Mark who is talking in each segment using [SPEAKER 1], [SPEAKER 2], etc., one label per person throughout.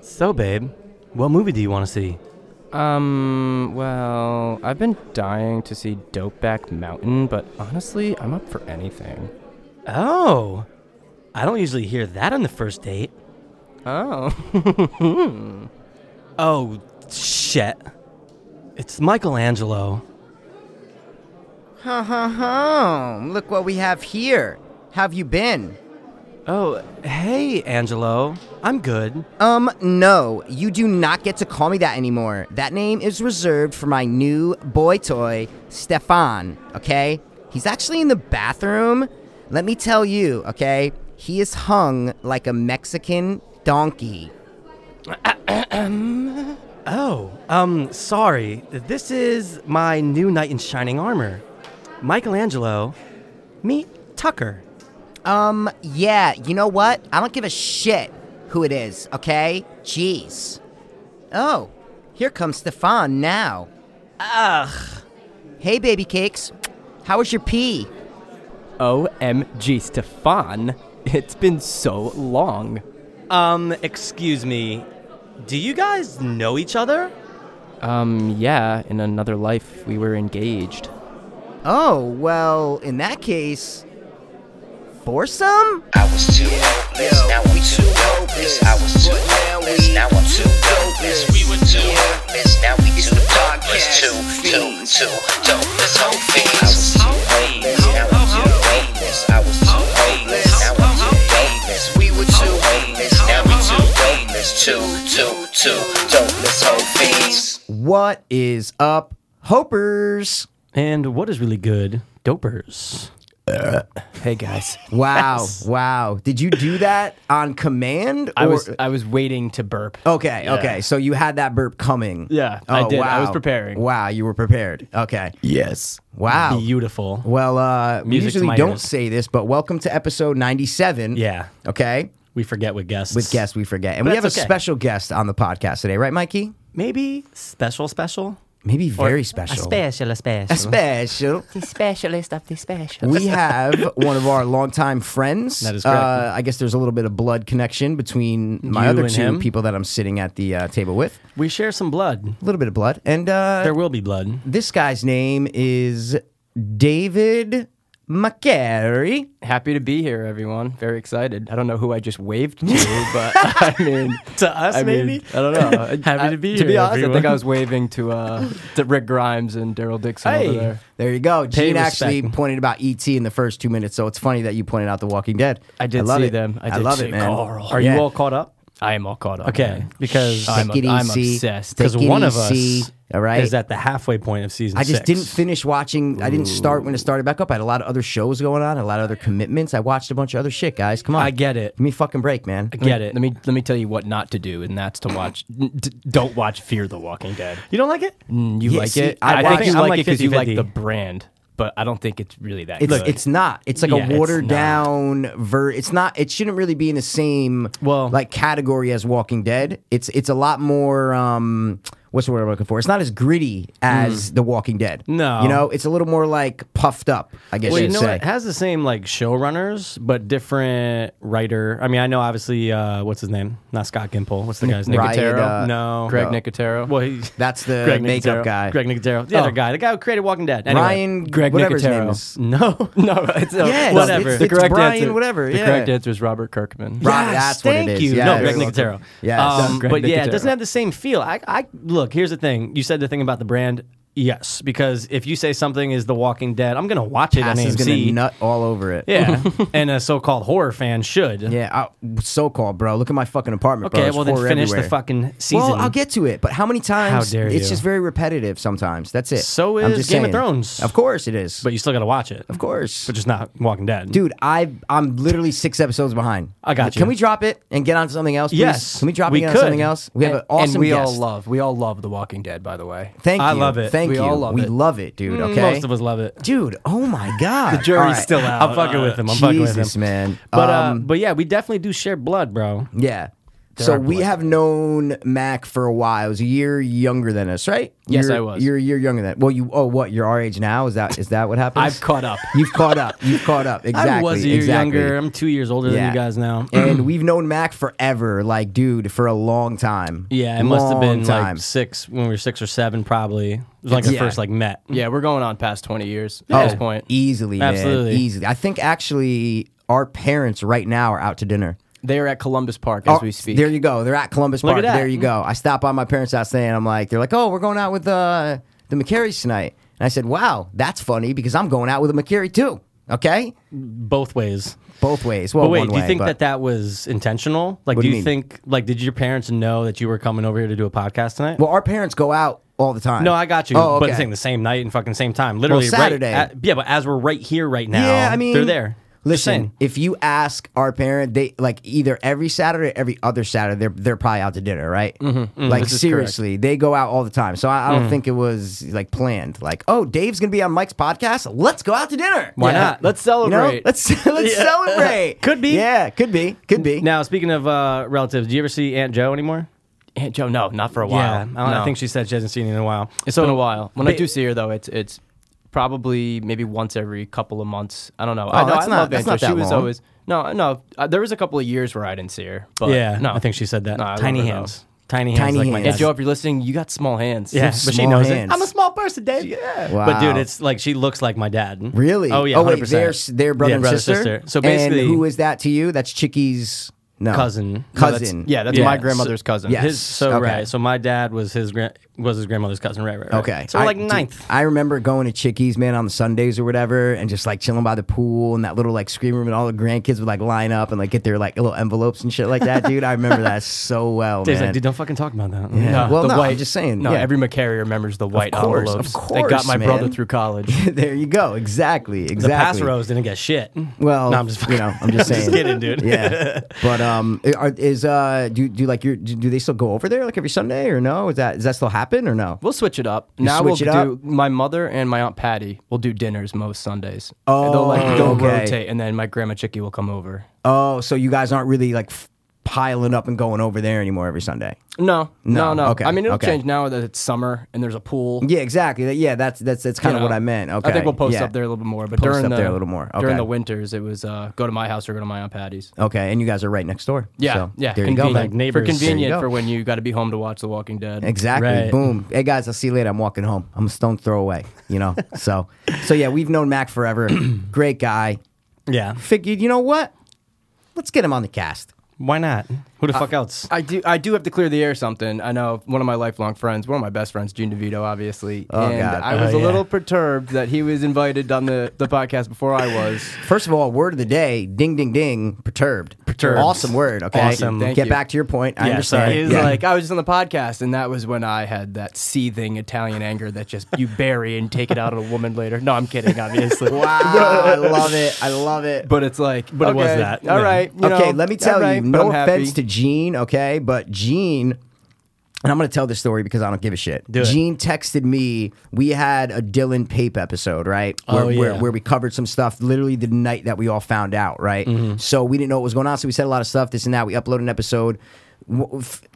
[SPEAKER 1] So, babe, what movie do you want to see?
[SPEAKER 2] Um, well, I've been dying to see Dopeback Mountain, but honestly, I'm up for anything.
[SPEAKER 1] Oh, I don't usually hear that on the first date.
[SPEAKER 2] Oh.
[SPEAKER 1] Oh, shit. It's Michelangelo.
[SPEAKER 3] Ha ha ha! Look what we have here. Have you been?
[SPEAKER 1] Oh, hey, Angelo. I'm good.
[SPEAKER 3] Um, no, you do not get to call me that anymore. That name is reserved for my new boy toy, Stefan, okay? He's actually in the bathroom. Let me tell you, okay? He is hung like a Mexican donkey.
[SPEAKER 1] Oh, um, sorry. This is my new knight in shining armor. Michelangelo, meet Tucker.
[SPEAKER 3] Um, yeah, you know what? I don't give a shit who it is, okay? Jeez. Oh, here comes Stefan now. Ugh. Hey, baby cakes. How was your pee?
[SPEAKER 2] OMG, Stefan. It's been so long.
[SPEAKER 1] Um, excuse me. Do you guys know each other?
[SPEAKER 2] Um, yeah, in another life, we were engaged.
[SPEAKER 3] Oh, well, in that case, foursome?
[SPEAKER 4] I was too hopeless, now I'm too hopeless. I was too hopeless, now I'm too dopeless. We were too hopeless, now we too dopeless. Too, too, too dopeless. Whole fiends. I was too hopeless, now I'm too hopeless. I was too hopeless, now I'm too dopeless. We were too hopeless, now we too dopeless. Too, too, too dopeless. Whole fiends.
[SPEAKER 3] What is up, Hopers?
[SPEAKER 1] And what is really good? Dopers.
[SPEAKER 2] Hey, guys.
[SPEAKER 3] Wow, wow. Did you do that on command?
[SPEAKER 2] I
[SPEAKER 3] or- Oh,
[SPEAKER 2] was I was waiting to burp.
[SPEAKER 3] Okay, okay. So you had that burp coming. Oh,
[SPEAKER 2] Yeah, I did. I was preparing.
[SPEAKER 3] Wow, you were prepared. Okay.
[SPEAKER 2] Yes.
[SPEAKER 3] Wow.
[SPEAKER 1] Beautiful.
[SPEAKER 3] Well, uh, we
[SPEAKER 1] Music to
[SPEAKER 3] usually
[SPEAKER 1] my
[SPEAKER 3] don't
[SPEAKER 1] ears.
[SPEAKER 3] say this, but welcome to episode 97.
[SPEAKER 1] Yeah.
[SPEAKER 3] Okay.
[SPEAKER 1] We forget with guests.
[SPEAKER 3] With guests, we forget. And
[SPEAKER 1] But
[SPEAKER 3] we have
[SPEAKER 1] that's
[SPEAKER 3] a
[SPEAKER 1] okay.
[SPEAKER 3] special guest on the podcast today, right, Mikey?
[SPEAKER 1] Maybe special, special?
[SPEAKER 3] Maybe very special.
[SPEAKER 1] Special, special.
[SPEAKER 3] A special.
[SPEAKER 5] the specialist of the special.
[SPEAKER 3] We have one of our longtime friends.
[SPEAKER 1] That is correct.
[SPEAKER 3] Uh, I guess there's a little bit of blood connection between my
[SPEAKER 1] You
[SPEAKER 3] other
[SPEAKER 1] and
[SPEAKER 3] two
[SPEAKER 1] him?
[SPEAKER 3] people that I'm sitting at the uh, table with.
[SPEAKER 1] we share some blood.
[SPEAKER 3] A little bit of blood. And uh,
[SPEAKER 1] There will be blood.
[SPEAKER 3] this guy's name is David McCary.
[SPEAKER 2] Happy to be here, everyone. Very excited. I don't know who I just waved to, but I mean,
[SPEAKER 1] To us,
[SPEAKER 2] I mean,
[SPEAKER 1] maybe?
[SPEAKER 2] I don't know.
[SPEAKER 1] Happy
[SPEAKER 2] I-
[SPEAKER 1] to be
[SPEAKER 2] To be
[SPEAKER 1] here,
[SPEAKER 2] honest, I think
[SPEAKER 1] everyone.
[SPEAKER 2] I was waving to uh, to Rick Grimes and Daryl Dixon
[SPEAKER 1] Hey.
[SPEAKER 2] over there.
[SPEAKER 3] There you go.
[SPEAKER 1] Pay
[SPEAKER 3] Gene actually
[SPEAKER 1] respect.
[SPEAKER 3] pointed about ET in the first two minutes, so it's funny that you pointed out The Walking Dead.
[SPEAKER 2] I did
[SPEAKER 3] love
[SPEAKER 2] see
[SPEAKER 3] it.
[SPEAKER 2] them. I, did
[SPEAKER 3] love
[SPEAKER 2] see
[SPEAKER 3] it, man.
[SPEAKER 2] Carl.
[SPEAKER 1] Are
[SPEAKER 3] Yeah.
[SPEAKER 1] you all caught up?
[SPEAKER 2] I am all caught up.
[SPEAKER 1] Okay,
[SPEAKER 2] man.
[SPEAKER 1] because-
[SPEAKER 2] I'm,
[SPEAKER 3] Take it
[SPEAKER 2] I'm
[SPEAKER 3] easy.
[SPEAKER 2] obsessed.
[SPEAKER 3] Take
[SPEAKER 1] Because
[SPEAKER 3] it
[SPEAKER 1] one of
[SPEAKER 3] easy,
[SPEAKER 1] us
[SPEAKER 3] all right?
[SPEAKER 1] is at the halfway point of season
[SPEAKER 3] I just
[SPEAKER 1] did
[SPEAKER 3] didn't finish watching. I didn't start when it started back up. I had a lot of other shows going on, a lot of other commitments. I watched a bunch of other shit, guys. Come on.
[SPEAKER 1] I get it.
[SPEAKER 3] Give me a fucking break, man.
[SPEAKER 2] Get it? Let me let me tell you what not to do, and that's to watch. d- don't watch Fear the Walking Dead.
[SPEAKER 1] You don't like it?
[SPEAKER 2] Mm, You
[SPEAKER 3] Yeah,
[SPEAKER 2] like
[SPEAKER 3] see,
[SPEAKER 2] it?
[SPEAKER 3] I
[SPEAKER 2] I,
[SPEAKER 3] watch-
[SPEAKER 2] think you
[SPEAKER 1] I'm
[SPEAKER 2] like,
[SPEAKER 1] like
[SPEAKER 2] it because you like
[SPEAKER 1] 50-50.
[SPEAKER 2] the brand, but I don't think it's really that
[SPEAKER 3] It's,
[SPEAKER 2] good.
[SPEAKER 3] it's not. It's like
[SPEAKER 2] Yeah,
[SPEAKER 3] a
[SPEAKER 2] it's
[SPEAKER 3] watered
[SPEAKER 2] not.
[SPEAKER 3] down ver. It's not. It shouldn't really be in the same
[SPEAKER 1] Well-
[SPEAKER 3] like category as Walking Dead. It's it's a lot more. Um, what's the word I'm looking for? It's not as gritty as The Walking Dead.
[SPEAKER 1] Mm. No.
[SPEAKER 3] you know, it's a little more like puffed up. I guess
[SPEAKER 1] Well,
[SPEAKER 3] you
[SPEAKER 1] you
[SPEAKER 3] would
[SPEAKER 1] know,
[SPEAKER 3] say.
[SPEAKER 1] what? it has the same like showrunners, but different writer. I mean, I know obviously uh, what's his name? Not Scott Gimple. What's the guy's name?
[SPEAKER 3] Riot,
[SPEAKER 2] Nicotero?
[SPEAKER 3] uh,
[SPEAKER 1] no,
[SPEAKER 2] Greg
[SPEAKER 1] no.
[SPEAKER 2] Nicotero.
[SPEAKER 1] Well, he,
[SPEAKER 3] That's the
[SPEAKER 1] Greg
[SPEAKER 3] makeup
[SPEAKER 1] Nicotero.
[SPEAKER 3] guy.
[SPEAKER 1] Greg Nicotero, the
[SPEAKER 3] Oh.
[SPEAKER 1] other guy, the guy who created Walking Dead. Anyway.
[SPEAKER 3] Ryan
[SPEAKER 2] Greg
[SPEAKER 3] whatever his name
[SPEAKER 2] Nicotero.
[SPEAKER 3] is.
[SPEAKER 1] No, uh,
[SPEAKER 2] no, it's no,
[SPEAKER 3] Yeah, it's-
[SPEAKER 2] whatever.
[SPEAKER 3] it's-
[SPEAKER 2] the
[SPEAKER 3] it's
[SPEAKER 2] correct
[SPEAKER 3] Brian,
[SPEAKER 2] answer.
[SPEAKER 3] whatever,
[SPEAKER 2] The
[SPEAKER 3] yeah.
[SPEAKER 2] correct answer is Robert Kirkman.
[SPEAKER 1] Yes,
[SPEAKER 3] Right. that's what it
[SPEAKER 1] thank
[SPEAKER 3] is.
[SPEAKER 1] you.
[SPEAKER 3] Yeah,
[SPEAKER 1] no,
[SPEAKER 3] you're
[SPEAKER 1] Greg
[SPEAKER 3] welcome.
[SPEAKER 1] Nicotero.
[SPEAKER 3] Yes.
[SPEAKER 1] Um,
[SPEAKER 2] Greg
[SPEAKER 1] but yeah, it
[SPEAKER 2] Nicotero.
[SPEAKER 1] doesn't have the same feel. I, I look. Here's the thing. You said the thing about the brand. Yes, because if you say something is The Walking Dead, I'm gonna watch it
[SPEAKER 3] Ass
[SPEAKER 1] on
[SPEAKER 3] is
[SPEAKER 1] AMC.
[SPEAKER 3] gonna nut all over it.
[SPEAKER 1] Yeah, and a so-called horror fan should.
[SPEAKER 3] Yeah, I, so called, bro. Look at my fucking apartment, bro.
[SPEAKER 1] Okay,
[SPEAKER 3] There's
[SPEAKER 1] well then
[SPEAKER 3] horror
[SPEAKER 1] finish
[SPEAKER 3] everywhere.
[SPEAKER 1] the fucking season.
[SPEAKER 3] Well, I'll get to it, but how many times?
[SPEAKER 1] dare
[SPEAKER 3] It's
[SPEAKER 1] you.
[SPEAKER 3] just very repetitive sometimes. That's it.
[SPEAKER 1] So
[SPEAKER 3] I'm
[SPEAKER 1] is
[SPEAKER 3] just
[SPEAKER 1] Game of
[SPEAKER 3] saying.
[SPEAKER 1] Thrones.
[SPEAKER 3] Of course it is.
[SPEAKER 1] but you still gotta watch it.
[SPEAKER 3] of course.
[SPEAKER 1] But just not Walking Dead.
[SPEAKER 3] Dude, I I'm literally six episodes behind.
[SPEAKER 1] I got you.
[SPEAKER 3] Can we drop it and get on to something else? please?
[SPEAKER 1] Yes,
[SPEAKER 3] Can we drop
[SPEAKER 1] we
[SPEAKER 3] it and get
[SPEAKER 1] could.
[SPEAKER 3] on something else? We have an
[SPEAKER 2] And-
[SPEAKER 3] awesome
[SPEAKER 2] and we
[SPEAKER 3] guest.
[SPEAKER 2] all love. We all love The Walking Dead, by the way.
[SPEAKER 3] Thank you.
[SPEAKER 1] I love it. Mm.
[SPEAKER 3] Thank
[SPEAKER 2] We
[SPEAKER 3] you.
[SPEAKER 2] all love
[SPEAKER 3] we
[SPEAKER 2] it.
[SPEAKER 3] love it, dude. Okay.
[SPEAKER 1] most of us love it.
[SPEAKER 3] Dude, oh my god. the
[SPEAKER 2] jury's still out.
[SPEAKER 1] I'm fucking with him. I'm fucking with
[SPEAKER 3] Jesus,
[SPEAKER 1] him.
[SPEAKER 3] man.
[SPEAKER 1] But uh,
[SPEAKER 3] Um,
[SPEAKER 1] but yeah, we definitely do share blood, bro.
[SPEAKER 3] yeah.
[SPEAKER 6] There
[SPEAKER 3] so
[SPEAKER 6] are
[SPEAKER 3] we
[SPEAKER 6] blood
[SPEAKER 3] have known Mac for a while. He was a year younger than us, right?
[SPEAKER 6] Yes,
[SPEAKER 3] You're-
[SPEAKER 6] I was.
[SPEAKER 3] You're a year younger than. Well, you. Oh, what? You're our age now. Is that is that what happens?
[SPEAKER 6] I've caught up.
[SPEAKER 3] You've caught up. You've caught up. Exactly.
[SPEAKER 1] I was a year
[SPEAKER 3] exactly.
[SPEAKER 1] younger. I'm two years older
[SPEAKER 3] Yeah.
[SPEAKER 1] than you guys now.
[SPEAKER 3] and we've known Mac forever, like dude, for a long time.
[SPEAKER 1] yeah, it must have
[SPEAKER 3] Long
[SPEAKER 1] been
[SPEAKER 3] time.
[SPEAKER 1] like six when we were six or seven, probably. It was like our
[SPEAKER 3] Yeah.
[SPEAKER 1] first like met.
[SPEAKER 6] Yeah, we're going on past 20 years
[SPEAKER 3] Oh,
[SPEAKER 6] at this point.
[SPEAKER 3] easily, man,
[SPEAKER 1] Absolutely.
[SPEAKER 3] easily. I think actually our parents right now are out to dinner.
[SPEAKER 6] They are at Columbus Park as
[SPEAKER 3] Oh,
[SPEAKER 6] we speak.
[SPEAKER 3] There you go. They're at Columbus
[SPEAKER 1] Look
[SPEAKER 3] Park.
[SPEAKER 1] at that.
[SPEAKER 3] There you go. I stop by my parents' house today, and I'm like, they're like, oh, we're going out with uh, the McCarys tonight. And I said, wow, that's funny because I'm going out with a McCary too. Okay,
[SPEAKER 1] Both ways.
[SPEAKER 3] both ways. Well,
[SPEAKER 1] but wait,
[SPEAKER 3] one
[SPEAKER 1] do you
[SPEAKER 3] way,
[SPEAKER 1] think
[SPEAKER 3] but-
[SPEAKER 1] that that was intentional? Like,
[SPEAKER 3] What
[SPEAKER 1] do
[SPEAKER 3] do
[SPEAKER 1] you
[SPEAKER 3] you mean?
[SPEAKER 1] think like did your parents know that you were coming over here to do a podcast tonight?
[SPEAKER 3] Well, our parents go out all the time.
[SPEAKER 1] no, I got you.
[SPEAKER 3] Oh,
[SPEAKER 1] But I'm
[SPEAKER 3] okay.
[SPEAKER 1] saying the same night and fucking same time, literally right
[SPEAKER 3] Saturday.
[SPEAKER 1] at- yeah, but as we're right here right now,
[SPEAKER 3] Yeah, I mean,
[SPEAKER 1] they're there. Just
[SPEAKER 3] Listen,
[SPEAKER 1] saying.
[SPEAKER 3] if you ask our parent, they like either every Saturday, or every other Saturday, they're they're probably out to dinner, right?
[SPEAKER 1] Mm-hmm,
[SPEAKER 3] like seriously, they go out all the time. So I, I don't
[SPEAKER 1] Mm.
[SPEAKER 3] think it was like planned. Like, oh, Dave's gonna be on Mike's podcast. Let's go out to dinner.
[SPEAKER 1] Why not?
[SPEAKER 6] Let's
[SPEAKER 3] You
[SPEAKER 6] celebrate.
[SPEAKER 3] know, let's let's celebrate.
[SPEAKER 1] Could be.
[SPEAKER 3] Yeah, could be. Could be.
[SPEAKER 1] Now, speaking of uh, relatives, do you ever see Aunt Joe anymore?
[SPEAKER 6] Aunt Joe, no, not for a while.
[SPEAKER 1] Yeah, I, I
[SPEAKER 6] No.
[SPEAKER 1] think she said she hasn't seen you in a while.
[SPEAKER 6] It's been a while. When I
[SPEAKER 1] but-
[SPEAKER 6] do see her though, it's it's probably maybe once every couple of months. I don't know. I
[SPEAKER 3] Oh,
[SPEAKER 6] know
[SPEAKER 3] that's
[SPEAKER 6] I
[SPEAKER 3] not-
[SPEAKER 6] love Aunt
[SPEAKER 3] that's not
[SPEAKER 6] Jo.
[SPEAKER 3] that
[SPEAKER 6] She was
[SPEAKER 3] long.
[SPEAKER 6] always no, no. Uh, there was a couple of years where I didn't see her. But
[SPEAKER 1] yeah,
[SPEAKER 6] no,
[SPEAKER 1] I think she said that.
[SPEAKER 6] No, I love
[SPEAKER 1] tiny
[SPEAKER 6] her, though.
[SPEAKER 1] hands, tiny hands,
[SPEAKER 3] Tiny
[SPEAKER 1] like my
[SPEAKER 3] hands.
[SPEAKER 6] Aunt
[SPEAKER 1] dad's.
[SPEAKER 6] Joe, if you're listening, you got small hands.
[SPEAKER 1] Yeah,
[SPEAKER 3] So
[SPEAKER 1] but she
[SPEAKER 3] small
[SPEAKER 1] knows
[SPEAKER 3] hands.
[SPEAKER 1] it. I'm a small person, Dave. Yeah. But
[SPEAKER 3] Wow.
[SPEAKER 1] dude, it's like she looks like my dad.
[SPEAKER 3] really?
[SPEAKER 1] Oh yeah.
[SPEAKER 3] Oh wait,
[SPEAKER 1] 100%.
[SPEAKER 3] they're they're brother
[SPEAKER 1] Yeah,
[SPEAKER 3] and
[SPEAKER 1] brother,
[SPEAKER 3] sister.
[SPEAKER 1] So
[SPEAKER 3] And
[SPEAKER 1] basically,
[SPEAKER 3] who is that to you? That's Chicky's no
[SPEAKER 1] Cousin. No, that's-
[SPEAKER 3] Cousin.
[SPEAKER 6] yeah. That's
[SPEAKER 1] Yeah,
[SPEAKER 6] my
[SPEAKER 1] so-
[SPEAKER 6] grandmother's cousin.
[SPEAKER 3] Yeah.
[SPEAKER 1] his? So
[SPEAKER 3] Okay.
[SPEAKER 1] right. So my dad was his gran- was his grandmother's cousin. Right. Right. right.
[SPEAKER 3] Okay.
[SPEAKER 1] So we're
[SPEAKER 3] I-
[SPEAKER 1] like
[SPEAKER 3] dude,
[SPEAKER 1] ninth.
[SPEAKER 3] I remember going to Chickies, man, on the Sundays or whatever, and just like chilling by the pool and that little like screen room, and all the grandkids would like line up and like get their like little envelopes and shit like that, dude. I remember that so well,
[SPEAKER 1] Dave's
[SPEAKER 3] man.
[SPEAKER 1] like, dude, don't fucking talk about that.
[SPEAKER 3] Yeah. Well,
[SPEAKER 6] the
[SPEAKER 3] no, I'm
[SPEAKER 6] white,
[SPEAKER 3] just saying,
[SPEAKER 6] No,
[SPEAKER 3] yeah.
[SPEAKER 6] every McCarrier remembers the white
[SPEAKER 3] course, of
[SPEAKER 6] envelopes. they got
[SPEAKER 3] course,
[SPEAKER 6] my brother
[SPEAKER 3] man.
[SPEAKER 6] through college.
[SPEAKER 3] there you go. Exactly. Exactly.
[SPEAKER 1] The pass rose didn't get shit.
[SPEAKER 3] Well,
[SPEAKER 1] no, I'm just fucking.
[SPEAKER 3] you know, I'm just saying.
[SPEAKER 1] kidding, dude.
[SPEAKER 3] Yeah, but um, are, is uh, do do like your do, do they still go over there like every Sunday or no? Is that does that still happen or no?
[SPEAKER 6] We'll switch it up. now we'll
[SPEAKER 3] switch it
[SPEAKER 6] do my mother and my aunt Patty will do dinners most Sundays.
[SPEAKER 3] Oh,
[SPEAKER 6] they'll like go
[SPEAKER 3] okay.
[SPEAKER 6] rotate, and then my grandma Chicky will come over.
[SPEAKER 3] Oh, so you guys aren't really like f- piling up and going over there anymore every Sunday.
[SPEAKER 6] No, no,
[SPEAKER 3] No,
[SPEAKER 6] no.
[SPEAKER 3] okay,
[SPEAKER 6] I mean, it'll
[SPEAKER 3] okay.
[SPEAKER 6] change now that it's summer and there's a pool.
[SPEAKER 3] Yeah, exactly. That- Yeah, that's that's that's kind of
[SPEAKER 6] know.
[SPEAKER 3] what I meant. Okay,
[SPEAKER 6] I think we'll post
[SPEAKER 3] yeah.
[SPEAKER 6] up there a little bit more, but
[SPEAKER 3] Post
[SPEAKER 6] during
[SPEAKER 3] up
[SPEAKER 6] the
[SPEAKER 3] there a little more, okay.
[SPEAKER 6] during the winters, it was uh, go to my house or go to my aunt Patty's.
[SPEAKER 3] Okay, and you guys are right next door.
[SPEAKER 6] Yeah,
[SPEAKER 3] so,
[SPEAKER 6] yeah.
[SPEAKER 3] There you go.
[SPEAKER 6] convenient.
[SPEAKER 1] Like
[SPEAKER 3] man.
[SPEAKER 1] neighbors.
[SPEAKER 6] for
[SPEAKER 1] There you
[SPEAKER 6] convenient
[SPEAKER 3] go.
[SPEAKER 6] for when you got to be home to watch The Walking Dead.
[SPEAKER 3] Exactly.
[SPEAKER 1] Right.
[SPEAKER 3] Boom. Hey guys, I'll see you later. I'm walking home. I'm a stone throw away. You know. so, so yeah, we've known Mac forever. Great guy.
[SPEAKER 1] Yeah.
[SPEAKER 3] Figured, you know what? Let's get him on the cast.
[SPEAKER 1] Why not? Who the fuck else?
[SPEAKER 6] I do. I do have to clear the air something. I know one of my lifelong friends, one of my best friends, Gene DeVito, obviously.
[SPEAKER 3] Oh,
[SPEAKER 6] and
[SPEAKER 3] God.
[SPEAKER 6] I was
[SPEAKER 1] Oh,
[SPEAKER 6] a
[SPEAKER 1] yeah.
[SPEAKER 6] little perturbed that he was invited on the, the podcast before I was.
[SPEAKER 3] First of all, word of the day: ding, ding, ding. Perturbed.
[SPEAKER 1] Perturbed.
[SPEAKER 3] Awesome word. Okay.
[SPEAKER 1] Awesome.
[SPEAKER 6] Thank
[SPEAKER 3] Get
[SPEAKER 6] you.
[SPEAKER 3] back to your point. I
[SPEAKER 1] Yeah,
[SPEAKER 3] understand.
[SPEAKER 1] sorry.
[SPEAKER 6] He's
[SPEAKER 1] Yeah.
[SPEAKER 6] like, I was just on the podcast, and that was when I had that seething Italian anger that just you bury and take it out on a woman later. No, I'm kidding, obviously.
[SPEAKER 3] wow, I love it. I love it.
[SPEAKER 6] But it's like, but
[SPEAKER 1] it was that,
[SPEAKER 6] All
[SPEAKER 1] yeah.
[SPEAKER 6] right. you
[SPEAKER 3] okay,
[SPEAKER 6] know,
[SPEAKER 3] let me tell
[SPEAKER 6] all right,
[SPEAKER 3] you,
[SPEAKER 6] but
[SPEAKER 3] no
[SPEAKER 6] I'm happy.
[SPEAKER 3] offense to Gene, okay, but Gene, and I'm gonna tell this story because I don't give a shit.
[SPEAKER 1] it.
[SPEAKER 3] Gene texted me. We had a Dylan Pape episode, right? Where,
[SPEAKER 1] Oh,
[SPEAKER 3] where,
[SPEAKER 1] yeah.
[SPEAKER 3] where we covered some stuff literally the night that we all found out, right?
[SPEAKER 6] Mm-hmm.
[SPEAKER 3] So we didn't know what was going on, so we said a lot of stuff, this and that. We uploaded an episode.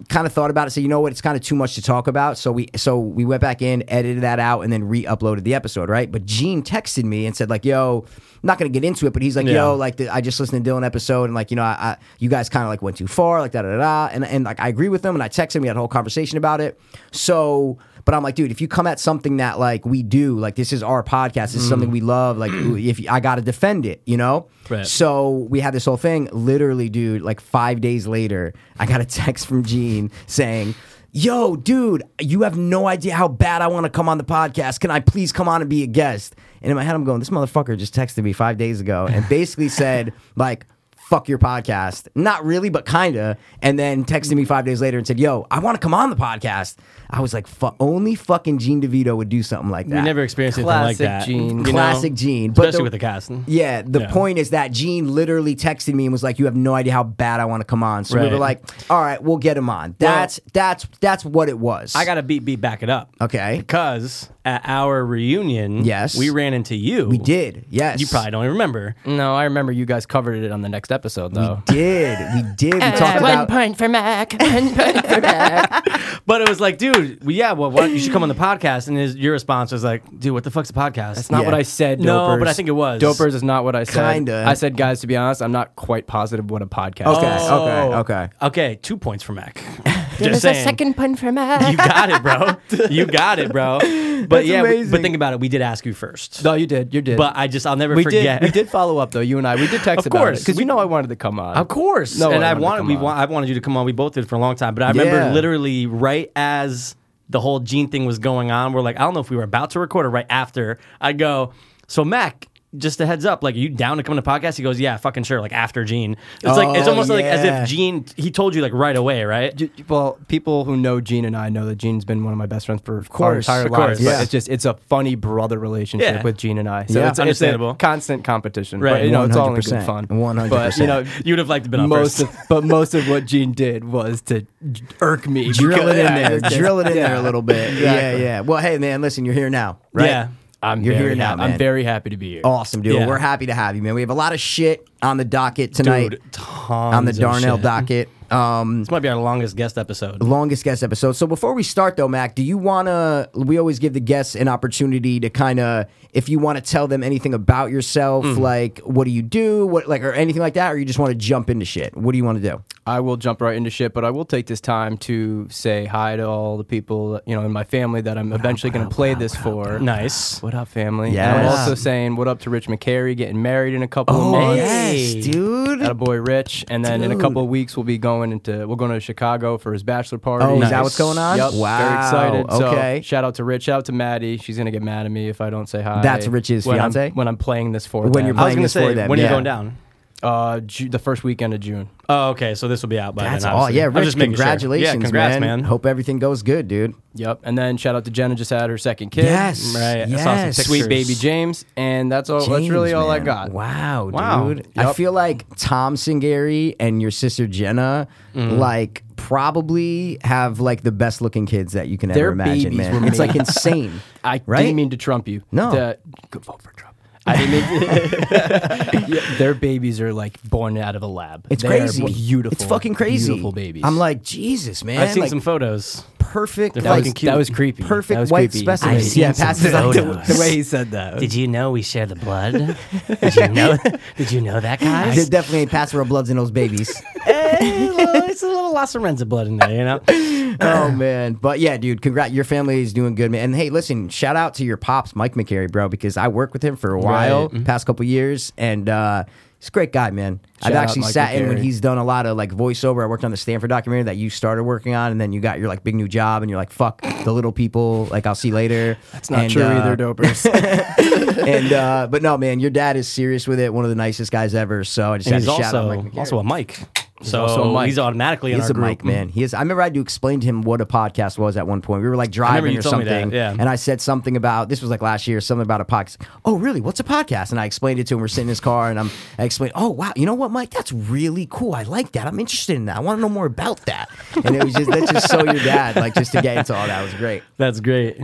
[SPEAKER 3] Kind of thought about it, said, you know what, it's kind of too much to talk about. So we so we went back in, edited that out, and then re-uploaded the episode, right? But Gene texted me and said, like, yo, I'm not gonna get into it, but he's like,
[SPEAKER 1] Yeah.
[SPEAKER 3] yo, like the, I just listened to Dylan episode and like you know I, I you guys kind of like went too far like da da da da. and and like I agree with them and I texted him we had a whole conversation about it so but I'm like dude if you come at something that like we do like this is our podcast this is something we love like if you, I gotta defend it you know
[SPEAKER 1] Right.
[SPEAKER 3] so we had this whole thing literally dude like five days later I got a text from Gene saying. Yo, dude, you have no idea how bad I want to come on the podcast. Can I please come on and be a guest? And in my head, I'm going, this motherfucker just texted me five days ago and basically said, like, fuck your podcast. Not really, but kinda. And then texted me five days later and said, yo, I want to come on the podcast. I was like, Fu- only fucking Gene DeVito would do something like that.
[SPEAKER 1] We never experienced anything like
[SPEAKER 6] Classic
[SPEAKER 1] that.
[SPEAKER 6] Gene.
[SPEAKER 1] you know?
[SPEAKER 3] Classic Gene, but
[SPEAKER 1] especially
[SPEAKER 3] the-
[SPEAKER 1] with the cast.
[SPEAKER 3] Yeah, the
[SPEAKER 1] Yeah.
[SPEAKER 3] point is that Gene literally texted me and was like, "You have no idea how bad I want to come on." So we were
[SPEAKER 1] Right.
[SPEAKER 3] like, "All right, we'll get him on." That's that's that's what it was.
[SPEAKER 1] I got to beat beat back it up.
[SPEAKER 3] Okay.
[SPEAKER 1] Because at our reunion,
[SPEAKER 3] Yes.
[SPEAKER 1] we ran into you.
[SPEAKER 3] We did. Yes.
[SPEAKER 1] You probably don't even remember.
[SPEAKER 6] No, I remember you guys covered it on the next episode, though.
[SPEAKER 3] did. We did. We talked
[SPEAKER 5] Uh,
[SPEAKER 3] about.
[SPEAKER 5] One point for Mac. One point for Mac.
[SPEAKER 1] But it was like, dude, well, yeah, well, why don't you should come on the podcast. And his, your response was like, dude, what the fuck's a podcast?
[SPEAKER 6] That's not
[SPEAKER 3] Yeah.
[SPEAKER 6] what I said. Dopers.
[SPEAKER 1] No, but I think it was.
[SPEAKER 6] Dopers is not what I said.
[SPEAKER 3] Kinda.
[SPEAKER 6] I said, guys, to be honest, I'm not quite positive what a podcast.
[SPEAKER 3] Okay.
[SPEAKER 6] is.
[SPEAKER 1] Oh.
[SPEAKER 3] Okay.
[SPEAKER 1] Okay, two points for Mac. Just
[SPEAKER 5] There's a
[SPEAKER 1] saying.
[SPEAKER 5] second point for Mac.
[SPEAKER 1] You got it, bro. you got it, bro. But yeah, we- but
[SPEAKER 3] amazing.
[SPEAKER 1] think about it. We did ask you first.
[SPEAKER 6] No, you did. You did.
[SPEAKER 1] But I just, I'll never
[SPEAKER 6] we
[SPEAKER 1] forget.
[SPEAKER 6] did. We did follow up though. You and I. We did
[SPEAKER 1] Of
[SPEAKER 6] text about
[SPEAKER 1] course.
[SPEAKER 6] because
[SPEAKER 1] We-
[SPEAKER 6] you know I wanted to come on.
[SPEAKER 1] Of course.
[SPEAKER 6] No,
[SPEAKER 1] and
[SPEAKER 6] I
[SPEAKER 1] I
[SPEAKER 6] wanted to
[SPEAKER 1] wanted
[SPEAKER 6] come
[SPEAKER 1] we
[SPEAKER 6] on.
[SPEAKER 1] want, I wanted you to come on. We both did for a long time, but I remember
[SPEAKER 3] Yeah.
[SPEAKER 1] literally right as the whole gene thing was going on, we're like, I don't know if we were about to record or right after. I go, so Mac. Just a heads up, like you down to come to the podcast? He goes, yeah, fucking sure. Like after Gene, it's like it's
[SPEAKER 3] Oh,
[SPEAKER 1] almost like as
[SPEAKER 3] yeah.
[SPEAKER 1] if Gene he told you like right away, right?
[SPEAKER 6] J- Well, people who know Gene and I know that Gene's been one of my best friends for our
[SPEAKER 3] course,
[SPEAKER 6] entire
[SPEAKER 3] of
[SPEAKER 6] lives.
[SPEAKER 1] course.
[SPEAKER 6] But
[SPEAKER 1] Yeah.
[SPEAKER 6] it's just it's a funny brother relationship
[SPEAKER 1] Yeah.
[SPEAKER 6] with Gene and I. So
[SPEAKER 3] Yeah.
[SPEAKER 6] it's, it's
[SPEAKER 1] Understandable.
[SPEAKER 6] a constant competition.
[SPEAKER 1] Right.
[SPEAKER 6] But, you know, it's all in good
[SPEAKER 3] 100%.
[SPEAKER 6] fun.
[SPEAKER 3] 100%.
[SPEAKER 6] But you know,
[SPEAKER 1] You would have liked to been on
[SPEAKER 6] most
[SPEAKER 1] first.
[SPEAKER 6] of, but most of what Gene did was to irk me.
[SPEAKER 3] Drill
[SPEAKER 6] because-
[SPEAKER 3] it in
[SPEAKER 6] Yeah,
[SPEAKER 3] there.
[SPEAKER 6] it's-
[SPEAKER 3] Drill it in there a little bit. Yeah.
[SPEAKER 6] Exactly.
[SPEAKER 3] Yeah. Well, hey man, listen, you're here now, right?
[SPEAKER 1] Yeah.
[SPEAKER 6] I'm
[SPEAKER 3] You're
[SPEAKER 6] very
[SPEAKER 3] here now,
[SPEAKER 6] happy-
[SPEAKER 3] man.
[SPEAKER 6] I'm very happy to be here.
[SPEAKER 3] Awesome, dude.
[SPEAKER 1] Yeah.
[SPEAKER 3] We're happy to have you, man. We have a lot of shit on the docket tonight.
[SPEAKER 1] Dude, tons
[SPEAKER 3] on the
[SPEAKER 1] of
[SPEAKER 3] Darnell
[SPEAKER 1] shit.
[SPEAKER 3] docket. Um,
[SPEAKER 1] This might be our longest guest episode.
[SPEAKER 3] longest guest episode. So before we start though, Mac, do you wanna we always give the guests an opportunity to kinda if you wanna tell them anything about yourself,
[SPEAKER 1] Mm-hmm.
[SPEAKER 3] like what do you do, what like or anything like that, or you just wanna jump into shit. What do you wanna do?
[SPEAKER 6] I will jump right into shit, but I will take this time to say hi to all the people, you know, in my family that I'm eventually going to play this for.
[SPEAKER 1] Nice.
[SPEAKER 6] What up, family?
[SPEAKER 3] Yes. Oh,
[SPEAKER 6] And I'm also saying what up to Rich McCary getting married in a couple of months.
[SPEAKER 1] yes, Oh, Hey.
[SPEAKER 3] dude.
[SPEAKER 6] Got a boy Rich, and then in a couple of weeks we'll be going into we're going to Chicago for his bachelor party.
[SPEAKER 3] Oh, is that
[SPEAKER 1] Nice.
[SPEAKER 3] what's going on?
[SPEAKER 6] Yep.
[SPEAKER 3] Wow.
[SPEAKER 6] Very excited. So,
[SPEAKER 3] Okay.
[SPEAKER 6] shout out to Rich. Shout out to Maddie. She's gonna get mad at me if I don't say hi.
[SPEAKER 3] That's Rich's
[SPEAKER 6] when I'm-
[SPEAKER 3] fiance?
[SPEAKER 6] when I'm playing this for
[SPEAKER 3] When
[SPEAKER 6] them.
[SPEAKER 3] you're
[SPEAKER 1] I was
[SPEAKER 3] playing
[SPEAKER 1] gonna
[SPEAKER 3] this for
[SPEAKER 1] say,
[SPEAKER 3] them,
[SPEAKER 1] when are
[SPEAKER 3] yeah.
[SPEAKER 1] you going down?
[SPEAKER 6] uh, Ju- the first weekend of June.
[SPEAKER 1] Oh, okay. So this will be out by
[SPEAKER 3] That's
[SPEAKER 1] then.
[SPEAKER 3] all.
[SPEAKER 1] obviously.
[SPEAKER 3] Yeah,
[SPEAKER 1] I was
[SPEAKER 3] Rich,
[SPEAKER 1] just making sure.
[SPEAKER 3] congratulations,
[SPEAKER 1] Yeah, congrats, man.
[SPEAKER 3] Hope everything goes good, dude.
[SPEAKER 6] Yep. And then shout out to Jenna just had her second kid.
[SPEAKER 3] Yes.
[SPEAKER 1] Right. I saw some
[SPEAKER 3] Yes.
[SPEAKER 1] pictures.
[SPEAKER 6] Sweet baby James, and that's all. that's really
[SPEAKER 3] James,
[SPEAKER 6] all I
[SPEAKER 3] man.
[SPEAKER 6] got.
[SPEAKER 3] Wow,
[SPEAKER 1] Wow.
[SPEAKER 3] dude. I
[SPEAKER 6] Yup.
[SPEAKER 3] feel like Tom Singeri and your sister Jenna,
[SPEAKER 6] Mm.
[SPEAKER 3] like, probably have like the best looking kids that you can
[SPEAKER 6] Their
[SPEAKER 3] ever imagine,
[SPEAKER 6] babies
[SPEAKER 3] man.
[SPEAKER 6] were
[SPEAKER 3] It's like
[SPEAKER 6] made.
[SPEAKER 3] insane.
[SPEAKER 6] I
[SPEAKER 3] Right?
[SPEAKER 6] didn't mean to trump you.
[SPEAKER 3] No.
[SPEAKER 6] The- go vote for Trump. I didn't mean. Yeah, their babies are like born out of a lab.
[SPEAKER 3] It's
[SPEAKER 6] They are
[SPEAKER 3] crazy.
[SPEAKER 6] beautiful.
[SPEAKER 3] It's fucking crazy.
[SPEAKER 6] Beautiful babies.
[SPEAKER 3] I'm like, Jesus, man.
[SPEAKER 1] I've seen
[SPEAKER 3] like,
[SPEAKER 1] some photos.
[SPEAKER 3] perfect.
[SPEAKER 1] They're
[SPEAKER 6] that
[SPEAKER 3] like,
[SPEAKER 6] was,
[SPEAKER 1] cute.
[SPEAKER 6] that was creepy.
[SPEAKER 3] Perfect
[SPEAKER 6] That was
[SPEAKER 3] white
[SPEAKER 6] creepy.
[SPEAKER 3] specimen. I've seen Yeah, some passes like the- photos. the way
[SPEAKER 6] he said that.
[SPEAKER 5] Did you know we share the blood? Did you know? Did you know that, guys?
[SPEAKER 3] there definitely ain't pass real bloods in those babies.
[SPEAKER 1] it's a little La Sorenza blood in there, you know.
[SPEAKER 3] oh man, but yeah, dude, congrats. Your family is doing good, man. And hey, listen, shout out to your pops, Mike McCary, bro, because I worked with him for a while,
[SPEAKER 6] Mm-hmm.
[SPEAKER 3] past couple years, and uh, he's a great guy, man. I've
[SPEAKER 6] Shout out
[SPEAKER 3] actually
[SPEAKER 6] Mike
[SPEAKER 3] sat in when
[SPEAKER 6] McCary.
[SPEAKER 3] he's done a lot of like voiceover. I worked on the Stanford documentary that you started working on, and then you got your like big new job, and you're like, fuck the little people. Like I'll see you later.
[SPEAKER 6] That's not
[SPEAKER 3] And,
[SPEAKER 6] true
[SPEAKER 3] uh,
[SPEAKER 6] either, dopers.
[SPEAKER 3] And uh, but no, man, your dad is serious with it. One of the nicest guys ever. So I just
[SPEAKER 1] And
[SPEAKER 3] had
[SPEAKER 1] he's
[SPEAKER 3] to shout out
[SPEAKER 1] also
[SPEAKER 3] Mike McCary.
[SPEAKER 1] also a mic. So
[SPEAKER 6] also a mic.
[SPEAKER 1] he's automatically in
[SPEAKER 3] He's
[SPEAKER 1] our
[SPEAKER 3] a
[SPEAKER 1] group.
[SPEAKER 3] mic man. He is. I remember I had to explain to him what a podcast was at one point. We were like driving
[SPEAKER 1] you
[SPEAKER 3] or
[SPEAKER 1] told me that,
[SPEAKER 3] something,
[SPEAKER 1] yeah.
[SPEAKER 3] and I said something about this was like last year, something about a podcast. Oh, really? What's a podcast? And I explained it to him. We're sitting in his car, and I'm I explained. Oh, wow. You know what, Mike? That's really cool. I like that. I'm interested in that. I want to know more about that. And it was just that's just so your dad, like just to get into all that was great.
[SPEAKER 1] That's great.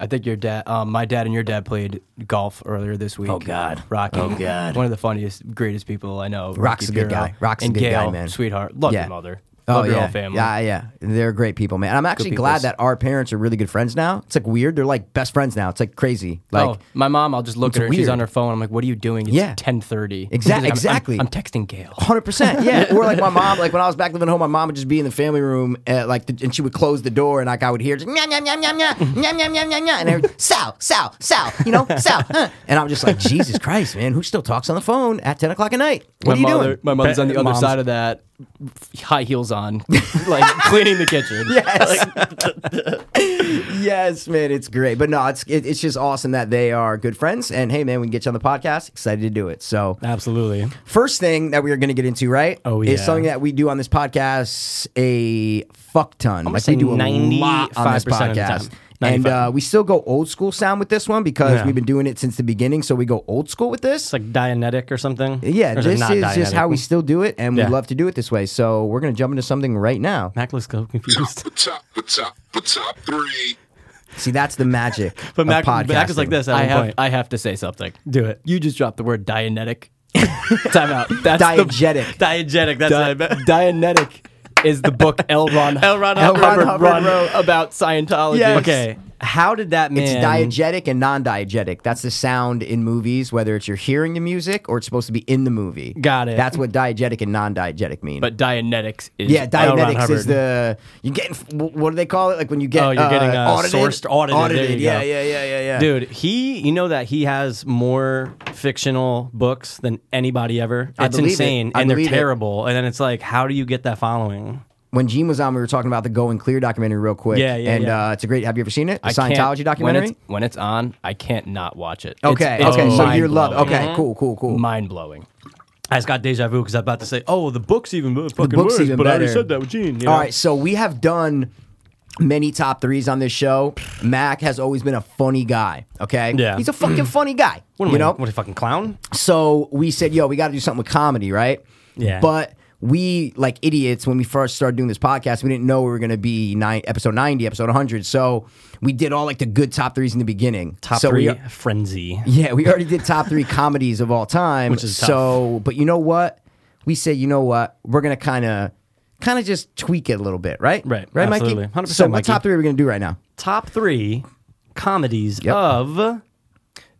[SPEAKER 6] I think your dad, um, my dad, and your dad played golf earlier this week. Oh
[SPEAKER 3] God.
[SPEAKER 6] Rocky.
[SPEAKER 3] Oh, God.
[SPEAKER 6] One of the funniest, greatest people I know.
[SPEAKER 3] Rock's
[SPEAKER 6] Rocky
[SPEAKER 3] a
[SPEAKER 6] Piro.
[SPEAKER 3] good guy. Rock's a
[SPEAKER 6] and
[SPEAKER 3] good guy,
[SPEAKER 6] Gail,
[SPEAKER 3] man.
[SPEAKER 6] Sweetheart. Love
[SPEAKER 3] Yeah. Oh,
[SPEAKER 6] your mother. Love your
[SPEAKER 3] yeah.
[SPEAKER 6] whole family.
[SPEAKER 3] Yeah, yeah. They're great people, man. And I'm actually glad
[SPEAKER 6] peoples.
[SPEAKER 3] that our parents are really good friends now. It's like weird. They're like best friends now. It's like crazy. Like
[SPEAKER 6] oh, my mom, I'll just look
[SPEAKER 3] It's
[SPEAKER 6] at her. and She's
[SPEAKER 3] weird.
[SPEAKER 6] on her phone. I'm like, what are you doing? It's
[SPEAKER 3] Yeah.
[SPEAKER 6] 1030.
[SPEAKER 3] Exac-
[SPEAKER 6] She's like, "I'm- I'm-
[SPEAKER 3] exactly.
[SPEAKER 6] I'm, texting Gail.
[SPEAKER 3] Hundred percent, yeah. Or like my mom, like when I was back living at home, my mom would just be in the family room, at like, the, and she would close the door, and like I would hear just meow meow meow meow meow meow meow meow meow meow, and I would, Sal Sal Sal, you know Sal, huh. and I'm just like Jesus Christ, man, who still talks on the phone at ten o'clock at night?
[SPEAKER 6] my
[SPEAKER 3] What are you
[SPEAKER 6] mother,
[SPEAKER 3] doing?
[SPEAKER 6] My mother's on the other
[SPEAKER 1] Mom's-
[SPEAKER 6] side of that, high heels on, like cleaning the kitchen.
[SPEAKER 3] Yes. yes, man, it's great. But no, it's it, it's just awesome that they are good friends. And hey, man, we can get you on the podcast. Excited to do it. So
[SPEAKER 1] Absolutely.
[SPEAKER 3] First thing that we are going to get into, right?
[SPEAKER 1] Oh,
[SPEAKER 3] is
[SPEAKER 1] yeah.
[SPEAKER 3] something that we do on this podcast a fuck ton. like we
[SPEAKER 1] say
[SPEAKER 3] do a lot on this
[SPEAKER 1] 95% of the
[SPEAKER 3] podcast,
[SPEAKER 1] time.
[SPEAKER 3] and
[SPEAKER 1] 95.
[SPEAKER 3] uh, we still go old school sound with this one because
[SPEAKER 1] Yeah.
[SPEAKER 3] we've been doing it since the beginning. So we go old school with this.
[SPEAKER 1] It's like Dianetic or something.
[SPEAKER 3] yeah,
[SPEAKER 1] Or it
[SPEAKER 3] this
[SPEAKER 1] not
[SPEAKER 3] is just
[SPEAKER 1] Dianetic?
[SPEAKER 3] how we still do it, and
[SPEAKER 1] Yeah.
[SPEAKER 3] we love to do it this way. So we're going to jump into something right now.
[SPEAKER 1] Mac looks so confused.
[SPEAKER 4] the top, the top, the top three.
[SPEAKER 3] See, that's the magic.
[SPEAKER 1] But Mac,
[SPEAKER 3] of podcasting.
[SPEAKER 1] Mac is like this at
[SPEAKER 6] I
[SPEAKER 1] one
[SPEAKER 6] have
[SPEAKER 1] point.
[SPEAKER 6] I have to say something.
[SPEAKER 1] Do it.
[SPEAKER 6] You just dropped the word dianetic. Time out. That's the,
[SPEAKER 3] Diegetic.
[SPEAKER 1] Diegetic. That's what I meant.
[SPEAKER 6] Di- Dianetic is the book L. Ron,
[SPEAKER 1] L. Ron
[SPEAKER 6] L.
[SPEAKER 1] Hubbard
[SPEAKER 6] Ron
[SPEAKER 3] wrote.
[SPEAKER 6] wrote about Scientology.
[SPEAKER 1] Okay. How did that man?
[SPEAKER 3] It's diegetic and non-diegetic. That's the sound in movies, whether it's you're hearing the music or it's supposed to be in the movie.
[SPEAKER 1] Got it.
[SPEAKER 3] That's what diegetic and non-diegetic mean.
[SPEAKER 6] But Dianetics is
[SPEAKER 3] yeah,
[SPEAKER 1] L. Ron
[SPEAKER 3] dianetics is
[SPEAKER 1] Hubbard.
[SPEAKER 3] the you're getting. What do they call it? Like when you get
[SPEAKER 1] Oh, you're getting, uh,
[SPEAKER 3] audited?
[SPEAKER 1] sourced- audited. There you
[SPEAKER 3] yeah,
[SPEAKER 1] go.
[SPEAKER 3] yeah, yeah, yeah, yeah.
[SPEAKER 1] Dude, he, you know that he has more fictional books than anybody ever.
[SPEAKER 3] I
[SPEAKER 1] It's
[SPEAKER 3] believe it.
[SPEAKER 1] insane,
[SPEAKER 3] I
[SPEAKER 1] and they're
[SPEAKER 3] believe it.
[SPEAKER 1] terrible. And then it's like, how do you get that following?
[SPEAKER 3] when Gene was on, we were talking about the Going Clear documentary real quick.
[SPEAKER 1] Yeah, yeah,
[SPEAKER 3] And
[SPEAKER 1] yeah.
[SPEAKER 3] Uh, it's a great. Have you ever seen it? The
[SPEAKER 6] I can't-
[SPEAKER 3] Scientology
[SPEAKER 6] When
[SPEAKER 3] documentary.
[SPEAKER 6] it's, when it's on, I can't not watch it. It's-
[SPEAKER 3] Okay,
[SPEAKER 6] it's
[SPEAKER 3] okay. So you're
[SPEAKER 6] mind-blowing.
[SPEAKER 3] love. Okay, cool, cool, cool.
[SPEAKER 6] Mind blowing.
[SPEAKER 1] I just got deja vu because I'm about to say, oh, the book's even more fucking
[SPEAKER 3] book's
[SPEAKER 1] worse,
[SPEAKER 3] even
[SPEAKER 1] but I already
[SPEAKER 3] better.
[SPEAKER 1] said that with Gene. you
[SPEAKER 3] All
[SPEAKER 1] know?
[SPEAKER 3] right, so we have done many top threes on this show. Mac has always been a funny guy. Okay,
[SPEAKER 1] Yeah.
[SPEAKER 3] he's a fucking funny guy.
[SPEAKER 1] What am
[SPEAKER 3] you
[SPEAKER 1] I,
[SPEAKER 3] know,
[SPEAKER 1] What a fucking clown?
[SPEAKER 3] so we said, yo, we got to do something with comedy, right?
[SPEAKER 1] Yeah.
[SPEAKER 3] But we, like idiots, when we first started doing this podcast, we didn't know we were going to be nine, episode 90, episode 100. So we did all like the good top threes in the beginning.
[SPEAKER 1] Top
[SPEAKER 3] so
[SPEAKER 1] three
[SPEAKER 3] We,
[SPEAKER 1] frenzy.
[SPEAKER 3] yeah, we already did top three comedies of all time.
[SPEAKER 1] Which is tough.
[SPEAKER 3] so, but you know what? We said, you know what? We're going to kind of. Kind of just tweak it a little bit, right?
[SPEAKER 1] Right,
[SPEAKER 3] right,
[SPEAKER 1] absolutely.
[SPEAKER 3] Mikey.
[SPEAKER 1] 100%,
[SPEAKER 3] So, what
[SPEAKER 1] Mikey.
[SPEAKER 3] top three are we gonna do right now?
[SPEAKER 1] Top three comedies
[SPEAKER 3] Yep.
[SPEAKER 1] of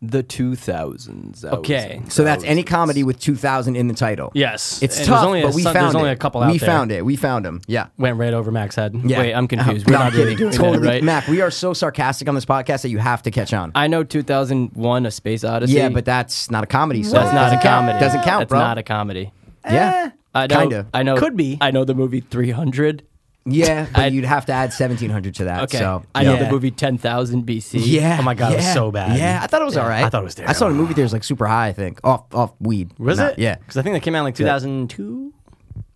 [SPEAKER 6] The 2000s. I would
[SPEAKER 1] Okay.
[SPEAKER 6] say.
[SPEAKER 3] So that's any comedy with two thousand in the title.
[SPEAKER 1] yes,
[SPEAKER 3] it's
[SPEAKER 1] And
[SPEAKER 3] tough,
[SPEAKER 1] There's only a,
[SPEAKER 3] but we
[SPEAKER 1] son-
[SPEAKER 3] found
[SPEAKER 1] there's
[SPEAKER 3] it.
[SPEAKER 1] only a couple out
[SPEAKER 3] we
[SPEAKER 1] there.
[SPEAKER 3] found it. We found them. Yeah.
[SPEAKER 1] Went right over Mac's head.
[SPEAKER 3] Yeah. Uh-huh.
[SPEAKER 6] Wait, I'm confused.
[SPEAKER 3] No,
[SPEAKER 6] We're
[SPEAKER 3] I'm
[SPEAKER 6] not really
[SPEAKER 3] kidding.
[SPEAKER 6] doing that,
[SPEAKER 3] totally,
[SPEAKER 6] right?
[SPEAKER 3] Mac. We are so sarcastic on this podcast that you have to catch on.
[SPEAKER 6] I know 2001 A Space Odyssey.
[SPEAKER 3] yeah, but that's not a comedy. So
[SPEAKER 6] that's
[SPEAKER 3] it
[SPEAKER 6] not
[SPEAKER 3] doesn't
[SPEAKER 6] a
[SPEAKER 3] count.
[SPEAKER 6] comedy.
[SPEAKER 3] Doesn't count,
[SPEAKER 6] That's
[SPEAKER 3] bro.
[SPEAKER 6] not a comedy.
[SPEAKER 3] yeah,
[SPEAKER 6] I know,
[SPEAKER 3] Kinda.
[SPEAKER 6] I know.
[SPEAKER 1] Could be.
[SPEAKER 6] I know the movie 300.
[SPEAKER 3] yeah, but
[SPEAKER 6] I-
[SPEAKER 3] you'd have to add seventeen hundred to that.
[SPEAKER 6] Okay.
[SPEAKER 3] So
[SPEAKER 6] I know
[SPEAKER 1] yeah.
[SPEAKER 6] the movie 10,000 BC.
[SPEAKER 3] yeah.
[SPEAKER 1] Oh my God,
[SPEAKER 3] yeah.
[SPEAKER 1] it was so bad.
[SPEAKER 3] Yeah, I thought it was all right.
[SPEAKER 1] I thought it was
[SPEAKER 3] I saw it in movie theaters like super high. I think off off weed.
[SPEAKER 1] Was
[SPEAKER 3] Nah,
[SPEAKER 1] it?
[SPEAKER 3] Yeah.
[SPEAKER 1] because I think that came out in like 2002.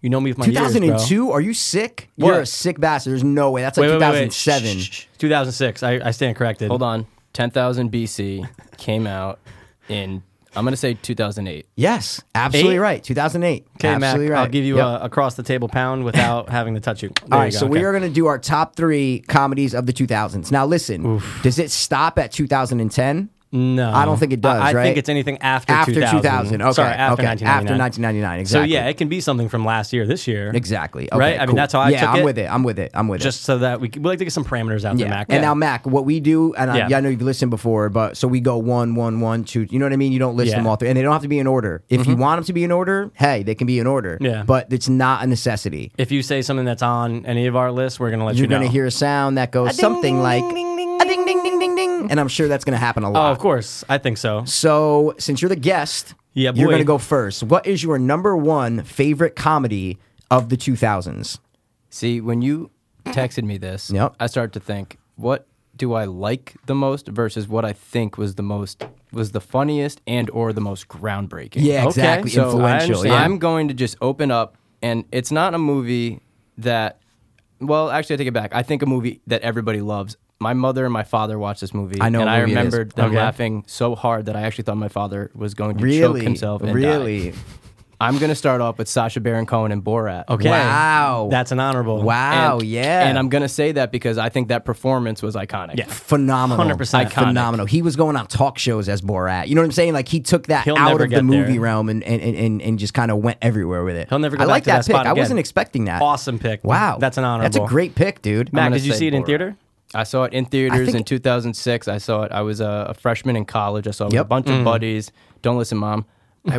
[SPEAKER 1] You know me with my
[SPEAKER 3] Two
[SPEAKER 1] years, bro.
[SPEAKER 3] thousand and two? Are you sick? You're
[SPEAKER 1] What?
[SPEAKER 3] a sick bastard. There's no way. That's like two thousand seven.
[SPEAKER 1] Shh, shh, shh. 2006. I, I stand corrected.
[SPEAKER 6] Hold on. 10,000 BC came out in, I'm going to say 2008.
[SPEAKER 3] Yes, absolutely
[SPEAKER 1] Eight?
[SPEAKER 3] right. Two thousand eight.
[SPEAKER 1] Okay, Mac,
[SPEAKER 3] absolutely right.
[SPEAKER 1] I'll give you
[SPEAKER 3] Yep.
[SPEAKER 1] a across the table pound without having to touch you. There
[SPEAKER 3] All
[SPEAKER 1] you
[SPEAKER 3] right,
[SPEAKER 1] go.
[SPEAKER 3] so we
[SPEAKER 1] Okay.
[SPEAKER 3] are going to do our top three comedies of the 2000s. Now, listen, does it stop at 2010?
[SPEAKER 1] No,
[SPEAKER 3] I don't think it does,
[SPEAKER 1] I, I
[SPEAKER 3] right?
[SPEAKER 1] think it's anything after
[SPEAKER 3] After 2000. Okay.
[SPEAKER 1] Sorry, after 1999.
[SPEAKER 3] okay. After 1999.
[SPEAKER 1] So
[SPEAKER 3] Exactly.
[SPEAKER 1] yeah, it can be something from last year, this year,
[SPEAKER 3] Exactly. Okay,
[SPEAKER 1] Right? I mean,
[SPEAKER 3] cool.
[SPEAKER 1] that's how I
[SPEAKER 3] Yeah,
[SPEAKER 1] took
[SPEAKER 3] I'm
[SPEAKER 1] it.
[SPEAKER 3] with it. I'm with it. I'm with
[SPEAKER 1] Just so that we we like to get some parameters out
[SPEAKER 3] it.
[SPEAKER 1] there, Mac.
[SPEAKER 3] And now, Mac, what we do, and I,
[SPEAKER 1] Yeah.
[SPEAKER 3] yeah, I know you've listened before, but so we go one, one, one, two. You know what I mean? You don't list
[SPEAKER 1] Yeah. Mm-hmm.
[SPEAKER 3] them all three, and they don't have to be in order. If you want them to be in order, hey, they can be in order.
[SPEAKER 1] Yeah.
[SPEAKER 3] But it's not a necessity.
[SPEAKER 1] if you say something that's on any of our lists, we're gonna let
[SPEAKER 3] You're
[SPEAKER 1] you know.
[SPEAKER 3] going to hear a sound that goes something like a ding, ding, ding, ding, ding, and I'm sure that's going to happen a lot.
[SPEAKER 1] Oh, of course, I think so.
[SPEAKER 3] So, since you're the guest,
[SPEAKER 1] Yeah,
[SPEAKER 3] you're
[SPEAKER 1] boy.
[SPEAKER 3] going to go first. What is your number one favorite comedy of the 2000s?
[SPEAKER 6] See, when you texted me this,
[SPEAKER 3] Yep.
[SPEAKER 6] I started to think, what do I like the most versus what I think was the most was the funniest and or the most groundbreaking.
[SPEAKER 1] Okay.
[SPEAKER 3] exactly.
[SPEAKER 1] So, I
[SPEAKER 3] Influential.
[SPEAKER 1] understand.
[SPEAKER 3] yeah.
[SPEAKER 6] I'm going to just open up, and it's not a movie that. Well, actually, I take it back. I think a movie that everybody loves. My mother and my father watched this movie.
[SPEAKER 3] I know
[SPEAKER 6] and
[SPEAKER 3] what
[SPEAKER 6] I
[SPEAKER 3] movie it is.
[SPEAKER 6] remembered them
[SPEAKER 1] Okay.
[SPEAKER 6] laughing so hard that I actually thought my father was going to
[SPEAKER 3] really,
[SPEAKER 6] choke himself. And
[SPEAKER 3] really.
[SPEAKER 6] die. I'm going to start off with Sasha Baron Cohen and Borat.
[SPEAKER 1] Okay,
[SPEAKER 3] Wow.
[SPEAKER 1] that's an honorable.
[SPEAKER 3] Wow.
[SPEAKER 1] Oh,
[SPEAKER 6] And,
[SPEAKER 3] yeah.
[SPEAKER 6] And I'm going to say that because I think that performance was iconic.
[SPEAKER 1] Yeah.
[SPEAKER 3] phenomenal.
[SPEAKER 1] 100% iconic.
[SPEAKER 3] phenomenal. He was going on talk shows as Borat. You know what I'm saying? Like he took that
[SPEAKER 1] He'll
[SPEAKER 3] out
[SPEAKER 1] never
[SPEAKER 3] of the
[SPEAKER 1] get
[SPEAKER 3] movie
[SPEAKER 1] there.
[SPEAKER 3] realm and and, and, and, and just kind of went everywhere with it.
[SPEAKER 1] He'll never go
[SPEAKER 3] I
[SPEAKER 1] back
[SPEAKER 3] like
[SPEAKER 1] to
[SPEAKER 3] that,
[SPEAKER 1] that
[SPEAKER 3] pick.
[SPEAKER 1] spot
[SPEAKER 3] I
[SPEAKER 1] again.
[SPEAKER 3] wasn't expecting that.
[SPEAKER 1] Awesome pick.
[SPEAKER 3] Wow.
[SPEAKER 1] That's an
[SPEAKER 3] That's a
[SPEAKER 1] honorable.
[SPEAKER 3] great pick, dude.
[SPEAKER 1] Mac,
[SPEAKER 6] gonna
[SPEAKER 1] did you
[SPEAKER 6] say
[SPEAKER 1] see it in
[SPEAKER 6] Borat.
[SPEAKER 1] theater?
[SPEAKER 6] I saw it in theaters
[SPEAKER 3] think-
[SPEAKER 6] in 2006. I saw it. I was a, a freshman in college. I saw it with a
[SPEAKER 3] Yep.
[SPEAKER 6] bunch
[SPEAKER 1] Mm-hmm.
[SPEAKER 6] of buddies. Don't listen, mom. I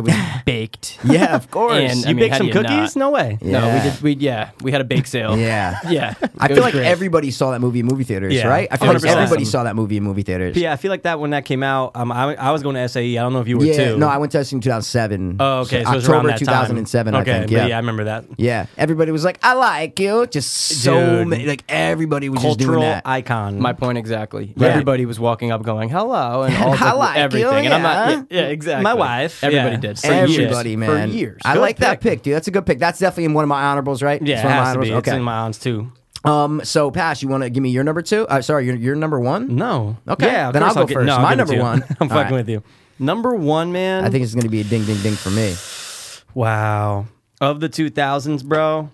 [SPEAKER 6] was baked.
[SPEAKER 3] yeah, of course.
[SPEAKER 6] And, I
[SPEAKER 1] you
[SPEAKER 6] mean,
[SPEAKER 1] baked
[SPEAKER 6] how do
[SPEAKER 1] some
[SPEAKER 6] you
[SPEAKER 1] cookies?
[SPEAKER 6] not?
[SPEAKER 1] No way.
[SPEAKER 3] Yeah.
[SPEAKER 6] No, we did. We yeah, we had a bake sale.
[SPEAKER 3] Yeah.
[SPEAKER 6] yeah.
[SPEAKER 3] I
[SPEAKER 6] It
[SPEAKER 3] feel
[SPEAKER 6] was
[SPEAKER 3] like
[SPEAKER 6] great.
[SPEAKER 3] everybody saw that movie in movie theaters,
[SPEAKER 1] Yeah.
[SPEAKER 3] right? I feel like
[SPEAKER 1] 100%.
[SPEAKER 3] everybody saw that movie in movie theaters.
[SPEAKER 1] Yeah, I feel like that when that came out, um, I, I was going to SAE. I don't know if you were
[SPEAKER 3] Yeah,
[SPEAKER 1] too.
[SPEAKER 3] no, I went to SU in 2007.
[SPEAKER 1] Oh, okay. So, it was around
[SPEAKER 3] October
[SPEAKER 1] that time.
[SPEAKER 3] 2007,
[SPEAKER 1] Okay,
[SPEAKER 3] I think.
[SPEAKER 1] but
[SPEAKER 3] Yeah.
[SPEAKER 1] yeah, I remember that.
[SPEAKER 3] Yeah. everybody was like, "I like you." Just so
[SPEAKER 1] Dude.
[SPEAKER 3] many, like everybody was just doing
[SPEAKER 1] Cultural
[SPEAKER 3] that.
[SPEAKER 1] icon.
[SPEAKER 6] my point exactly. Everybody was walking up going hello and all
[SPEAKER 3] I
[SPEAKER 6] the,
[SPEAKER 3] like you,
[SPEAKER 6] everything. And I'm
[SPEAKER 3] yeah.
[SPEAKER 6] not. Yeah, yeah, exactly.
[SPEAKER 1] My wife,
[SPEAKER 6] Everybody
[SPEAKER 1] yeah.
[SPEAKER 6] did. For
[SPEAKER 3] everybody,
[SPEAKER 6] years.
[SPEAKER 3] man.
[SPEAKER 6] For years.
[SPEAKER 3] I
[SPEAKER 6] Good
[SPEAKER 3] like that pick, dude. That's a good pick. That's definitely in one of my honorables, right?
[SPEAKER 1] yeah,
[SPEAKER 3] It's
[SPEAKER 1] it
[SPEAKER 3] one of my
[SPEAKER 1] has to be.
[SPEAKER 3] honorables.
[SPEAKER 1] It's
[SPEAKER 3] Okay.
[SPEAKER 1] in my aunt's too.
[SPEAKER 3] um. So, Pash, you want to give me your number two? Uh, sorry, your your number one.
[SPEAKER 1] No.
[SPEAKER 3] Okay,
[SPEAKER 1] Yeah, of
[SPEAKER 3] then I'll
[SPEAKER 1] course
[SPEAKER 3] go
[SPEAKER 1] get-
[SPEAKER 3] first.
[SPEAKER 1] No, I'll
[SPEAKER 3] My
[SPEAKER 1] give it to
[SPEAKER 3] number
[SPEAKER 1] you.
[SPEAKER 3] one.
[SPEAKER 1] I'm
[SPEAKER 3] All
[SPEAKER 1] fucking
[SPEAKER 3] right.
[SPEAKER 1] with you. Number one, man.
[SPEAKER 3] I think it's going to be a ding, ding, ding for me.
[SPEAKER 1] Wow. Of the 2000s, bro,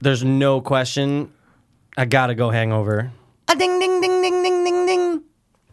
[SPEAKER 1] there's no question. I gotta go Hangover.
[SPEAKER 3] A ding, ding, ding, ding, ding, ding,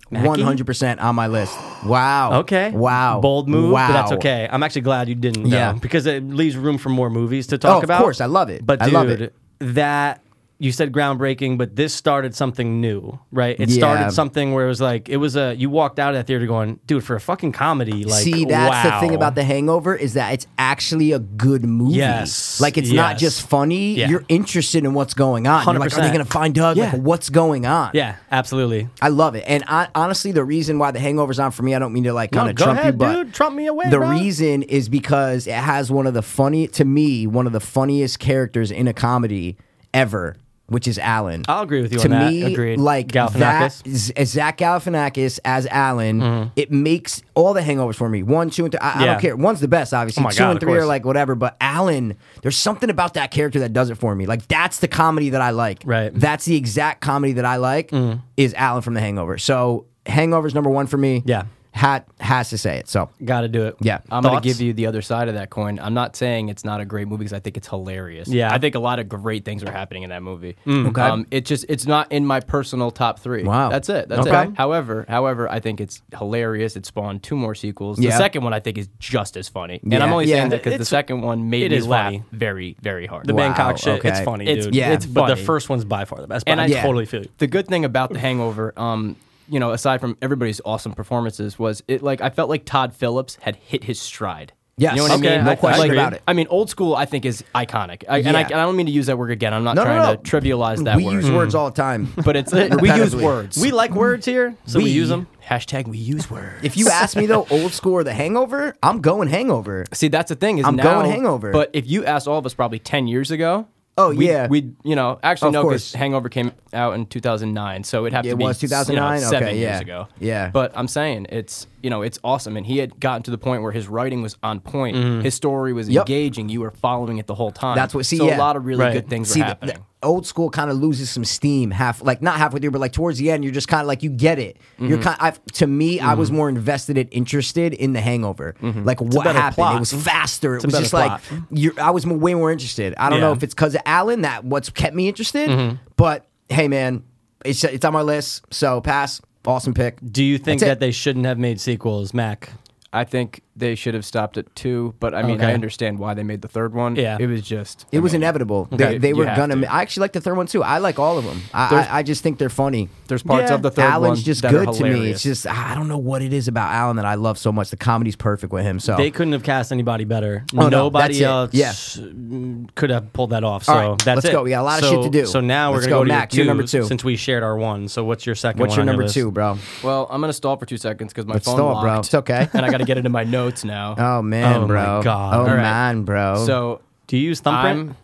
[SPEAKER 3] one hundred percent on my list. Wow.
[SPEAKER 1] Okay.
[SPEAKER 3] Wow.
[SPEAKER 1] Bold move,
[SPEAKER 3] Wow.
[SPEAKER 1] but that's okay. I'm actually glad you didn't. Yeah.
[SPEAKER 3] Yeah. Oh,
[SPEAKER 1] because it leaves room for more movies to talk
[SPEAKER 3] of
[SPEAKER 1] about.
[SPEAKER 3] course, I love it.
[SPEAKER 1] But
[SPEAKER 3] I
[SPEAKER 1] dude,
[SPEAKER 3] love it.
[SPEAKER 1] that you said groundbreaking, but this started something new, right? It
[SPEAKER 3] Yeah.
[SPEAKER 1] started something where it was like it was a you walked out of that theater going, dude, for a fucking comedy, like
[SPEAKER 3] See, that's
[SPEAKER 1] wow.
[SPEAKER 3] the thing about The Hangover is that it's actually a good movie.
[SPEAKER 1] Yes.
[SPEAKER 3] Like it's not
[SPEAKER 1] Yes.
[SPEAKER 3] just funny.
[SPEAKER 1] Yeah.
[SPEAKER 3] You're interested in what's going on. You're like, are
[SPEAKER 1] 100%.
[SPEAKER 3] they going to find Doug?
[SPEAKER 1] Yeah.
[SPEAKER 3] Like, what's going on?
[SPEAKER 1] Yeah, absolutely.
[SPEAKER 3] I love it. And I, honestly, the reason why The Hangover's on for me, I don't mean to like kind
[SPEAKER 1] No,
[SPEAKER 3] of
[SPEAKER 1] go
[SPEAKER 3] trump
[SPEAKER 1] ahead,
[SPEAKER 3] you, but
[SPEAKER 1] dude. Trump me away,
[SPEAKER 3] The
[SPEAKER 1] bro.
[SPEAKER 3] reason is because it has one of the funny, to me, one of the funniest characters in a comedy ever, which is Alan.
[SPEAKER 1] I'll agree with you
[SPEAKER 3] to
[SPEAKER 1] on that.
[SPEAKER 3] me,
[SPEAKER 1] Agreed.
[SPEAKER 3] like that,
[SPEAKER 1] Galifianakis. Mm-hmm.
[SPEAKER 3] Z- Zach Galifianakis as Alan, it makes all the hangovers for me. One, two, and three. I, I
[SPEAKER 1] Yeah. Oh
[SPEAKER 3] don't care. One's the best, obviously.
[SPEAKER 1] my
[SPEAKER 3] Two
[SPEAKER 1] God,
[SPEAKER 3] and
[SPEAKER 1] of
[SPEAKER 3] three are
[SPEAKER 1] course.
[SPEAKER 3] like whatever, but Alan, there's something about that character that does it for me. Like that's the comedy that I like.
[SPEAKER 1] Right. Mm-hmm.
[SPEAKER 3] That's the exact comedy that I like is Alan from The Hangover. So Hangover's number one for me.
[SPEAKER 1] Yeah.
[SPEAKER 3] Hat has to say it. So
[SPEAKER 1] Got to do it.
[SPEAKER 3] Yeah.
[SPEAKER 6] I'm going
[SPEAKER 1] Thoughts?
[SPEAKER 6] to give you the other side of that coin. I'm not saying it's not a great movie because I think it's hilarious.
[SPEAKER 1] Yeah. Mm,
[SPEAKER 6] I think a lot of great things are happening in that movie. Um, it just it's not in my personal top three.
[SPEAKER 3] Wow.
[SPEAKER 6] that's it. That's
[SPEAKER 3] Okay.
[SPEAKER 6] it. However, however, I think it's hilarious. It spawned two more sequels.
[SPEAKER 3] Yeah.
[SPEAKER 6] The second one I think is just as funny, and
[SPEAKER 3] Yeah.
[SPEAKER 6] I'm only
[SPEAKER 3] Yeah.
[SPEAKER 6] saying that because the
[SPEAKER 1] It's-
[SPEAKER 6] second one made
[SPEAKER 1] it
[SPEAKER 6] me
[SPEAKER 1] is
[SPEAKER 6] laugh
[SPEAKER 1] funny.
[SPEAKER 6] very very hard.
[SPEAKER 1] The Bangkok shit. It's
[SPEAKER 3] okay.
[SPEAKER 1] funny,
[SPEAKER 6] It's-
[SPEAKER 1] dude.
[SPEAKER 6] yeah.
[SPEAKER 1] it's but the
[SPEAKER 6] funny.
[SPEAKER 1] first one's by far the best.
[SPEAKER 6] And
[SPEAKER 1] but I
[SPEAKER 6] I- Yeah.
[SPEAKER 1] totally feel you.
[SPEAKER 6] the good thing about the hangover um you know aside from everybody's awesome performances was it like i felt like todd phillips had hit his stride
[SPEAKER 3] Yes.
[SPEAKER 6] you know what
[SPEAKER 1] Okay,
[SPEAKER 6] i mean
[SPEAKER 1] no
[SPEAKER 6] I-
[SPEAKER 1] question
[SPEAKER 6] like,
[SPEAKER 1] about
[SPEAKER 3] it.
[SPEAKER 6] i mean old school i think is iconic I, and, I,
[SPEAKER 3] Yeah.
[SPEAKER 6] and I don't mean to use that word again i'm not
[SPEAKER 3] No, no,
[SPEAKER 6] trying
[SPEAKER 3] no.
[SPEAKER 6] to trivialize that
[SPEAKER 3] we
[SPEAKER 6] word
[SPEAKER 3] use
[SPEAKER 1] Mm-hmm.
[SPEAKER 3] words all the time.
[SPEAKER 6] but it's we use
[SPEAKER 3] Repetitively.
[SPEAKER 6] words
[SPEAKER 1] We like words here, so we, use them.
[SPEAKER 6] hashtag we use words
[SPEAKER 3] if you ask me though, old school or The Hangover, I'm going Hangover.
[SPEAKER 6] See, that's the thing is
[SPEAKER 3] I'm
[SPEAKER 6] now,
[SPEAKER 3] going Hangover.
[SPEAKER 6] But if you asked all of us probably ten years ago,
[SPEAKER 3] Oh,
[SPEAKER 6] we,
[SPEAKER 3] yeah.
[SPEAKER 6] we you know actually
[SPEAKER 3] Of
[SPEAKER 6] no
[SPEAKER 3] course.
[SPEAKER 6] because Hangover came out in two thousand nine, so it'd have
[SPEAKER 3] It
[SPEAKER 6] to be
[SPEAKER 3] was 2009?
[SPEAKER 6] you know, seven
[SPEAKER 3] Okay,
[SPEAKER 6] years
[SPEAKER 3] yeah.
[SPEAKER 6] ago.
[SPEAKER 3] Yeah.
[SPEAKER 6] but I'm saying it's you know it's awesome, and he had gotten to the point where his writing was on point, his story was
[SPEAKER 3] Yep.
[SPEAKER 6] engaging, you were following it the whole time.
[SPEAKER 3] Mm-hmm. That's what- see,
[SPEAKER 6] so
[SPEAKER 3] yeah.
[SPEAKER 6] a lot of really
[SPEAKER 1] Right.
[SPEAKER 6] good things
[SPEAKER 3] See,
[SPEAKER 6] were
[SPEAKER 3] the,
[SPEAKER 6] happening.
[SPEAKER 3] the old school kind of loses some steam half, like not halfway through, but like towards the end, you're just kind of like you get it. You're
[SPEAKER 1] Mm-hmm.
[SPEAKER 3] kind. I've, to me, I was more invested and interested in the Hangover, like what
[SPEAKER 1] Mm-hmm. better
[SPEAKER 3] happened.
[SPEAKER 1] plot.
[SPEAKER 3] It was faster. It
[SPEAKER 1] a
[SPEAKER 3] was
[SPEAKER 1] better
[SPEAKER 3] just
[SPEAKER 1] plot.
[SPEAKER 3] like you're, I was m- way more interested. I don't know
[SPEAKER 1] Yeah. Mm-hmm.
[SPEAKER 3] if it's because of Alan that what's kept me interested, but hey, man, it's it's on my list. So pass. Awesome pick.
[SPEAKER 1] Do you think
[SPEAKER 3] That's it.
[SPEAKER 1] that they shouldn't have made sequels, Mac?
[SPEAKER 6] I think they should have stopped at two, but I mean
[SPEAKER 1] Okay.
[SPEAKER 6] I understand why they made the third one.
[SPEAKER 1] Yeah.
[SPEAKER 6] it was just
[SPEAKER 3] It was inevitable. They,
[SPEAKER 6] You-
[SPEAKER 3] they
[SPEAKER 6] you
[SPEAKER 3] were
[SPEAKER 6] have
[SPEAKER 3] gonna.
[SPEAKER 6] to.
[SPEAKER 3] I actually like the third one too. I like all of them. I, I, I just think they're funny.
[SPEAKER 6] There's parts
[SPEAKER 1] Yeah.
[SPEAKER 6] of the third
[SPEAKER 3] Alan's
[SPEAKER 6] one
[SPEAKER 3] just
[SPEAKER 6] that
[SPEAKER 3] good
[SPEAKER 6] are
[SPEAKER 3] to me.
[SPEAKER 6] hilarious.
[SPEAKER 3] It's just I don't know what it is about Alan that I love so much. The comedy's perfect with him. So
[SPEAKER 1] They couldn't have cast anybody better.
[SPEAKER 3] Oh. no,
[SPEAKER 1] Nobody
[SPEAKER 3] that's it.
[SPEAKER 1] else
[SPEAKER 3] Yeah.
[SPEAKER 1] mm, could have pulled that off. So
[SPEAKER 3] All right,
[SPEAKER 1] that's
[SPEAKER 3] let's
[SPEAKER 1] it.
[SPEAKER 3] go. We got a lot of
[SPEAKER 1] So-
[SPEAKER 3] shit to do.
[SPEAKER 1] So now we're
[SPEAKER 3] Let's
[SPEAKER 1] gonna go,
[SPEAKER 3] go.
[SPEAKER 1] to
[SPEAKER 3] Mac,
[SPEAKER 1] your
[SPEAKER 3] you're number two.
[SPEAKER 1] since we shared our one. So what's your second
[SPEAKER 3] what's
[SPEAKER 1] one?
[SPEAKER 3] your
[SPEAKER 1] on
[SPEAKER 3] number
[SPEAKER 1] list?
[SPEAKER 3] two, bro?
[SPEAKER 6] Well, I'm gonna stall for two seconds because my
[SPEAKER 3] Let's
[SPEAKER 6] phone
[SPEAKER 3] stall, bro.
[SPEAKER 6] locked.
[SPEAKER 3] It's okay.
[SPEAKER 6] and I got to get it in my notes now.
[SPEAKER 3] Oh man,
[SPEAKER 1] Oh, my
[SPEAKER 3] bro.
[SPEAKER 1] God.
[SPEAKER 3] Oh
[SPEAKER 1] All right.
[SPEAKER 3] man, bro.
[SPEAKER 6] so
[SPEAKER 1] Do you use thumbprint?
[SPEAKER 6] I'm.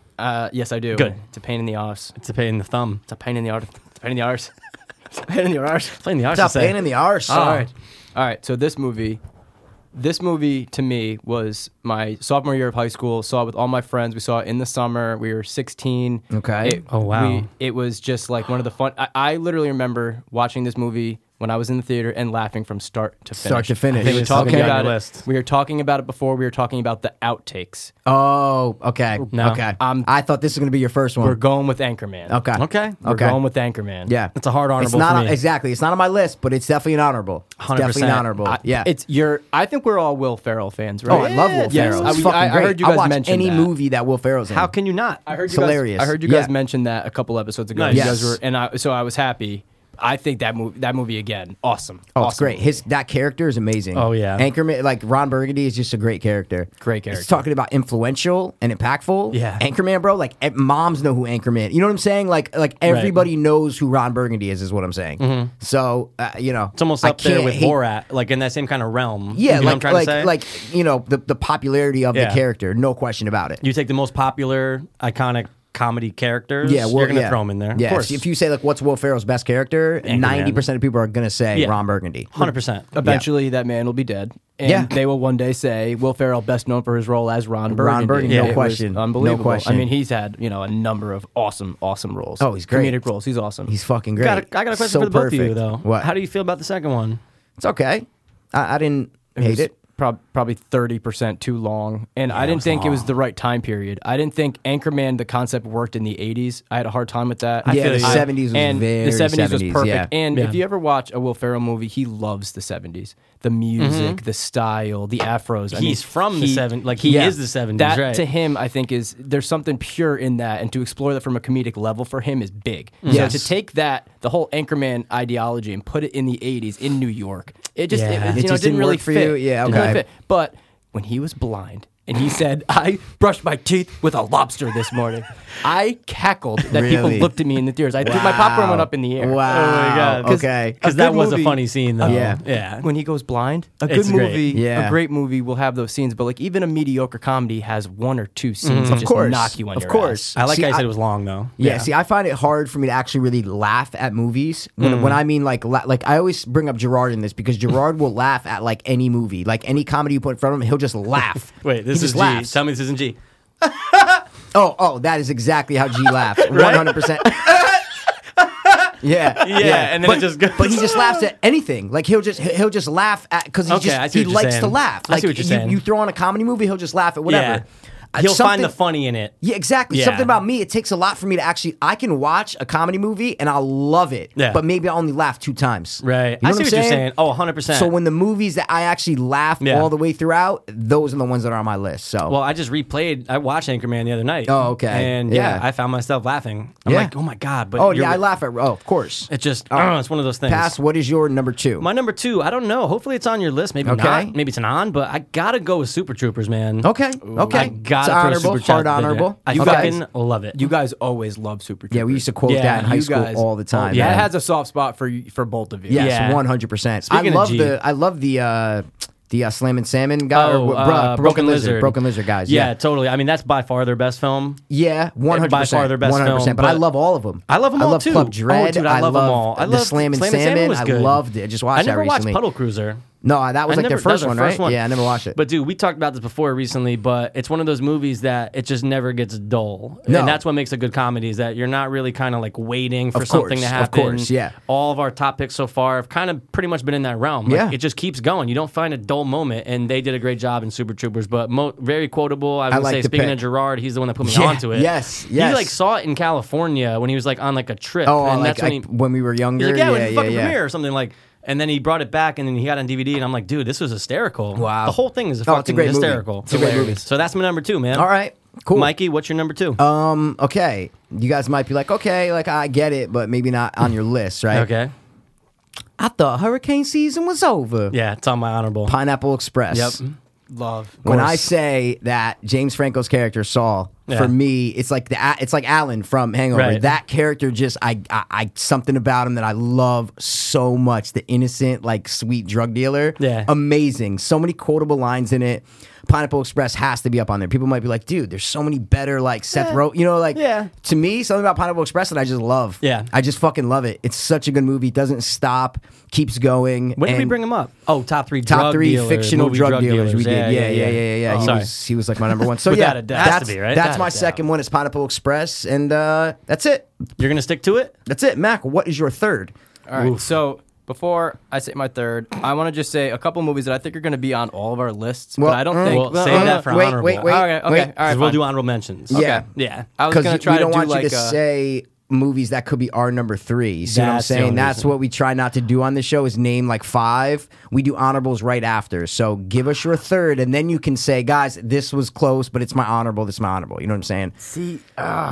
[SPEAKER 6] Uh, yes, I do.
[SPEAKER 1] Good.
[SPEAKER 6] It's a pain in the arse.
[SPEAKER 1] It's a pain in the thumb.
[SPEAKER 6] It's a pain in the arse. It's a pain in the arse. it's a pain in the arse.
[SPEAKER 1] It's a pain in the arse.
[SPEAKER 3] it's
[SPEAKER 1] to
[SPEAKER 3] a
[SPEAKER 1] say.
[SPEAKER 3] pain in the Oh. arse.
[SPEAKER 6] All right. All right. So this movie, this movie to me was my sophomore year of high school. Saw it with all my friends. We saw it in the summer. We were 16.
[SPEAKER 3] Okay.
[SPEAKER 6] It-
[SPEAKER 1] Oh, wow.
[SPEAKER 6] we- it was just like one of the fun. I, I literally remember watching this movie when I was in the theater and laughing from start to finish.
[SPEAKER 3] Start to finish.
[SPEAKER 6] We were
[SPEAKER 1] it's
[SPEAKER 6] talking
[SPEAKER 1] okay. on
[SPEAKER 6] about
[SPEAKER 1] your
[SPEAKER 6] it.
[SPEAKER 1] list.
[SPEAKER 6] We were talking about it before. We were talking about the outtakes.
[SPEAKER 3] Oh, okay. Okay.
[SPEAKER 6] Um,
[SPEAKER 3] I thought this was gonna be your first one.
[SPEAKER 6] We're going with Anchorman.
[SPEAKER 3] okay.
[SPEAKER 1] Okay.
[SPEAKER 6] We're
[SPEAKER 3] Okay.
[SPEAKER 6] going with Anchorman.
[SPEAKER 3] Yeah.
[SPEAKER 1] It's a hard honorable
[SPEAKER 3] It's not
[SPEAKER 1] for
[SPEAKER 3] on-
[SPEAKER 1] me.
[SPEAKER 3] exactly. It's not on my list, but it's definitely an honorable. It's
[SPEAKER 1] 100%.
[SPEAKER 3] definitely an honorable.
[SPEAKER 6] I-
[SPEAKER 3] yeah.
[SPEAKER 6] It's your. I think we're all Will Ferrell fans, right?
[SPEAKER 3] oh, I love Will
[SPEAKER 6] Yes,
[SPEAKER 3] Ferrell.
[SPEAKER 6] I,
[SPEAKER 3] It's
[SPEAKER 6] we-
[SPEAKER 3] fucking
[SPEAKER 6] I- I
[SPEAKER 3] great.
[SPEAKER 6] heard you guys
[SPEAKER 3] I'll watch
[SPEAKER 6] mention
[SPEAKER 3] any
[SPEAKER 6] that.
[SPEAKER 3] movie that Will Ferrell's in.
[SPEAKER 1] How can you not?
[SPEAKER 6] I heard you
[SPEAKER 3] It's hilarious.
[SPEAKER 6] Guys, I heard you guys
[SPEAKER 3] Yeah.
[SPEAKER 6] mention that a couple episodes ago.
[SPEAKER 1] Nice.
[SPEAKER 6] You guys
[SPEAKER 3] Yes.
[SPEAKER 6] were, and I, so I was happy. I think that movie, that movie again, awesome.
[SPEAKER 3] Oh,
[SPEAKER 6] awesome.
[SPEAKER 3] it's great. His that character is amazing.
[SPEAKER 1] Oh, yeah.
[SPEAKER 3] Anchorman, like Ron Burgundy, is just a great character.
[SPEAKER 6] Great
[SPEAKER 3] It's
[SPEAKER 6] character.
[SPEAKER 3] talking about influential and impactful.
[SPEAKER 1] Yeah.
[SPEAKER 3] Anchorman, bro. Like e- moms know who Anchorman. You know what I'm saying? Like like everybody knows who Ron Burgundy is. Is what I'm saying. So uh, you know,
[SPEAKER 1] Mm-hmm. It's almost
[SPEAKER 3] I
[SPEAKER 1] up there
[SPEAKER 3] can't
[SPEAKER 1] with
[SPEAKER 3] hate-
[SPEAKER 1] Borat, like in that same kind of realm.
[SPEAKER 3] Yeah,
[SPEAKER 1] you know
[SPEAKER 3] like
[SPEAKER 1] what I'm trying
[SPEAKER 3] like
[SPEAKER 1] to say?
[SPEAKER 3] like you know the the popularity of
[SPEAKER 1] Yeah.
[SPEAKER 3] the character. No question about it.
[SPEAKER 1] you take the most popular, iconic comedy characters.
[SPEAKER 3] yeah, well,
[SPEAKER 1] you're gonna
[SPEAKER 3] yeah.
[SPEAKER 1] throw them in there.
[SPEAKER 3] Yeah,
[SPEAKER 1] of course.
[SPEAKER 3] if you say like what's Will Ferrell's best character, ninety percent of people are gonna say
[SPEAKER 1] Yeah.
[SPEAKER 3] Ron Burgundy.
[SPEAKER 1] 100. percent
[SPEAKER 6] Eventually, that man will be dead, and
[SPEAKER 3] Yeah.
[SPEAKER 6] they will one day say Will Ferrell, best known for his role as Ron Burgundy.
[SPEAKER 3] Burgundy,
[SPEAKER 1] no
[SPEAKER 6] It was
[SPEAKER 3] question. No
[SPEAKER 6] unbelievable.
[SPEAKER 3] question.
[SPEAKER 6] I mean, he's had you know a number of awesome, awesome roles.
[SPEAKER 3] Oh, he's great.
[SPEAKER 6] Comedic roles. He's awesome.
[SPEAKER 3] He's fucking great.
[SPEAKER 1] Got a, I got a question
[SPEAKER 3] So
[SPEAKER 1] for the both of you
[SPEAKER 3] perfect.
[SPEAKER 1] though.
[SPEAKER 3] What?
[SPEAKER 1] How do you feel about the second one?
[SPEAKER 3] It's okay. I, I didn't hate
[SPEAKER 6] was-
[SPEAKER 3] it.
[SPEAKER 6] prob- probably 30% too long. And I didn't think it was the right time period. I didn't think Anchorman, the concept worked in the 80s. I had a hard time with that. I
[SPEAKER 1] Yeah, feel the you.
[SPEAKER 3] 70s was
[SPEAKER 6] and
[SPEAKER 3] very
[SPEAKER 6] The 70s, was
[SPEAKER 3] 70s,
[SPEAKER 6] perfect.
[SPEAKER 3] yeah.
[SPEAKER 6] And
[SPEAKER 1] Yeah.
[SPEAKER 6] if you ever watch a Will Ferrell movie, he loves the 70s. The
[SPEAKER 3] Mm-hmm.
[SPEAKER 6] music, the style, the afros. I mean,
[SPEAKER 1] He's from the 70s, like, he is the 70s,
[SPEAKER 6] That
[SPEAKER 1] right.
[SPEAKER 6] to him, I think, is there's something pure in that. And to explore that from a comedic level for him is big.
[SPEAKER 3] Mm-hmm. Yes.
[SPEAKER 6] So to take that, the whole Anchorman ideology, and put it in the 80s in New York, it just
[SPEAKER 1] Yeah. It
[SPEAKER 6] it, you know,
[SPEAKER 3] just
[SPEAKER 6] didn't
[SPEAKER 3] didn't
[SPEAKER 6] really
[SPEAKER 3] work for
[SPEAKER 6] fit.
[SPEAKER 3] you? Yeah,
[SPEAKER 6] Didn't really
[SPEAKER 3] okay.
[SPEAKER 6] fit. But when he was blind and he said, "I brushed my teeth with a lobster this morning," I cackled that people
[SPEAKER 3] Really?
[SPEAKER 6] looked at me in the theaters. I threw my popcorn went up in the air.
[SPEAKER 3] Wow.
[SPEAKER 1] Oh God. 'Cause-
[SPEAKER 3] Okay.
[SPEAKER 1] because
[SPEAKER 6] A
[SPEAKER 1] that
[SPEAKER 6] good
[SPEAKER 1] was a
[SPEAKER 6] movie.
[SPEAKER 1] funny scene though.
[SPEAKER 3] Yeah.
[SPEAKER 1] yeah.
[SPEAKER 6] When he goes blind, a good
[SPEAKER 1] It's great.
[SPEAKER 6] movie,
[SPEAKER 3] Yeah.
[SPEAKER 6] a great movie will have those scenes. But like even a mediocre comedy has one or two scenes that
[SPEAKER 3] Mm-hmm. Of
[SPEAKER 6] just
[SPEAKER 3] course.
[SPEAKER 6] knock you on
[SPEAKER 3] Of
[SPEAKER 6] your
[SPEAKER 3] course.
[SPEAKER 6] ass.
[SPEAKER 1] I like
[SPEAKER 3] See,
[SPEAKER 1] how you
[SPEAKER 3] I-
[SPEAKER 1] said it was long though.
[SPEAKER 3] Yeah, see, I find it hard for me to actually really laugh at movies. When,
[SPEAKER 1] Mm.
[SPEAKER 3] when I mean like, la- like I always bring up Gerard in this because Gerard will laugh at like any movie, like any comedy you put in front of him, he'll just laugh.
[SPEAKER 1] Wait, this
[SPEAKER 3] he
[SPEAKER 1] is
[SPEAKER 3] just
[SPEAKER 1] G.
[SPEAKER 3] laughs.
[SPEAKER 1] Tell me this isn't G.
[SPEAKER 3] Oh, oh, that is exactly how G laughed, one hundred percent. Yeah,
[SPEAKER 1] Yeah, and then it just goes.
[SPEAKER 3] But he just laughs at anything. Like he'll just he'll just laugh at because he
[SPEAKER 1] Okay, I
[SPEAKER 3] just
[SPEAKER 1] see
[SPEAKER 3] he
[SPEAKER 1] what you're
[SPEAKER 3] likes to
[SPEAKER 1] saying.
[SPEAKER 3] laugh.
[SPEAKER 1] I
[SPEAKER 3] Like
[SPEAKER 1] see what you're
[SPEAKER 3] you,
[SPEAKER 1] saying.
[SPEAKER 3] you throw on a comedy movie, he'll just laugh at whatever.
[SPEAKER 1] Yeah.
[SPEAKER 3] Uh,
[SPEAKER 1] He'll find
[SPEAKER 3] something-
[SPEAKER 1] the funny in it.
[SPEAKER 3] Yeah, exactly.
[SPEAKER 1] Yeah.
[SPEAKER 3] Something about me, it takes a lot for me to actually. I can watch a comedy movie and I'll love it,
[SPEAKER 1] Yeah.
[SPEAKER 3] but maybe I only laugh two times.
[SPEAKER 1] Right.
[SPEAKER 3] You know
[SPEAKER 1] I see what, you're saying. Oh, 100%.
[SPEAKER 3] So when the movies that I actually laugh
[SPEAKER 1] Yeah.
[SPEAKER 3] all the way throughout, those are the ones that are on my list. So
[SPEAKER 1] well, I just replayed. I watched Anchorman the other night.
[SPEAKER 3] Oh, okay.
[SPEAKER 1] And yeah,
[SPEAKER 3] Yeah.
[SPEAKER 1] I found myself laughing. I'm
[SPEAKER 3] Yeah.
[SPEAKER 1] like, oh my god! But
[SPEAKER 3] oh
[SPEAKER 1] you're
[SPEAKER 3] yeah, I
[SPEAKER 1] right.
[SPEAKER 3] laugh at. Oh, of course.
[SPEAKER 1] It's just, uh, it's one of those things.
[SPEAKER 3] Pass. What is your number two?
[SPEAKER 1] My number two, I don't know. Hopefully, it's on your list. Maybe
[SPEAKER 3] Okay.
[SPEAKER 1] not. Maybe it's an on, but I gotta go with Super Troopers, man.
[SPEAKER 3] okay. Okay.
[SPEAKER 1] I gotta
[SPEAKER 3] it's
[SPEAKER 1] throw
[SPEAKER 3] honorable.
[SPEAKER 1] Super Troopers
[SPEAKER 3] hard
[SPEAKER 1] in there.
[SPEAKER 3] honorable.
[SPEAKER 1] I
[SPEAKER 3] okay.
[SPEAKER 1] fucking love it.
[SPEAKER 6] You guys always love Super.
[SPEAKER 3] Yeah, we used to quote
[SPEAKER 1] Yeah,
[SPEAKER 3] that in high
[SPEAKER 6] you
[SPEAKER 3] school
[SPEAKER 6] guys-
[SPEAKER 3] all the time.
[SPEAKER 1] yeah,
[SPEAKER 6] That
[SPEAKER 3] man.
[SPEAKER 6] has a soft spot for you- for both of you.
[SPEAKER 3] Yes,
[SPEAKER 1] Yeah.
[SPEAKER 3] one hundred percent. I
[SPEAKER 1] Speaking of
[SPEAKER 3] love
[SPEAKER 1] G-
[SPEAKER 3] the I love the uh, the uh, slamming salmon guy. or,
[SPEAKER 1] Oh,
[SPEAKER 3] wh- bruh,
[SPEAKER 1] uh,
[SPEAKER 3] broken lizard. broken lizard guys.
[SPEAKER 1] Yeah,
[SPEAKER 3] Yeah,
[SPEAKER 1] totally. I mean, that's by far their best film.
[SPEAKER 3] yeah, one hundred
[SPEAKER 1] By far
[SPEAKER 3] percent.
[SPEAKER 1] their best
[SPEAKER 3] one hundred percent.
[SPEAKER 1] film,
[SPEAKER 3] But I
[SPEAKER 1] but-
[SPEAKER 3] love all of them.
[SPEAKER 1] I love 'em all,
[SPEAKER 3] love
[SPEAKER 1] too.
[SPEAKER 3] Club
[SPEAKER 1] Oh,
[SPEAKER 3] Dread.
[SPEAKER 1] dude, I love 'em all. I
[SPEAKER 3] the
[SPEAKER 1] loved-
[SPEAKER 3] slamming
[SPEAKER 1] Slam and Salmon
[SPEAKER 3] salmon.
[SPEAKER 1] was
[SPEAKER 3] I
[SPEAKER 1] good.
[SPEAKER 3] loved it. I just watched
[SPEAKER 1] I never
[SPEAKER 3] that
[SPEAKER 1] watched
[SPEAKER 3] recently.
[SPEAKER 1] Puddle Cruiser.
[SPEAKER 3] No, that was
[SPEAKER 1] I
[SPEAKER 3] like their
[SPEAKER 1] never- that was
[SPEAKER 3] first
[SPEAKER 1] their
[SPEAKER 3] one,
[SPEAKER 1] first
[SPEAKER 3] right?
[SPEAKER 1] one.
[SPEAKER 3] Yeah, I never watched it.
[SPEAKER 1] But dude, we talked about this before recently, but it's one of those movies that it just never gets dull.
[SPEAKER 3] No.
[SPEAKER 1] And that's what makes a good comedy is that you're not really kind of like waiting for
[SPEAKER 3] Of
[SPEAKER 1] something
[SPEAKER 3] course,
[SPEAKER 1] to
[SPEAKER 3] of
[SPEAKER 1] happen.
[SPEAKER 3] course, yeah.
[SPEAKER 1] All of our top picks so far have kind of pretty much been in that realm. Like,
[SPEAKER 3] Yeah.
[SPEAKER 1] It just keeps going. You don't find a dull moment, and they did a great job in Super Troopers, but mo- very quotable. I would
[SPEAKER 3] like
[SPEAKER 1] say,
[SPEAKER 3] the
[SPEAKER 1] speaking
[SPEAKER 3] pick.
[SPEAKER 1] of Gerard, he's the one that put me
[SPEAKER 3] Yeah,
[SPEAKER 1] onto it.
[SPEAKER 3] yes,
[SPEAKER 1] He
[SPEAKER 3] yes.
[SPEAKER 1] like saw it in California when he was like on like a trip.
[SPEAKER 3] oh,
[SPEAKER 1] and
[SPEAKER 3] like
[SPEAKER 1] that's when
[SPEAKER 3] I-
[SPEAKER 1] he,
[SPEAKER 3] when we were younger.
[SPEAKER 1] He's like, yeah, when the
[SPEAKER 3] yeah,
[SPEAKER 1] fucking
[SPEAKER 3] yeah.
[SPEAKER 1] premiere or something like. And then he brought it back, and then he got on DVD, and I'm like, dude, this was hysterical.
[SPEAKER 3] Wow.
[SPEAKER 1] the whole thing is
[SPEAKER 3] Oh,
[SPEAKER 1] fucking
[SPEAKER 3] it's a great movie.
[SPEAKER 1] hysterical.
[SPEAKER 3] It's a great
[SPEAKER 1] Hilarious.
[SPEAKER 3] movie.
[SPEAKER 1] So that's my number two, man.
[SPEAKER 3] All right, cool.
[SPEAKER 1] Mikey, what's your number two?
[SPEAKER 3] Um. Okay. You guys might be like, okay, like I get it, but maybe not on your list, right?
[SPEAKER 1] okay,
[SPEAKER 3] I thought hurricane season was over.
[SPEAKER 1] yeah, it's on my honorable.
[SPEAKER 3] Pineapple Express.
[SPEAKER 1] Yep.
[SPEAKER 6] love.
[SPEAKER 3] When I say that James Franco's character Saul,
[SPEAKER 1] Yeah.
[SPEAKER 3] for me, it's like the A- it's like Alan from Hangover.
[SPEAKER 1] Right.
[SPEAKER 3] That character just I, I I something about him that I love so much. The innocent, like sweet drug dealer.
[SPEAKER 1] Yeah.
[SPEAKER 3] amazing. So many quotable lines in it. Pineapple Express has to be up on there. People might be like, dude, there's so many better like Seth yeah. You know, like
[SPEAKER 1] Yeah.
[SPEAKER 3] to me, something about Pineapple Express that I just love.
[SPEAKER 1] Yeah.
[SPEAKER 3] I just fucking love it. It's such a good movie. It doesn't stop, keeps going.
[SPEAKER 1] When did we
[SPEAKER 3] and-
[SPEAKER 1] bring him up? Oh, top three,
[SPEAKER 3] top
[SPEAKER 1] drug
[SPEAKER 3] three
[SPEAKER 1] dealers,
[SPEAKER 3] fictional
[SPEAKER 1] movie
[SPEAKER 3] drug, dealers. We did. Yeah, yeah, yeah, yeah. yeah. He
[SPEAKER 1] Oh, Sorry.
[SPEAKER 3] was he was like my number one. So
[SPEAKER 1] Without
[SPEAKER 3] yeah,
[SPEAKER 1] a doubt. Has to
[SPEAKER 3] that's
[SPEAKER 1] be, right?
[SPEAKER 3] that's
[SPEAKER 1] Without
[SPEAKER 3] my
[SPEAKER 1] a doubt.
[SPEAKER 3] second one. It's Pineapple Express, and uh, that's it.
[SPEAKER 1] You're gonna stick to it?
[SPEAKER 3] That's it, Mac. What is your third?
[SPEAKER 6] All right. So before I say my third, I want to just say a couple movies that I think are going to be on all of our lists,
[SPEAKER 3] Well,
[SPEAKER 6] but I don't
[SPEAKER 3] mm,
[SPEAKER 6] think.
[SPEAKER 1] Well, save
[SPEAKER 6] uh,
[SPEAKER 1] that for
[SPEAKER 3] wait,
[SPEAKER 1] honorable.
[SPEAKER 3] wait, wait,
[SPEAKER 6] Okay. Okay.
[SPEAKER 3] wait.
[SPEAKER 6] All
[SPEAKER 1] 'Cause
[SPEAKER 6] right.
[SPEAKER 1] we'll
[SPEAKER 6] fine.
[SPEAKER 1] do honorable mentions.
[SPEAKER 3] Yeah.
[SPEAKER 1] Okay. yeah.
[SPEAKER 6] I was
[SPEAKER 3] Because
[SPEAKER 6] going to try
[SPEAKER 3] we
[SPEAKER 6] to
[SPEAKER 3] don't
[SPEAKER 6] do
[SPEAKER 3] want
[SPEAKER 6] like uh,
[SPEAKER 3] you to
[SPEAKER 6] a-
[SPEAKER 3] say movies that could be our number three. You see what I'm
[SPEAKER 1] That's the
[SPEAKER 3] saying?
[SPEAKER 1] only
[SPEAKER 3] That's
[SPEAKER 1] reason.
[SPEAKER 3] what we try not to do on this show is name like five. We do honorables right after. So give us your third, and then you can say, guys, this was close, but it's my honorable. This is my honorable. You know what I'm saying? See,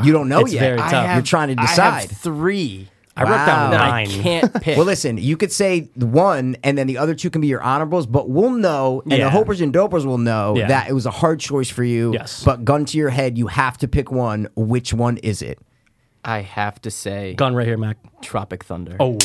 [SPEAKER 3] you don't know
[SPEAKER 1] It's
[SPEAKER 3] yet.
[SPEAKER 1] very tough. I have-
[SPEAKER 3] You're trying to
[SPEAKER 6] I have
[SPEAKER 3] decide.
[SPEAKER 6] three
[SPEAKER 1] I wrote
[SPEAKER 3] Wow.
[SPEAKER 1] down
[SPEAKER 6] that
[SPEAKER 1] nine.
[SPEAKER 6] I can't pick.
[SPEAKER 3] Well, listen, you could say one, and then the other two can be your honorables, but we'll know, and
[SPEAKER 1] Yeah.
[SPEAKER 3] the hopers and dopers will know
[SPEAKER 1] Yeah.
[SPEAKER 3] that it was a hard choice for you.
[SPEAKER 1] Yes.
[SPEAKER 3] But gun to your head, you have to pick one. Which one is it?
[SPEAKER 6] I have to say
[SPEAKER 1] Gun right here, Mac.
[SPEAKER 6] Tropic Thunder.
[SPEAKER 1] Oh,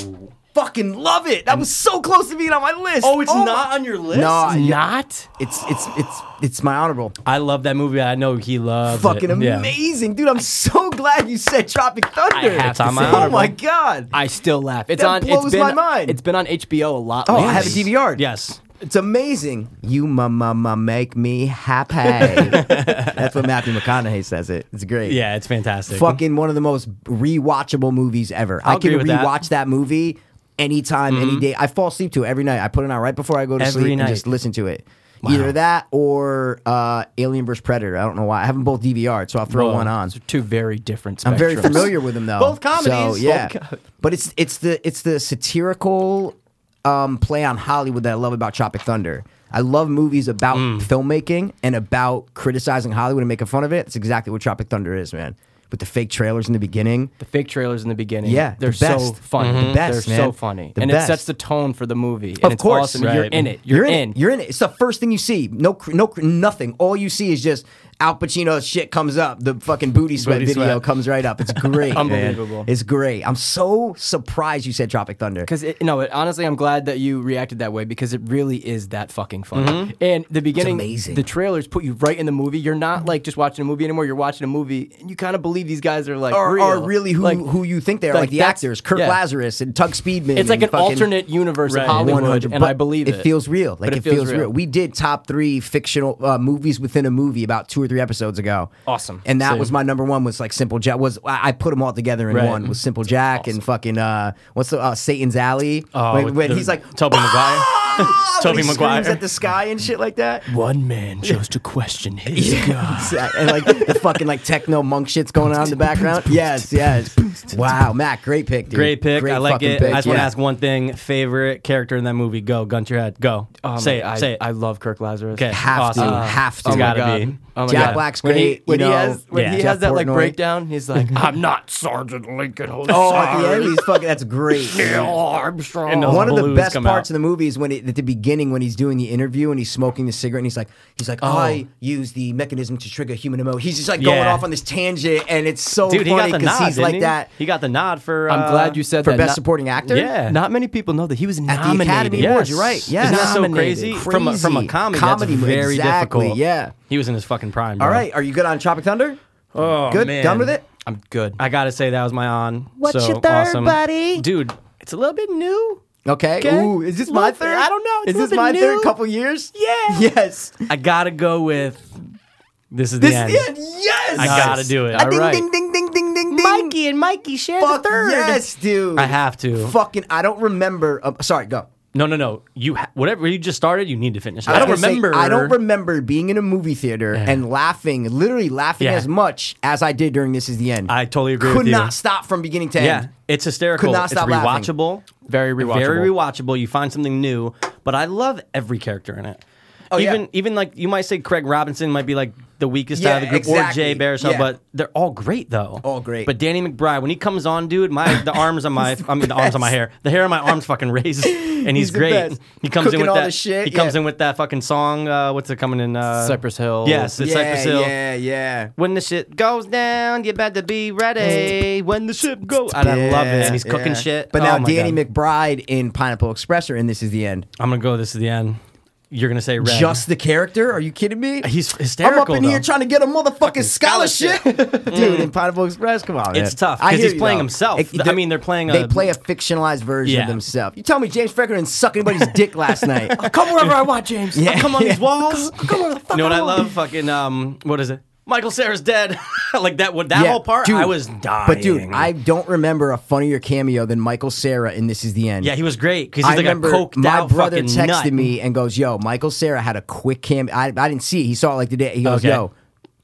[SPEAKER 3] Fucking love it. That was so close to being on my list.
[SPEAKER 1] on your list.
[SPEAKER 3] No,
[SPEAKER 6] It's not.
[SPEAKER 3] it's it's it's it's my honorable.
[SPEAKER 1] I love that movie. I know he loves
[SPEAKER 3] Fucking
[SPEAKER 1] it. Yeah.
[SPEAKER 3] amazing, dude. I'm so glad you said Tropic Thunder.
[SPEAKER 1] have to say
[SPEAKER 3] oh my
[SPEAKER 1] honorable.
[SPEAKER 3] god.
[SPEAKER 6] I still laugh. It's
[SPEAKER 3] That
[SPEAKER 6] on.
[SPEAKER 3] blows
[SPEAKER 6] it's been,
[SPEAKER 3] my mind.
[SPEAKER 6] It's been on HBO a lot.
[SPEAKER 3] Oh,
[SPEAKER 6] lately.
[SPEAKER 3] I have a DVR.
[SPEAKER 1] Yes.
[SPEAKER 3] It's amazing. You mama make me happy. That's what Matthew McConaughey says it. It's great.
[SPEAKER 1] Yeah, it's fantastic.
[SPEAKER 3] Fucking one of the most rewatchable movies ever. i
[SPEAKER 1] I'll
[SPEAKER 3] can
[SPEAKER 1] agree with that. Mm-hmm.
[SPEAKER 3] rewatch that. movie anytime, any day. I fall asleep to it every night. I put it on right before I go to
[SPEAKER 1] Every
[SPEAKER 3] sleep
[SPEAKER 1] night.
[SPEAKER 3] and just listen to it. Either that or uh, Alien vs Predator. I don't know why. I have them both DVR'd, so I'll throw one on.
[SPEAKER 6] Those are two very different. Spectrums.
[SPEAKER 3] I'm very familiar with them though.
[SPEAKER 1] Both comedies.
[SPEAKER 3] So, yeah.
[SPEAKER 1] Both co-
[SPEAKER 3] but it's it's the it's the satirical um, play on Hollywood that I love about Tropic Thunder. I love movies about
[SPEAKER 1] Mm.
[SPEAKER 3] filmmaking and about criticizing Hollywood and making fun of it. It's exactly what Tropic Thunder is, man. With the fake trailers in the beginning.
[SPEAKER 6] The fake trailers in the beginning.
[SPEAKER 3] Yeah,
[SPEAKER 6] they're
[SPEAKER 3] the best.
[SPEAKER 6] so funny.
[SPEAKER 3] Mhm. The best,
[SPEAKER 6] they're so
[SPEAKER 3] man.
[SPEAKER 6] funny,
[SPEAKER 3] The
[SPEAKER 6] and
[SPEAKER 3] best.
[SPEAKER 6] it sets the tone for the movie. And
[SPEAKER 3] Of
[SPEAKER 6] it's
[SPEAKER 3] course.
[SPEAKER 6] awesome. and You're
[SPEAKER 1] Right.
[SPEAKER 6] in it. You're,
[SPEAKER 3] in. it. You're in it. It's the first thing you see. No, cr- no, cr- nothing. All you see is just Al Pacino's shit comes up. The fucking booty sweat
[SPEAKER 1] Booty
[SPEAKER 3] video
[SPEAKER 1] sweat.
[SPEAKER 3] comes right up. It's great. man.
[SPEAKER 6] Unbelievable.
[SPEAKER 3] It's great. I'm so surprised you said Tropic Thunder.
[SPEAKER 6] Because it, no, it, honestly, I'm glad that you reacted that way because it really is that fucking funny. And the beginning,
[SPEAKER 3] Mm-hmm. amazing.
[SPEAKER 6] the trailers put you right in the movie. You're not like just watching a movie anymore. You're watching a movie, and you kind of believe these guys are like
[SPEAKER 3] Are,
[SPEAKER 6] real.
[SPEAKER 3] are really who
[SPEAKER 6] Like,
[SPEAKER 3] who you think they are,
[SPEAKER 6] like
[SPEAKER 3] like, the
[SPEAKER 6] that's-
[SPEAKER 3] actors, Kurt
[SPEAKER 6] yeah.
[SPEAKER 3] Lazarus and Tug Speedman.
[SPEAKER 6] It's like
[SPEAKER 3] and
[SPEAKER 6] an
[SPEAKER 3] fucking
[SPEAKER 6] alternate universe
[SPEAKER 1] Right.
[SPEAKER 6] of Hollywood,
[SPEAKER 3] 100,
[SPEAKER 6] and
[SPEAKER 3] but
[SPEAKER 6] I believe it.
[SPEAKER 3] feels real. Like
[SPEAKER 6] But
[SPEAKER 3] it, feels real. We did top three fictional uh, movies within a movie about two or three episodes ago.
[SPEAKER 6] Awesome.
[SPEAKER 3] And that
[SPEAKER 6] Same.
[SPEAKER 3] was my number one. Was like Simple Jack. Was I I put them all together in
[SPEAKER 1] Right.
[SPEAKER 3] one? Was Simple Jack and fucking uh, what's the uh, Satan's Alley?
[SPEAKER 1] Oh,
[SPEAKER 3] when,
[SPEAKER 1] with
[SPEAKER 3] when
[SPEAKER 1] the-
[SPEAKER 3] he's like
[SPEAKER 1] Tobey Maguire.
[SPEAKER 3] "Ah!" when
[SPEAKER 1] Tobey
[SPEAKER 3] he screams
[SPEAKER 1] Maguire.
[SPEAKER 3] at the sky and shit like that.
[SPEAKER 6] One man chose to question his
[SPEAKER 3] Yeah, exactly. and like the fucking like techno monk shit's going on in the background. Yes, yes. Wow, Matt, great pick, dude.
[SPEAKER 1] Great pick. I like
[SPEAKER 3] fucking
[SPEAKER 1] it. I just want to
[SPEAKER 3] yeah.
[SPEAKER 1] ask one thing. Favorite character in that movie? Go, gun to your head. Go.
[SPEAKER 6] Oh,
[SPEAKER 1] say
[SPEAKER 6] man,
[SPEAKER 1] it.
[SPEAKER 6] I,
[SPEAKER 1] say it.
[SPEAKER 6] I love Kirk Lazarus.
[SPEAKER 1] okay.
[SPEAKER 3] Have to,
[SPEAKER 1] awesome.
[SPEAKER 3] have to.
[SPEAKER 1] It's
[SPEAKER 6] my
[SPEAKER 1] gotta
[SPEAKER 6] God.
[SPEAKER 1] be.
[SPEAKER 6] Oh my
[SPEAKER 3] Jack
[SPEAKER 6] God.
[SPEAKER 3] Black's
[SPEAKER 6] When he,
[SPEAKER 3] great,
[SPEAKER 6] when
[SPEAKER 3] you
[SPEAKER 6] he
[SPEAKER 3] know.
[SPEAKER 6] has when
[SPEAKER 1] Yeah.
[SPEAKER 6] he
[SPEAKER 1] Jeff
[SPEAKER 6] has that like
[SPEAKER 3] Portnoy.
[SPEAKER 6] breakdown, he's like, "Ah." I'm not Sergeant Lincoln. Oh,
[SPEAKER 3] Oh, at the end, he's fucking. That's great.
[SPEAKER 6] Armstrong.
[SPEAKER 1] And those
[SPEAKER 3] One of the
[SPEAKER 1] blues
[SPEAKER 3] best
[SPEAKER 1] come
[SPEAKER 3] parts
[SPEAKER 1] out.
[SPEAKER 3] of the movie is when it, at the beginning when he's doing the interview and he's smoking the cigarette and he's like, he's like, I use the mechanism to trigger human emotion. He's just like going
[SPEAKER 1] Oh. Yeah.
[SPEAKER 3] off on this tangent, and it's so
[SPEAKER 1] Dude, he got
[SPEAKER 3] funny
[SPEAKER 1] the
[SPEAKER 3] because
[SPEAKER 1] nod.
[SPEAKER 3] he's
[SPEAKER 1] didn't
[SPEAKER 3] like
[SPEAKER 1] he?
[SPEAKER 3] that
[SPEAKER 1] He got the nod for.
[SPEAKER 6] I'm
[SPEAKER 1] uh,
[SPEAKER 6] glad you said
[SPEAKER 3] for
[SPEAKER 6] that.
[SPEAKER 3] best
[SPEAKER 6] Not-
[SPEAKER 3] supporting actor.
[SPEAKER 1] Yeah.
[SPEAKER 6] Not many people know that he was nominated.
[SPEAKER 3] Academy
[SPEAKER 1] Yes.
[SPEAKER 3] Awards, you're right. Yes.
[SPEAKER 1] Isn't that so
[SPEAKER 6] Nominated.
[SPEAKER 1] crazy? From a, from a
[SPEAKER 3] Crazy.
[SPEAKER 1] comedy,
[SPEAKER 3] Comedy,
[SPEAKER 1] that's very
[SPEAKER 3] exactly,
[SPEAKER 1] difficult.
[SPEAKER 3] yeah.
[SPEAKER 1] He was in his fucking prime. Bro.
[SPEAKER 3] All right, are you good on Tropic Thunder?
[SPEAKER 1] Oh,
[SPEAKER 3] good.
[SPEAKER 1] man.
[SPEAKER 3] Done with it.
[SPEAKER 6] I'm good.
[SPEAKER 1] I gotta say that was my on.
[SPEAKER 3] What's
[SPEAKER 1] so
[SPEAKER 3] your third,
[SPEAKER 1] awesome.
[SPEAKER 3] buddy?
[SPEAKER 1] Dude, it's a little bit new.
[SPEAKER 3] Okay.
[SPEAKER 1] Okay.
[SPEAKER 3] Ooh, is this my
[SPEAKER 1] Little bit-
[SPEAKER 3] third?
[SPEAKER 1] I don't know. It's
[SPEAKER 3] Is
[SPEAKER 1] a
[SPEAKER 3] this
[SPEAKER 1] little
[SPEAKER 3] my
[SPEAKER 1] bit
[SPEAKER 3] third
[SPEAKER 1] new.
[SPEAKER 3] couple years?
[SPEAKER 1] Yeah.
[SPEAKER 3] Yes.
[SPEAKER 1] I gotta go with. This is
[SPEAKER 3] This
[SPEAKER 1] the end.
[SPEAKER 3] is it. Yes.
[SPEAKER 1] I gotta do it.
[SPEAKER 6] I-
[SPEAKER 3] Ah, Ding,
[SPEAKER 6] All right.
[SPEAKER 3] ding, ding, ding, ding, ding, ding.
[SPEAKER 1] and Mikey share
[SPEAKER 3] Fuck yes, dude.
[SPEAKER 1] I have to.
[SPEAKER 3] Fucking, I don't remember. Um, sorry, go.
[SPEAKER 1] No, no, no. You ha- whatever you just started, you need to finish.
[SPEAKER 3] I
[SPEAKER 1] I don't
[SPEAKER 3] was gonna say,
[SPEAKER 1] remember.
[SPEAKER 3] I don't remember being in a movie theater and laughing, literally laughing
[SPEAKER 1] Yeah.
[SPEAKER 3] as much as I did during This Is the End.
[SPEAKER 1] I totally agree
[SPEAKER 3] Could
[SPEAKER 1] with you.
[SPEAKER 3] not stop from beginning to
[SPEAKER 1] Yeah,
[SPEAKER 3] end.
[SPEAKER 1] it's hysterical.
[SPEAKER 3] Could not stop
[SPEAKER 1] it's
[SPEAKER 3] laughing.
[SPEAKER 1] rewatchable.
[SPEAKER 6] Very rewatchable.
[SPEAKER 1] Very rewatchable. You find something new, but I love every character in it.
[SPEAKER 3] Oh, yeah.
[SPEAKER 1] even even like you might say Craig Robinson might be like the weakest
[SPEAKER 3] Yeah,
[SPEAKER 1] out of the group,
[SPEAKER 3] exactly.
[SPEAKER 1] or Jay Baruchel,
[SPEAKER 3] Yeah.
[SPEAKER 1] but they're all great though.
[SPEAKER 3] All great.
[SPEAKER 1] But Danny McBride, when he comes on, dude, my the arms on my I mean the arms on my hair, the hair on my arms fucking raises, and he's,
[SPEAKER 3] He's the
[SPEAKER 1] great.
[SPEAKER 3] best.
[SPEAKER 1] He comes in
[SPEAKER 3] Cooking
[SPEAKER 1] with
[SPEAKER 3] all
[SPEAKER 1] that.
[SPEAKER 3] the shit,
[SPEAKER 1] he comes
[SPEAKER 3] yeah.
[SPEAKER 1] in with that fucking song. Uh, what's it coming in? Uh,
[SPEAKER 6] Cypress Hill.
[SPEAKER 1] Yes, it's Cypress Hill.
[SPEAKER 3] yeah, yeah.
[SPEAKER 1] When the shit goes down, you better be ready. When the ship goes, and I love it. And he's cooking
[SPEAKER 3] yeah.
[SPEAKER 1] shit.
[SPEAKER 3] But
[SPEAKER 1] Oh
[SPEAKER 3] now
[SPEAKER 1] my
[SPEAKER 3] Danny
[SPEAKER 1] God.
[SPEAKER 3] McBride in Pineapple Express are in This Is the End.
[SPEAKER 1] I'm gonna go. This is the end. You're gonna say red.
[SPEAKER 3] Just the character? Are you kidding me?
[SPEAKER 1] He's
[SPEAKER 3] I'm
[SPEAKER 1] hysterical.
[SPEAKER 3] up in here
[SPEAKER 1] though. Mm.
[SPEAKER 3] trying to get a motherfucking scholarship, dude. In Pineapple Express, come on, man.
[SPEAKER 1] It's tough,
[SPEAKER 3] I
[SPEAKER 1] 'cause
[SPEAKER 3] hear
[SPEAKER 1] he's
[SPEAKER 3] you,
[SPEAKER 1] playing
[SPEAKER 3] though.
[SPEAKER 1] himself. I
[SPEAKER 3] they're-
[SPEAKER 1] mean, they're playing
[SPEAKER 3] They
[SPEAKER 1] a-
[SPEAKER 3] play a fictionalized version
[SPEAKER 1] Yeah.
[SPEAKER 3] of themselves. You tell me James Franco didn't suck anybody's dick last night? come wherever I want, James. Yeah,
[SPEAKER 1] I come on
[SPEAKER 3] yeah.
[SPEAKER 1] these walls. you know what I love? Fucking um, what is it? Michael Sarah's dead. like that. What that
[SPEAKER 3] Yeah,
[SPEAKER 1] whole part?
[SPEAKER 3] dude.
[SPEAKER 1] I was dying.
[SPEAKER 3] But dude, I don't remember a funnier cameo than Michael Sarah in This Is the End.
[SPEAKER 1] yeah, he was great because he's
[SPEAKER 3] I
[SPEAKER 1] like a
[SPEAKER 3] remember
[SPEAKER 1] coked
[SPEAKER 3] my
[SPEAKER 1] out
[SPEAKER 3] brother
[SPEAKER 1] fucking
[SPEAKER 3] texted
[SPEAKER 1] nut.
[SPEAKER 3] me and goes, "Yo, Michael Sarah had a quick cam. I, I didn't see it. He saw it like the day. He goes,
[SPEAKER 1] Okay.
[SPEAKER 3] "Yo,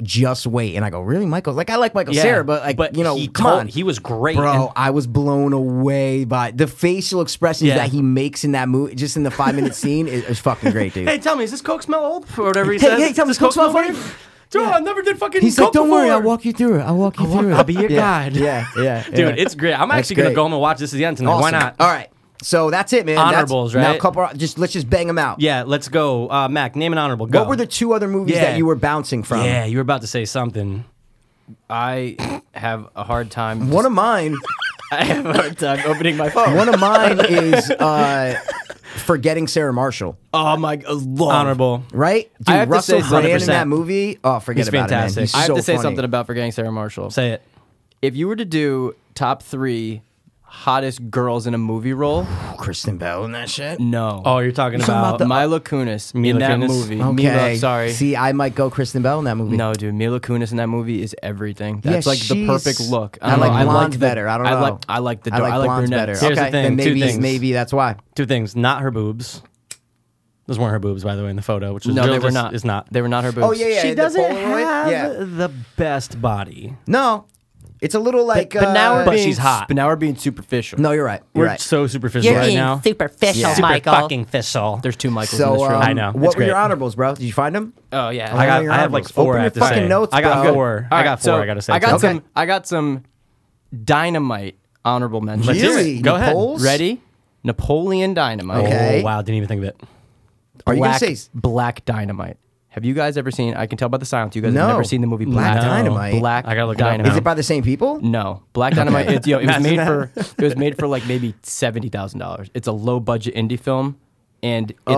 [SPEAKER 3] just wait." And I go, "Really, Michael? Like I like Michael Sarah, but like you know,
[SPEAKER 1] he
[SPEAKER 3] come
[SPEAKER 1] told-
[SPEAKER 3] on,
[SPEAKER 1] he was great.
[SPEAKER 3] Bro, I was blown away by the facial expressions
[SPEAKER 1] Yeah.
[SPEAKER 3] that he makes in that movie, just in the five minute scene, is, is fucking great, dude.
[SPEAKER 1] And, hey, tell me, is this coke smell old or whatever he
[SPEAKER 3] Hey,
[SPEAKER 1] says?
[SPEAKER 3] hey, tell me,
[SPEAKER 1] Does
[SPEAKER 3] does coke smell
[SPEAKER 1] funny?
[SPEAKER 3] funny?
[SPEAKER 1] Dude, I never did fucking.
[SPEAKER 3] He's like,
[SPEAKER 1] coke
[SPEAKER 3] "Don't worry,
[SPEAKER 1] before."
[SPEAKER 3] I'll walk you through it. I'll walk you through it.
[SPEAKER 1] I'll be your
[SPEAKER 3] yeah.
[SPEAKER 1] guide."
[SPEAKER 3] Yeah, yeah,
[SPEAKER 1] Dude, it's great. Uh, I'm actually gonna
[SPEAKER 3] great.
[SPEAKER 1] go home and watch this at the end tonight. Why
[SPEAKER 3] Awesome.
[SPEAKER 1] not?
[SPEAKER 3] All right, so that's it, man. That's-
[SPEAKER 1] Honorables,
[SPEAKER 3] Now,
[SPEAKER 1] right?
[SPEAKER 3] couple, just let's just bang them out.
[SPEAKER 1] Yeah, let's go. Uh, Mac, name an honorable. Go.
[SPEAKER 3] What were the two other movies
[SPEAKER 1] Yeah.
[SPEAKER 3] that you were bouncing from?
[SPEAKER 1] Yeah, you were about to say something.
[SPEAKER 6] I have a hard time.
[SPEAKER 3] One of mine.
[SPEAKER 6] I have a hard time opening my phone.
[SPEAKER 3] One of mine is uh, forgetting Sarah Marshall,
[SPEAKER 6] Oh my g- love.
[SPEAKER 1] Honorable.
[SPEAKER 3] right? Dude,
[SPEAKER 6] I have to
[SPEAKER 3] Russell
[SPEAKER 6] say
[SPEAKER 3] Brand in
[SPEAKER 1] 100%.
[SPEAKER 3] that movie. Oh, forget
[SPEAKER 1] He's
[SPEAKER 3] about it, man.
[SPEAKER 1] fantastic.
[SPEAKER 3] He's
[SPEAKER 6] I have
[SPEAKER 3] so
[SPEAKER 6] to say
[SPEAKER 3] funny.
[SPEAKER 6] something about forgetting Sarah Marshall.
[SPEAKER 1] Say it.
[SPEAKER 6] if you were to do top three hottest girls in a movie role,
[SPEAKER 3] Oh, Kristen Bell and that shit.
[SPEAKER 6] no.
[SPEAKER 1] Oh, you're talking
[SPEAKER 3] talking
[SPEAKER 1] about.
[SPEAKER 3] about the-
[SPEAKER 6] Mila Kunis in
[SPEAKER 1] Mila
[SPEAKER 6] that
[SPEAKER 1] Kunis.
[SPEAKER 6] movie.
[SPEAKER 3] Okay,
[SPEAKER 6] Mila, sorry.
[SPEAKER 3] See, I might go Kristen Bell in that movie.
[SPEAKER 6] No, dude, Mila Kunis in that movie is everything. That's like the
[SPEAKER 3] she's-
[SPEAKER 6] perfect look.
[SPEAKER 3] I,
[SPEAKER 6] don't know,
[SPEAKER 3] like blondes
[SPEAKER 6] the-
[SPEAKER 3] better. I don't know.
[SPEAKER 6] I like I like the
[SPEAKER 3] I
[SPEAKER 6] dark-
[SPEAKER 3] like
[SPEAKER 6] I like
[SPEAKER 3] blondes
[SPEAKER 6] brunettes.
[SPEAKER 3] better.
[SPEAKER 1] Here's the
[SPEAKER 3] okay,
[SPEAKER 1] thing,
[SPEAKER 3] then
[SPEAKER 1] two
[SPEAKER 3] maybe
[SPEAKER 1] things.
[SPEAKER 3] maybe that's why.
[SPEAKER 1] two things: not her boobs. Those weren't her boobs, by the way, in the photo, which was
[SPEAKER 6] No,
[SPEAKER 1] real
[SPEAKER 6] they were
[SPEAKER 1] dis-
[SPEAKER 6] not.
[SPEAKER 1] Is not.
[SPEAKER 6] They were not her boobs.
[SPEAKER 3] Oh yeah, yeah.
[SPEAKER 1] she
[SPEAKER 3] the
[SPEAKER 1] doesn't
[SPEAKER 3] Polaroid,
[SPEAKER 1] have
[SPEAKER 3] Yeah.
[SPEAKER 1] the best body.
[SPEAKER 3] No, it's a little like.
[SPEAKER 1] but now
[SPEAKER 3] uh,
[SPEAKER 1] we're But being- she's hot.
[SPEAKER 6] But now we're being superficial.
[SPEAKER 3] No, you're right. You're
[SPEAKER 1] We're
[SPEAKER 3] right.
[SPEAKER 1] so superficial
[SPEAKER 7] You're
[SPEAKER 1] right
[SPEAKER 7] being
[SPEAKER 1] now.
[SPEAKER 7] superficial,
[SPEAKER 3] Yeah. Super
[SPEAKER 7] Michael.
[SPEAKER 1] fucking fissile.
[SPEAKER 6] There's two Michaels in
[SPEAKER 3] so
[SPEAKER 6] this room.
[SPEAKER 3] um,
[SPEAKER 1] I know.
[SPEAKER 3] What
[SPEAKER 1] It's
[SPEAKER 3] were your
[SPEAKER 1] great.
[SPEAKER 3] honorables, bro? Did you find them?
[SPEAKER 6] Oh yeah.
[SPEAKER 1] I got.
[SPEAKER 3] your
[SPEAKER 1] I have like
[SPEAKER 3] eyeballs.
[SPEAKER 1] four. I
[SPEAKER 3] Open your
[SPEAKER 1] have to
[SPEAKER 3] fucking
[SPEAKER 1] say.
[SPEAKER 3] notes,
[SPEAKER 1] I got
[SPEAKER 3] bro.
[SPEAKER 1] four.
[SPEAKER 6] All
[SPEAKER 1] I
[SPEAKER 6] right,
[SPEAKER 1] got four.
[SPEAKER 6] so
[SPEAKER 1] I got to say.
[SPEAKER 6] I got
[SPEAKER 1] too.
[SPEAKER 6] some. I got some dynamite honorable mentions.
[SPEAKER 1] Let's hear
[SPEAKER 3] Really?
[SPEAKER 1] it. Go ahead.
[SPEAKER 3] Napoleon?
[SPEAKER 6] Ready? Napoleon Dynamite.
[SPEAKER 3] Okay.
[SPEAKER 1] Oh wow! Didn't even think of it.
[SPEAKER 3] Are you gonna
[SPEAKER 6] Black,
[SPEAKER 3] say s-
[SPEAKER 6] Black Dynamite? Have you guys ever seen? I can tell by the silence. You guys
[SPEAKER 3] No.
[SPEAKER 6] have never seen the movie
[SPEAKER 3] Black
[SPEAKER 6] Black
[SPEAKER 3] Dynamite?
[SPEAKER 6] Black
[SPEAKER 1] I gotta look it up
[SPEAKER 6] Dynamite.
[SPEAKER 1] now.
[SPEAKER 3] Is it by the same people?
[SPEAKER 6] No, Black Dynamite. It's, yo, it was
[SPEAKER 1] Imagine
[SPEAKER 6] made
[SPEAKER 1] that.
[SPEAKER 6] for it was made for like maybe seventy thousand dollars. It's a low budget indie film, and it's it's a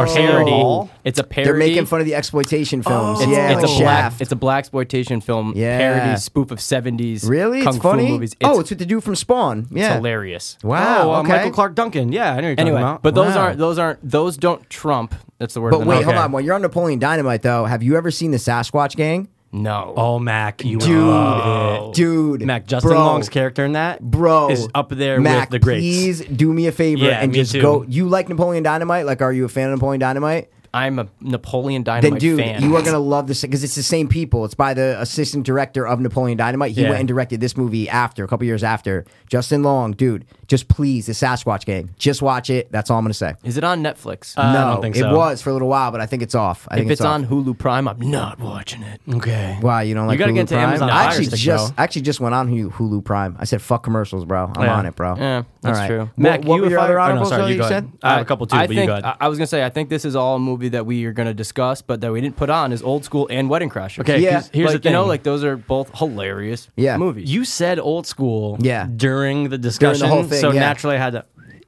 [SPEAKER 3] Oh.
[SPEAKER 6] parody. It's a parody.
[SPEAKER 3] They're making fun of the exploitation films.
[SPEAKER 6] It's,
[SPEAKER 3] yeah,
[SPEAKER 6] it's
[SPEAKER 3] like
[SPEAKER 6] a black
[SPEAKER 3] Shaft.
[SPEAKER 6] it's a black exploitation film
[SPEAKER 3] Yeah.
[SPEAKER 6] parody spoof of seventies
[SPEAKER 3] really?
[SPEAKER 6] kung
[SPEAKER 3] it's funny.
[SPEAKER 6] fu movies. It's,
[SPEAKER 3] oh, it's with the dude from Spawn. Yeah.
[SPEAKER 6] it's hilarious.
[SPEAKER 3] Wow.
[SPEAKER 1] Oh, uh,
[SPEAKER 3] okay.
[SPEAKER 1] Michael Clark Duncan. Yeah, I know you're talking
[SPEAKER 6] Anyway,
[SPEAKER 1] about.
[SPEAKER 6] but those
[SPEAKER 3] Wow.
[SPEAKER 6] aren't those aren't those don't trump. That's the word.
[SPEAKER 3] But
[SPEAKER 6] that
[SPEAKER 3] wait,
[SPEAKER 6] I'm-
[SPEAKER 3] hold
[SPEAKER 1] Okay.
[SPEAKER 3] on. While you're on Napoleon Dynamite, though, have you ever seen the Sasquatch Gang?
[SPEAKER 6] no.
[SPEAKER 1] oh, Mac, you
[SPEAKER 3] Dude,
[SPEAKER 1] love it.
[SPEAKER 3] dude,
[SPEAKER 1] Mac Justin
[SPEAKER 3] bro,
[SPEAKER 1] Long's character in that
[SPEAKER 3] bro
[SPEAKER 1] is up there
[SPEAKER 3] Mac,
[SPEAKER 1] with the greats.
[SPEAKER 3] Please do me a favor
[SPEAKER 1] Yeah,
[SPEAKER 3] and
[SPEAKER 1] me
[SPEAKER 3] just
[SPEAKER 1] too.
[SPEAKER 3] go. You like Napoleon Dynamite? Like, are you a fan of Napoleon Dynamite?
[SPEAKER 6] I'm a Napoleon Dynamite
[SPEAKER 3] Then, dude,
[SPEAKER 6] fan.
[SPEAKER 3] you are gonna love this because it's the same people. It's by the assistant director of Napoleon Dynamite. He
[SPEAKER 1] Yeah.
[SPEAKER 3] went and directed this movie after a couple years after Justin Long, dude. Just please, the Sasquatch Gang. Just watch it. That's all I'm gonna say.
[SPEAKER 6] Is it on Netflix?
[SPEAKER 1] I
[SPEAKER 3] no,
[SPEAKER 1] don't think so.
[SPEAKER 3] it was for a little while, but I think it's off. I
[SPEAKER 6] if
[SPEAKER 3] think
[SPEAKER 6] it's,
[SPEAKER 3] it's, off.
[SPEAKER 6] on Hulu Prime, I'm not watching it.
[SPEAKER 1] Okay.
[SPEAKER 3] Wow, you don't like
[SPEAKER 1] gotta
[SPEAKER 3] Hulu
[SPEAKER 1] get to
[SPEAKER 3] Prime?
[SPEAKER 1] Amazon
[SPEAKER 3] I
[SPEAKER 1] Fire
[SPEAKER 3] actually
[SPEAKER 1] Stick,
[SPEAKER 3] just
[SPEAKER 1] though.
[SPEAKER 3] I actually just went on Hulu- Hulu Prime. I said fuck commercials, bro. I'm
[SPEAKER 1] Yeah.
[SPEAKER 3] on it, bro.
[SPEAKER 6] Yeah, that's
[SPEAKER 3] All right.
[SPEAKER 6] true.
[SPEAKER 1] Mac,
[SPEAKER 3] what, what
[SPEAKER 1] you
[SPEAKER 3] were
[SPEAKER 1] if
[SPEAKER 3] your
[SPEAKER 1] I-
[SPEAKER 3] other
[SPEAKER 1] or no,
[SPEAKER 3] honorables?
[SPEAKER 1] sorry,
[SPEAKER 3] though,
[SPEAKER 1] Oh, you
[SPEAKER 3] you,
[SPEAKER 1] go ahead.
[SPEAKER 3] said
[SPEAKER 1] Uh, I have a couple too,
[SPEAKER 6] I
[SPEAKER 1] but
[SPEAKER 6] think,
[SPEAKER 1] you go ahead.
[SPEAKER 6] I, I was gonna say I think this is all a movie that we are gonna discuss, but that we didn't put on is Old School and Wedding Crashers.
[SPEAKER 1] Okay,
[SPEAKER 3] Yeah.
[SPEAKER 1] here's- here's
[SPEAKER 6] like,
[SPEAKER 1] the
[SPEAKER 6] you know,
[SPEAKER 1] thing.
[SPEAKER 6] like those are both hilarious
[SPEAKER 3] Yeah.
[SPEAKER 6] movies.
[SPEAKER 1] uh, You said old school
[SPEAKER 3] Yeah.
[SPEAKER 1] during the
[SPEAKER 3] the
[SPEAKER 1] discussion,
[SPEAKER 3] whole thing,
[SPEAKER 1] so
[SPEAKER 3] yeah.
[SPEAKER 1] naturally I had to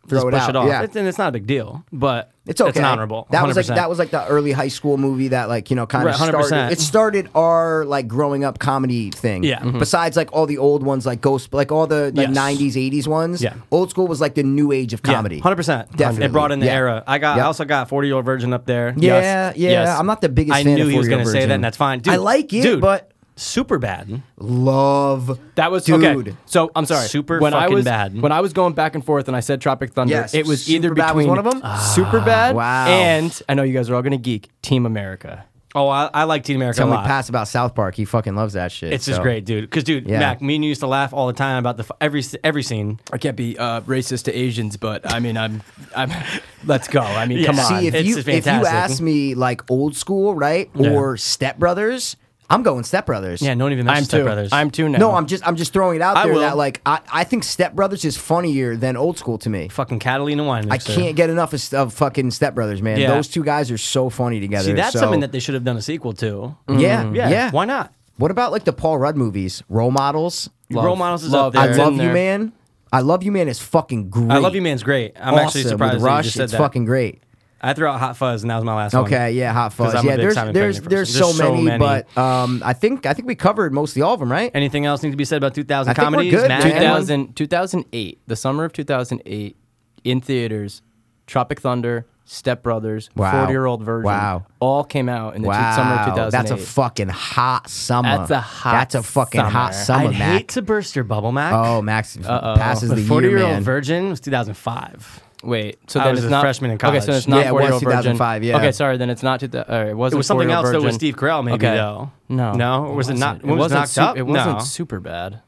[SPEAKER 3] Throw
[SPEAKER 1] just
[SPEAKER 3] it
[SPEAKER 1] push
[SPEAKER 3] out,
[SPEAKER 1] it off.
[SPEAKER 3] yeah.
[SPEAKER 1] It's, and it's not a big deal, but
[SPEAKER 3] It's okay.
[SPEAKER 1] It's an honorable.
[SPEAKER 3] That was like
[SPEAKER 1] 100%.
[SPEAKER 3] that was like the early high school movie that like you know kind of
[SPEAKER 1] Right, 100%.
[SPEAKER 3] started. It started our like growing up comedy thing.
[SPEAKER 1] Yeah. Mhm.
[SPEAKER 3] Besides like all the old ones like Ghost, like all the, the
[SPEAKER 1] Yes.
[SPEAKER 3] '90s, '80s ones.
[SPEAKER 1] Yeah.
[SPEAKER 3] Old school was like the new age of comedy.
[SPEAKER 1] Hundred percent.
[SPEAKER 3] Definitely.
[SPEAKER 1] It brought in the
[SPEAKER 3] Yeah.
[SPEAKER 1] era. I got.
[SPEAKER 3] Yep.
[SPEAKER 1] I also got forty year old virgin up there.
[SPEAKER 3] Yeah,
[SPEAKER 1] Yes.
[SPEAKER 3] yeah.
[SPEAKER 1] Yes.
[SPEAKER 3] I'm not the biggest
[SPEAKER 1] I
[SPEAKER 3] fan
[SPEAKER 1] knew
[SPEAKER 3] of
[SPEAKER 1] he was
[SPEAKER 3] 40 Year
[SPEAKER 1] gonna
[SPEAKER 3] Old
[SPEAKER 1] say that,
[SPEAKER 3] Virgin.
[SPEAKER 1] and that's fine. Dude,
[SPEAKER 3] I like it,
[SPEAKER 1] dude,
[SPEAKER 3] but-
[SPEAKER 1] super bad.
[SPEAKER 3] Love
[SPEAKER 6] that was
[SPEAKER 3] dude.
[SPEAKER 6] okay. So I'm sorry.
[SPEAKER 1] Super
[SPEAKER 6] when I
[SPEAKER 1] fucking
[SPEAKER 6] was,
[SPEAKER 1] bad.
[SPEAKER 6] When I was going back and forth, and I said Tropic Thunder,
[SPEAKER 3] Yes,
[SPEAKER 6] it was either between
[SPEAKER 3] Superbad
[SPEAKER 6] Ah.
[SPEAKER 3] was one of 'em?
[SPEAKER 6] Super Bad,
[SPEAKER 3] wow.
[SPEAKER 6] and I know you guys are all gonna geek Team America.
[SPEAKER 1] Oh, I, I like Team America
[SPEAKER 3] Tell
[SPEAKER 1] a
[SPEAKER 3] me
[SPEAKER 1] lot.
[SPEAKER 3] pass about South Park. He fucking loves that shit.
[SPEAKER 1] It's just
[SPEAKER 3] so.
[SPEAKER 1] great, dude. Because, dude,
[SPEAKER 3] Yeah.
[SPEAKER 1] Mac, me and you used to laugh all the time about the f- every every scene.
[SPEAKER 6] I can't be uh, racist to Asians, but I mean, I'm, I'm. Let's go. I mean,
[SPEAKER 1] Yeah.
[SPEAKER 6] come on.
[SPEAKER 3] See, if
[SPEAKER 1] It's
[SPEAKER 3] you
[SPEAKER 1] just
[SPEAKER 3] if you
[SPEAKER 1] fantastic.
[SPEAKER 3] ask me like old school, right, or Step Brothers, I'm going Step Brothers.
[SPEAKER 1] Yeah, don't even mention
[SPEAKER 6] I'm
[SPEAKER 1] Step
[SPEAKER 6] too.
[SPEAKER 1] Brothers.
[SPEAKER 6] I'm too now.
[SPEAKER 3] No, I'm just I'm just throwing it out
[SPEAKER 1] I
[SPEAKER 3] there
[SPEAKER 1] will.
[SPEAKER 3] that like I, I think Step Brothers is funnier than old school to me.
[SPEAKER 1] fucking Catalina wine.
[SPEAKER 3] I can't get enough of, of fucking Step Brothers, man.
[SPEAKER 1] Yeah.
[SPEAKER 3] Those two guys are so funny together.
[SPEAKER 1] See, that's
[SPEAKER 3] so-
[SPEAKER 1] something that they should have done a sequel to. Mm.
[SPEAKER 3] yeah, yeah,
[SPEAKER 1] Yeah. Why not?
[SPEAKER 3] What about like the Paul Rudd movies, Role Models?
[SPEAKER 1] Role models is
[SPEAKER 6] Love.
[SPEAKER 1] up there.
[SPEAKER 3] I
[SPEAKER 6] It's
[SPEAKER 3] love
[SPEAKER 6] in
[SPEAKER 3] you,
[SPEAKER 6] there.
[SPEAKER 3] man. I love you, man. Is fucking great.
[SPEAKER 1] I love you, man's great. I'm actually
[SPEAKER 3] Awesome.
[SPEAKER 1] surprised
[SPEAKER 3] With
[SPEAKER 1] that you
[SPEAKER 3] Rush,
[SPEAKER 1] just said
[SPEAKER 3] it's
[SPEAKER 1] that.
[SPEAKER 3] fucking great.
[SPEAKER 1] I threw out Hot Fuzz, and that was my last one.
[SPEAKER 3] Okay, yeah, Hot
[SPEAKER 1] 'Cause
[SPEAKER 3] Fuzz.
[SPEAKER 1] I'm a
[SPEAKER 3] Yeah,
[SPEAKER 1] big
[SPEAKER 3] there's
[SPEAKER 1] Simon
[SPEAKER 3] there's
[SPEAKER 1] Pegg person.
[SPEAKER 3] there's so many,
[SPEAKER 1] many.
[SPEAKER 3] but um, I think I think we covered mostly all of them, right?
[SPEAKER 1] Anything else need to be said about 2000
[SPEAKER 3] I think we're
[SPEAKER 1] comedies?
[SPEAKER 3] good,
[SPEAKER 1] Mac?
[SPEAKER 3] man.
[SPEAKER 6] 2000, 2008, the summer of 2008, in theaters, Tropic Thunder, Step Brothers,
[SPEAKER 3] Wow.
[SPEAKER 6] 40 year old version.
[SPEAKER 3] Wow.
[SPEAKER 6] All came out in the two-
[SPEAKER 3] wow,
[SPEAKER 6] summer of 2008.
[SPEAKER 3] that's a fucking hot summer.
[SPEAKER 6] That's a hot
[SPEAKER 3] That's a fucking hot
[SPEAKER 6] summer.
[SPEAKER 3] summer,
[SPEAKER 1] I'd
[SPEAKER 3] Mac.
[SPEAKER 1] hate to burst your bubble, Mac.
[SPEAKER 3] Oh, Max passes
[SPEAKER 1] but
[SPEAKER 3] the
[SPEAKER 1] 40
[SPEAKER 3] year,
[SPEAKER 1] year old
[SPEAKER 3] man.
[SPEAKER 1] virgin was 2005.
[SPEAKER 6] Wait, so
[SPEAKER 1] I
[SPEAKER 6] then
[SPEAKER 1] was
[SPEAKER 6] it's
[SPEAKER 1] a
[SPEAKER 6] not.
[SPEAKER 1] freshman in
[SPEAKER 6] Okay, so
[SPEAKER 1] college.
[SPEAKER 6] it's not
[SPEAKER 3] Yeah, it
[SPEAKER 6] 40 year old
[SPEAKER 3] was
[SPEAKER 6] version.
[SPEAKER 3] 2005, yeah.
[SPEAKER 6] Okay, sorry, then it's not. Two, uh, it wasn't
[SPEAKER 1] It was something
[SPEAKER 6] 40-year-old
[SPEAKER 1] else
[SPEAKER 6] version.
[SPEAKER 1] that was Steve Carell, maybe,
[SPEAKER 6] Okay.
[SPEAKER 1] though.
[SPEAKER 6] No.
[SPEAKER 1] No? Or was it not?
[SPEAKER 6] wasn't-
[SPEAKER 1] when was
[SPEAKER 6] wasn't
[SPEAKER 1] knocked
[SPEAKER 6] su-
[SPEAKER 1] up?
[SPEAKER 6] It wasn't
[SPEAKER 1] No.
[SPEAKER 6] super bad.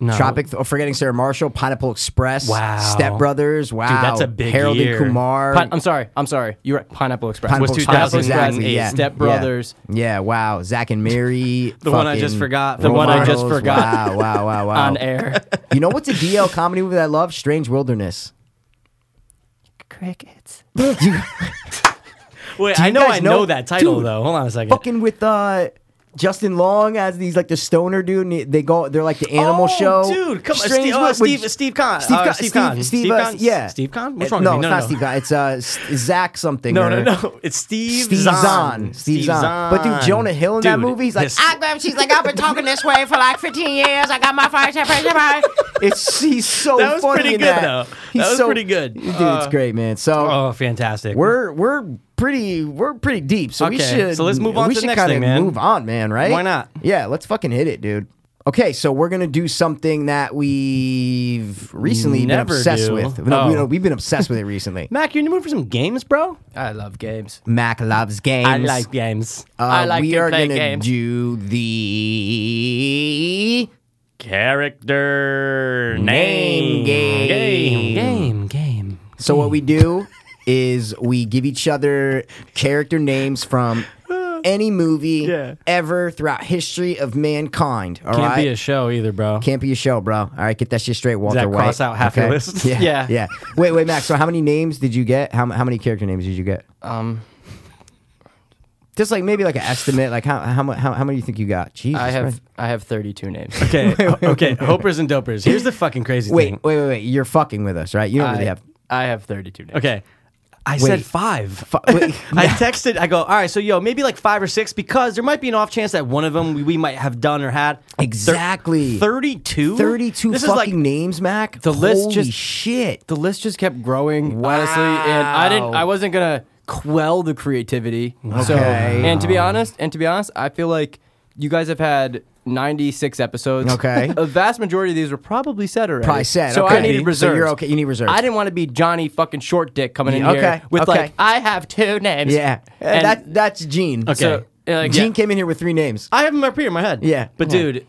[SPEAKER 1] No.
[SPEAKER 3] Tropic, oh, forgetting Sarah Marshall, Pineapple Express,
[SPEAKER 1] Wow.
[SPEAKER 3] Step Brothers, wow,
[SPEAKER 1] that's a big
[SPEAKER 3] Harold
[SPEAKER 1] year.
[SPEAKER 3] and Kumar,
[SPEAKER 6] Pine- um, I'm sorry. I'm sorry. You're right. Pineapple Express.
[SPEAKER 3] Pineapple
[SPEAKER 1] was
[SPEAKER 3] Express,
[SPEAKER 1] 2008.
[SPEAKER 3] exactly, yeah,
[SPEAKER 6] Step
[SPEAKER 3] yeah.
[SPEAKER 6] Brothers.
[SPEAKER 3] yeah, wow, Zach and Mary,
[SPEAKER 1] The one I just
[SPEAKER 3] fucking
[SPEAKER 1] forgot.
[SPEAKER 6] The
[SPEAKER 3] Role
[SPEAKER 6] one I just
[SPEAKER 3] Models,
[SPEAKER 6] forgot.
[SPEAKER 3] wow, wow, wow,
[SPEAKER 1] Oh.
[SPEAKER 3] wow,
[SPEAKER 6] on air.
[SPEAKER 3] You know what's a DL comedy movie that I love? Strange Wilderness.
[SPEAKER 7] Crickets.
[SPEAKER 1] Wait,
[SPEAKER 3] Do you
[SPEAKER 1] I know
[SPEAKER 3] guys
[SPEAKER 1] I know,
[SPEAKER 3] know-
[SPEAKER 1] that title,
[SPEAKER 3] Dude.
[SPEAKER 1] though. Hold on a second.
[SPEAKER 3] Fucking with uh, Justin Long as these like the stoner dude. And they go, they're like the animal
[SPEAKER 1] Oh,
[SPEAKER 3] show.
[SPEAKER 1] dude, come on,
[SPEAKER 3] Strange
[SPEAKER 1] Steve- oh,
[SPEAKER 3] Wi-
[SPEAKER 1] Steve- Steve Kahn.
[SPEAKER 3] Steve,
[SPEAKER 1] Uh,
[SPEAKER 3] Kahn-
[SPEAKER 1] Steve Kahn.
[SPEAKER 3] Steve,
[SPEAKER 1] Steve
[SPEAKER 3] uh,
[SPEAKER 1] Kahn?
[SPEAKER 3] yeah, Uh,
[SPEAKER 1] Steve Kahn? What's wrong
[SPEAKER 3] No,
[SPEAKER 1] with me? No,
[SPEAKER 3] it's not
[SPEAKER 1] no.
[SPEAKER 3] Steve Kahn. It's uh, S- Zach something.
[SPEAKER 1] No,
[SPEAKER 3] or-
[SPEAKER 1] no, no. It's Steve,
[SPEAKER 3] Steve Zahn. Steve Zahn. But dude, Jonah Hill in that
[SPEAKER 1] Dude,
[SPEAKER 3] movie, he's like,
[SPEAKER 1] this-
[SPEAKER 3] "Ah!"
[SPEAKER 7] grab. She's like, I've been talking this way for like 15 years. I got my fire
[SPEAKER 3] it's he's so
[SPEAKER 1] That was
[SPEAKER 3] funny
[SPEAKER 1] pretty
[SPEAKER 3] in
[SPEAKER 1] good,
[SPEAKER 3] that.
[SPEAKER 1] though.
[SPEAKER 3] He's
[SPEAKER 1] That was
[SPEAKER 3] so-
[SPEAKER 1] pretty good.
[SPEAKER 3] Dude, it's
[SPEAKER 1] Uh,
[SPEAKER 3] great, man. So
[SPEAKER 1] Oh, fantastic.
[SPEAKER 3] we're we're pretty we're pretty deep. So we
[SPEAKER 1] Okay,
[SPEAKER 3] should
[SPEAKER 1] so let's move on
[SPEAKER 3] we
[SPEAKER 1] to the
[SPEAKER 3] should
[SPEAKER 1] next
[SPEAKER 3] kinda
[SPEAKER 1] thing, man.
[SPEAKER 3] Move on, man. Right?
[SPEAKER 1] Why not?
[SPEAKER 3] Yeah, let's fucking hit it, dude. Okay, so we're gonna do something that we've recently
[SPEAKER 1] Never
[SPEAKER 3] been obsessed
[SPEAKER 1] do.
[SPEAKER 3] with. No, we,
[SPEAKER 1] Oh.
[SPEAKER 3] no, we've been obsessed with it recently.
[SPEAKER 1] Mac, you in the mood for some games, bro?
[SPEAKER 6] I love games.
[SPEAKER 3] Mac loves games.
[SPEAKER 1] games.
[SPEAKER 3] Uh,
[SPEAKER 6] I like
[SPEAKER 3] we
[SPEAKER 6] to
[SPEAKER 3] are
[SPEAKER 6] play
[SPEAKER 3] gonna
[SPEAKER 6] games.
[SPEAKER 3] do the
[SPEAKER 1] Character name
[SPEAKER 3] Name game.
[SPEAKER 1] game.
[SPEAKER 5] Game, game.
[SPEAKER 3] So what we do is we give each other character names from any movie
[SPEAKER 1] Yeah.
[SPEAKER 3] ever throughout history of mankind. All
[SPEAKER 1] Can't be
[SPEAKER 3] right?
[SPEAKER 1] a show either, bro.
[SPEAKER 3] can't be a show, bro. All right, get that shit straight, Walter
[SPEAKER 1] that
[SPEAKER 3] White.
[SPEAKER 1] cross out half your list?
[SPEAKER 3] Yeah, yeah,
[SPEAKER 6] Yeah.
[SPEAKER 3] Wait, wait, Max. So how many names did you get? How, how many character names did you get?
[SPEAKER 6] Um,
[SPEAKER 3] Just like maybe like an estimate. Like how how mu- how, how many do you think you got? Jesus,
[SPEAKER 6] I have
[SPEAKER 3] Christ.
[SPEAKER 6] I have 32 names.
[SPEAKER 1] Okay, okay. Hopers and dopers. Here's the fucking crazy
[SPEAKER 3] Wait,
[SPEAKER 1] thing.
[SPEAKER 3] wait, wait, wait. You're fucking with us, right? You don't
[SPEAKER 6] I,
[SPEAKER 3] really have.
[SPEAKER 6] I have 32 names.
[SPEAKER 1] Okay. I said
[SPEAKER 3] Wait.
[SPEAKER 1] five.
[SPEAKER 3] Fu- wait.
[SPEAKER 1] I texted, I go, all right, so yo, maybe like five or six because there might be an off chance that one of them we, we might have done or had. Thir-
[SPEAKER 3] Exactly.
[SPEAKER 1] 32?
[SPEAKER 3] 32
[SPEAKER 1] This
[SPEAKER 3] fucking
[SPEAKER 1] is like,
[SPEAKER 3] names, Mac.
[SPEAKER 6] The
[SPEAKER 3] Holy
[SPEAKER 6] list just-
[SPEAKER 3] shit.
[SPEAKER 6] The list just kept growing, honestly, and I didn't.
[SPEAKER 3] Wow.
[SPEAKER 6] I wasn't gonna quell the creativity. So,
[SPEAKER 3] Okay.
[SPEAKER 6] and to be honest, and to be honest, I feel like you guys have had 96 episodes.
[SPEAKER 3] Okay.
[SPEAKER 6] a vast majority of these were probably said already.
[SPEAKER 3] Probably said.
[SPEAKER 6] So
[SPEAKER 3] okay.
[SPEAKER 6] I needed
[SPEAKER 3] So
[SPEAKER 6] reserves.
[SPEAKER 3] you're okay. You need reserves.
[SPEAKER 6] I didn't want to be Johnny fucking short dick coming in
[SPEAKER 3] Yeah, okay,
[SPEAKER 6] here with
[SPEAKER 3] okay.
[SPEAKER 6] like I have two names.
[SPEAKER 3] Yeah, Uh,
[SPEAKER 6] And-
[SPEAKER 3] that that's Gene. Okay,
[SPEAKER 6] So, yeah, like,
[SPEAKER 3] Gene
[SPEAKER 6] yeah.
[SPEAKER 3] came in here with three names.
[SPEAKER 1] I have them up here in my head.
[SPEAKER 3] Yeah.
[SPEAKER 1] But
[SPEAKER 3] Yeah.
[SPEAKER 1] dude,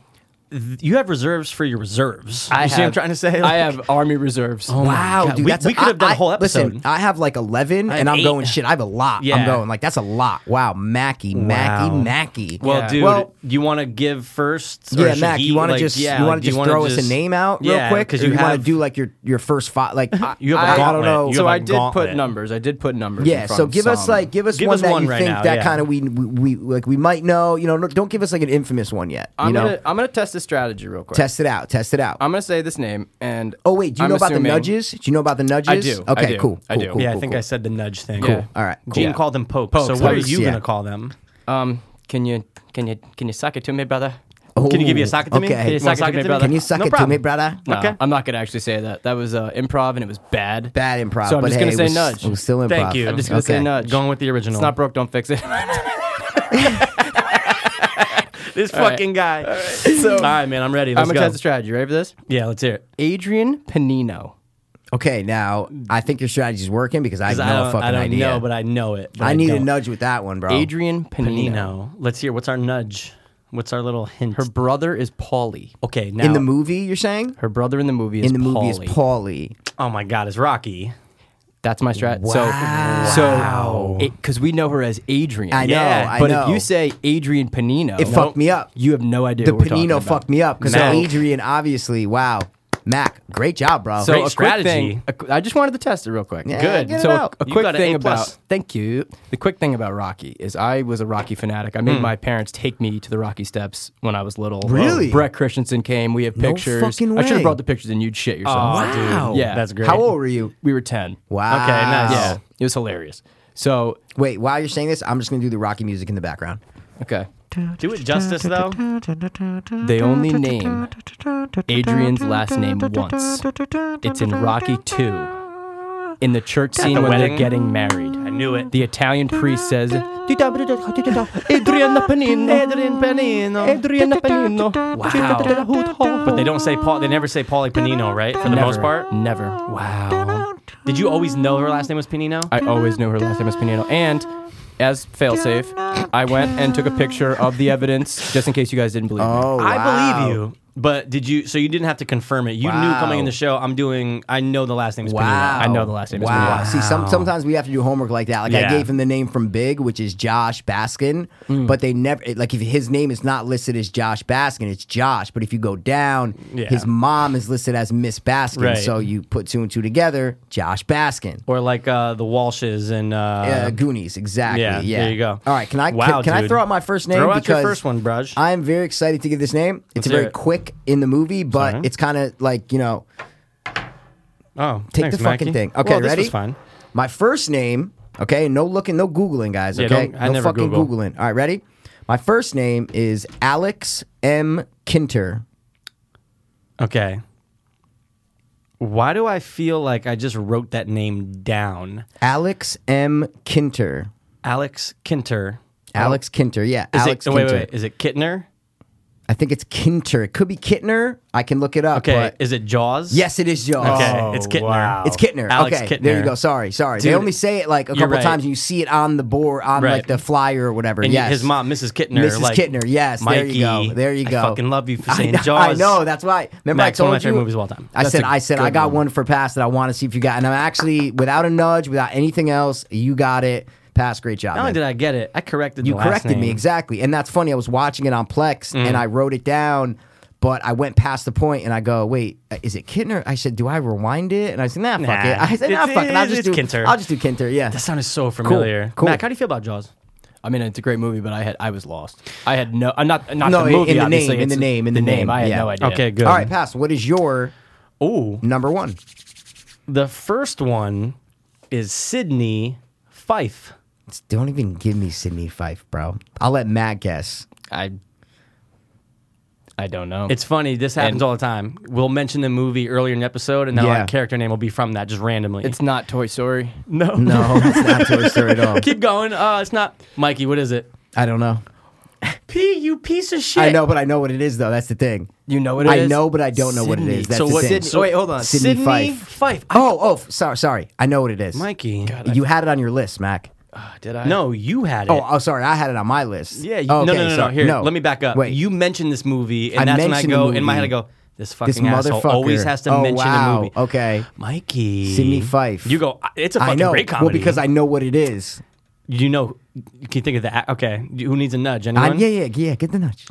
[SPEAKER 1] th- you have reserves for your reserves.
[SPEAKER 6] I
[SPEAKER 1] you see what I'm
[SPEAKER 6] have-
[SPEAKER 1] trying to say? Like-
[SPEAKER 6] I have army reserves. Oh
[SPEAKER 3] Wow,
[SPEAKER 1] God.
[SPEAKER 3] dude,
[SPEAKER 1] We-
[SPEAKER 3] that's
[SPEAKER 1] we could have done a
[SPEAKER 3] I-
[SPEAKER 1] whole
[SPEAKER 3] Listen,
[SPEAKER 1] episode.
[SPEAKER 3] I have like eleven,
[SPEAKER 1] I have
[SPEAKER 3] and I'm
[SPEAKER 1] eight.
[SPEAKER 3] going shit. I have a lot. I'm
[SPEAKER 1] Yeah.
[SPEAKER 3] going like that's a lot. Wow, Mackie, Mackie,
[SPEAKER 1] Wow.
[SPEAKER 3] Mackie.
[SPEAKER 1] Well,
[SPEAKER 6] Yeah.
[SPEAKER 1] dude,
[SPEAKER 3] Well-
[SPEAKER 1] do you want to give first? or
[SPEAKER 3] yeah,
[SPEAKER 1] should
[SPEAKER 3] Mac,
[SPEAKER 1] he,
[SPEAKER 3] you want to
[SPEAKER 1] like,
[SPEAKER 3] just
[SPEAKER 1] yeah,
[SPEAKER 3] you
[SPEAKER 1] like,
[SPEAKER 3] want
[SPEAKER 1] do
[SPEAKER 3] to just
[SPEAKER 1] wanna
[SPEAKER 3] throw us
[SPEAKER 1] just-
[SPEAKER 3] a name out real
[SPEAKER 1] Yeah,
[SPEAKER 3] quick,
[SPEAKER 1] 'cause
[SPEAKER 3] or
[SPEAKER 1] you
[SPEAKER 3] you want to
[SPEAKER 1] have-
[SPEAKER 3] do like your your first five? Like
[SPEAKER 1] You have a
[SPEAKER 3] I- I don't
[SPEAKER 1] gauntlet.
[SPEAKER 3] know.
[SPEAKER 1] You
[SPEAKER 6] so
[SPEAKER 1] have a
[SPEAKER 6] I did
[SPEAKER 1] gauntlet.
[SPEAKER 6] put numbers. I did put numbers.
[SPEAKER 3] Yeah,
[SPEAKER 6] in
[SPEAKER 3] so
[SPEAKER 6] front
[SPEAKER 3] give us
[SPEAKER 6] some.
[SPEAKER 3] like give us
[SPEAKER 1] Give
[SPEAKER 3] one
[SPEAKER 1] us
[SPEAKER 3] that
[SPEAKER 1] one
[SPEAKER 3] you
[SPEAKER 1] right
[SPEAKER 3] think
[SPEAKER 1] now,
[SPEAKER 3] that
[SPEAKER 1] yeah.
[SPEAKER 3] kind of we, we we like we might know. You know, no- don't give us like an infamous one yet. You
[SPEAKER 6] I'm
[SPEAKER 3] know,
[SPEAKER 6] gonna I'm gonna test the strategy real quick.
[SPEAKER 3] test it out, test it out.
[SPEAKER 6] I'm gonna say this name and
[SPEAKER 3] oh wait, do you
[SPEAKER 6] I'm
[SPEAKER 3] know about
[SPEAKER 6] assuming-
[SPEAKER 3] the nudges? Do you know about the nudges?
[SPEAKER 6] do, I
[SPEAKER 3] Okay,
[SPEAKER 6] do,
[SPEAKER 3] cool.
[SPEAKER 6] I
[SPEAKER 3] cool,
[SPEAKER 6] do.
[SPEAKER 3] Cool,
[SPEAKER 1] Yeah, I
[SPEAKER 3] cool,
[SPEAKER 1] think
[SPEAKER 3] cool.
[SPEAKER 1] I said the nudge thing.
[SPEAKER 6] Cool. Yeah.
[SPEAKER 3] All right. cool.
[SPEAKER 1] Gene
[SPEAKER 6] Yeah.
[SPEAKER 1] called them popes. so
[SPEAKER 6] Popes,
[SPEAKER 1] what are
[SPEAKER 3] popes,
[SPEAKER 1] you
[SPEAKER 3] yeah.
[SPEAKER 1] gonna call them?
[SPEAKER 6] Um, can you can you can you suck it to me, brother?
[SPEAKER 3] Oh,
[SPEAKER 1] Can you give me a socket to me?
[SPEAKER 3] okay.
[SPEAKER 1] Can you suck, it to me, brother?
[SPEAKER 3] Can you suck
[SPEAKER 1] No
[SPEAKER 3] it
[SPEAKER 1] problem.
[SPEAKER 3] to me, brother?
[SPEAKER 6] No,
[SPEAKER 1] Okay.
[SPEAKER 6] Uh, I'm not gonna actually say that. That was uh, improv and it was bad.
[SPEAKER 3] Bad improv.
[SPEAKER 6] So I'm
[SPEAKER 3] but
[SPEAKER 6] just
[SPEAKER 3] hey,
[SPEAKER 6] gonna
[SPEAKER 3] it
[SPEAKER 6] say
[SPEAKER 3] was,
[SPEAKER 6] nudge.
[SPEAKER 3] It was still improv.
[SPEAKER 1] Thank you.
[SPEAKER 6] I'm just gonna say
[SPEAKER 3] Okay.
[SPEAKER 6] nudge.
[SPEAKER 1] Going with the original.
[SPEAKER 6] It's not broke, don't fix it.
[SPEAKER 1] this fucking guy. All right. So, all right, man, I'm ready.
[SPEAKER 6] I'm
[SPEAKER 1] Let's
[SPEAKER 6] gonna
[SPEAKER 1] go.
[SPEAKER 6] test the strategy. Ready for this?
[SPEAKER 1] Yeah, let's hear it.
[SPEAKER 6] Adrian Panino.
[SPEAKER 3] Okay, now I think your strategy's working because I have
[SPEAKER 1] 'Cause
[SPEAKER 3] no
[SPEAKER 1] I don't,
[SPEAKER 3] fucking
[SPEAKER 1] I don't
[SPEAKER 3] idea.
[SPEAKER 1] know, but I know it. but
[SPEAKER 3] I need a
[SPEAKER 1] don't.
[SPEAKER 3] nudge with that one, bro.
[SPEAKER 6] Adrian Panino.
[SPEAKER 1] Nino. Let's hear. What's our nudge? What's our little hint?
[SPEAKER 6] Her brother is Paulie.
[SPEAKER 1] okay, now
[SPEAKER 3] in the movie, you're saying?
[SPEAKER 6] Her brother in the movie is
[SPEAKER 3] in the movie is
[SPEAKER 6] Paulie.
[SPEAKER 3] Paulie.
[SPEAKER 1] Oh my God, it's Rocky.
[SPEAKER 6] That's my strat.
[SPEAKER 3] Wow.
[SPEAKER 6] So, so because we know her as Adrian.
[SPEAKER 3] I know,
[SPEAKER 1] Yeah,
[SPEAKER 3] I
[SPEAKER 6] but
[SPEAKER 3] know.
[SPEAKER 6] if you say Adrian Panino,
[SPEAKER 3] It fucked me up.
[SPEAKER 6] You have no idea.
[SPEAKER 3] the
[SPEAKER 6] what we're talking
[SPEAKER 3] Panino
[SPEAKER 6] about.
[SPEAKER 3] fucked me up because
[SPEAKER 1] Mac.
[SPEAKER 3] Adrian, obviously, wow. Mac, great job, bro.
[SPEAKER 6] So
[SPEAKER 1] Great
[SPEAKER 6] a quick
[SPEAKER 1] strategy.
[SPEAKER 6] thing- a qu- I just wanted to test it real quick.
[SPEAKER 3] Yeah, Good. get it
[SPEAKER 6] so a-
[SPEAKER 3] out.
[SPEAKER 6] a
[SPEAKER 1] You
[SPEAKER 6] quick
[SPEAKER 1] got an
[SPEAKER 6] thing
[SPEAKER 1] A plus.
[SPEAKER 6] about thank you. The quick thing about Rocky is I was a Rocky fanatic. I made my parents take me to the Rocky steps when I was little.
[SPEAKER 3] Really?
[SPEAKER 6] Brett Christensen came. We have
[SPEAKER 3] No
[SPEAKER 6] pictures.
[SPEAKER 3] fucking
[SPEAKER 6] I should
[SPEAKER 3] way. Oh,
[SPEAKER 6] have brought the pictures and you'd shit yourself.
[SPEAKER 3] wow.
[SPEAKER 6] Yeah.
[SPEAKER 1] that's great.
[SPEAKER 3] How old were you?
[SPEAKER 6] We were ten.
[SPEAKER 3] Wow.
[SPEAKER 1] Okay, nice.
[SPEAKER 6] Yeah. It was hilarious. So
[SPEAKER 3] Wait, while you're saying this, I'm just going to do the Rocky music in the background.
[SPEAKER 6] okay.
[SPEAKER 1] Do it justice though.
[SPEAKER 6] They only name Adrian's last name once. It's in Rocky 2. In the church scene
[SPEAKER 1] the
[SPEAKER 6] when
[SPEAKER 1] wedding?
[SPEAKER 6] they're getting married.
[SPEAKER 1] I knew it.
[SPEAKER 6] The Italian priest says, Adrian Panino.
[SPEAKER 1] Adrian Panino.
[SPEAKER 6] Adrian Panino. Wow.
[SPEAKER 1] But they don't say Paul. They never say Paulie Panino, right? For the most part.
[SPEAKER 6] Never. Wow.
[SPEAKER 1] Did you always know her last name was Panino?
[SPEAKER 6] I always knew her last name was Panino. And as failsafe, I went and took a picture of the evidence just in case you guys didn't believe me.
[SPEAKER 3] Oh,
[SPEAKER 1] I
[SPEAKER 3] wow.
[SPEAKER 1] believe you. But did you? So you didn't have to confirm it. You knew
[SPEAKER 3] Wow.
[SPEAKER 1] coming in the show. I'm doing. I know the last name is
[SPEAKER 3] Wow.
[SPEAKER 1] Panino.
[SPEAKER 6] I know the last name is
[SPEAKER 3] Wow.
[SPEAKER 6] Wow.
[SPEAKER 3] See, some, sometimes we have to do homework like that. Like I
[SPEAKER 1] Yeah. Mm.
[SPEAKER 3] gave him the name from Big, which is Josh Baskin, but they never it- like if his name is not listed as Josh Baskin, it's Josh. But if you go down,
[SPEAKER 1] Yeah.
[SPEAKER 3] his mom is listed as Miss Baskin.
[SPEAKER 1] Right.
[SPEAKER 3] So you put two and two together, Josh Baskin.
[SPEAKER 1] Or like uh, the Walshes and uh,
[SPEAKER 3] Yeah, Goonies, exactly. Yeah,
[SPEAKER 1] yeah, there you go.
[SPEAKER 3] All right, can I can-
[SPEAKER 1] Wow,
[SPEAKER 3] can, I
[SPEAKER 1] dude.
[SPEAKER 3] throw out my first name?
[SPEAKER 1] Throw out your
[SPEAKER 3] because
[SPEAKER 1] first one, Braj.
[SPEAKER 3] I am very excited to give this name. It's
[SPEAKER 1] Let's
[SPEAKER 3] very
[SPEAKER 1] hear it.
[SPEAKER 3] quick in the movie, but
[SPEAKER 1] Sorry.
[SPEAKER 3] it's kind of like you know
[SPEAKER 1] Oh,
[SPEAKER 3] Take
[SPEAKER 1] thanks,
[SPEAKER 3] the fucking
[SPEAKER 1] Mackie.
[SPEAKER 3] thing. Okay,
[SPEAKER 1] well,
[SPEAKER 3] ready?
[SPEAKER 1] This was fine.
[SPEAKER 3] My first name, okay? No looking, no Googling, guys,
[SPEAKER 1] Yeah,
[SPEAKER 3] okay?
[SPEAKER 1] don't- I
[SPEAKER 3] no
[SPEAKER 1] never
[SPEAKER 3] fucking
[SPEAKER 1] Google.
[SPEAKER 3] Googling. All right, ready? My first name is Alex M. Kinter.
[SPEAKER 1] Okay. Why do I feel like I just wrote that name down?
[SPEAKER 3] Alex M. Kinter.
[SPEAKER 1] Alex Kinter.
[SPEAKER 3] Alex Kinter, yeah.
[SPEAKER 1] Oh. Is
[SPEAKER 3] Alex
[SPEAKER 1] it, oh,
[SPEAKER 3] Kinter.
[SPEAKER 1] Wait, wait, wait. Is it Kittner?
[SPEAKER 3] I think it's Kinter. It could be Kittner. I can look it up.
[SPEAKER 1] Okay,
[SPEAKER 3] but-
[SPEAKER 1] is it Jaws?
[SPEAKER 3] yes, it is Jaws.
[SPEAKER 1] Okay,
[SPEAKER 6] Oh,
[SPEAKER 1] it's Kittner.
[SPEAKER 2] wow.
[SPEAKER 3] It's Kittner.
[SPEAKER 1] Alex
[SPEAKER 3] okay, there you
[SPEAKER 1] Kittner.
[SPEAKER 3] go. Sorry, sorry. they
[SPEAKER 1] Dude,
[SPEAKER 3] only say it like a
[SPEAKER 1] you're
[SPEAKER 3] couple
[SPEAKER 1] right.
[SPEAKER 3] times, and you see it on the board, on
[SPEAKER 1] Right.
[SPEAKER 3] like the flyer or whatever.
[SPEAKER 1] And
[SPEAKER 3] yes,
[SPEAKER 1] his mom, Mrs. Kittner.
[SPEAKER 3] Mrs.
[SPEAKER 1] Like,
[SPEAKER 3] Kittner. Yes, there
[SPEAKER 1] Mikey,
[SPEAKER 3] you go. There you go.
[SPEAKER 1] I fucking love you for saying
[SPEAKER 3] I know,
[SPEAKER 1] Jaws.
[SPEAKER 3] I know. That's why. Remember,
[SPEAKER 1] Max,
[SPEAKER 3] I
[SPEAKER 1] one
[SPEAKER 3] told
[SPEAKER 1] of my favorite
[SPEAKER 3] you
[SPEAKER 1] movies of all time.
[SPEAKER 3] I
[SPEAKER 6] That's
[SPEAKER 3] said,
[SPEAKER 6] a
[SPEAKER 3] I said, I
[SPEAKER 6] good
[SPEAKER 3] got
[SPEAKER 6] one.
[SPEAKER 3] one for pass that I want to see if you got, and I'm actually without a nudge, without anything else, you got it. Pass, great job.
[SPEAKER 1] Not only
[SPEAKER 3] man.
[SPEAKER 1] did I get it, I corrected
[SPEAKER 3] You
[SPEAKER 1] the last
[SPEAKER 3] corrected me
[SPEAKER 1] name. Mm.
[SPEAKER 3] exactly, and that's funny. I was watching it on Plex, and I wrote it down, but I went past the point, and I go, "Wait, uh, is it Kittner?" I said, "Do I rewind it?" And I said, "Nah, fuck
[SPEAKER 1] Nah,
[SPEAKER 3] it." I said, "Nah,
[SPEAKER 1] it's-
[SPEAKER 3] fuck it. I'll
[SPEAKER 1] it's
[SPEAKER 3] just do
[SPEAKER 1] Kinter.
[SPEAKER 3] I'll just do Kinter." Yeah,
[SPEAKER 1] That sounded so familiar.
[SPEAKER 3] cool.
[SPEAKER 1] Mac, how do you feel about Jaws?
[SPEAKER 6] I mean, it's a great movie, but I had I was lost. I had no, I'm not not
[SPEAKER 3] No,
[SPEAKER 6] the
[SPEAKER 3] Oh, in-
[SPEAKER 6] movie.
[SPEAKER 3] in the
[SPEAKER 6] obviously,
[SPEAKER 3] name, in
[SPEAKER 6] it's
[SPEAKER 3] the name, in the name,
[SPEAKER 6] I had
[SPEAKER 3] yeah.
[SPEAKER 6] no idea.
[SPEAKER 1] Okay, good.
[SPEAKER 3] all right, pass. What is your
[SPEAKER 1] Ooh,
[SPEAKER 3] number one?
[SPEAKER 1] the first one is Sydney Fife.
[SPEAKER 3] Don't even give me Sydney Fife, bro. I'll let Matt guess.
[SPEAKER 6] I I don't know.
[SPEAKER 1] It's funny. This happens
[SPEAKER 6] And-
[SPEAKER 1] all the time. We'll mention the movie earlier in the episode, and now
[SPEAKER 3] Yeah.
[SPEAKER 1] our character name will be from that just randomly.
[SPEAKER 6] it's not Toy Story.
[SPEAKER 1] no,
[SPEAKER 3] No, it's not Toy Story at all.
[SPEAKER 1] Keep going. Uh, it's not Mikey. What is it?
[SPEAKER 3] I don't know.
[SPEAKER 1] P, you piece of shit.
[SPEAKER 3] I know, but I know what it is, though. That's the thing.
[SPEAKER 6] You know what it
[SPEAKER 3] I
[SPEAKER 6] is?
[SPEAKER 3] know, but I don't know what it
[SPEAKER 1] Sydney.
[SPEAKER 3] is. That's
[SPEAKER 1] so
[SPEAKER 3] the
[SPEAKER 1] what?
[SPEAKER 3] thing.
[SPEAKER 1] Sydney, so wait, hold on.
[SPEAKER 3] Sydney Fife.
[SPEAKER 1] Fife. I-
[SPEAKER 3] oh, oh, sorry, sorry. I know what it is.
[SPEAKER 1] Mikey.
[SPEAKER 3] you had it on your list, Mac.
[SPEAKER 6] Did I?
[SPEAKER 1] No, you had it.
[SPEAKER 3] Oh, oh, sorry. I had it on my list.
[SPEAKER 1] yeah. You,
[SPEAKER 3] Oh,
[SPEAKER 1] no,
[SPEAKER 3] okay,
[SPEAKER 1] no, no, no,
[SPEAKER 3] sorry.
[SPEAKER 1] Here, let me back up.
[SPEAKER 3] Wait,
[SPEAKER 1] You mentioned this movie, and
[SPEAKER 3] I
[SPEAKER 1] that's when I
[SPEAKER 3] mentioned the
[SPEAKER 1] go in my head. I
[SPEAKER 3] movie.
[SPEAKER 1] go, this fucking
[SPEAKER 3] this
[SPEAKER 1] asshole
[SPEAKER 3] motherfucker
[SPEAKER 1] always has to
[SPEAKER 3] oh,
[SPEAKER 1] mention
[SPEAKER 3] wow.
[SPEAKER 1] the movie.
[SPEAKER 3] Okay,
[SPEAKER 1] Mikey.
[SPEAKER 3] Sydney Fife.
[SPEAKER 1] You go. It's a fucking
[SPEAKER 3] I know.
[SPEAKER 1] great comedy.
[SPEAKER 3] Well, because I know what it is.
[SPEAKER 1] you know, you can think of the. a- Okay, who needs a nudge?
[SPEAKER 3] I,
[SPEAKER 1] Anyone?
[SPEAKER 3] yeah, yeah, yeah. Get the nudge.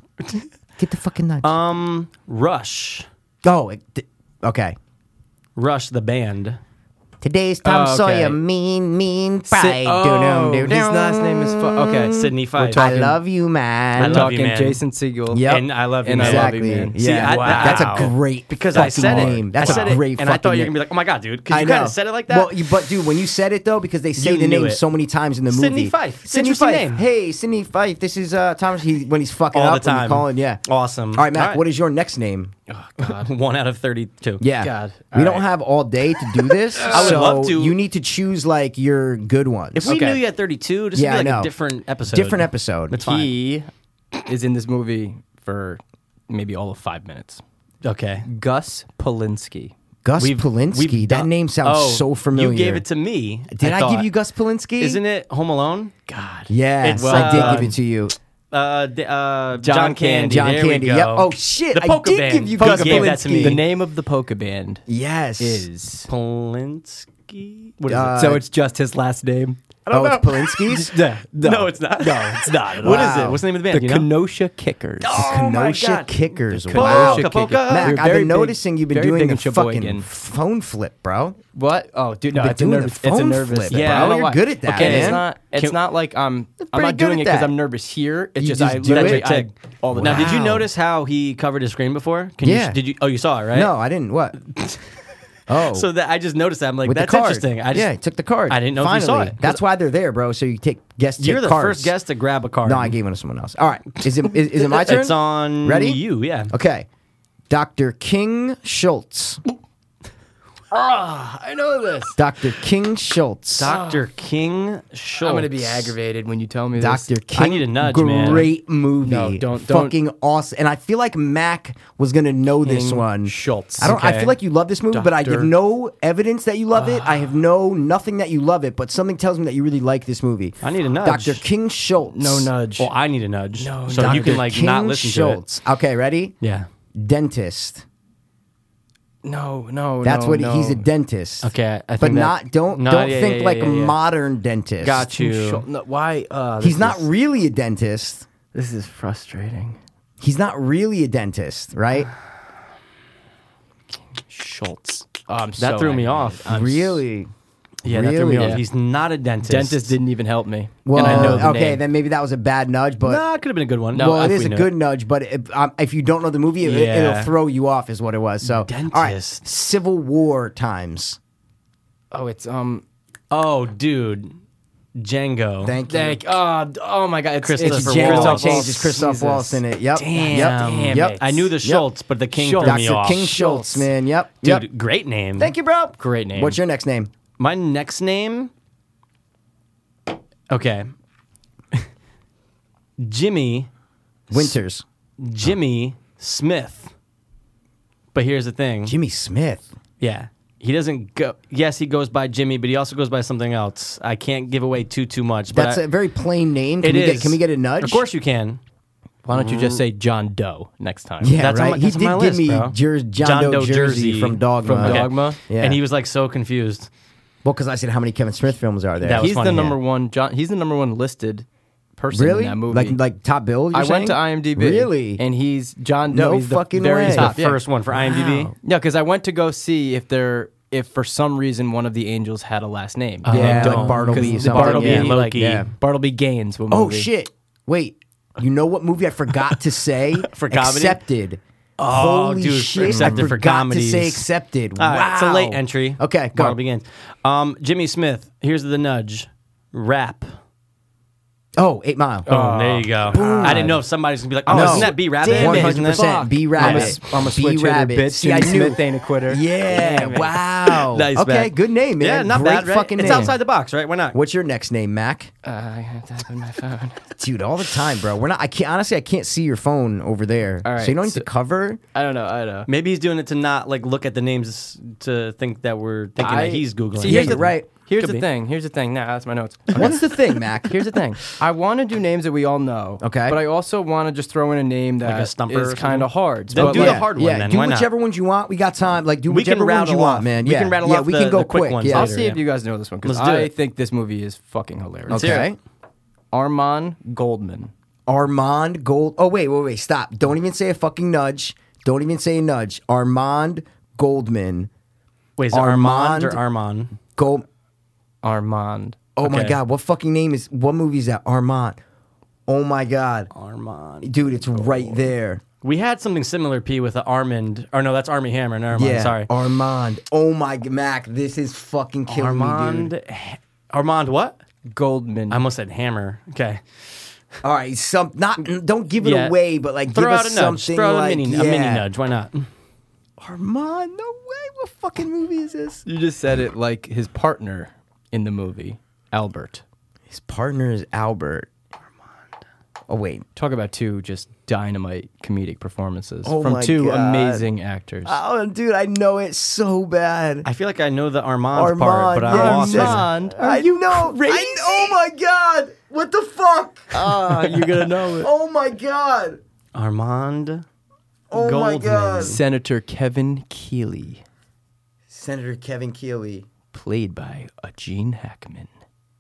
[SPEAKER 3] Get the fucking nudge. Um,
[SPEAKER 1] Um, Rush.
[SPEAKER 3] oh, it, d- okay.
[SPEAKER 1] Rush the band.
[SPEAKER 3] Today's Tom
[SPEAKER 6] Oh, okay.
[SPEAKER 3] Sawyer, mean, mean
[SPEAKER 6] Sit-
[SPEAKER 3] pride.
[SPEAKER 6] oh,
[SPEAKER 3] Doo-dum,
[SPEAKER 6] his
[SPEAKER 3] doo-dum.
[SPEAKER 6] last name is fu- oh, okay. Sit,
[SPEAKER 1] Sydney Fife.
[SPEAKER 3] I love you, man.
[SPEAKER 1] I
[SPEAKER 6] I'm
[SPEAKER 1] love you,
[SPEAKER 6] talking
[SPEAKER 1] man.
[SPEAKER 6] Jason Segel.
[SPEAKER 3] Yep.
[SPEAKER 1] And I love you.
[SPEAKER 6] And I
[SPEAKER 1] man.
[SPEAKER 6] love you,
[SPEAKER 3] exactly.
[SPEAKER 6] man.
[SPEAKER 3] Yeah,
[SPEAKER 1] See, I-
[SPEAKER 3] wow. that's a
[SPEAKER 1] wow.
[SPEAKER 3] great
[SPEAKER 1] because I
[SPEAKER 3] fucking
[SPEAKER 1] said
[SPEAKER 3] name.
[SPEAKER 1] it.
[SPEAKER 3] That's
[SPEAKER 1] I said
[SPEAKER 3] a great
[SPEAKER 1] it, and I
[SPEAKER 3] fucking
[SPEAKER 1] thought you were
[SPEAKER 3] name.
[SPEAKER 1] gonna be like, "Oh my god, dude!" Because you
[SPEAKER 3] I
[SPEAKER 1] kind
[SPEAKER 3] know.
[SPEAKER 1] of said it like that.
[SPEAKER 3] Well, you, but dude, when you said it though, because they say
[SPEAKER 1] You
[SPEAKER 3] the
[SPEAKER 1] knew
[SPEAKER 3] name
[SPEAKER 1] it.
[SPEAKER 3] so many times in the
[SPEAKER 1] Sidney
[SPEAKER 3] movie.
[SPEAKER 1] Fife. It's
[SPEAKER 3] Sidney
[SPEAKER 1] interesting
[SPEAKER 3] Fife.
[SPEAKER 1] name.
[SPEAKER 3] Hey, Sidney Fife. This is uh, Thomas. He when he's fucking
[SPEAKER 1] All
[SPEAKER 3] up
[SPEAKER 1] the
[SPEAKER 3] when you
[SPEAKER 1] time.
[SPEAKER 3] call him, Yeah.
[SPEAKER 1] Awesome.
[SPEAKER 3] All right, Mac.
[SPEAKER 1] All right. Oh,
[SPEAKER 3] What is your next name?
[SPEAKER 1] One out of thirty-two.
[SPEAKER 3] Yeah.
[SPEAKER 6] God.
[SPEAKER 3] We
[SPEAKER 6] All
[SPEAKER 3] don't
[SPEAKER 6] right.
[SPEAKER 3] have all day to do this.
[SPEAKER 1] I would
[SPEAKER 3] so
[SPEAKER 1] love to.
[SPEAKER 3] You need to choose like your good ones.
[SPEAKER 1] If we
[SPEAKER 6] Okay.
[SPEAKER 1] knew you at thirty-two, this
[SPEAKER 3] Yeah, I
[SPEAKER 1] would be like
[SPEAKER 3] know.
[SPEAKER 1] a different episode.
[SPEAKER 3] Different episode.
[SPEAKER 1] That's fine.
[SPEAKER 6] He is in this movie for maybe all of five minutes.
[SPEAKER 1] Okay.
[SPEAKER 6] Gus Polinski.
[SPEAKER 3] Gus
[SPEAKER 1] We've-
[SPEAKER 3] Polinski.
[SPEAKER 1] we've
[SPEAKER 3] that
[SPEAKER 1] done-
[SPEAKER 3] name sounds
[SPEAKER 1] Oh,
[SPEAKER 3] so familiar.
[SPEAKER 1] You gave it to me.
[SPEAKER 3] Did I, give
[SPEAKER 1] thought.
[SPEAKER 3] you Gus Polinski?
[SPEAKER 1] Isn't it Home Alone?
[SPEAKER 6] God.
[SPEAKER 3] Yes,
[SPEAKER 1] It's,
[SPEAKER 3] I
[SPEAKER 1] uh,
[SPEAKER 3] did give it to you.
[SPEAKER 1] Uh, d- uh, John, Candy.
[SPEAKER 6] Candy.
[SPEAKER 3] John
[SPEAKER 1] there
[SPEAKER 3] Candy.
[SPEAKER 1] We go.
[SPEAKER 3] Yep. Oh shit!
[SPEAKER 1] The
[SPEAKER 3] I
[SPEAKER 1] polka
[SPEAKER 3] did
[SPEAKER 1] band.
[SPEAKER 3] give you
[SPEAKER 1] Polka
[SPEAKER 3] Gus
[SPEAKER 1] gave that to
[SPEAKER 3] Polinski.
[SPEAKER 1] me.
[SPEAKER 6] The name of the polka band
[SPEAKER 3] Yes.
[SPEAKER 6] is.
[SPEAKER 1] Polinsky. What is
[SPEAKER 3] Uh,
[SPEAKER 1] it?
[SPEAKER 6] so it's just his last name.
[SPEAKER 3] oh, it's Polinsky's.
[SPEAKER 6] No,
[SPEAKER 1] No, it's not. No, it's not. What is
[SPEAKER 3] Wow.
[SPEAKER 1] it? What's the name of the
[SPEAKER 6] The
[SPEAKER 1] band? you know?
[SPEAKER 6] Kenosha Kickers.
[SPEAKER 1] Oh my
[SPEAKER 3] Kenosha
[SPEAKER 1] God.
[SPEAKER 3] Kickers. Wow.
[SPEAKER 1] Kenosha Polka, polka.
[SPEAKER 6] Kickers.
[SPEAKER 1] Mac,
[SPEAKER 6] They're
[SPEAKER 3] Mac, I've
[SPEAKER 6] very
[SPEAKER 3] been
[SPEAKER 6] big-
[SPEAKER 3] noticing you've been
[SPEAKER 6] very
[SPEAKER 3] doing
[SPEAKER 6] big
[SPEAKER 3] the
[SPEAKER 6] in Sheboygan.
[SPEAKER 3] fucking phone flip, bro.
[SPEAKER 6] What? Oh, dude, no,
[SPEAKER 3] You've been
[SPEAKER 6] it's a
[SPEAKER 3] doing the
[SPEAKER 6] nervous. It's a
[SPEAKER 3] phone
[SPEAKER 6] nervous.
[SPEAKER 3] flip,
[SPEAKER 1] bro.
[SPEAKER 6] thing. I don't know
[SPEAKER 1] You're
[SPEAKER 6] why.
[SPEAKER 3] good at that,
[SPEAKER 6] Okay,
[SPEAKER 3] man.
[SPEAKER 6] it's not. It's
[SPEAKER 1] Can-
[SPEAKER 6] not like
[SPEAKER 1] um,
[SPEAKER 6] I'm. I'm
[SPEAKER 3] pretty
[SPEAKER 6] not
[SPEAKER 3] good
[SPEAKER 6] doing it
[SPEAKER 3] at
[SPEAKER 6] because
[SPEAKER 3] that.
[SPEAKER 6] I'm nervous here. It's
[SPEAKER 3] You
[SPEAKER 6] just,
[SPEAKER 3] just
[SPEAKER 6] I
[SPEAKER 3] do
[SPEAKER 6] literally
[SPEAKER 3] it.
[SPEAKER 1] That's your
[SPEAKER 6] I,
[SPEAKER 1] tick.
[SPEAKER 6] all the
[SPEAKER 1] Now,
[SPEAKER 6] time.
[SPEAKER 1] did you
[SPEAKER 3] Wow.
[SPEAKER 1] notice how he covered his screen before? Can
[SPEAKER 3] Yeah.
[SPEAKER 1] You, did you? Oh, you saw it, right?
[SPEAKER 3] No, I didn't. What? Oh.
[SPEAKER 1] So that I just noticed that. I'm like,
[SPEAKER 3] with
[SPEAKER 1] that's
[SPEAKER 3] the card.
[SPEAKER 1] interesting. I just,
[SPEAKER 3] yeah, he took the card.
[SPEAKER 1] I didn't know
[SPEAKER 3] Finally.
[SPEAKER 1] if you saw it.
[SPEAKER 3] That's why they're there, bro. So you take guest
[SPEAKER 1] You're
[SPEAKER 3] take
[SPEAKER 1] the
[SPEAKER 3] cards.
[SPEAKER 1] first guest to grab a card.
[SPEAKER 3] No, I gave one to someone else. All right. Is it is, is it my turn?
[SPEAKER 1] It's on
[SPEAKER 3] Ready?
[SPEAKER 1] you, yeah.
[SPEAKER 3] Okay. Dr. King Schultz.
[SPEAKER 1] Ah,
[SPEAKER 6] I know this.
[SPEAKER 3] Dr. King Schultz.
[SPEAKER 1] Dr. King Schultz.
[SPEAKER 6] I'm gonna be aggravated when you tell me this.
[SPEAKER 3] Dr. King.
[SPEAKER 1] I need a nudge, man.
[SPEAKER 3] great movie.
[SPEAKER 6] No, don't- don't-
[SPEAKER 3] Fucking awesome. And I feel like Mac was gonna know this
[SPEAKER 6] King
[SPEAKER 3] one.
[SPEAKER 6] Schultz.
[SPEAKER 3] I don't. I
[SPEAKER 1] Okay.
[SPEAKER 3] feel like you love this movie, but I have
[SPEAKER 6] Doctor-
[SPEAKER 3] no evidence that you love it. I have no nothing that you love it, but something tells me that you really like this movie.
[SPEAKER 1] Ah. I need a nudge.
[SPEAKER 3] Dr. King Schultz.
[SPEAKER 6] No nudge.
[SPEAKER 1] Well, I need a nudge.
[SPEAKER 6] No,
[SPEAKER 1] so you
[SPEAKER 6] Dr.
[SPEAKER 1] can like
[SPEAKER 3] King
[SPEAKER 1] not listen
[SPEAKER 3] Schultz. Okay, ready?
[SPEAKER 1] to it. Yeah.
[SPEAKER 3] Dentist.
[SPEAKER 6] no, no.
[SPEAKER 3] That's
[SPEAKER 6] no,
[SPEAKER 3] what he-
[SPEAKER 6] no.
[SPEAKER 3] he's a dentist.
[SPEAKER 1] Okay, I
[SPEAKER 3] but
[SPEAKER 1] think that-
[SPEAKER 3] not don't
[SPEAKER 1] No,
[SPEAKER 3] don't
[SPEAKER 1] yeah,
[SPEAKER 3] think
[SPEAKER 1] yeah, yeah,
[SPEAKER 3] like
[SPEAKER 1] yeah, yeah.
[SPEAKER 3] modern dentist.
[SPEAKER 1] Got you.
[SPEAKER 6] Sure, no, why? Uh,
[SPEAKER 3] He's
[SPEAKER 6] this
[SPEAKER 3] not
[SPEAKER 6] Is,
[SPEAKER 3] really a dentist.
[SPEAKER 6] this is frustrating.
[SPEAKER 3] He's not really a dentist, right?
[SPEAKER 6] Schultz. Oh, I'm
[SPEAKER 1] That
[SPEAKER 6] so
[SPEAKER 1] threw me
[SPEAKER 6] aggravated.
[SPEAKER 1] off. I'm-
[SPEAKER 3] really?
[SPEAKER 1] Yeah, that threw me
[SPEAKER 3] really?
[SPEAKER 1] off. He's not a dentist.
[SPEAKER 6] Dentist didn't even help me.
[SPEAKER 3] Well,
[SPEAKER 6] and I know the
[SPEAKER 3] okay,
[SPEAKER 6] name.
[SPEAKER 3] then maybe that was a bad nudge, but
[SPEAKER 1] Nah, it could have been a good one.
[SPEAKER 6] No,
[SPEAKER 3] well,
[SPEAKER 6] if
[SPEAKER 3] it is
[SPEAKER 6] we
[SPEAKER 3] a
[SPEAKER 6] knew
[SPEAKER 3] good nudge. But if, um, if you don't know the movie, it,
[SPEAKER 1] Yeah.
[SPEAKER 3] it'll throw you off, is what it was. So, all right,
[SPEAKER 1] Dentist.
[SPEAKER 3] Civil War times.
[SPEAKER 6] Oh, it's um.
[SPEAKER 1] Oh, dude, Django.
[SPEAKER 3] Thank you.
[SPEAKER 6] Like, oh, d- oh my God! It's,
[SPEAKER 1] Christopher
[SPEAKER 6] it's
[SPEAKER 1] Walken.
[SPEAKER 3] Django
[SPEAKER 1] Christoph
[SPEAKER 3] changes
[SPEAKER 1] Waltz.
[SPEAKER 3] Christoph
[SPEAKER 6] Jesus.
[SPEAKER 3] Waltz in it. Yep.
[SPEAKER 1] Damn.
[SPEAKER 3] Yep.
[SPEAKER 6] Damn
[SPEAKER 3] Yep.
[SPEAKER 6] it.
[SPEAKER 1] I knew the Schultz, but the King threw me
[SPEAKER 3] Dr.
[SPEAKER 1] off.
[SPEAKER 3] King Schultz, man. Yep.
[SPEAKER 1] Dude,
[SPEAKER 3] Yep.
[SPEAKER 1] great name.
[SPEAKER 3] Thank you, bro.
[SPEAKER 6] Great name.
[SPEAKER 3] What's your next name?
[SPEAKER 1] My next name. Okay. Jimmy
[SPEAKER 3] Winters.
[SPEAKER 1] Jimmy Smith. But here's the thing.
[SPEAKER 3] Jimmy Smith.
[SPEAKER 1] Yeah. He doesn't go. Yes, he goes by Jimmy, but he also goes by something else. I can't give away too too much. But
[SPEAKER 3] That's
[SPEAKER 1] I,
[SPEAKER 3] a very plain name.
[SPEAKER 1] it
[SPEAKER 3] Can we
[SPEAKER 1] is.
[SPEAKER 3] Get, can we get a nudge?
[SPEAKER 1] Of course you can.
[SPEAKER 6] Why don't you just say John Doe next time?
[SPEAKER 3] Yeah,
[SPEAKER 1] That's on
[SPEAKER 3] right.
[SPEAKER 1] my-
[SPEAKER 3] he
[SPEAKER 1] that's on
[SPEAKER 3] did
[SPEAKER 1] my
[SPEAKER 3] give
[SPEAKER 1] list,
[SPEAKER 3] me
[SPEAKER 1] bro.
[SPEAKER 3] jer- John, Doe, jersey, from Dogma.
[SPEAKER 6] From
[SPEAKER 1] Okay.
[SPEAKER 6] Dogma.
[SPEAKER 3] Yeah.
[SPEAKER 1] And he was like so confused.
[SPEAKER 3] Well, because I said how many Kevin Smith films are there?
[SPEAKER 1] That was
[SPEAKER 6] He's
[SPEAKER 1] funny,
[SPEAKER 6] the
[SPEAKER 1] yeah.
[SPEAKER 6] number one. John. He's the number one listed person
[SPEAKER 3] really
[SPEAKER 6] in that movie.
[SPEAKER 3] like like top bill. You're
[SPEAKER 6] I went
[SPEAKER 3] saying?
[SPEAKER 6] to IMDb.
[SPEAKER 3] Really?
[SPEAKER 6] And he's John Doe.
[SPEAKER 3] No
[SPEAKER 6] he's the
[SPEAKER 3] fucking
[SPEAKER 6] very
[SPEAKER 3] way.
[SPEAKER 6] top
[SPEAKER 1] The
[SPEAKER 6] yeah.
[SPEAKER 1] first one for IMDb.
[SPEAKER 6] Yeah, because I went to go see if there, if for some reason one of the angels had a last name.
[SPEAKER 3] yeah,
[SPEAKER 1] Dome.
[SPEAKER 6] Oh.
[SPEAKER 3] like Bartleby.
[SPEAKER 6] 'Cause
[SPEAKER 3] something,
[SPEAKER 6] Bartleby,
[SPEAKER 3] yeah.
[SPEAKER 1] and
[SPEAKER 6] like,
[SPEAKER 1] Loki.
[SPEAKER 3] Yeah.
[SPEAKER 6] Bartleby Gaines. was
[SPEAKER 3] Oh
[SPEAKER 6] movie.
[SPEAKER 3] shit! Wait, you know what movie I forgot to say?
[SPEAKER 1] For comedy?
[SPEAKER 3] accepted. Oh, Holy
[SPEAKER 1] dude,
[SPEAKER 3] shit!
[SPEAKER 1] accepted
[SPEAKER 3] I
[SPEAKER 1] for
[SPEAKER 3] forgot to say
[SPEAKER 1] comedies.
[SPEAKER 3] accepted.
[SPEAKER 1] All
[SPEAKER 3] wow,
[SPEAKER 1] right, it's a late entry.
[SPEAKER 3] Okay, go.
[SPEAKER 1] Bartleby Gaines. Um, Jimmy Smith. Here's the nudge. Rap.
[SPEAKER 3] Oh, Eight Mile.
[SPEAKER 1] Oh, there you go. I didn't know if somebody's gonna be like, oh,
[SPEAKER 3] No.
[SPEAKER 1] isn't that B Rabbit?
[SPEAKER 6] Damn it.
[SPEAKER 3] One
[SPEAKER 1] Isn't
[SPEAKER 3] hundred
[SPEAKER 1] that-
[SPEAKER 3] percent. B
[SPEAKER 6] I'm a,
[SPEAKER 3] Rabbit.
[SPEAKER 6] s- I'm a switch
[SPEAKER 3] B
[SPEAKER 6] hitter,
[SPEAKER 3] Rabbit.
[SPEAKER 6] bitch.
[SPEAKER 3] See, I
[SPEAKER 6] Jimmy
[SPEAKER 3] knew.
[SPEAKER 6] Smith ain't a quitter.
[SPEAKER 3] Yeah. Wow.
[SPEAKER 1] Nice,
[SPEAKER 3] Okay.
[SPEAKER 1] Mac.
[SPEAKER 3] Good name, man.
[SPEAKER 1] Yeah, not
[SPEAKER 3] Great
[SPEAKER 1] bad, right?
[SPEAKER 3] fucking
[SPEAKER 1] it's
[SPEAKER 3] name.
[SPEAKER 1] outside the box, right? Why not?
[SPEAKER 3] What's your next name, Mac?
[SPEAKER 6] Uh, I have to open my phone.
[SPEAKER 3] Dude, all the time, bro. We're not. I can't. Honestly, I can't see your phone over there.
[SPEAKER 6] All
[SPEAKER 3] So
[SPEAKER 6] right,
[SPEAKER 3] you don't need
[SPEAKER 6] so-
[SPEAKER 3] to cover.
[SPEAKER 6] I don't know. I don't know.
[SPEAKER 1] Maybe he's doing it to not like look at the names to think that we're thinking
[SPEAKER 6] I-
[SPEAKER 1] that he's googling.
[SPEAKER 6] See,
[SPEAKER 3] Yeah,
[SPEAKER 6] here's
[SPEAKER 3] you're
[SPEAKER 6] the-
[SPEAKER 3] right.
[SPEAKER 6] Here's
[SPEAKER 1] Could
[SPEAKER 6] the
[SPEAKER 1] be.
[SPEAKER 6] thing. Here's the thing. Nah, that's my notes.
[SPEAKER 3] What's the thing, Mac?
[SPEAKER 6] Here's the thing. I want to do names that we all know.
[SPEAKER 3] Okay.
[SPEAKER 6] But I also want to just throw in a name that
[SPEAKER 1] a stumper or
[SPEAKER 6] kind
[SPEAKER 1] something?
[SPEAKER 6] of hard.
[SPEAKER 1] Then
[SPEAKER 6] But
[SPEAKER 1] do
[SPEAKER 6] like,
[SPEAKER 1] the hard one
[SPEAKER 3] yeah,
[SPEAKER 1] then.
[SPEAKER 3] Do
[SPEAKER 1] Why not?
[SPEAKER 3] whichever ones you want. We got time. Like do
[SPEAKER 1] We can
[SPEAKER 3] whichever ones
[SPEAKER 1] rattle
[SPEAKER 3] you want,
[SPEAKER 1] off.
[SPEAKER 3] man.
[SPEAKER 1] We
[SPEAKER 3] Yeah,
[SPEAKER 1] can rattle
[SPEAKER 3] yeah,
[SPEAKER 1] off
[SPEAKER 3] we
[SPEAKER 1] the-
[SPEAKER 3] can go
[SPEAKER 1] the quick
[SPEAKER 3] quick.
[SPEAKER 1] ones
[SPEAKER 3] yeah.
[SPEAKER 6] I'll
[SPEAKER 1] later,
[SPEAKER 6] see if
[SPEAKER 1] yeah.
[SPEAKER 6] you guys know this one because
[SPEAKER 1] Let's do
[SPEAKER 6] I
[SPEAKER 1] it.
[SPEAKER 6] think this movie is fucking hilarious.
[SPEAKER 1] hear
[SPEAKER 3] Okay.
[SPEAKER 1] it.
[SPEAKER 6] Armand Goldman.
[SPEAKER 3] Armand Gold. Oh wait, wait, wait. Stop. Don't even say a fucking nudge. Don't even say a nudge. Armand Goldman.
[SPEAKER 1] Wait, is it Armand,
[SPEAKER 3] Armand-
[SPEAKER 1] or Armand?
[SPEAKER 3] Gold.
[SPEAKER 6] Armand.
[SPEAKER 3] Oh my
[SPEAKER 1] Okay.
[SPEAKER 3] god, what fucking name is what movie is that? Armand. Oh my god.
[SPEAKER 1] Armand.
[SPEAKER 3] Dude, it's right there.
[SPEAKER 1] We had something similar, P, with a Armand. Or no, that's Army Hammer, not Armand.
[SPEAKER 3] Yeah.
[SPEAKER 1] sorry.
[SPEAKER 3] Armand. Oh my g- Mac, this is fucking killing me, dude.
[SPEAKER 1] Armand. Armand what?
[SPEAKER 6] Goldman.
[SPEAKER 1] I almost said Hammer. Okay.
[SPEAKER 3] All right, some not don't give it
[SPEAKER 1] Yeah.
[SPEAKER 3] away, but like
[SPEAKER 1] Throw
[SPEAKER 3] give
[SPEAKER 1] out
[SPEAKER 3] us
[SPEAKER 1] a nudge.
[SPEAKER 3] something
[SPEAKER 1] Throw out
[SPEAKER 3] like
[SPEAKER 1] a, mini,
[SPEAKER 3] yeah.
[SPEAKER 1] a mini nudge. Why not?
[SPEAKER 3] Armand, no way. What fucking movie is this?
[SPEAKER 6] you just said it like his partner in the movie, Albert.
[SPEAKER 3] His partner is Albert. Armand. Oh wait.
[SPEAKER 6] Talk about two just dynamite comedic performances
[SPEAKER 3] Oh
[SPEAKER 6] from
[SPEAKER 3] my
[SPEAKER 6] two
[SPEAKER 3] God.
[SPEAKER 6] amazing actors.
[SPEAKER 3] Oh dude, I know it so bad.
[SPEAKER 1] I feel like I know the Armand,
[SPEAKER 3] Armand,
[SPEAKER 1] part, but
[SPEAKER 3] yeah,
[SPEAKER 1] I lost it.
[SPEAKER 6] Armand.
[SPEAKER 3] I you know I, oh my god. What the fuck?
[SPEAKER 6] Ah, you're gonna know it.
[SPEAKER 3] Oh my god.
[SPEAKER 1] Armand.
[SPEAKER 3] Oh my
[SPEAKER 1] Goldman.
[SPEAKER 3] god.
[SPEAKER 6] Senator Kevin Keeley,
[SPEAKER 3] Senator Kevin Keeley.
[SPEAKER 6] played by a Gene Hackman.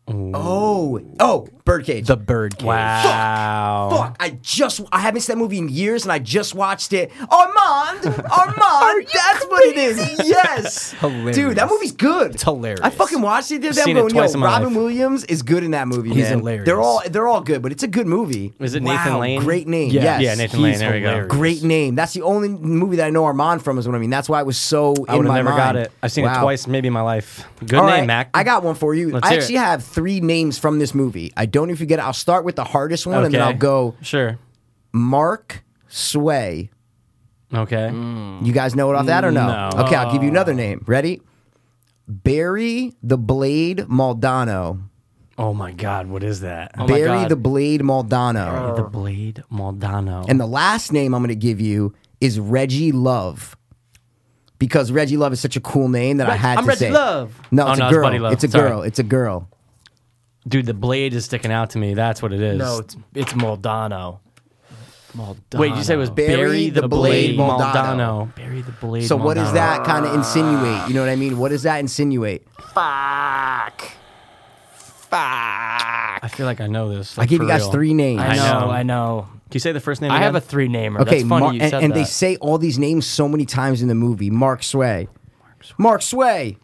[SPEAKER 3] Oh, oh, Birdcage.
[SPEAKER 6] The Birdcage.
[SPEAKER 1] Wow.
[SPEAKER 3] Fuck! I just I haven't seen that movie in years, and I just watched it. Armand, Armand, that's what it is. Yes,
[SPEAKER 6] Hilarious.
[SPEAKER 3] dude, that movie's good. It's
[SPEAKER 6] hilarious.
[SPEAKER 3] I fucking watched it the other day. I'm
[SPEAKER 1] seen it
[SPEAKER 3] going,
[SPEAKER 1] twice
[SPEAKER 3] yo,
[SPEAKER 1] in my
[SPEAKER 3] Robin
[SPEAKER 1] life.
[SPEAKER 3] Williams is good in that movie.
[SPEAKER 6] He's
[SPEAKER 3] man.
[SPEAKER 6] hilarious.
[SPEAKER 3] They're all they're all good, but it's a good movie.
[SPEAKER 1] Is it Nathan
[SPEAKER 3] Wow,
[SPEAKER 1] Lane?
[SPEAKER 3] Great name.
[SPEAKER 6] Yeah.
[SPEAKER 3] Yes.
[SPEAKER 1] Yeah, Nathan
[SPEAKER 6] He's
[SPEAKER 1] Lane. There we go.
[SPEAKER 6] hilarious.
[SPEAKER 3] Great name. That's the only movie that I know Armand from is what I mean. That's why it was so
[SPEAKER 1] I
[SPEAKER 3] in
[SPEAKER 1] would have
[SPEAKER 3] my
[SPEAKER 1] never got
[SPEAKER 3] mind.
[SPEAKER 1] it. I've seen it
[SPEAKER 3] Wow.
[SPEAKER 1] twice, maybe in my life. Good
[SPEAKER 3] All
[SPEAKER 1] name,
[SPEAKER 3] right,
[SPEAKER 1] Mac.
[SPEAKER 3] I got one for you.
[SPEAKER 1] Let's
[SPEAKER 3] I
[SPEAKER 1] hear it.
[SPEAKER 3] actually have three names from this movie. I don't know if you get it. I'll start with the hardest one and then I'll go
[SPEAKER 1] Sure.
[SPEAKER 3] Mark Sway.
[SPEAKER 1] Okay.
[SPEAKER 3] You guys know it off that or no?
[SPEAKER 1] No.
[SPEAKER 3] Okay, I'll give you another name. Ready? Barry the Blade Maldano.
[SPEAKER 1] Oh my God, what is that?
[SPEAKER 6] my
[SPEAKER 3] Barry
[SPEAKER 6] God.
[SPEAKER 3] the Blade Maldano.
[SPEAKER 1] the Blade Maldano.
[SPEAKER 3] And the last name I'm going to give you is Reggie Love. Because Reggie Love is such a cool name that I had
[SPEAKER 1] I'm
[SPEAKER 3] to
[SPEAKER 1] Reggie
[SPEAKER 3] say.
[SPEAKER 1] Love.
[SPEAKER 3] No,
[SPEAKER 1] Oh,
[SPEAKER 3] it's
[SPEAKER 1] no,
[SPEAKER 3] a
[SPEAKER 1] it's
[SPEAKER 3] girl.
[SPEAKER 1] Buddy Love.
[SPEAKER 3] It's a
[SPEAKER 1] Sorry.
[SPEAKER 3] girl. It's a girl.
[SPEAKER 1] Dude, the blade is sticking out to me. That's what it is.
[SPEAKER 6] No, it's, it's Moldano. Moldano.
[SPEAKER 1] Wait, you said it was
[SPEAKER 3] Barry
[SPEAKER 1] Barry,
[SPEAKER 3] the
[SPEAKER 1] the,
[SPEAKER 3] Blade
[SPEAKER 1] Blade,
[SPEAKER 3] Maldano.
[SPEAKER 1] Maldano. Barry the Blade
[SPEAKER 3] So what does
[SPEAKER 1] Maldano.
[SPEAKER 3] that kind of insinuate? You know what I mean? What does that insinuate?
[SPEAKER 1] I feel like I know this.
[SPEAKER 3] I
[SPEAKER 1] like,
[SPEAKER 3] gave you
[SPEAKER 1] for
[SPEAKER 3] guys
[SPEAKER 1] real.
[SPEAKER 3] three names.
[SPEAKER 1] I know.
[SPEAKER 6] I know.
[SPEAKER 1] Can you say the first name
[SPEAKER 6] I have a
[SPEAKER 1] again?
[SPEAKER 6] three namer.
[SPEAKER 3] Okay,
[SPEAKER 6] That's funny
[SPEAKER 3] Mar-
[SPEAKER 6] you
[SPEAKER 3] and,
[SPEAKER 6] said
[SPEAKER 3] and they
[SPEAKER 6] that.
[SPEAKER 3] say all these names so many times in the movie. Mark Sway. Mark Sway.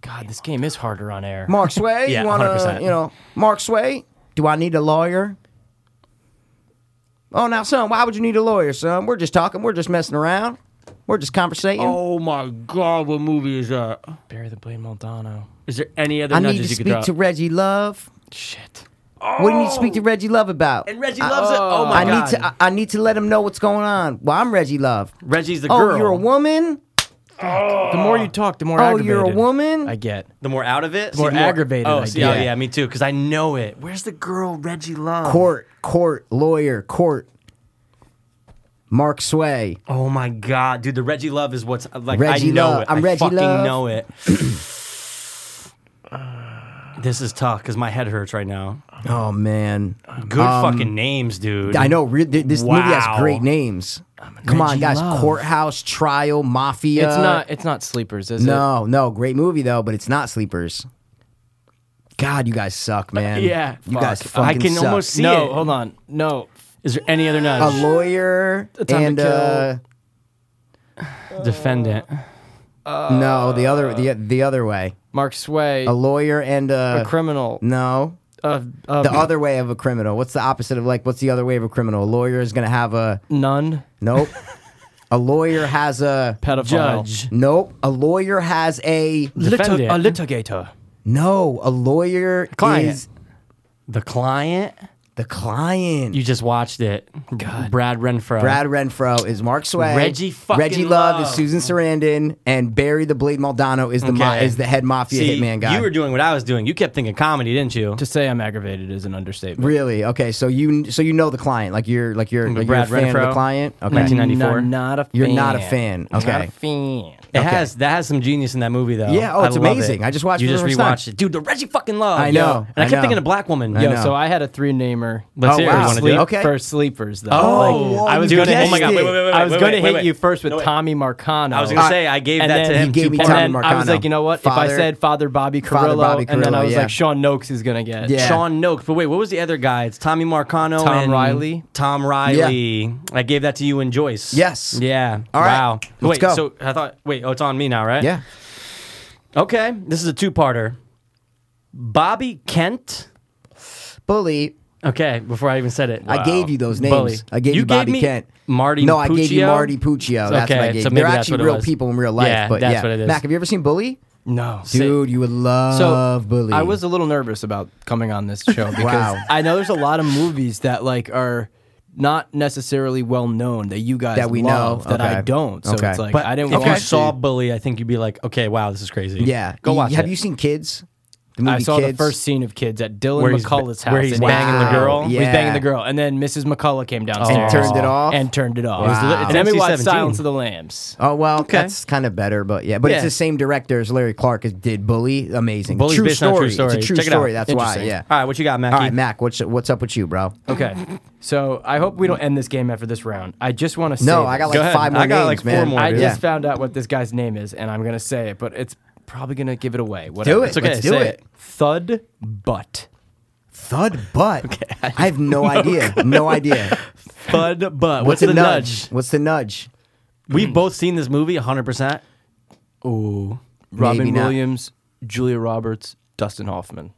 [SPEAKER 6] God, this game is harder on air.
[SPEAKER 3] Mark Sway.
[SPEAKER 1] Yeah,
[SPEAKER 3] you wanna,
[SPEAKER 1] 100%.
[SPEAKER 3] you know, Mark Sway? Do I need a lawyer? Oh, now, son, why would you need a lawyer, son? We're just talking. We're just messing around. We're just conversating.
[SPEAKER 1] Oh my God, what movie is that?
[SPEAKER 6] Barry the Blade Moldano.
[SPEAKER 1] Is there any other
[SPEAKER 3] I need
[SPEAKER 1] nudges
[SPEAKER 3] to
[SPEAKER 1] you could
[SPEAKER 3] speak
[SPEAKER 1] drop?
[SPEAKER 3] to Reggie Love.
[SPEAKER 6] Shit.
[SPEAKER 3] What do you need to speak to Reggie Love about?
[SPEAKER 1] Oh. and Reggie loves it. Oh my
[SPEAKER 3] I
[SPEAKER 1] God.
[SPEAKER 3] need to. I, I need to let him know what's going on. Well, I'm Reggie Love.
[SPEAKER 1] Reggie's the
[SPEAKER 3] oh,
[SPEAKER 1] girl.
[SPEAKER 3] you're a woman.
[SPEAKER 6] The more you talk, the more
[SPEAKER 3] Oh,
[SPEAKER 6] aggravated.
[SPEAKER 3] you're a woman.
[SPEAKER 6] I get.
[SPEAKER 1] The more out of it, see, the
[SPEAKER 6] more aggravated
[SPEAKER 1] Oh,
[SPEAKER 6] I
[SPEAKER 1] see, oh
[SPEAKER 6] get.
[SPEAKER 1] yeah, me too. Because I know it. Where's the girl Reggie Love?
[SPEAKER 3] court, court, lawyer, court. Mark Sway.
[SPEAKER 1] Oh my god, dude, the Reggie Love is what's uh, like.
[SPEAKER 3] Reggie
[SPEAKER 1] I know
[SPEAKER 3] Love.
[SPEAKER 1] it.
[SPEAKER 3] I'm
[SPEAKER 1] I
[SPEAKER 3] Reggie
[SPEAKER 1] fucking
[SPEAKER 3] Love.
[SPEAKER 1] know it. this is tough because my head hurts right now.
[SPEAKER 3] Oh man,
[SPEAKER 1] Good fucking names, dude.
[SPEAKER 3] Um, I know. re- th- This movie has
[SPEAKER 1] Wow.
[SPEAKER 3] great names. Come on,
[SPEAKER 1] Reggie
[SPEAKER 3] guys.
[SPEAKER 1] Love.
[SPEAKER 3] Courthouse, Trial, Mafia.
[SPEAKER 6] It's not. It's not sleepers, is it?
[SPEAKER 3] No, no, great movie though, but it's not Sleepers. God, you guys suck, man.
[SPEAKER 1] yeah,
[SPEAKER 3] you guys
[SPEAKER 1] fuck. I
[SPEAKER 3] fucking
[SPEAKER 1] can
[SPEAKER 3] suck.
[SPEAKER 1] almost see
[SPEAKER 6] No.
[SPEAKER 1] it.
[SPEAKER 6] Hold on. No.
[SPEAKER 1] Is there any other
[SPEAKER 3] a
[SPEAKER 1] nudge?
[SPEAKER 3] lawyer
[SPEAKER 6] Time to
[SPEAKER 3] and uh, Um,
[SPEAKER 1] Defendant.
[SPEAKER 3] uh, no, the other
[SPEAKER 1] uh,
[SPEAKER 3] the the other way.
[SPEAKER 6] Mark Sway.
[SPEAKER 3] A lawyer and uh,
[SPEAKER 6] a criminal.
[SPEAKER 3] no,
[SPEAKER 6] Uh, uh,
[SPEAKER 3] the other way of a criminal. What's the opposite of like? What's the other way of a criminal? A lawyer is gonna have a
[SPEAKER 6] none.
[SPEAKER 3] nope. a lawyer has a
[SPEAKER 6] Pedophile.
[SPEAKER 1] Judge.
[SPEAKER 3] nope. A lawyer has a
[SPEAKER 6] Litig-
[SPEAKER 1] Defendant.
[SPEAKER 6] a litigator.
[SPEAKER 3] no. A lawyer
[SPEAKER 1] Client.
[SPEAKER 3] is
[SPEAKER 1] The client.
[SPEAKER 3] the client.
[SPEAKER 1] You just watched it. God. Brad Renfro.
[SPEAKER 3] Brad Renfro is Mark Sway.
[SPEAKER 1] Reggie fucking
[SPEAKER 3] Reggie Love,
[SPEAKER 1] Love.
[SPEAKER 3] is Susan Sarandon, and Barry the Blade Maldonado is the ma-
[SPEAKER 1] Okay.
[SPEAKER 3] is the head mafia
[SPEAKER 1] See,
[SPEAKER 3] hitman guy.
[SPEAKER 1] You were doing what I was doing. You kept thinking comedy, didn't you?
[SPEAKER 6] To say I'm aggravated is an understatement.
[SPEAKER 3] really okay. So you so you know the client, like you're like you're, like
[SPEAKER 1] Brad
[SPEAKER 3] you're a fan of
[SPEAKER 1] Renfro,
[SPEAKER 3] the client. Okay,
[SPEAKER 1] 1994.
[SPEAKER 6] Not, a fan.
[SPEAKER 3] you're not a fan.
[SPEAKER 6] Not
[SPEAKER 3] Okay,
[SPEAKER 6] a fan.
[SPEAKER 1] It has that has some genius in that movie though.
[SPEAKER 3] Yeah, oh, it's
[SPEAKER 1] love
[SPEAKER 3] amazing.
[SPEAKER 1] it.
[SPEAKER 3] I just watched
[SPEAKER 1] You
[SPEAKER 3] it for
[SPEAKER 1] just
[SPEAKER 3] the first time.
[SPEAKER 1] rewatched it, dude. The Reggie fucking love.
[SPEAKER 3] I
[SPEAKER 1] yo.
[SPEAKER 3] know,
[SPEAKER 1] And
[SPEAKER 3] I
[SPEAKER 1] I kept
[SPEAKER 3] know.
[SPEAKER 1] thinking of Black Woman.
[SPEAKER 3] I
[SPEAKER 1] Yo,
[SPEAKER 6] Yo,
[SPEAKER 3] know.
[SPEAKER 6] so I had a three namer.
[SPEAKER 1] Let's
[SPEAKER 3] Oh,
[SPEAKER 1] hear it.
[SPEAKER 3] wow.
[SPEAKER 1] You wanna do it?
[SPEAKER 3] Sleep. Okay.
[SPEAKER 6] for sleepers though.
[SPEAKER 3] Oh,
[SPEAKER 1] I was
[SPEAKER 3] you
[SPEAKER 1] gonna. Oh
[SPEAKER 3] guessed
[SPEAKER 1] my god!
[SPEAKER 3] it.
[SPEAKER 1] Wait, wait, wait, wait,
[SPEAKER 6] I was
[SPEAKER 1] wait,
[SPEAKER 6] going to
[SPEAKER 1] wait,
[SPEAKER 6] hit
[SPEAKER 1] wait.
[SPEAKER 6] you first with
[SPEAKER 1] No, wait.
[SPEAKER 6] Tommy Marcano.
[SPEAKER 1] I was gonna say I gave
[SPEAKER 6] and
[SPEAKER 1] that to him.
[SPEAKER 6] then
[SPEAKER 3] Uh, he gave
[SPEAKER 1] two
[SPEAKER 3] me
[SPEAKER 1] points.
[SPEAKER 3] Tommy
[SPEAKER 6] and then I was
[SPEAKER 3] Marcano.
[SPEAKER 6] like, you know what? if
[SPEAKER 3] Father-
[SPEAKER 6] I said Father Bobby Carrillo,
[SPEAKER 3] Father Bobby
[SPEAKER 6] and then I
[SPEAKER 3] Carrillo,
[SPEAKER 6] was
[SPEAKER 3] yeah.
[SPEAKER 6] like, Sean Noakes is gonna get.
[SPEAKER 3] Yeah.
[SPEAKER 1] Sean Noakes. But wait, what was the other guy? It's Tommy Marcano.
[SPEAKER 6] Tom
[SPEAKER 1] and
[SPEAKER 6] Riley?
[SPEAKER 1] Tom Riley. I gave that to you and Joyce.
[SPEAKER 3] Yes.
[SPEAKER 1] Yeah.
[SPEAKER 3] All right.
[SPEAKER 1] Wow. wait.
[SPEAKER 3] Let's go.
[SPEAKER 1] So I thought. Wait. Oh, it's on me now, right?
[SPEAKER 3] yeah.
[SPEAKER 1] Okay. This is a two-parter. Bobby Kent.
[SPEAKER 3] Bully.
[SPEAKER 1] Okay. Before I even said it,
[SPEAKER 3] I gave you those names.
[SPEAKER 1] Bully.
[SPEAKER 3] I gave you,
[SPEAKER 1] You gave
[SPEAKER 3] Bobby
[SPEAKER 1] me
[SPEAKER 3] Kent.
[SPEAKER 1] Marty
[SPEAKER 3] No, I gave you
[SPEAKER 1] Puccio?
[SPEAKER 3] Marty Puccio. That's what I
[SPEAKER 1] Okay,
[SPEAKER 3] gave.
[SPEAKER 1] so
[SPEAKER 3] you. They're
[SPEAKER 1] maybe that's
[SPEAKER 3] actually
[SPEAKER 1] what it
[SPEAKER 3] real
[SPEAKER 1] was.
[SPEAKER 3] people in real life.
[SPEAKER 1] Yeah,
[SPEAKER 3] but
[SPEAKER 1] that's
[SPEAKER 3] yeah.
[SPEAKER 1] what it is.
[SPEAKER 3] Mac, have you ever seen Bully?
[SPEAKER 6] No.
[SPEAKER 3] Dude, you would love Bully.
[SPEAKER 6] I was a little nervous about coming on this show because
[SPEAKER 3] Wow.
[SPEAKER 6] I know there's a lot of movies that like are not necessarily well known that you guys
[SPEAKER 3] That we
[SPEAKER 6] love,
[SPEAKER 3] know.
[SPEAKER 6] that I
[SPEAKER 3] Okay.
[SPEAKER 6] don't. So
[SPEAKER 3] Okay.
[SPEAKER 6] it's like
[SPEAKER 1] But
[SPEAKER 6] I didn't.
[SPEAKER 1] If
[SPEAKER 6] want
[SPEAKER 1] you saw
[SPEAKER 6] to-
[SPEAKER 1] Bully, I think you'd be like, okay, wow, this is crazy.
[SPEAKER 3] Yeah.
[SPEAKER 1] Go
[SPEAKER 3] You-
[SPEAKER 1] watch
[SPEAKER 3] Have
[SPEAKER 1] it.
[SPEAKER 3] you seen Kids? The movie
[SPEAKER 6] I saw
[SPEAKER 3] Kids?
[SPEAKER 6] the first scene of kids at Dylan
[SPEAKER 1] Where he's ba-
[SPEAKER 6] McCullough's house.
[SPEAKER 1] where he's
[SPEAKER 6] and-
[SPEAKER 1] banging the girl?
[SPEAKER 6] Where he's banging
[SPEAKER 3] Yeah.
[SPEAKER 6] the girl, and then Mrs. McCullough came downstairs
[SPEAKER 3] turned it off?
[SPEAKER 6] And turned it off.
[SPEAKER 3] It was li- it's
[SPEAKER 6] And then we watched
[SPEAKER 1] NC-17.
[SPEAKER 6] Silence of the Lambs.
[SPEAKER 3] Oh well, that's kind of better, but yeah, but it's
[SPEAKER 1] Yeah.
[SPEAKER 3] the same director as Larry Clark as did Bully. Amazing,
[SPEAKER 1] Bully's
[SPEAKER 3] true,
[SPEAKER 1] based on a
[SPEAKER 3] story.
[SPEAKER 1] true
[SPEAKER 3] It's
[SPEAKER 1] story.
[SPEAKER 3] a true
[SPEAKER 1] Check it out.
[SPEAKER 3] story. That's why.
[SPEAKER 1] Interesting.
[SPEAKER 3] Yeah.
[SPEAKER 1] All right, what you got, Mackie?
[SPEAKER 3] All right, Mac, what's what's up with you, bro?
[SPEAKER 6] Okay. So I hope we don't end this game after this round. I just want to say
[SPEAKER 3] No,
[SPEAKER 6] this.
[SPEAKER 3] I got
[SPEAKER 1] Go
[SPEAKER 3] like
[SPEAKER 1] ahead.
[SPEAKER 3] five more
[SPEAKER 1] I got, like,
[SPEAKER 3] names,
[SPEAKER 1] four
[SPEAKER 3] man.
[SPEAKER 1] more,
[SPEAKER 6] I
[SPEAKER 1] dude.
[SPEAKER 3] Yeah.
[SPEAKER 6] just found out what this guy's name is, and I'm gonna say it, but it's probably gonna give it away. Whatever.
[SPEAKER 3] do it.
[SPEAKER 1] It's okay,
[SPEAKER 3] Let's
[SPEAKER 1] say
[SPEAKER 3] do
[SPEAKER 1] it.
[SPEAKER 3] it.
[SPEAKER 6] Thud butt.
[SPEAKER 3] Thud butt. I have no idea. No idea.
[SPEAKER 1] Bud Butt. What's
[SPEAKER 3] a
[SPEAKER 1] the nudge?
[SPEAKER 3] What's the nudge?
[SPEAKER 1] We've both seen this movie 100%.
[SPEAKER 3] Maybe
[SPEAKER 6] Robin
[SPEAKER 3] not.
[SPEAKER 6] Williams, Julia Roberts, Dustin Hoffman.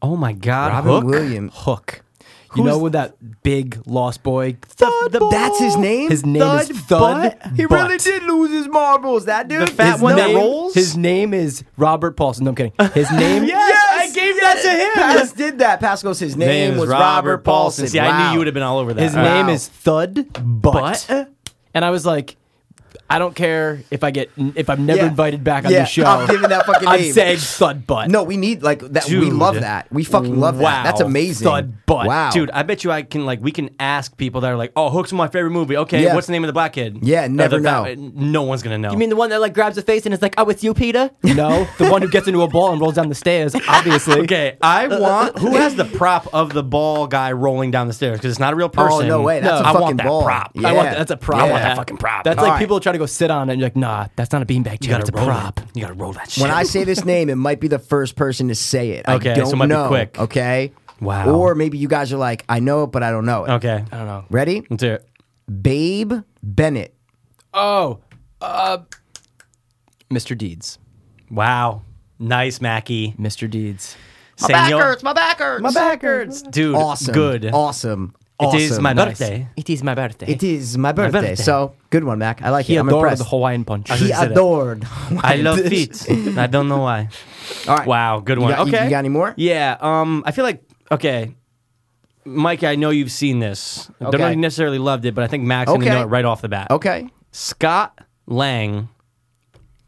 [SPEAKER 1] Oh my God.
[SPEAKER 3] Robin
[SPEAKER 1] Hook?
[SPEAKER 3] Williams.
[SPEAKER 6] Hook. You know with that big lost boy. Thud butt.
[SPEAKER 3] That's his name.
[SPEAKER 6] His name is Thud.
[SPEAKER 3] Butt? He really
[SPEAKER 6] Butt.
[SPEAKER 3] did lose his marbles. That dude.
[SPEAKER 1] The fat
[SPEAKER 3] His
[SPEAKER 1] one
[SPEAKER 3] name-
[SPEAKER 1] that rolls?
[SPEAKER 6] His name is Robert Paulson. No, I'm kidding. His name.
[SPEAKER 3] Yes, I gave that to him. Pass did that. Pass goes. His name,
[SPEAKER 1] Name is
[SPEAKER 3] was Robert Paulson.
[SPEAKER 1] See, I knew you would have been all over that. Uh,
[SPEAKER 6] His
[SPEAKER 1] All right.
[SPEAKER 6] name
[SPEAKER 3] Wow.
[SPEAKER 6] is Thud Butt. And I was like, I don't care if I get if I'm never
[SPEAKER 3] Yeah.
[SPEAKER 6] invited back on
[SPEAKER 3] Yeah,
[SPEAKER 6] the show.
[SPEAKER 3] I'm giving that fucking
[SPEAKER 6] I'm
[SPEAKER 3] name.
[SPEAKER 6] saying Thud Butt.
[SPEAKER 3] No, we need like that. we
[SPEAKER 1] Dude.
[SPEAKER 3] love that. We fucking love
[SPEAKER 1] Wow.
[SPEAKER 3] that. That's amazing.
[SPEAKER 6] Thud butt.
[SPEAKER 3] Wow,
[SPEAKER 1] Dude, I bet you I can like we can ask people that are like, oh, Hook's my favorite movie. Okay,
[SPEAKER 3] Yeah.
[SPEAKER 1] what's the name of the black kid?
[SPEAKER 3] Yeah,
[SPEAKER 1] Or
[SPEAKER 3] never
[SPEAKER 1] the
[SPEAKER 3] know.
[SPEAKER 1] fat- no one's gonna know.
[SPEAKER 6] You mean the one that like grabs a face and is like, "Oh, it's you, Peter"? No, the one who gets into a ball and rolls down the stairs. Obviously.
[SPEAKER 1] Okay, I want who has the prop of the ball guy rolling down the stairs because it's not a real person.
[SPEAKER 3] Oh, no way, that's
[SPEAKER 1] I
[SPEAKER 3] a fucking
[SPEAKER 1] want that
[SPEAKER 3] ball.
[SPEAKER 1] prop.
[SPEAKER 3] Yeah.
[SPEAKER 1] I want that.
[SPEAKER 6] That's a prop.
[SPEAKER 1] I want
[SPEAKER 3] Yeah.
[SPEAKER 1] that fucking prop.
[SPEAKER 6] That's
[SPEAKER 1] That's
[SPEAKER 6] like
[SPEAKER 3] Alright.
[SPEAKER 6] people try to go sit on it and you're like, nah, that's not a beanbag chair. It's a
[SPEAKER 1] roll it.
[SPEAKER 6] prop.
[SPEAKER 1] You gotta roll that shit.
[SPEAKER 3] when I say this name, it might be the first person to say it. I
[SPEAKER 1] Okay, so
[SPEAKER 3] don't
[SPEAKER 1] it might be
[SPEAKER 3] know.
[SPEAKER 1] quick.
[SPEAKER 3] Okay.
[SPEAKER 1] Wow.
[SPEAKER 3] Or maybe you guys are like, I know it, but I don't know it.
[SPEAKER 1] okay,
[SPEAKER 6] I don't know.
[SPEAKER 3] Ready?
[SPEAKER 1] let's hear it.
[SPEAKER 3] Babe Bennett.
[SPEAKER 6] Oh, uh, Mr. Deeds.
[SPEAKER 1] Wow, nice, Mackie.
[SPEAKER 6] Mr. Deeds.
[SPEAKER 1] My
[SPEAKER 7] back hurts. My back hurts. My back hurts.
[SPEAKER 1] dude.
[SPEAKER 3] Awesome.
[SPEAKER 1] good.
[SPEAKER 3] Awesome.
[SPEAKER 1] It
[SPEAKER 3] awesome.
[SPEAKER 1] is my birthday.
[SPEAKER 6] It is my birthday.
[SPEAKER 3] It is my birthday.
[SPEAKER 1] birthday.
[SPEAKER 3] So good one, Mac. I like
[SPEAKER 6] He
[SPEAKER 3] it. I'm
[SPEAKER 6] adored
[SPEAKER 3] impressed.
[SPEAKER 6] the Hawaiian punch.
[SPEAKER 3] he
[SPEAKER 1] said it.
[SPEAKER 3] adored.
[SPEAKER 1] I love feet. I don't know why.
[SPEAKER 3] All right.
[SPEAKER 1] Wow, good one.
[SPEAKER 3] got- you-
[SPEAKER 1] okay,
[SPEAKER 3] you got any more?
[SPEAKER 1] Yeah. Um, I feel like okay, Mike. I know you've seen this. I Don't know
[SPEAKER 3] Okay.
[SPEAKER 1] if you necessarily loved it, but I think Max
[SPEAKER 3] Okay.
[SPEAKER 1] gonna know it right off the bat.
[SPEAKER 3] Okay.
[SPEAKER 1] Scott Lang,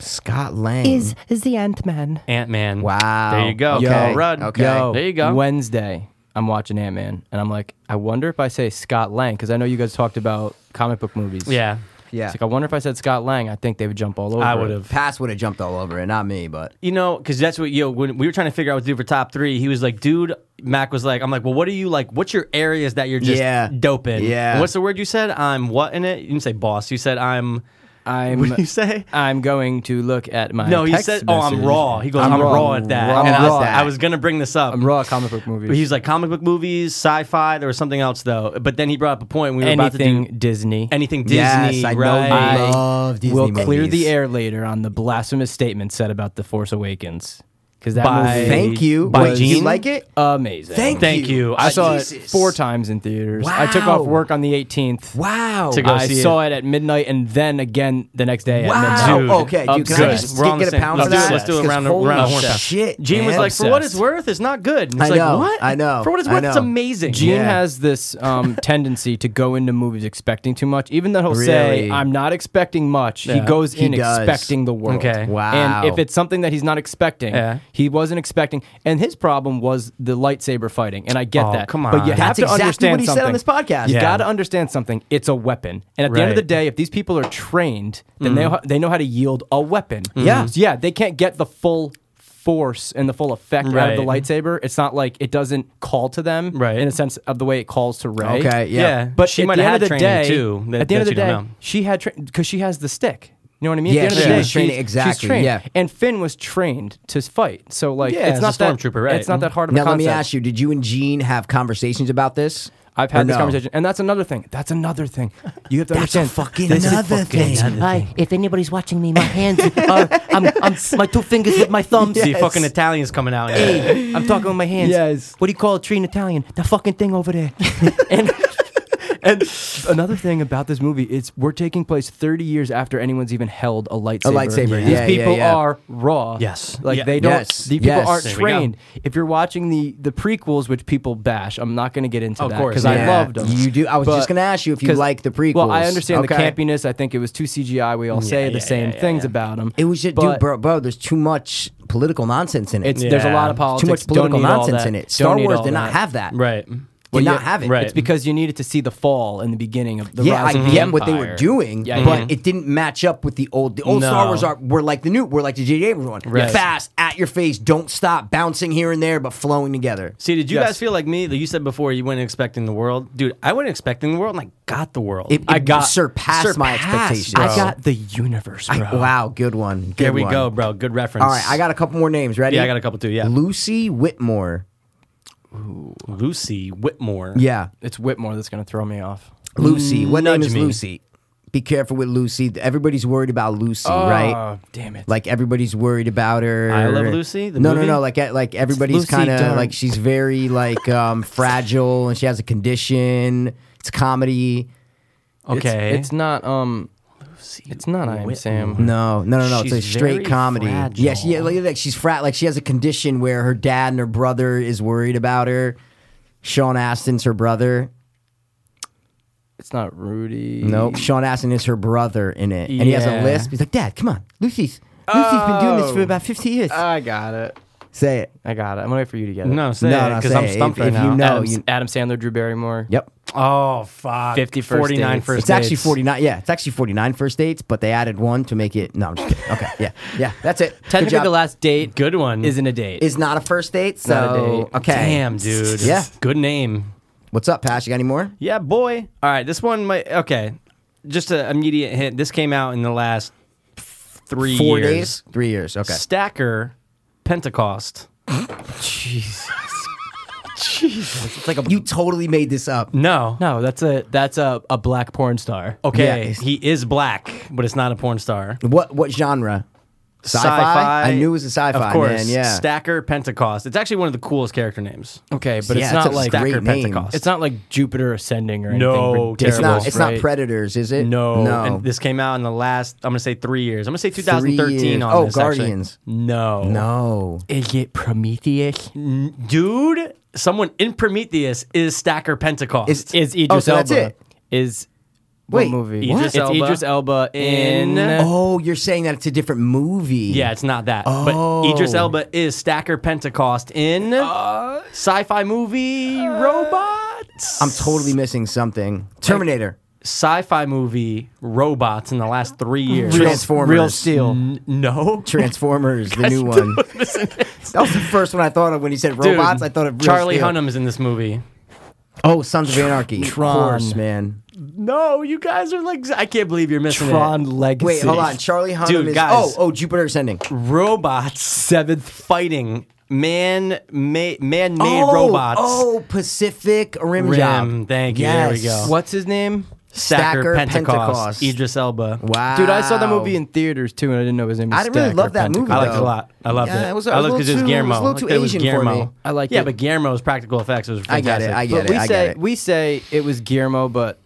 [SPEAKER 3] Scott Lang is
[SPEAKER 6] is the Ant Man.
[SPEAKER 1] Ant Man.
[SPEAKER 3] Wow.
[SPEAKER 1] There you go.
[SPEAKER 3] Okay.
[SPEAKER 1] Carol Rudd.
[SPEAKER 3] Okay.
[SPEAKER 1] There you go.
[SPEAKER 6] Wednesday. I'm watching Ant Man, and I'm like, I wonder if I say Scott Lang because I know you guys talked about comic book movies.
[SPEAKER 1] Yeah.
[SPEAKER 3] Yeah.
[SPEAKER 6] It's like I wonder if I said Scott Lang, I think they would jump all over.
[SPEAKER 1] I
[SPEAKER 6] it.
[SPEAKER 1] would have.
[SPEAKER 3] Pass would have jumped all over it, not me, but
[SPEAKER 1] You know, because that's what yo. When we were trying to figure out what to do for top three, he was like, "Dude," Mac was like, "I'm like, well, what are you like? What's your areas that you're just
[SPEAKER 3] Yeah.
[SPEAKER 1] dope in?
[SPEAKER 3] Yeah.
[SPEAKER 1] What's the word you said? I'm what in it? You didn't say boss. You said I'm.
[SPEAKER 6] I'm.
[SPEAKER 1] What did you say?
[SPEAKER 6] I'm going to look at my.
[SPEAKER 1] No, he
[SPEAKER 6] text
[SPEAKER 1] said, "Oh, I'm
[SPEAKER 6] messages.
[SPEAKER 1] raw." He goes, "I'm, raw, at that."
[SPEAKER 6] Raw.
[SPEAKER 1] and I
[SPEAKER 3] Raw.
[SPEAKER 1] was, I was gonna bring this up.
[SPEAKER 6] I'm raw at comic book movies.
[SPEAKER 1] But he's like comic book movies, sci-fi. There was something else though. But then he brought up a point. We were about to
[SPEAKER 6] anything
[SPEAKER 1] do
[SPEAKER 6] Disney.
[SPEAKER 1] anything Disney,
[SPEAKER 3] Yes, I know
[SPEAKER 1] right?
[SPEAKER 3] you
[SPEAKER 6] I
[SPEAKER 3] love Disney
[SPEAKER 6] will clear
[SPEAKER 3] movies.
[SPEAKER 6] the air later on the blasphemous statement said about the Force Awakens because that
[SPEAKER 1] By-
[SPEAKER 6] movie
[SPEAKER 3] thank you.
[SPEAKER 1] by
[SPEAKER 3] Wait, you
[SPEAKER 1] Gene?
[SPEAKER 3] like it?
[SPEAKER 6] amazing.
[SPEAKER 3] Thank
[SPEAKER 1] Thank
[SPEAKER 3] you.
[SPEAKER 1] you.
[SPEAKER 6] I saw it
[SPEAKER 3] Jesus.
[SPEAKER 6] four times in theaters. I took off
[SPEAKER 3] Wow.
[SPEAKER 6] work on the 18th.
[SPEAKER 3] Wow.
[SPEAKER 1] To go
[SPEAKER 6] I
[SPEAKER 1] see
[SPEAKER 6] saw it. at midnight and then again the next day at
[SPEAKER 3] Wow.
[SPEAKER 6] midnight.
[SPEAKER 1] Dude,
[SPEAKER 3] okay, dude, can I
[SPEAKER 1] upset.
[SPEAKER 3] just
[SPEAKER 1] We're
[SPEAKER 3] get-
[SPEAKER 1] on
[SPEAKER 3] get
[SPEAKER 1] the
[SPEAKER 3] a
[SPEAKER 1] same-
[SPEAKER 3] pound
[SPEAKER 1] let's
[SPEAKER 3] for
[SPEAKER 1] do it,
[SPEAKER 3] that?
[SPEAKER 1] let's do a
[SPEAKER 3] Because
[SPEAKER 1] round of-
[SPEAKER 3] holy
[SPEAKER 1] round of horn shots.
[SPEAKER 3] Shit,
[SPEAKER 1] Gene was
[SPEAKER 3] man.
[SPEAKER 1] like, "For what
[SPEAKER 6] Obsessed.
[SPEAKER 1] it's worth, it's not good." And
[SPEAKER 3] I
[SPEAKER 1] he's
[SPEAKER 3] know,
[SPEAKER 1] like, "What?
[SPEAKER 3] I know,
[SPEAKER 1] For what it's
[SPEAKER 3] I
[SPEAKER 1] worth, it's
[SPEAKER 3] know.
[SPEAKER 1] amazing."
[SPEAKER 6] Gene
[SPEAKER 3] Yeah.
[SPEAKER 6] has this um, tendency to go into movies expecting too much, even though he'll
[SPEAKER 3] Really?
[SPEAKER 6] say, "I'm not expecting much." He
[SPEAKER 1] Yeah.
[SPEAKER 6] goes
[SPEAKER 3] He
[SPEAKER 6] in
[SPEAKER 3] does.
[SPEAKER 6] expecting the world.
[SPEAKER 1] Okay.
[SPEAKER 3] Wow.
[SPEAKER 6] And if it's something that he's not expecting,
[SPEAKER 1] Yeah.
[SPEAKER 6] he wasn't expecting. And his problem was the lightsaber fighting, and I get
[SPEAKER 1] Oh,
[SPEAKER 6] that.
[SPEAKER 1] come
[SPEAKER 6] but you
[SPEAKER 1] on.
[SPEAKER 6] have
[SPEAKER 3] That's
[SPEAKER 6] to
[SPEAKER 3] exactly
[SPEAKER 6] understand
[SPEAKER 3] what he said on
[SPEAKER 6] something.
[SPEAKER 3] this podcast.
[SPEAKER 6] You
[SPEAKER 1] Yeah.
[SPEAKER 6] got to understand something. It's a weapon, and at the end of
[SPEAKER 1] Right. Mm.
[SPEAKER 6] the day, if these people are trained, then they they know how to yield a weapon.
[SPEAKER 3] Yeah.
[SPEAKER 6] So, yeah. They can't get the full. Force and the full effect out of the
[SPEAKER 1] Right.
[SPEAKER 6] lightsaber. It's not like it doesn't call to them,
[SPEAKER 1] Right.
[SPEAKER 6] In a sense of the way it calls to Ray.
[SPEAKER 3] Okay, yeah.
[SPEAKER 1] yeah.
[SPEAKER 6] But
[SPEAKER 1] she
[SPEAKER 6] at
[SPEAKER 1] might
[SPEAKER 6] the
[SPEAKER 1] have had
[SPEAKER 6] end of the
[SPEAKER 1] training
[SPEAKER 6] day,
[SPEAKER 1] too. That,
[SPEAKER 6] at the end of the
[SPEAKER 1] that you
[SPEAKER 6] day,
[SPEAKER 1] don't know.
[SPEAKER 6] she had because she has the stick. You know what I mean?
[SPEAKER 3] Yeah,
[SPEAKER 6] at the end of
[SPEAKER 3] she
[SPEAKER 6] the day,
[SPEAKER 3] was trained-
[SPEAKER 6] she's-
[SPEAKER 3] exactly,
[SPEAKER 6] She's trained.
[SPEAKER 3] yeah.
[SPEAKER 6] And Finn was trained to fight, so like,
[SPEAKER 1] Yeah,
[SPEAKER 6] it's
[SPEAKER 1] as
[SPEAKER 6] not
[SPEAKER 1] a
[SPEAKER 6] that-
[SPEAKER 1] stormtrooper, right.
[SPEAKER 6] It's not that hard of a
[SPEAKER 3] Now let
[SPEAKER 6] concept.
[SPEAKER 3] me ask you: Did you and Gene have conversations about this?
[SPEAKER 6] I've
[SPEAKER 3] Or
[SPEAKER 6] had this
[SPEAKER 3] no?
[SPEAKER 6] conversation, and that's another thing. That's another thing. You have to
[SPEAKER 3] That's a
[SPEAKER 6] understand.
[SPEAKER 3] fucking
[SPEAKER 6] this is-
[SPEAKER 3] another thing.
[SPEAKER 5] I, if anybody's watching me, my hands are
[SPEAKER 6] Uh,
[SPEAKER 5] I'm, I'm my two fingers with my thumbs.
[SPEAKER 1] See, fucking Italians coming out. Hey,
[SPEAKER 5] Hey, I'm talking with my hands.
[SPEAKER 6] Yes.
[SPEAKER 5] What do you call a tree in Italian? The fucking thing over there.
[SPEAKER 6] and and another thing about this movie is we're taking place 30 years after anyone's even held a lightsaber.
[SPEAKER 3] lightsaber,
[SPEAKER 6] These
[SPEAKER 3] yeah, yeah,
[SPEAKER 6] people
[SPEAKER 3] yeah.
[SPEAKER 6] are raw.
[SPEAKER 1] Yes.
[SPEAKER 6] Like
[SPEAKER 1] Yeah.
[SPEAKER 6] they don't.
[SPEAKER 3] Yes,
[SPEAKER 6] These people
[SPEAKER 3] yes.
[SPEAKER 6] aren't
[SPEAKER 1] There we go.
[SPEAKER 6] trained. If you're watching the the prequels, which people bash, I'm not going to get into
[SPEAKER 1] Of
[SPEAKER 6] that
[SPEAKER 1] course,
[SPEAKER 6] because I
[SPEAKER 1] yeah.
[SPEAKER 6] loved them.
[SPEAKER 3] You do- I was just gonna ask you if you
[SPEAKER 6] 'cause-
[SPEAKER 3] liked the prequels.
[SPEAKER 6] Well, I understand the
[SPEAKER 3] Okay.
[SPEAKER 6] campiness. I think it was too CGI. We all say the
[SPEAKER 1] yeah,
[SPEAKER 6] same
[SPEAKER 1] yeah, yeah,
[SPEAKER 6] things
[SPEAKER 1] yeah.
[SPEAKER 6] about them.
[SPEAKER 3] It was just,
[SPEAKER 6] but
[SPEAKER 3] dude, bro, bro. There's too much political nonsense in it.
[SPEAKER 6] It's, There's a
[SPEAKER 1] Yeah.
[SPEAKER 6] lot of
[SPEAKER 1] Too
[SPEAKER 6] politics.
[SPEAKER 3] too much
[SPEAKER 6] Don't
[SPEAKER 3] political
[SPEAKER 6] need all
[SPEAKER 3] nonsense
[SPEAKER 6] that.
[SPEAKER 3] in it.
[SPEAKER 6] Don't
[SPEAKER 3] Star
[SPEAKER 6] need
[SPEAKER 3] Wars
[SPEAKER 6] all
[SPEAKER 3] did not
[SPEAKER 6] that.
[SPEAKER 3] have that.
[SPEAKER 1] right.
[SPEAKER 3] Did
[SPEAKER 6] yeah,
[SPEAKER 3] not have it.
[SPEAKER 1] right. Mm-hmm.
[SPEAKER 6] It's because you needed to see the fall and the beginning of the
[SPEAKER 3] Yeah, I
[SPEAKER 6] rise of
[SPEAKER 3] get
[SPEAKER 6] the
[SPEAKER 3] what they
[SPEAKER 6] empire.
[SPEAKER 3] were doing,
[SPEAKER 6] Yeah,
[SPEAKER 3] but
[SPEAKER 6] yeah.
[SPEAKER 3] it didn't match up with the old. The old Star
[SPEAKER 1] No.
[SPEAKER 3] Wars are were like the new, were like the J.J. Abrams one.
[SPEAKER 1] Right.
[SPEAKER 3] Fast, at your face, don't stop, bouncing here and there, but flowing together.
[SPEAKER 1] See, did you
[SPEAKER 6] Yes.
[SPEAKER 1] guys feel like me? That you said before you went expecting the world, dude. I went expecting the world, and I got the world.
[SPEAKER 3] It-
[SPEAKER 1] I
[SPEAKER 3] it
[SPEAKER 1] got
[SPEAKER 3] surpassed my expectations.
[SPEAKER 1] bro.
[SPEAKER 6] I got the universe, bro.
[SPEAKER 3] Wow, good one. Good
[SPEAKER 1] There we
[SPEAKER 3] one.
[SPEAKER 1] go, bro. Good reference.
[SPEAKER 3] All right, I got a couple more names. Ready?
[SPEAKER 1] Yeah, I got a couple too. Yeah,
[SPEAKER 3] Lucy Whitmore.
[SPEAKER 1] Lucy Whitmore.
[SPEAKER 3] Yeah,
[SPEAKER 6] It's Whitmore that's going to throw me off.
[SPEAKER 3] Lucy. What name
[SPEAKER 1] Nudge
[SPEAKER 3] is
[SPEAKER 1] me.
[SPEAKER 3] Lucy? Be careful with Lucy. Everybody's worried about Lucy, right?
[SPEAKER 6] Oh, damn it.
[SPEAKER 3] Like everybody's worried about her.
[SPEAKER 1] I Love Lucy, the
[SPEAKER 3] no,
[SPEAKER 1] movie?
[SPEAKER 3] no, no. Like, eh, like everybody's
[SPEAKER 6] Lucy
[SPEAKER 3] kind of
[SPEAKER 6] Dern.
[SPEAKER 3] like she's very like um, fragile and she has a condition. It's comedy.
[SPEAKER 1] Okay.
[SPEAKER 6] It's, it's not, um, it's not I Am Sam.
[SPEAKER 3] No, no, no, no. it's a
[SPEAKER 1] She's
[SPEAKER 3] straight
[SPEAKER 1] very
[SPEAKER 3] comedy.
[SPEAKER 1] fragile.
[SPEAKER 3] Yeah, she, yeah, like, like she's frat. Like she has a condition where her dad and her brother is worried about her. Sean Astin's her brother.
[SPEAKER 6] It's not Rudy.
[SPEAKER 3] Nope. Sean Astin is her brother in it. And he has a
[SPEAKER 6] Yeah.
[SPEAKER 3] lisp. He's like, Dad, come on. Lucy's Lucy's been doing this for
[SPEAKER 6] Oh.
[SPEAKER 3] about 50 years.
[SPEAKER 1] Uh.
[SPEAKER 6] I got it.
[SPEAKER 3] Say it.
[SPEAKER 6] I got it. I'm going to wait for you to get it.
[SPEAKER 1] no, say
[SPEAKER 3] No, no,
[SPEAKER 1] because
[SPEAKER 3] say
[SPEAKER 1] I'm
[SPEAKER 3] it.
[SPEAKER 1] stumped
[SPEAKER 3] If-
[SPEAKER 1] right
[SPEAKER 3] if you
[SPEAKER 1] now.
[SPEAKER 3] know-
[SPEAKER 6] Adam,
[SPEAKER 3] you-
[SPEAKER 6] Adam Sandler, Drew Barrymore.
[SPEAKER 3] Yep.
[SPEAKER 1] oh fuck,
[SPEAKER 6] 50 first
[SPEAKER 1] 49
[SPEAKER 6] dates.
[SPEAKER 1] first
[SPEAKER 3] It's actually
[SPEAKER 1] dates.
[SPEAKER 3] 49. Yeah, it's actually 49 first dates, but they added one to make it. No, I'm just kidding. Okay. Yeah. Yeah. That's it. Good
[SPEAKER 6] Technically,
[SPEAKER 3] job.
[SPEAKER 6] the last date
[SPEAKER 1] Good one. Oh,
[SPEAKER 6] isn't a date.
[SPEAKER 3] is not a first date. So,
[SPEAKER 6] Not a date.
[SPEAKER 3] Oh, okay.
[SPEAKER 1] Damn, dude.
[SPEAKER 3] Yeah.
[SPEAKER 1] Good name.
[SPEAKER 3] What's up, Pash? You got any more?
[SPEAKER 1] Yeah, boy. All right, this one might okay. Just an immediate hint. This came out in the last three
[SPEAKER 3] Four
[SPEAKER 1] years.
[SPEAKER 3] days? Three years. Okay.
[SPEAKER 1] Stacker Pentecost.
[SPEAKER 3] It's like a, you totally made this up.
[SPEAKER 1] No.
[SPEAKER 6] no, that's a that's a, a black porn star.
[SPEAKER 1] Okay,
[SPEAKER 3] Yeah.
[SPEAKER 1] he is black, but it's not a porn star.
[SPEAKER 3] What what genre? Sci-fi? I knew it was a sci-fi,
[SPEAKER 1] Of course,
[SPEAKER 3] man, yeah.
[SPEAKER 1] Stacker Pentecost. It's actually one of the coolest character names.
[SPEAKER 6] Okay, but it's
[SPEAKER 3] Yeah, it's
[SPEAKER 6] not
[SPEAKER 3] a
[SPEAKER 6] like
[SPEAKER 3] stack-
[SPEAKER 1] Stacker
[SPEAKER 3] great name.
[SPEAKER 1] Pentecost.
[SPEAKER 6] it's not like Jupiter ascending or anything.
[SPEAKER 1] No,
[SPEAKER 6] ridiculous,
[SPEAKER 3] It's not.
[SPEAKER 1] Terrible.
[SPEAKER 3] It's not
[SPEAKER 6] right?
[SPEAKER 3] Predators, is it?
[SPEAKER 1] No,
[SPEAKER 3] No.
[SPEAKER 1] And this came out in the last. I'm gonna say three years. I'm gonna say 2013
[SPEAKER 3] years.
[SPEAKER 1] on
[SPEAKER 3] Oh,
[SPEAKER 1] this. actually.
[SPEAKER 3] Guardians.
[SPEAKER 1] No,
[SPEAKER 3] no.
[SPEAKER 6] Is it Prometheus?
[SPEAKER 1] dude. Someone in Prometheus is Stacker Pentecost.
[SPEAKER 3] Is-
[SPEAKER 6] Is Idris
[SPEAKER 3] Oh, so that's
[SPEAKER 6] Elba?
[SPEAKER 3] it.
[SPEAKER 6] Is
[SPEAKER 3] Wait.
[SPEAKER 2] movie?
[SPEAKER 1] Idris
[SPEAKER 6] It's
[SPEAKER 1] Elba.
[SPEAKER 6] Idris Elba in.
[SPEAKER 3] Oh, you're saying that it's a different movie.
[SPEAKER 1] Yeah, it's not that. But
[SPEAKER 3] Oh.
[SPEAKER 1] Idris Elba is Stacker Pentecost in sci-fi movie Robots.
[SPEAKER 3] Uh. I'm totally missing something. Terminator.
[SPEAKER 1] sci-fi movie Robots in the last three years.
[SPEAKER 3] Transformers.
[SPEAKER 6] Real Steel.
[SPEAKER 1] N- no.
[SPEAKER 3] Transformers, the new one. that was the first one I thought of when you said robots.
[SPEAKER 1] Dude,
[SPEAKER 3] I thought of Real
[SPEAKER 1] Charlie
[SPEAKER 3] Steel.
[SPEAKER 1] Hunnam's in this movie.
[SPEAKER 3] Oh, Sons of Anarchy.
[SPEAKER 6] Tron.
[SPEAKER 3] Of course, man.
[SPEAKER 1] No, you guys are like I can't believe you're missing
[SPEAKER 6] Tron
[SPEAKER 1] it.
[SPEAKER 6] Legacy.
[SPEAKER 3] Wait, hold on. Charlie Hunnam
[SPEAKER 1] Dude,
[SPEAKER 3] is.
[SPEAKER 1] guys.
[SPEAKER 3] Oh, oh, Jupiter Ascending.
[SPEAKER 1] Robots seventh fighting man ma- man-made
[SPEAKER 3] oh,
[SPEAKER 1] robots.
[SPEAKER 3] Oh, Pacific Rim,
[SPEAKER 1] Rim,
[SPEAKER 3] Job.
[SPEAKER 1] thank you, there we
[SPEAKER 3] Yes.
[SPEAKER 1] go.
[SPEAKER 6] What's his name?
[SPEAKER 1] Stacker,
[SPEAKER 3] Stacker
[SPEAKER 1] Pentecost,
[SPEAKER 3] Pentecost.
[SPEAKER 1] Idris Elba.
[SPEAKER 3] Wow.
[SPEAKER 6] Dude, I saw that movie in theaters too, and I didn't know his name. Was
[SPEAKER 3] I didn't really
[SPEAKER 6] Stack
[SPEAKER 3] love
[SPEAKER 6] or
[SPEAKER 3] that movie,
[SPEAKER 1] I
[SPEAKER 6] Pentagon.
[SPEAKER 1] liked it a
[SPEAKER 3] though.
[SPEAKER 1] lot. I loved
[SPEAKER 3] Yeah,
[SPEAKER 1] it.
[SPEAKER 3] it was- it
[SPEAKER 1] I
[SPEAKER 3] was a
[SPEAKER 1] loved because it was
[SPEAKER 3] little too- it
[SPEAKER 1] Guillermo.
[SPEAKER 3] was a little
[SPEAKER 1] Like,
[SPEAKER 3] too
[SPEAKER 1] it was
[SPEAKER 3] Asian for
[SPEAKER 1] Guillermo.
[SPEAKER 3] me.
[SPEAKER 6] I liked
[SPEAKER 1] yeah,
[SPEAKER 6] it.
[SPEAKER 1] but Guillermo's practical effects was
[SPEAKER 3] I
[SPEAKER 1] fantastic.
[SPEAKER 3] got it, I get
[SPEAKER 6] But we
[SPEAKER 3] I
[SPEAKER 6] say
[SPEAKER 3] it.
[SPEAKER 6] we say it was Guillermo, but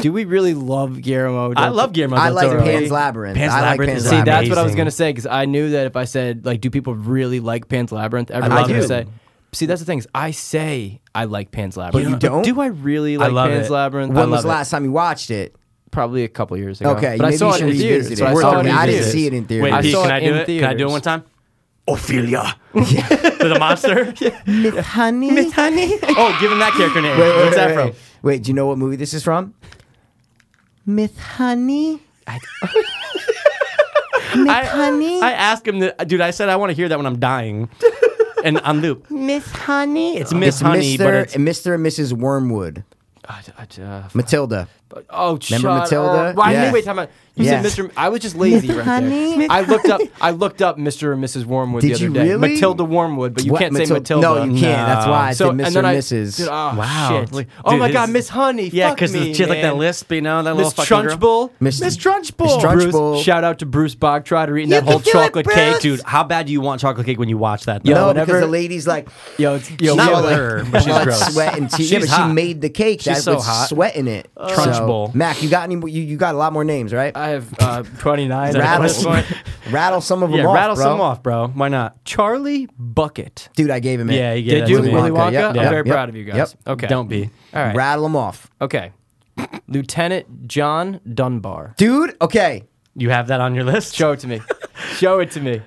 [SPEAKER 6] do we really love Guillermo?
[SPEAKER 1] I love Guillermo.
[SPEAKER 3] I
[SPEAKER 1] del
[SPEAKER 3] like
[SPEAKER 1] Toro.
[SPEAKER 3] Pan's Labyrinth.
[SPEAKER 1] Pan's
[SPEAKER 3] I like
[SPEAKER 1] Labyrinth
[SPEAKER 3] Pan's
[SPEAKER 1] is
[SPEAKER 6] See, that's what I was
[SPEAKER 1] amazing.
[SPEAKER 6] gonna say because I knew that if I said like, do people really like Pan's Labyrinth? Everyone's
[SPEAKER 1] love
[SPEAKER 6] gonna
[SPEAKER 1] it.
[SPEAKER 6] say. See, that's the thing is, I say I like Pan's Labyrinth,
[SPEAKER 3] you don't?
[SPEAKER 6] do I really
[SPEAKER 1] I
[SPEAKER 6] like
[SPEAKER 1] love
[SPEAKER 6] Pan's
[SPEAKER 1] it.
[SPEAKER 6] Labyrinth? I
[SPEAKER 3] When was
[SPEAKER 6] love
[SPEAKER 3] the
[SPEAKER 6] it.
[SPEAKER 3] last time you watched it?
[SPEAKER 6] Probably a couple years ago.
[SPEAKER 3] Okay,
[SPEAKER 6] but I
[SPEAKER 3] maybe
[SPEAKER 6] saw
[SPEAKER 3] you
[SPEAKER 6] it
[SPEAKER 3] should
[SPEAKER 6] in
[SPEAKER 3] revisit
[SPEAKER 6] theaters.
[SPEAKER 3] it.
[SPEAKER 6] So I
[SPEAKER 3] We're
[SPEAKER 6] saw it
[SPEAKER 3] talking-
[SPEAKER 6] in
[SPEAKER 3] I didn't
[SPEAKER 6] theaters.
[SPEAKER 3] see it in theaters.
[SPEAKER 1] Wait,
[SPEAKER 6] I
[SPEAKER 1] Pete,
[SPEAKER 6] saw
[SPEAKER 1] can
[SPEAKER 6] it
[SPEAKER 1] I do
[SPEAKER 6] in
[SPEAKER 1] it? Can I do it
[SPEAKER 6] theaters.
[SPEAKER 1] one time? Ophelia. to the monster?
[SPEAKER 3] Myth Honey. Myth Honey.
[SPEAKER 1] Oh, give him that character name.
[SPEAKER 3] Wait, wait,
[SPEAKER 1] What's
[SPEAKER 3] wait,
[SPEAKER 1] that
[SPEAKER 3] wait.
[SPEAKER 1] from?
[SPEAKER 3] Wait, do you know what movie this is from? Myth Honey. Myth Honey.
[SPEAKER 1] I asked him, that, dude, I said I want to hear that when I'm dying. and on loop. Miss Honey? It's Miss
[SPEAKER 3] it's
[SPEAKER 1] Honey,
[SPEAKER 3] Mr.
[SPEAKER 1] but it's.
[SPEAKER 3] and Mr. and Mrs. Wormwood.
[SPEAKER 6] I- I- uh,
[SPEAKER 3] Matilda.
[SPEAKER 6] Oh,
[SPEAKER 3] Remember
[SPEAKER 6] shut
[SPEAKER 3] Matilda?
[SPEAKER 6] Up. Why-
[SPEAKER 3] Yeah.
[SPEAKER 6] Wait, time out. You
[SPEAKER 3] Yeah.
[SPEAKER 6] said Mr. I was just lazy right there. I looked up. I looked up Mr. and Mrs. Wormwood the
[SPEAKER 3] Did
[SPEAKER 6] other
[SPEAKER 3] you
[SPEAKER 6] day.
[SPEAKER 3] really?
[SPEAKER 6] Matilda Wormwood, but you
[SPEAKER 3] What,
[SPEAKER 6] can't say
[SPEAKER 3] Matil-
[SPEAKER 6] Matilda.
[SPEAKER 3] No, you can't. That's why I
[SPEAKER 6] So
[SPEAKER 3] said Mr.
[SPEAKER 6] and then I,
[SPEAKER 3] Mrs.
[SPEAKER 6] Dude, oh,
[SPEAKER 1] Wow.
[SPEAKER 6] Shit.
[SPEAKER 1] Look-
[SPEAKER 6] oh
[SPEAKER 1] dude,
[SPEAKER 6] my
[SPEAKER 1] his-
[SPEAKER 6] God, Miss Honey.
[SPEAKER 1] Yeah,
[SPEAKER 6] because
[SPEAKER 1] because she has like that lisp, you know, that
[SPEAKER 6] Miss
[SPEAKER 1] little fucking girl.
[SPEAKER 6] Trunchbull.
[SPEAKER 3] Miss-
[SPEAKER 6] Miss Trunchbull.
[SPEAKER 3] Miss
[SPEAKER 6] Bruce-
[SPEAKER 3] Trunchbull.
[SPEAKER 6] shout out to Bruce Bogtrotter eating that
[SPEAKER 3] can
[SPEAKER 6] whole
[SPEAKER 3] do it,
[SPEAKER 6] chocolate cake,
[SPEAKER 3] Bruce.
[SPEAKER 6] dude.
[SPEAKER 1] Dude, how bad do you want chocolate cake when you watch that?
[SPEAKER 6] Yo,
[SPEAKER 1] though?
[SPEAKER 3] no,
[SPEAKER 6] whenever-
[SPEAKER 3] because the lady's like
[SPEAKER 6] Yo, it's, yo,
[SPEAKER 1] She's
[SPEAKER 6] yo,
[SPEAKER 1] not
[SPEAKER 6] like-
[SPEAKER 1] her, but she's
[SPEAKER 3] blood,
[SPEAKER 1] gross.
[SPEAKER 3] sweat, and tears. Yeah, but
[SPEAKER 1] She's
[SPEAKER 3] she
[SPEAKER 1] hot.
[SPEAKER 3] made the cake.
[SPEAKER 1] She's
[SPEAKER 3] that
[SPEAKER 1] so
[SPEAKER 3] was
[SPEAKER 1] hot. Uh,
[SPEAKER 3] sweat in it.
[SPEAKER 1] Trunch
[SPEAKER 3] So,
[SPEAKER 1] bowl.
[SPEAKER 3] Mac, you got any? You, you got a lot more names, right?
[SPEAKER 6] I have uh, 29.
[SPEAKER 3] rattle,
[SPEAKER 1] What's going-
[SPEAKER 3] rattle some of them
[SPEAKER 1] Yeah,
[SPEAKER 3] off,
[SPEAKER 1] rattle
[SPEAKER 3] bro.
[SPEAKER 1] some off, bro. Why not?
[SPEAKER 6] Charlie Bucket.
[SPEAKER 3] Dude, I gave him it.
[SPEAKER 1] Yeah, you get
[SPEAKER 6] Did
[SPEAKER 1] that's
[SPEAKER 6] you
[SPEAKER 1] me.
[SPEAKER 6] Willy Wonka?
[SPEAKER 3] Yep,
[SPEAKER 6] I'm
[SPEAKER 3] yep,
[SPEAKER 6] very
[SPEAKER 3] yep.
[SPEAKER 6] proud of you guys.
[SPEAKER 3] Yep.
[SPEAKER 6] Okay.
[SPEAKER 1] Don't be.
[SPEAKER 6] All right.
[SPEAKER 3] Rattle them off,
[SPEAKER 6] Okay. Lieutenant John Dunbar.
[SPEAKER 3] dude. Okay.
[SPEAKER 1] You have that on your list?
[SPEAKER 6] Show it to me. Show it to me.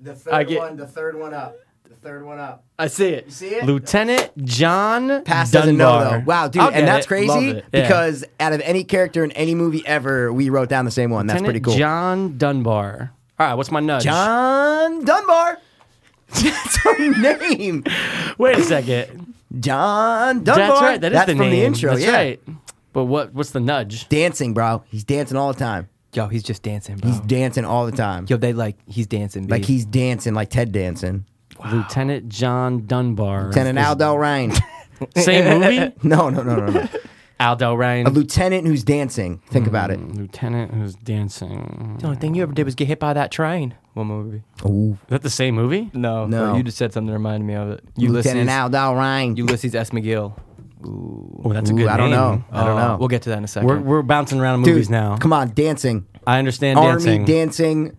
[SPEAKER 3] The
[SPEAKER 6] I
[SPEAKER 3] third
[SPEAKER 6] get- one-
[SPEAKER 3] The third one up. The third one up.
[SPEAKER 6] I see it.
[SPEAKER 3] it?
[SPEAKER 1] Lieutenant John
[SPEAKER 3] Pass doesn't know
[SPEAKER 1] Dunbar.
[SPEAKER 3] though. Wow, dude,
[SPEAKER 1] I'll get
[SPEAKER 3] and that's
[SPEAKER 1] it. Love
[SPEAKER 3] crazy
[SPEAKER 1] it. Yeah.
[SPEAKER 3] because out of any character in any movie ever, we wrote down the same one. That's pretty
[SPEAKER 1] Lieutenant
[SPEAKER 3] cool.
[SPEAKER 1] John Dunbar. All right, what's my nudge?
[SPEAKER 3] John Dunbar. That's her name.
[SPEAKER 1] Wait a second.
[SPEAKER 3] John Dunbar.
[SPEAKER 1] That's right. That is
[SPEAKER 3] That's
[SPEAKER 1] the
[SPEAKER 3] from
[SPEAKER 1] name.
[SPEAKER 3] the intro.
[SPEAKER 1] That's
[SPEAKER 3] yeah.
[SPEAKER 1] right. But what? What's the nudge?
[SPEAKER 3] Dancing, bro. He's dancing all the time.
[SPEAKER 6] Yo, he's just dancing, bro.
[SPEAKER 3] He's
[SPEAKER 1] Oh.
[SPEAKER 3] dancing all the time.
[SPEAKER 6] Yo, they like he's dancing.
[SPEAKER 3] Like
[SPEAKER 6] B.
[SPEAKER 3] he's dancing, like Ted dancing.
[SPEAKER 1] Lieutenant John Dunbar.
[SPEAKER 3] Lieutenant
[SPEAKER 1] Is-
[SPEAKER 3] Aldo Rain.
[SPEAKER 1] Same movie.
[SPEAKER 3] No, no, no, no, no.
[SPEAKER 1] Aldo
[SPEAKER 3] A
[SPEAKER 1] Rain.
[SPEAKER 3] lieutenant who's dancing. Think about it.
[SPEAKER 1] Hmm. Lieutenant who's dancing.
[SPEAKER 6] the only thing you ever did was get hit by that train. What movie?
[SPEAKER 3] Ooh,
[SPEAKER 1] Is that the same movie?
[SPEAKER 6] No,
[SPEAKER 3] No.
[SPEAKER 6] but You just said something that reminded me of it. Ulysses.
[SPEAKER 3] Lieutenant Aldo Rain.
[SPEAKER 6] Ulysses S. McGill.
[SPEAKER 1] Oh, that's a
[SPEAKER 3] Ooh,
[SPEAKER 1] good.
[SPEAKER 3] I don't
[SPEAKER 1] name.
[SPEAKER 3] know. I don't
[SPEAKER 6] Uh,
[SPEAKER 3] know.
[SPEAKER 6] We'll get to that in a 2nd
[SPEAKER 1] We're, we're bouncing around in
[SPEAKER 3] Dude,
[SPEAKER 1] movies now.
[SPEAKER 3] Come on, dancing.
[SPEAKER 1] I understand dancing.
[SPEAKER 3] Army dancing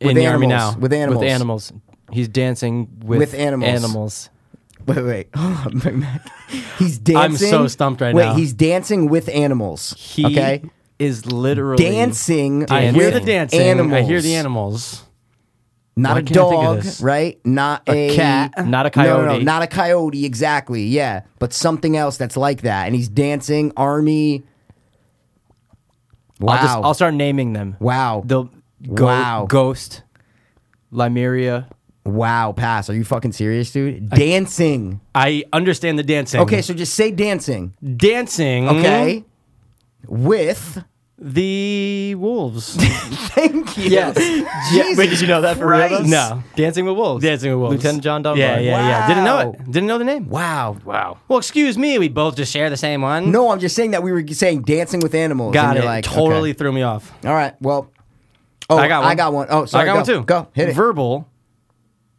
[SPEAKER 1] in
[SPEAKER 3] with
[SPEAKER 1] the army
[SPEAKER 3] animals,
[SPEAKER 1] now.
[SPEAKER 3] with animals.
[SPEAKER 6] With animals. He's dancing with,
[SPEAKER 3] With animals.
[SPEAKER 6] Animals.
[SPEAKER 3] Wait, wait. Hold on, Big Mac. He's dancing.
[SPEAKER 1] so stumped right now.
[SPEAKER 3] Wait, he's dancing with animals.
[SPEAKER 6] He
[SPEAKER 3] okay.
[SPEAKER 6] is literally
[SPEAKER 3] Dancing.
[SPEAKER 1] I hear
[SPEAKER 3] with
[SPEAKER 1] the dancing.
[SPEAKER 3] Animals.
[SPEAKER 1] Mm, I hear the animals.
[SPEAKER 3] Not
[SPEAKER 1] Why
[SPEAKER 3] a
[SPEAKER 1] can't I think of
[SPEAKER 3] dog,
[SPEAKER 1] this?
[SPEAKER 3] right? Not a,
[SPEAKER 6] cat. Not a
[SPEAKER 3] No, no, no,
[SPEAKER 6] coyote.
[SPEAKER 3] not a coyote. Exactly. Yeah, but something else that's like that. And he's dancing army. Wow.
[SPEAKER 6] I'll, just, I'll start naming them.
[SPEAKER 3] wow.
[SPEAKER 6] The go-
[SPEAKER 3] Wow.
[SPEAKER 6] Ghost, Limeria.
[SPEAKER 3] wow. Pass. Are you fucking serious, dude? Dancing.
[SPEAKER 1] I Hmm? understand the dancing.
[SPEAKER 3] Okay, so just say dancing.
[SPEAKER 1] dancing.
[SPEAKER 3] Okay. With.
[SPEAKER 1] The wolves.
[SPEAKER 3] Thank you.
[SPEAKER 6] Yeah, wait, did you know that for real? though?
[SPEAKER 3] Christ.
[SPEAKER 1] No.
[SPEAKER 6] Dancing with Wolves.
[SPEAKER 1] Dancing with Wolves.
[SPEAKER 6] Lieutenant John Dunbar.
[SPEAKER 1] Yeah, yeah, yeah. Didn't know
[SPEAKER 3] Wow.
[SPEAKER 1] it. Didn't know the name.
[SPEAKER 3] Wow.
[SPEAKER 6] Wow.
[SPEAKER 1] Well, excuse me. We both just share the same one.
[SPEAKER 3] No, I'm just saying that we were saying dancing with animals.
[SPEAKER 1] Got
[SPEAKER 3] and
[SPEAKER 1] it.
[SPEAKER 3] you're Like,
[SPEAKER 1] totally
[SPEAKER 3] okay.
[SPEAKER 1] threw me off.
[SPEAKER 3] All right. Well. Oh,
[SPEAKER 1] I got one.
[SPEAKER 3] I got one. Oh, sorry.
[SPEAKER 1] I got
[SPEAKER 3] go.
[SPEAKER 1] one too.
[SPEAKER 3] Go hit it.
[SPEAKER 1] Verbal.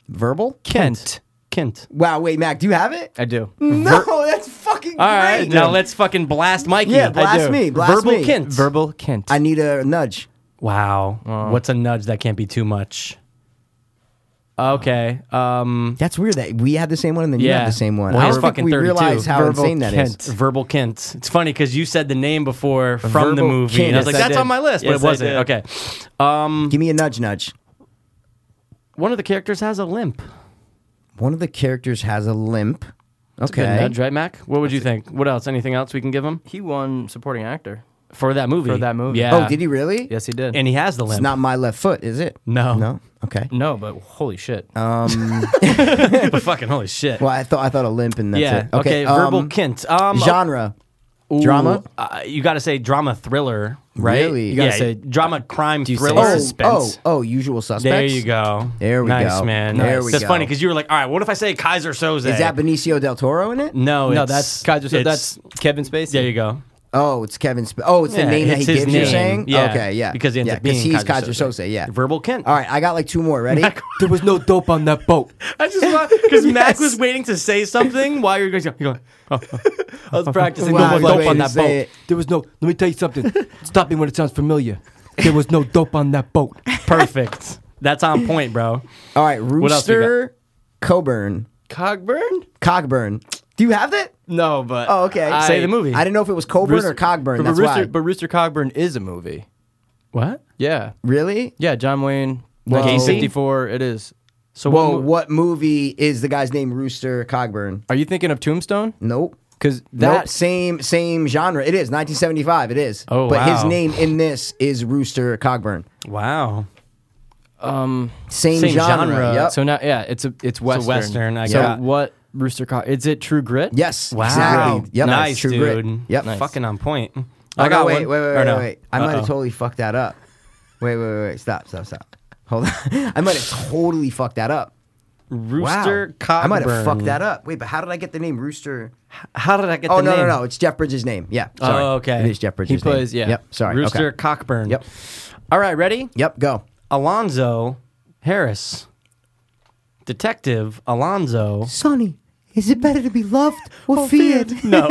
[SPEAKER 3] Verbal.
[SPEAKER 6] Kent.
[SPEAKER 1] Kent.
[SPEAKER 3] Wow. Wait, Mac. Do you have it?
[SPEAKER 6] I do.
[SPEAKER 3] No, that's fucking
[SPEAKER 1] All right.
[SPEAKER 3] great.
[SPEAKER 1] Now let's fucking blast Mikey.
[SPEAKER 3] Yeah,
[SPEAKER 1] I
[SPEAKER 3] blast
[SPEAKER 1] do.
[SPEAKER 3] me, blast
[SPEAKER 1] Verbal
[SPEAKER 3] me.
[SPEAKER 1] Kent.
[SPEAKER 6] Verbal Kent.
[SPEAKER 3] I need a nudge.
[SPEAKER 1] wow. What's a nudge that can't be too much? Okay. Um,
[SPEAKER 3] That's weird that we had the same one and then you
[SPEAKER 1] yeah.
[SPEAKER 3] had the same one.
[SPEAKER 1] Well,
[SPEAKER 3] I
[SPEAKER 1] he's
[SPEAKER 3] don't think
[SPEAKER 1] fucking
[SPEAKER 3] we
[SPEAKER 1] 32.
[SPEAKER 3] realize how
[SPEAKER 6] Verbal
[SPEAKER 3] insane that is.
[SPEAKER 6] Kent.
[SPEAKER 1] Verbal Kent. It's funny because you said the name before from the
[SPEAKER 6] Verbal
[SPEAKER 1] movie.
[SPEAKER 6] Kent.
[SPEAKER 1] And I was like,
[SPEAKER 6] Yes, I
[SPEAKER 1] that's
[SPEAKER 6] did.
[SPEAKER 1] on my list,
[SPEAKER 6] Yes,
[SPEAKER 1] but
[SPEAKER 6] I
[SPEAKER 1] it wasn't.
[SPEAKER 6] did.
[SPEAKER 1] Okay.
[SPEAKER 3] Give me a nudge, nudge.
[SPEAKER 1] One of the characters has a limp.
[SPEAKER 3] One of the characters has a limp.
[SPEAKER 1] Good
[SPEAKER 3] Okay.
[SPEAKER 1] nudge, right, Mac? What would you think? What else? Anything else we can give him
[SPEAKER 6] He won supporting actor.
[SPEAKER 1] for that movie?
[SPEAKER 6] For that movie.
[SPEAKER 1] Yeah.
[SPEAKER 3] Oh, did he really?
[SPEAKER 6] Yes, he did.
[SPEAKER 1] And he has the limp.
[SPEAKER 3] It's not my left foot, is it?
[SPEAKER 1] No.
[SPEAKER 3] No. Okay.
[SPEAKER 6] no, but holy shit.
[SPEAKER 1] but fucking holy shit.
[SPEAKER 3] Um, Well, I thought I thought a limp and that's
[SPEAKER 1] yeah.
[SPEAKER 3] it.
[SPEAKER 1] Okay.
[SPEAKER 3] um,
[SPEAKER 1] verbal Kent. Um,
[SPEAKER 3] genre.
[SPEAKER 1] ooh,
[SPEAKER 3] drama?
[SPEAKER 1] Uh, you got to say drama thriller, right?
[SPEAKER 3] Really?
[SPEAKER 1] You got to
[SPEAKER 6] Yeah.
[SPEAKER 1] say drama crime
[SPEAKER 6] you say
[SPEAKER 1] thriller.
[SPEAKER 3] Oh, oh,
[SPEAKER 6] suspense.
[SPEAKER 3] oh, usual suspects.
[SPEAKER 1] There you go.
[SPEAKER 3] There we
[SPEAKER 1] nice,
[SPEAKER 3] go.
[SPEAKER 1] Man.
[SPEAKER 3] There
[SPEAKER 1] Nice.
[SPEAKER 3] we
[SPEAKER 1] That's
[SPEAKER 3] go.
[SPEAKER 1] funny because you were like, all right, what if I say Kaiser Soze?
[SPEAKER 3] Is that Benicio del Toro in it?
[SPEAKER 1] no,
[SPEAKER 6] no,
[SPEAKER 1] it's-
[SPEAKER 6] that's Kaiser. So
[SPEAKER 1] it's-
[SPEAKER 6] that's Kevin Spacey.
[SPEAKER 1] There you go.
[SPEAKER 3] Oh, it's Kevin. Sp- oh, it's the
[SPEAKER 1] Yeah,
[SPEAKER 3] name that
[SPEAKER 1] it's
[SPEAKER 3] he
[SPEAKER 1] his
[SPEAKER 3] gives. You're
[SPEAKER 1] name.
[SPEAKER 3] saying?
[SPEAKER 1] Yeah,
[SPEAKER 3] Okay, yeah.
[SPEAKER 1] because he ends
[SPEAKER 3] yeah,
[SPEAKER 1] up being
[SPEAKER 3] he's
[SPEAKER 1] Kaiser
[SPEAKER 3] Kaiser
[SPEAKER 1] Soze.
[SPEAKER 3] Soze. Yeah.
[SPEAKER 1] Verbal Kent.
[SPEAKER 3] All right, I got like two more. Ready?
[SPEAKER 6] There was no dope on that boat.
[SPEAKER 1] I just want because Mac was waiting to say something while you were going. You're going oh,
[SPEAKER 6] I was practicing
[SPEAKER 3] Wow,
[SPEAKER 6] no
[SPEAKER 3] he's
[SPEAKER 6] dope
[SPEAKER 3] waiting
[SPEAKER 6] on
[SPEAKER 3] to
[SPEAKER 6] that
[SPEAKER 3] say
[SPEAKER 6] boat.
[SPEAKER 3] it.
[SPEAKER 6] There was no. Let me tell you something. Stop me when it sounds familiar. There was no dope on that boat.
[SPEAKER 1] perfect. That's on point, bro.
[SPEAKER 3] All right, Rooster
[SPEAKER 1] else we got?
[SPEAKER 3] Coburn.
[SPEAKER 6] Cogburn?
[SPEAKER 3] Cogburn. Do you have that?
[SPEAKER 6] No, but
[SPEAKER 3] Oh, okay.
[SPEAKER 6] I-
[SPEAKER 1] Say the movie.
[SPEAKER 3] I didn't know if it was Coburn
[SPEAKER 6] Rooster-
[SPEAKER 3] or Cogburn.
[SPEAKER 6] But
[SPEAKER 3] That's
[SPEAKER 6] Rooster,
[SPEAKER 3] why.
[SPEAKER 6] But Rooster Cogburn is a movie.
[SPEAKER 1] What?
[SPEAKER 6] Yeah,
[SPEAKER 3] really?
[SPEAKER 6] yeah. John Wayne,
[SPEAKER 3] Whoa.
[SPEAKER 6] 1954. It is.
[SPEAKER 1] So
[SPEAKER 3] Whoa,
[SPEAKER 1] what mo-
[SPEAKER 3] what movie is the guy's name Rooster Cogburn?
[SPEAKER 6] Are you thinking of Tombstone?
[SPEAKER 3] Nope.
[SPEAKER 6] Because
[SPEAKER 3] Nope,
[SPEAKER 6] that
[SPEAKER 3] same same genre. It is 1975. It is.
[SPEAKER 1] Oh,
[SPEAKER 3] but his
[SPEAKER 1] wow.
[SPEAKER 3] name in this is Rooster Cogburn.
[SPEAKER 1] Wow.
[SPEAKER 6] um.
[SPEAKER 3] Same,
[SPEAKER 1] Same
[SPEAKER 3] genre.
[SPEAKER 1] genre.
[SPEAKER 3] Yep.
[SPEAKER 6] So now, yeah, it's a it's western.
[SPEAKER 1] western, I
[SPEAKER 6] so
[SPEAKER 1] got-
[SPEAKER 6] what Rooster Cog? Is it True Grit?
[SPEAKER 3] yes.
[SPEAKER 1] Wow.
[SPEAKER 3] Exactly. Yep.
[SPEAKER 1] Nice,
[SPEAKER 3] True
[SPEAKER 1] dude.
[SPEAKER 3] Grit. Yep.
[SPEAKER 6] Nice.
[SPEAKER 1] Fucking on point.
[SPEAKER 3] Oh,
[SPEAKER 1] I got
[SPEAKER 3] no, wait,
[SPEAKER 1] one.
[SPEAKER 3] Wait, wait,
[SPEAKER 1] Or
[SPEAKER 3] wait,
[SPEAKER 1] no.
[SPEAKER 3] wait, wait. I might have
[SPEAKER 1] Uh-oh.
[SPEAKER 3] totally fucked that up. Wait, wait, wait, wait. Stop, stop, stop. Hold on. I might have totally fucked that up.
[SPEAKER 1] Rooster
[SPEAKER 3] wow. I might have
[SPEAKER 1] Cogburn.
[SPEAKER 3] fucked that up. Wait, but how did I get the name Rooster?
[SPEAKER 1] How did I get
[SPEAKER 3] Oh
[SPEAKER 1] the
[SPEAKER 3] no,
[SPEAKER 1] name?
[SPEAKER 3] no, no! It's Jeff Bridges' name. Yeah. Sorry.
[SPEAKER 1] Oh, okay.
[SPEAKER 3] It is Jeff Bridges.
[SPEAKER 6] plays-
[SPEAKER 3] name.
[SPEAKER 6] yeah.
[SPEAKER 3] Yep. Sorry.
[SPEAKER 1] Rooster
[SPEAKER 3] Okay.
[SPEAKER 1] Cockburn.
[SPEAKER 3] Yep.
[SPEAKER 1] All right, ready?
[SPEAKER 3] Yep. Go.
[SPEAKER 1] Alonzo Harris. Detective Alonzo.
[SPEAKER 3] Sonny, is it better to be loved or feared?
[SPEAKER 1] No.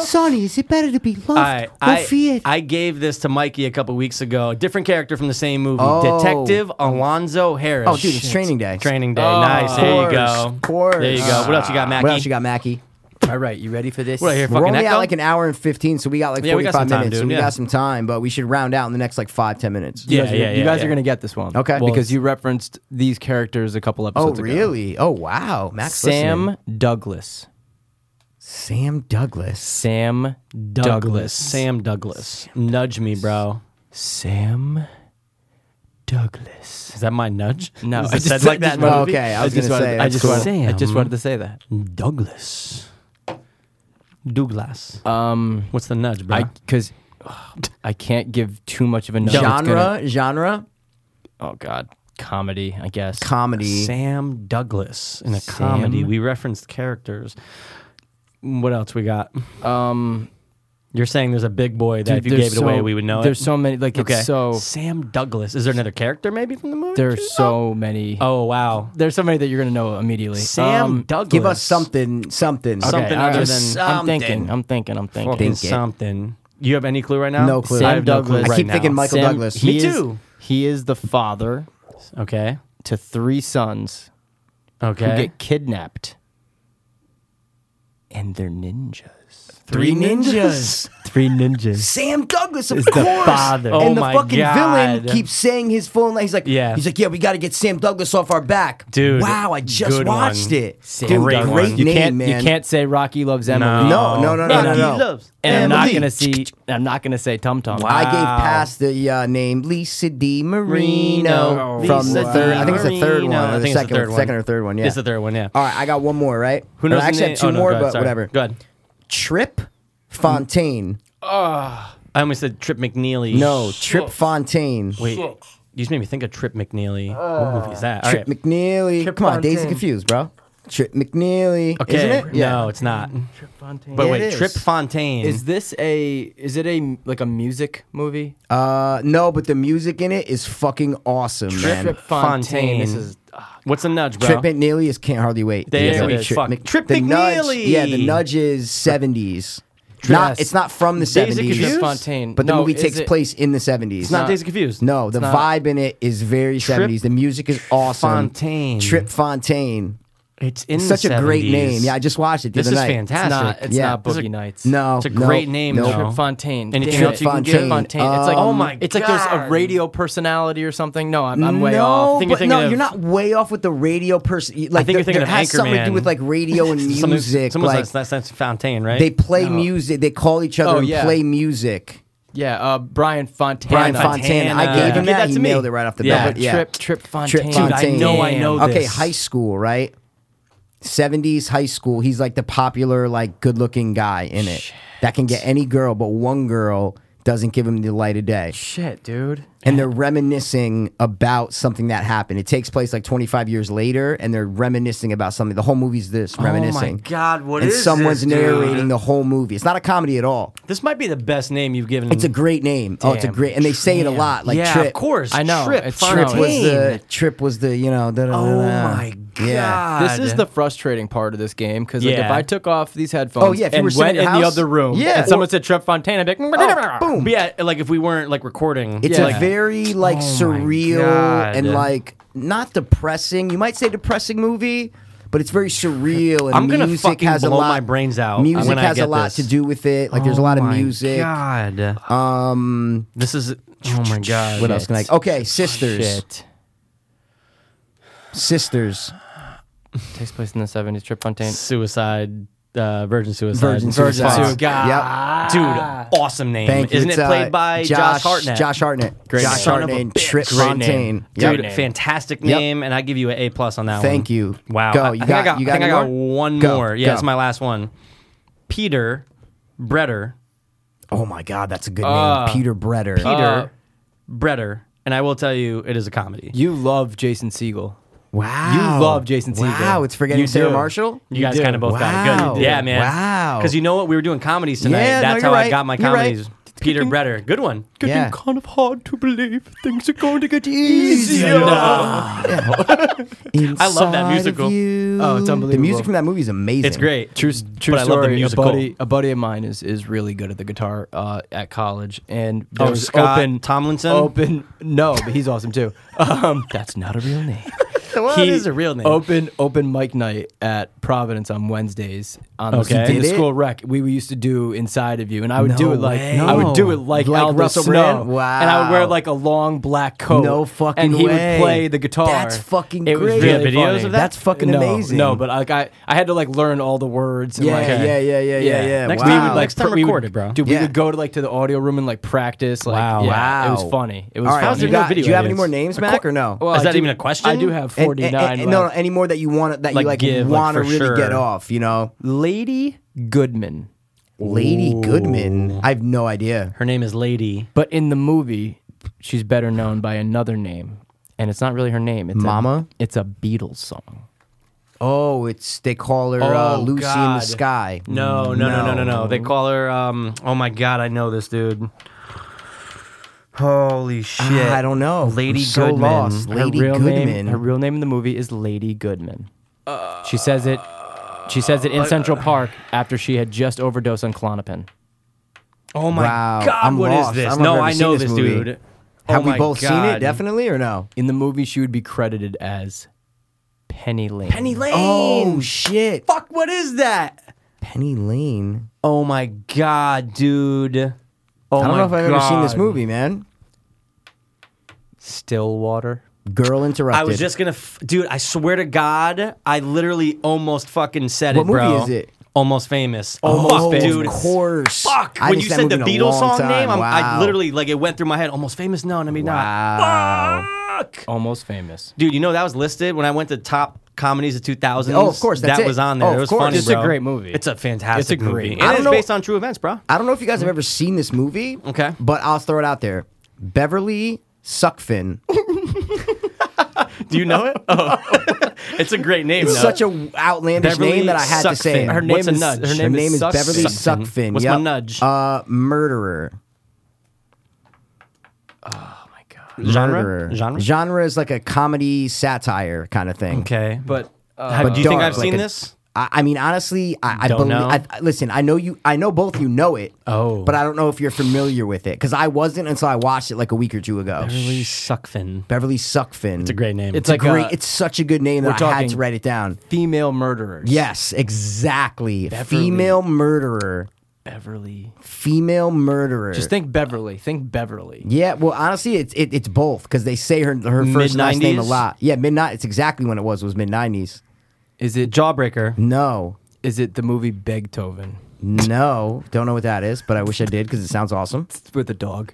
[SPEAKER 3] Sonny, is it better to be loved
[SPEAKER 1] I, I, I gave this to Mikey a couple weeks ago. Different character from the same movie.
[SPEAKER 3] Oh.
[SPEAKER 1] Detective Alonzo Harris.
[SPEAKER 3] Oh, dude, it's Training Day.
[SPEAKER 1] Training day. nice. There you go.
[SPEAKER 3] Of course.
[SPEAKER 1] There you go. What else you got, Mackie?
[SPEAKER 3] What else you got, Mackie?
[SPEAKER 6] All right, you ready for this?
[SPEAKER 1] What, I hear
[SPEAKER 3] We're
[SPEAKER 1] fucking
[SPEAKER 3] only
[SPEAKER 1] echo?
[SPEAKER 3] at like an hour and 15, so we got like
[SPEAKER 1] Yeah,
[SPEAKER 3] 45
[SPEAKER 1] we got some time,
[SPEAKER 3] minutes. so
[SPEAKER 1] dude,
[SPEAKER 3] we
[SPEAKER 1] yeah.
[SPEAKER 3] got some time, but we should round out in the next like five, 10 minutes.
[SPEAKER 1] yeah,
[SPEAKER 6] guys are-
[SPEAKER 1] yeah, yeah,
[SPEAKER 6] you guys
[SPEAKER 1] yeah.
[SPEAKER 6] are gonna get this one.
[SPEAKER 3] Okay. Well,
[SPEAKER 6] Because
[SPEAKER 3] it's-
[SPEAKER 6] you referenced these characters a couple
[SPEAKER 3] Oh,
[SPEAKER 6] episodes ago.
[SPEAKER 3] really? Oh, wow. Max
[SPEAKER 6] Sam
[SPEAKER 3] listening.
[SPEAKER 6] Douglas.
[SPEAKER 3] Sam Douglas.
[SPEAKER 6] Sam Douglas.
[SPEAKER 1] Sam Douglas. Nudge me, bro.
[SPEAKER 6] Sam Douglas.
[SPEAKER 1] Is that my nudge?
[SPEAKER 6] No,
[SPEAKER 1] Is
[SPEAKER 6] I
[SPEAKER 1] it
[SPEAKER 6] just-
[SPEAKER 1] said like that. in the
[SPEAKER 3] Oh,
[SPEAKER 1] movie?
[SPEAKER 3] okay. I was
[SPEAKER 6] just
[SPEAKER 3] going to
[SPEAKER 6] wanted,
[SPEAKER 3] say.
[SPEAKER 6] I
[SPEAKER 3] that's
[SPEAKER 6] just
[SPEAKER 3] cool.
[SPEAKER 6] wanted, I just
[SPEAKER 1] Sam.
[SPEAKER 6] wanted to say that.
[SPEAKER 1] Douglas. Douglas.
[SPEAKER 6] Um,
[SPEAKER 1] What's the nudge, bro?
[SPEAKER 6] I because I can't give too much of a note. It's
[SPEAKER 3] genre,
[SPEAKER 6] gonna-
[SPEAKER 3] genre,
[SPEAKER 6] oh God, comedy. I guess.
[SPEAKER 3] comedy.
[SPEAKER 1] Sam Douglas in a comedy.
[SPEAKER 6] Sam?
[SPEAKER 1] We referenced characters. What else we got?
[SPEAKER 6] um,
[SPEAKER 1] You're saying there's a big boy that if
[SPEAKER 6] dude,
[SPEAKER 1] you gave
[SPEAKER 6] there's
[SPEAKER 1] it away,
[SPEAKER 6] so-
[SPEAKER 1] we would know
[SPEAKER 6] There's
[SPEAKER 1] it.
[SPEAKER 6] so many. Like
[SPEAKER 1] okay.
[SPEAKER 6] it's so
[SPEAKER 1] Sam Douglas. Is there another character maybe from the movie?
[SPEAKER 6] there's so many.
[SPEAKER 1] Oh wow.
[SPEAKER 6] There's so many that you're gonna know immediately.
[SPEAKER 1] Sam
[SPEAKER 6] Um,
[SPEAKER 1] Douglas.
[SPEAKER 3] Um, Give us something, something.
[SPEAKER 1] Something
[SPEAKER 6] all
[SPEAKER 1] other
[SPEAKER 6] just
[SPEAKER 1] than-
[SPEAKER 6] I'm thinking.
[SPEAKER 3] something.
[SPEAKER 6] I'm thinking. I'm thinking.
[SPEAKER 1] Fucking
[SPEAKER 3] Think it.
[SPEAKER 1] something. You have any clue right now?
[SPEAKER 3] No clue.
[SPEAKER 1] I
[SPEAKER 6] Sam
[SPEAKER 1] have no clue
[SPEAKER 6] Douglas.
[SPEAKER 1] right
[SPEAKER 3] I keep
[SPEAKER 1] now.
[SPEAKER 3] thinking Michael
[SPEAKER 6] Sam-
[SPEAKER 3] Douglas.
[SPEAKER 6] he
[SPEAKER 1] Me
[SPEAKER 6] is-
[SPEAKER 1] too.
[SPEAKER 6] He is the father
[SPEAKER 1] Okay.
[SPEAKER 6] to three sons who
[SPEAKER 1] Okay.
[SPEAKER 6] get kidnapped, and they're ninjas.
[SPEAKER 3] Three ninjas.
[SPEAKER 6] Three ninjas.
[SPEAKER 3] Sam Douglas, of course.
[SPEAKER 6] father.
[SPEAKER 1] Oh
[SPEAKER 3] and the
[SPEAKER 1] my
[SPEAKER 3] fucking villain
[SPEAKER 1] God.
[SPEAKER 3] keeps saying his full name. He's like,
[SPEAKER 1] Yeah.
[SPEAKER 3] He's like, yeah, we got to get Sam Douglas off our back,
[SPEAKER 1] Dude,
[SPEAKER 3] Wow, I just
[SPEAKER 1] good
[SPEAKER 3] watched
[SPEAKER 1] one.
[SPEAKER 3] it.
[SPEAKER 1] Sam
[SPEAKER 3] Dude,
[SPEAKER 1] Douglas.
[SPEAKER 3] great
[SPEAKER 1] You
[SPEAKER 3] name,
[SPEAKER 6] You can't.
[SPEAKER 3] man.
[SPEAKER 6] You can't say Rocky loves Emily.
[SPEAKER 3] No, no, no, no,
[SPEAKER 1] Rocky
[SPEAKER 3] no, no.
[SPEAKER 1] loves
[SPEAKER 6] And I'm not
[SPEAKER 3] Emily.
[SPEAKER 6] gonna see. I'm not gonna say Tum Tum.
[SPEAKER 3] I
[SPEAKER 1] Wow.
[SPEAKER 3] gave past the uh, name Lisa Di Marino
[SPEAKER 1] Marino.
[SPEAKER 3] from
[SPEAKER 1] Lisa
[SPEAKER 3] the third.
[SPEAKER 1] Di
[SPEAKER 3] I think it's the third one.
[SPEAKER 1] Marino.
[SPEAKER 3] Or
[SPEAKER 1] I
[SPEAKER 3] the
[SPEAKER 1] think it's the
[SPEAKER 3] second,
[SPEAKER 1] third one.
[SPEAKER 3] second or third one. Yeah,
[SPEAKER 1] It's the third one, yeah.
[SPEAKER 3] All right, I got one more. Right?
[SPEAKER 1] Who knows?
[SPEAKER 3] I
[SPEAKER 1] the
[SPEAKER 3] actually
[SPEAKER 1] name?
[SPEAKER 3] have two
[SPEAKER 1] Oh, no,
[SPEAKER 3] more,
[SPEAKER 1] go ahead,
[SPEAKER 3] but
[SPEAKER 1] sorry.
[SPEAKER 3] whatever.
[SPEAKER 1] Go ahead.
[SPEAKER 3] Trip Fontaine.
[SPEAKER 1] I almost said Trip McNeely.
[SPEAKER 3] No, Trip Fontaine.
[SPEAKER 1] Wait. You just made me think of Trip McNeely. what movie is that? All
[SPEAKER 3] Trip
[SPEAKER 1] right.
[SPEAKER 3] McNeely.
[SPEAKER 1] Trip
[SPEAKER 3] Come on, Daisy
[SPEAKER 1] Fontaine.
[SPEAKER 3] confused, bro. Trip McNeely.
[SPEAKER 1] okay.
[SPEAKER 3] Isn't it?
[SPEAKER 1] No, it's not.
[SPEAKER 6] Fontaine.
[SPEAKER 1] But
[SPEAKER 3] Yeah, it
[SPEAKER 1] wait,
[SPEAKER 3] is.
[SPEAKER 1] Trip Fontaine.
[SPEAKER 6] Is this a? Is it a like a music movie?
[SPEAKER 3] Uh, no, but the music in it is fucking awesome, man.
[SPEAKER 6] Trip Fontaine. This is.
[SPEAKER 1] ah, What's a nudge, bro?
[SPEAKER 3] Trip McNeely is can't hardly wait.
[SPEAKER 1] There
[SPEAKER 3] Yeah,
[SPEAKER 1] it
[SPEAKER 3] wait,
[SPEAKER 1] is. Fuck. Trip
[SPEAKER 3] the nudge-
[SPEAKER 1] McNeely.
[SPEAKER 3] yeah, the nudge is seventies. Not,
[SPEAKER 6] Yes.
[SPEAKER 3] it's not from the
[SPEAKER 1] Daisy
[SPEAKER 6] Just
[SPEAKER 1] Confused?
[SPEAKER 3] 70s,
[SPEAKER 6] Fontaine.
[SPEAKER 3] but the
[SPEAKER 6] No,
[SPEAKER 3] movie
[SPEAKER 6] is
[SPEAKER 3] takes
[SPEAKER 6] it-
[SPEAKER 3] place in the 70s.
[SPEAKER 1] It's not Daisy Confused.
[SPEAKER 3] No, the vibe in it is very 70s. The music is awesome.
[SPEAKER 1] Fontaine.
[SPEAKER 3] Trip Fontaine.
[SPEAKER 1] It's in
[SPEAKER 3] Such
[SPEAKER 1] the
[SPEAKER 3] a great
[SPEAKER 1] 70s.
[SPEAKER 3] name. Yeah, I just watched it the
[SPEAKER 1] This
[SPEAKER 3] other
[SPEAKER 1] is
[SPEAKER 3] night.
[SPEAKER 1] fantastic.
[SPEAKER 6] not, it's
[SPEAKER 3] Yeah.
[SPEAKER 6] not
[SPEAKER 3] This is
[SPEAKER 6] Boogie
[SPEAKER 1] a-
[SPEAKER 6] Nights.
[SPEAKER 3] No,
[SPEAKER 1] It's a
[SPEAKER 3] no,
[SPEAKER 1] great name,
[SPEAKER 3] no.
[SPEAKER 1] though.
[SPEAKER 6] Trip Fontaine.
[SPEAKER 1] And
[SPEAKER 6] Damn
[SPEAKER 1] Trip
[SPEAKER 6] it, you can get
[SPEAKER 3] Fontaine.
[SPEAKER 6] Fontaine. It's like
[SPEAKER 1] Oh my
[SPEAKER 6] It's like there's a
[SPEAKER 1] God.
[SPEAKER 6] radio personality or something. No, I'm, I'm way
[SPEAKER 3] no,
[SPEAKER 6] off.
[SPEAKER 1] I think
[SPEAKER 3] but
[SPEAKER 1] you're thinking
[SPEAKER 3] no,
[SPEAKER 1] of-
[SPEAKER 3] you're not way off with the radio person. Like,
[SPEAKER 1] think you're
[SPEAKER 3] there-
[SPEAKER 1] thinking
[SPEAKER 3] there
[SPEAKER 1] of
[SPEAKER 3] has something to do
[SPEAKER 1] Anchorman.
[SPEAKER 3] with like radio and
[SPEAKER 1] Someone-
[SPEAKER 3] music.
[SPEAKER 1] Someone's
[SPEAKER 3] like,
[SPEAKER 1] that's, that's Fontaine, right?
[SPEAKER 3] they play
[SPEAKER 1] Oh.
[SPEAKER 3] music. They call each other
[SPEAKER 6] Oh,
[SPEAKER 3] and
[SPEAKER 6] yeah.
[SPEAKER 3] play music.
[SPEAKER 6] Yeah, uh, Brian Fontaine.
[SPEAKER 3] Brian
[SPEAKER 1] Fontana.
[SPEAKER 3] Fontaine. I
[SPEAKER 1] Yeah.
[SPEAKER 3] gave him
[SPEAKER 1] Give
[SPEAKER 3] that.
[SPEAKER 1] that
[SPEAKER 3] He
[SPEAKER 1] to me.
[SPEAKER 3] nailed it right off the
[SPEAKER 1] Yeah,
[SPEAKER 3] bat.
[SPEAKER 1] but
[SPEAKER 3] Yeah.
[SPEAKER 6] Trip Trip Fontaine.
[SPEAKER 3] Trip Fontaine.
[SPEAKER 1] I know, I know
[SPEAKER 6] Damn.
[SPEAKER 1] this.
[SPEAKER 3] Okay, high school, right? 70s high school. He's like the popular, like good looking guy in it that can get any girl, but one girl doesn't give him the light of day.
[SPEAKER 6] Shit, dude.
[SPEAKER 3] And they're reminiscing about something that happened. It takes place like 25 years later, and they're reminiscing about something. The whole movie's this reminiscing.
[SPEAKER 1] Oh God, what
[SPEAKER 3] and
[SPEAKER 1] is
[SPEAKER 3] someone's
[SPEAKER 1] this, dude?
[SPEAKER 3] narrating the whole movie. It's not a comedy at all.
[SPEAKER 1] This might be the best name you've given.
[SPEAKER 3] It's a great name. Oh, it's a
[SPEAKER 6] Damn.
[SPEAKER 3] great, and they say it a lot. Like
[SPEAKER 1] Mm. yeah,
[SPEAKER 3] Trip.
[SPEAKER 1] of course.
[SPEAKER 6] I know,
[SPEAKER 1] Trip
[SPEAKER 6] it's-
[SPEAKER 1] Fontaine.
[SPEAKER 3] Trip was the Trip was the you know. Da, da, da,
[SPEAKER 1] oh
[SPEAKER 3] da.
[SPEAKER 1] my god.
[SPEAKER 3] Yeah.
[SPEAKER 6] This is the frustrating part of this game because like, if
[SPEAKER 1] Yeah.
[SPEAKER 6] I took off these headphones
[SPEAKER 3] Oh, yeah, if you
[SPEAKER 6] and
[SPEAKER 3] were sitting
[SPEAKER 6] went in
[SPEAKER 3] in Oh. your
[SPEAKER 6] the
[SPEAKER 3] house-
[SPEAKER 6] other room
[SPEAKER 3] Yeah.
[SPEAKER 6] and someone "Oh, said Trip Fontaine, I'd be like, "Mmm."
[SPEAKER 3] boom.
[SPEAKER 1] But yeah, like if we weren't like recording,
[SPEAKER 3] It's
[SPEAKER 1] like,
[SPEAKER 3] a very like surreal
[SPEAKER 1] Oh God.
[SPEAKER 3] and like not depressing. You might say depressing movie, but it's very surreal. And
[SPEAKER 1] I'm gonna
[SPEAKER 3] music
[SPEAKER 1] fucking
[SPEAKER 3] has a
[SPEAKER 1] blow
[SPEAKER 3] lot,
[SPEAKER 1] my brains out
[SPEAKER 3] Music
[SPEAKER 1] when I
[SPEAKER 3] has a
[SPEAKER 1] get
[SPEAKER 3] lot
[SPEAKER 1] this.
[SPEAKER 3] to do with it. Like there's a lot of
[SPEAKER 1] Oh my
[SPEAKER 3] music.
[SPEAKER 1] God.
[SPEAKER 3] Um,
[SPEAKER 1] This is oh my god.
[SPEAKER 3] what else can I? oh. Okay, sisters.
[SPEAKER 6] Shit.
[SPEAKER 3] Sisters.
[SPEAKER 6] Takes place in the 70s, Trip Fontaine.
[SPEAKER 1] Suicide. Uh, virgin suicide.
[SPEAKER 3] Virgin,
[SPEAKER 1] Virgin
[SPEAKER 3] Suicide.
[SPEAKER 1] Suicide. Oh, God.
[SPEAKER 3] Yep.
[SPEAKER 1] Dude, awesome name.
[SPEAKER 3] Thank you.
[SPEAKER 1] Isn't
[SPEAKER 3] It's,
[SPEAKER 1] it played
[SPEAKER 3] uh,
[SPEAKER 1] by Josh, Hartnett?
[SPEAKER 3] Josh Hartnett.
[SPEAKER 1] Great
[SPEAKER 3] Josh
[SPEAKER 1] name.
[SPEAKER 3] Hartnett. and Trip
[SPEAKER 1] Great
[SPEAKER 3] Fontaine.
[SPEAKER 1] name.
[SPEAKER 3] Yep.
[SPEAKER 1] Dude, fantastic
[SPEAKER 3] Yep.
[SPEAKER 1] name, and I give you an A plus on that one.
[SPEAKER 3] Thank you.
[SPEAKER 1] Wow.
[SPEAKER 3] Go.
[SPEAKER 1] I,
[SPEAKER 3] You
[SPEAKER 1] I think
[SPEAKER 3] got-
[SPEAKER 1] I got,
[SPEAKER 3] you got
[SPEAKER 1] I think I
[SPEAKER 3] any
[SPEAKER 1] got
[SPEAKER 3] more?
[SPEAKER 1] one
[SPEAKER 3] Go,
[SPEAKER 1] more. Yeah,
[SPEAKER 3] go.
[SPEAKER 1] it's my last one. Peter Bretter.
[SPEAKER 3] Oh my God, that's a good
[SPEAKER 6] Uh,
[SPEAKER 3] name. Peter Bretter.
[SPEAKER 1] Peter
[SPEAKER 6] Uh,
[SPEAKER 1] Bretter. And I will tell you, it is a comedy.
[SPEAKER 6] You love Jason Siegel.
[SPEAKER 3] wow.
[SPEAKER 6] You love Jason Segel.
[SPEAKER 3] Wow, it's forgetting
[SPEAKER 6] You
[SPEAKER 3] Sarah
[SPEAKER 6] do.
[SPEAKER 3] Marshall.
[SPEAKER 1] You guys
[SPEAKER 6] do.
[SPEAKER 1] kind of both got
[SPEAKER 3] Wow.
[SPEAKER 1] it. Good. Yeah, man.
[SPEAKER 3] Wow.
[SPEAKER 1] Because you know what? We were doing comedies tonight.
[SPEAKER 3] Yeah, no,
[SPEAKER 1] That's
[SPEAKER 3] you're
[SPEAKER 1] how
[SPEAKER 3] right.
[SPEAKER 1] I got my
[SPEAKER 3] You're right.
[SPEAKER 1] comedies. Peter Bretter. Good one.
[SPEAKER 3] Yeah.
[SPEAKER 6] kind of hard to believe things are going to get
[SPEAKER 1] uh, I love that musical.
[SPEAKER 6] Oh, it's
[SPEAKER 3] The
[SPEAKER 6] unbelievable.
[SPEAKER 3] music from that movie is amazing.
[SPEAKER 1] It's great.
[SPEAKER 6] True, true
[SPEAKER 1] but I
[SPEAKER 6] story.
[SPEAKER 1] love the musical.
[SPEAKER 6] A buddy, a buddy of mine is is really good at the guitar uh, at college, and there
[SPEAKER 1] Oh,
[SPEAKER 6] was
[SPEAKER 1] Scott
[SPEAKER 6] open
[SPEAKER 1] Tomlinson?
[SPEAKER 6] Open, no, but he's awesome too. Um, that's not a real name.
[SPEAKER 1] What
[SPEAKER 6] He-
[SPEAKER 1] is a real name?
[SPEAKER 6] Open open mic night at Providence on Wednesdays on
[SPEAKER 1] Okay.
[SPEAKER 6] the, in
[SPEAKER 1] Did
[SPEAKER 6] the
[SPEAKER 3] it?
[SPEAKER 6] school rec. We, we used to do inside of you, and I would do
[SPEAKER 3] No
[SPEAKER 6] it like
[SPEAKER 3] way.
[SPEAKER 6] I would do it like,
[SPEAKER 3] Like
[SPEAKER 6] Aldo
[SPEAKER 3] Russell
[SPEAKER 6] Snow.
[SPEAKER 3] Brand?
[SPEAKER 6] And I would wear
[SPEAKER 3] Wow.
[SPEAKER 6] like a long black coat.
[SPEAKER 3] No fucking
[SPEAKER 6] And he
[SPEAKER 3] way.
[SPEAKER 6] would play the guitar.
[SPEAKER 3] That's fucking
[SPEAKER 6] it was
[SPEAKER 3] great.
[SPEAKER 1] Do you have
[SPEAKER 6] really
[SPEAKER 1] videos
[SPEAKER 6] funny.
[SPEAKER 1] of that?
[SPEAKER 3] That's fucking
[SPEAKER 6] no,
[SPEAKER 3] amazing.
[SPEAKER 6] No, but like I, I had to like learn all the words. And,
[SPEAKER 3] yeah,
[SPEAKER 6] like,
[SPEAKER 3] yeah, yeah, yeah, yeah, yeah.
[SPEAKER 1] Next
[SPEAKER 3] wow.
[SPEAKER 1] time we would like
[SPEAKER 6] pr- we
[SPEAKER 1] record
[SPEAKER 6] would,
[SPEAKER 1] it, bro.
[SPEAKER 6] Dude,
[SPEAKER 3] Yeah.
[SPEAKER 6] we would go to like to the audio room and like practice. Like,
[SPEAKER 1] Wow.
[SPEAKER 6] yeah, It
[SPEAKER 3] Wow.
[SPEAKER 6] was funny. It was.
[SPEAKER 3] All right,
[SPEAKER 1] How's
[SPEAKER 6] funny.
[SPEAKER 3] you
[SPEAKER 1] there no
[SPEAKER 3] got,
[SPEAKER 1] video
[SPEAKER 3] do you have any
[SPEAKER 1] evidence?
[SPEAKER 3] more names, Mac, or no?
[SPEAKER 6] Well,
[SPEAKER 1] Is
[SPEAKER 6] I
[SPEAKER 1] that
[SPEAKER 6] do-
[SPEAKER 1] even a question?
[SPEAKER 6] I do have
[SPEAKER 3] And-
[SPEAKER 6] forty
[SPEAKER 3] and- and-
[SPEAKER 6] nine.
[SPEAKER 3] No, no, any more that you want that
[SPEAKER 1] Like,
[SPEAKER 3] you like
[SPEAKER 1] give, like,
[SPEAKER 3] want to
[SPEAKER 1] for
[SPEAKER 3] really
[SPEAKER 1] sure.
[SPEAKER 3] get off? You know,
[SPEAKER 6] Lady Goodman.
[SPEAKER 3] Lady Goodman. I have no idea.
[SPEAKER 1] Her name is Lady.
[SPEAKER 6] But in the movie, she's better known by another name, and it's not really her name. It's
[SPEAKER 3] Mama?
[SPEAKER 6] A, it's a Beatles song.
[SPEAKER 3] Oh, it's they call her uh,
[SPEAKER 1] Oh,
[SPEAKER 3] Lucy in the
[SPEAKER 1] God.
[SPEAKER 3] Sky.
[SPEAKER 1] No, no, no, no, no, no. They call her. Um, oh my God, I know this dude. Holy shit!
[SPEAKER 3] I don't know.
[SPEAKER 1] Lady
[SPEAKER 3] I'm so
[SPEAKER 1] Goodman.
[SPEAKER 3] Lost.
[SPEAKER 6] her
[SPEAKER 3] Lady
[SPEAKER 6] real
[SPEAKER 3] Goodman.
[SPEAKER 6] name. Her real name in the movie is Lady Goodman. she says it. She says it in Central Park after she had just overdosed on clonopin.
[SPEAKER 1] Oh my
[SPEAKER 3] Wow, I'm
[SPEAKER 1] God, What is
[SPEAKER 3] lost. I
[SPEAKER 1] this?
[SPEAKER 3] don't know
[SPEAKER 1] no,
[SPEAKER 3] if I've
[SPEAKER 1] I
[SPEAKER 3] ever
[SPEAKER 1] know
[SPEAKER 3] seen
[SPEAKER 1] this,
[SPEAKER 3] this movie.
[SPEAKER 1] dude.
[SPEAKER 3] Have
[SPEAKER 1] Oh
[SPEAKER 3] we
[SPEAKER 1] my
[SPEAKER 3] both seen it?
[SPEAKER 1] God.
[SPEAKER 3] Definitely or no?
[SPEAKER 6] In the movie, she would be credited as Penny Lane.
[SPEAKER 1] Penny Lane.
[SPEAKER 3] Oh shit!
[SPEAKER 1] fuck! What is that?
[SPEAKER 3] Penny Lane.
[SPEAKER 1] Oh my God, dude. Oh
[SPEAKER 3] I don't
[SPEAKER 1] my
[SPEAKER 3] know if I've ever seen this
[SPEAKER 1] God.
[SPEAKER 3] movie, man.
[SPEAKER 6] Stillwater.
[SPEAKER 3] Girl interrupted.
[SPEAKER 1] I was just gonna, f- dude. I swear to God, I literally almost fucking said
[SPEAKER 3] What
[SPEAKER 1] it, bro.
[SPEAKER 3] movie is it?
[SPEAKER 1] Almost famous.
[SPEAKER 3] Oh,
[SPEAKER 1] Fuck,
[SPEAKER 3] of
[SPEAKER 1] dude.
[SPEAKER 3] course.
[SPEAKER 1] Fuck.
[SPEAKER 3] I
[SPEAKER 1] when you
[SPEAKER 3] haven't seen
[SPEAKER 1] said
[SPEAKER 3] that
[SPEAKER 1] the
[SPEAKER 3] movie in a
[SPEAKER 1] Beatles
[SPEAKER 3] long
[SPEAKER 1] song
[SPEAKER 3] time.
[SPEAKER 1] name, I'm,
[SPEAKER 3] Wow.
[SPEAKER 1] I literally like it went through my head. Almost famous? No, I mean
[SPEAKER 3] Wow.
[SPEAKER 1] not. Fuck.
[SPEAKER 6] Almost famous.
[SPEAKER 1] Dude, you know that was listed when I went to top comedies of 2000.
[SPEAKER 3] Oh, of course, that's
[SPEAKER 1] that
[SPEAKER 3] it.
[SPEAKER 1] was on there.
[SPEAKER 3] Oh, of
[SPEAKER 1] it was
[SPEAKER 3] course.
[SPEAKER 1] funny.
[SPEAKER 6] It's a
[SPEAKER 1] bro.
[SPEAKER 6] great movie.
[SPEAKER 1] It's a fantastic.
[SPEAKER 6] It's a great
[SPEAKER 1] movie.
[SPEAKER 6] movie. I
[SPEAKER 1] And
[SPEAKER 3] don't
[SPEAKER 1] it's
[SPEAKER 3] know-
[SPEAKER 1] based on true events, bro.
[SPEAKER 3] I don't know if you guys have ever seen this movie.
[SPEAKER 1] Okay.
[SPEAKER 3] But I'll throw it out there. Beverly Suckfin.
[SPEAKER 1] Do you know it? Oh. it's a great name.
[SPEAKER 3] It's
[SPEAKER 1] though.
[SPEAKER 3] such a outlandish
[SPEAKER 1] Beverly
[SPEAKER 3] name that I had to
[SPEAKER 1] Suckfin.
[SPEAKER 3] say. it.
[SPEAKER 1] Her
[SPEAKER 6] name
[SPEAKER 1] What's a
[SPEAKER 6] is-
[SPEAKER 1] nudge?
[SPEAKER 6] her
[SPEAKER 3] Her name is
[SPEAKER 6] Suckfin.
[SPEAKER 3] Beverly
[SPEAKER 1] Suckfin.
[SPEAKER 3] Suckfin.
[SPEAKER 1] What's
[SPEAKER 3] yep.
[SPEAKER 1] my nudge?
[SPEAKER 3] Uh, murderer.
[SPEAKER 1] Genre?
[SPEAKER 3] Murderer.
[SPEAKER 1] Genre?
[SPEAKER 3] Genre is like a comedy satire kind of thing.
[SPEAKER 1] Okay, but
[SPEAKER 6] But uh,
[SPEAKER 1] Have- do you think
[SPEAKER 3] dark,
[SPEAKER 1] I've
[SPEAKER 3] like
[SPEAKER 1] seen
[SPEAKER 3] a-
[SPEAKER 1] this?
[SPEAKER 3] I, I mean, honestly, I, I
[SPEAKER 1] Don't
[SPEAKER 3] belie-
[SPEAKER 1] know?
[SPEAKER 3] I, I- listen, I know you. I know both you know it.
[SPEAKER 1] Oh.
[SPEAKER 3] but I don't know if you're familiar with it because I wasn't until I watched it like a week or two ago.
[SPEAKER 1] Beverly Suckfin.
[SPEAKER 3] Beverly Suckfin.
[SPEAKER 1] It's uh, a great name.
[SPEAKER 6] It's
[SPEAKER 3] It's
[SPEAKER 6] like
[SPEAKER 3] a great.
[SPEAKER 6] a
[SPEAKER 3] it's such a good name that
[SPEAKER 6] we're
[SPEAKER 3] I had to
[SPEAKER 6] talking-
[SPEAKER 3] write it down.
[SPEAKER 6] female murderers.
[SPEAKER 3] Yes, exactly. Female murderer.
[SPEAKER 6] Beverly.
[SPEAKER 3] Female murderer.
[SPEAKER 6] Just think Beverly. Think Beverly.
[SPEAKER 3] Yeah, well, honestly, it's it, it's both because they say her her first last name a
[SPEAKER 1] Mid-nineties?
[SPEAKER 3] lot. Yeah, midnight. It's exactly when it was was mid nineties.
[SPEAKER 6] Is it
[SPEAKER 1] Jawbreaker.
[SPEAKER 3] No,
[SPEAKER 6] is it the movie Beethoven
[SPEAKER 3] no, don't know what that is, but I wish I did because it sounds awesome.
[SPEAKER 6] with the dog?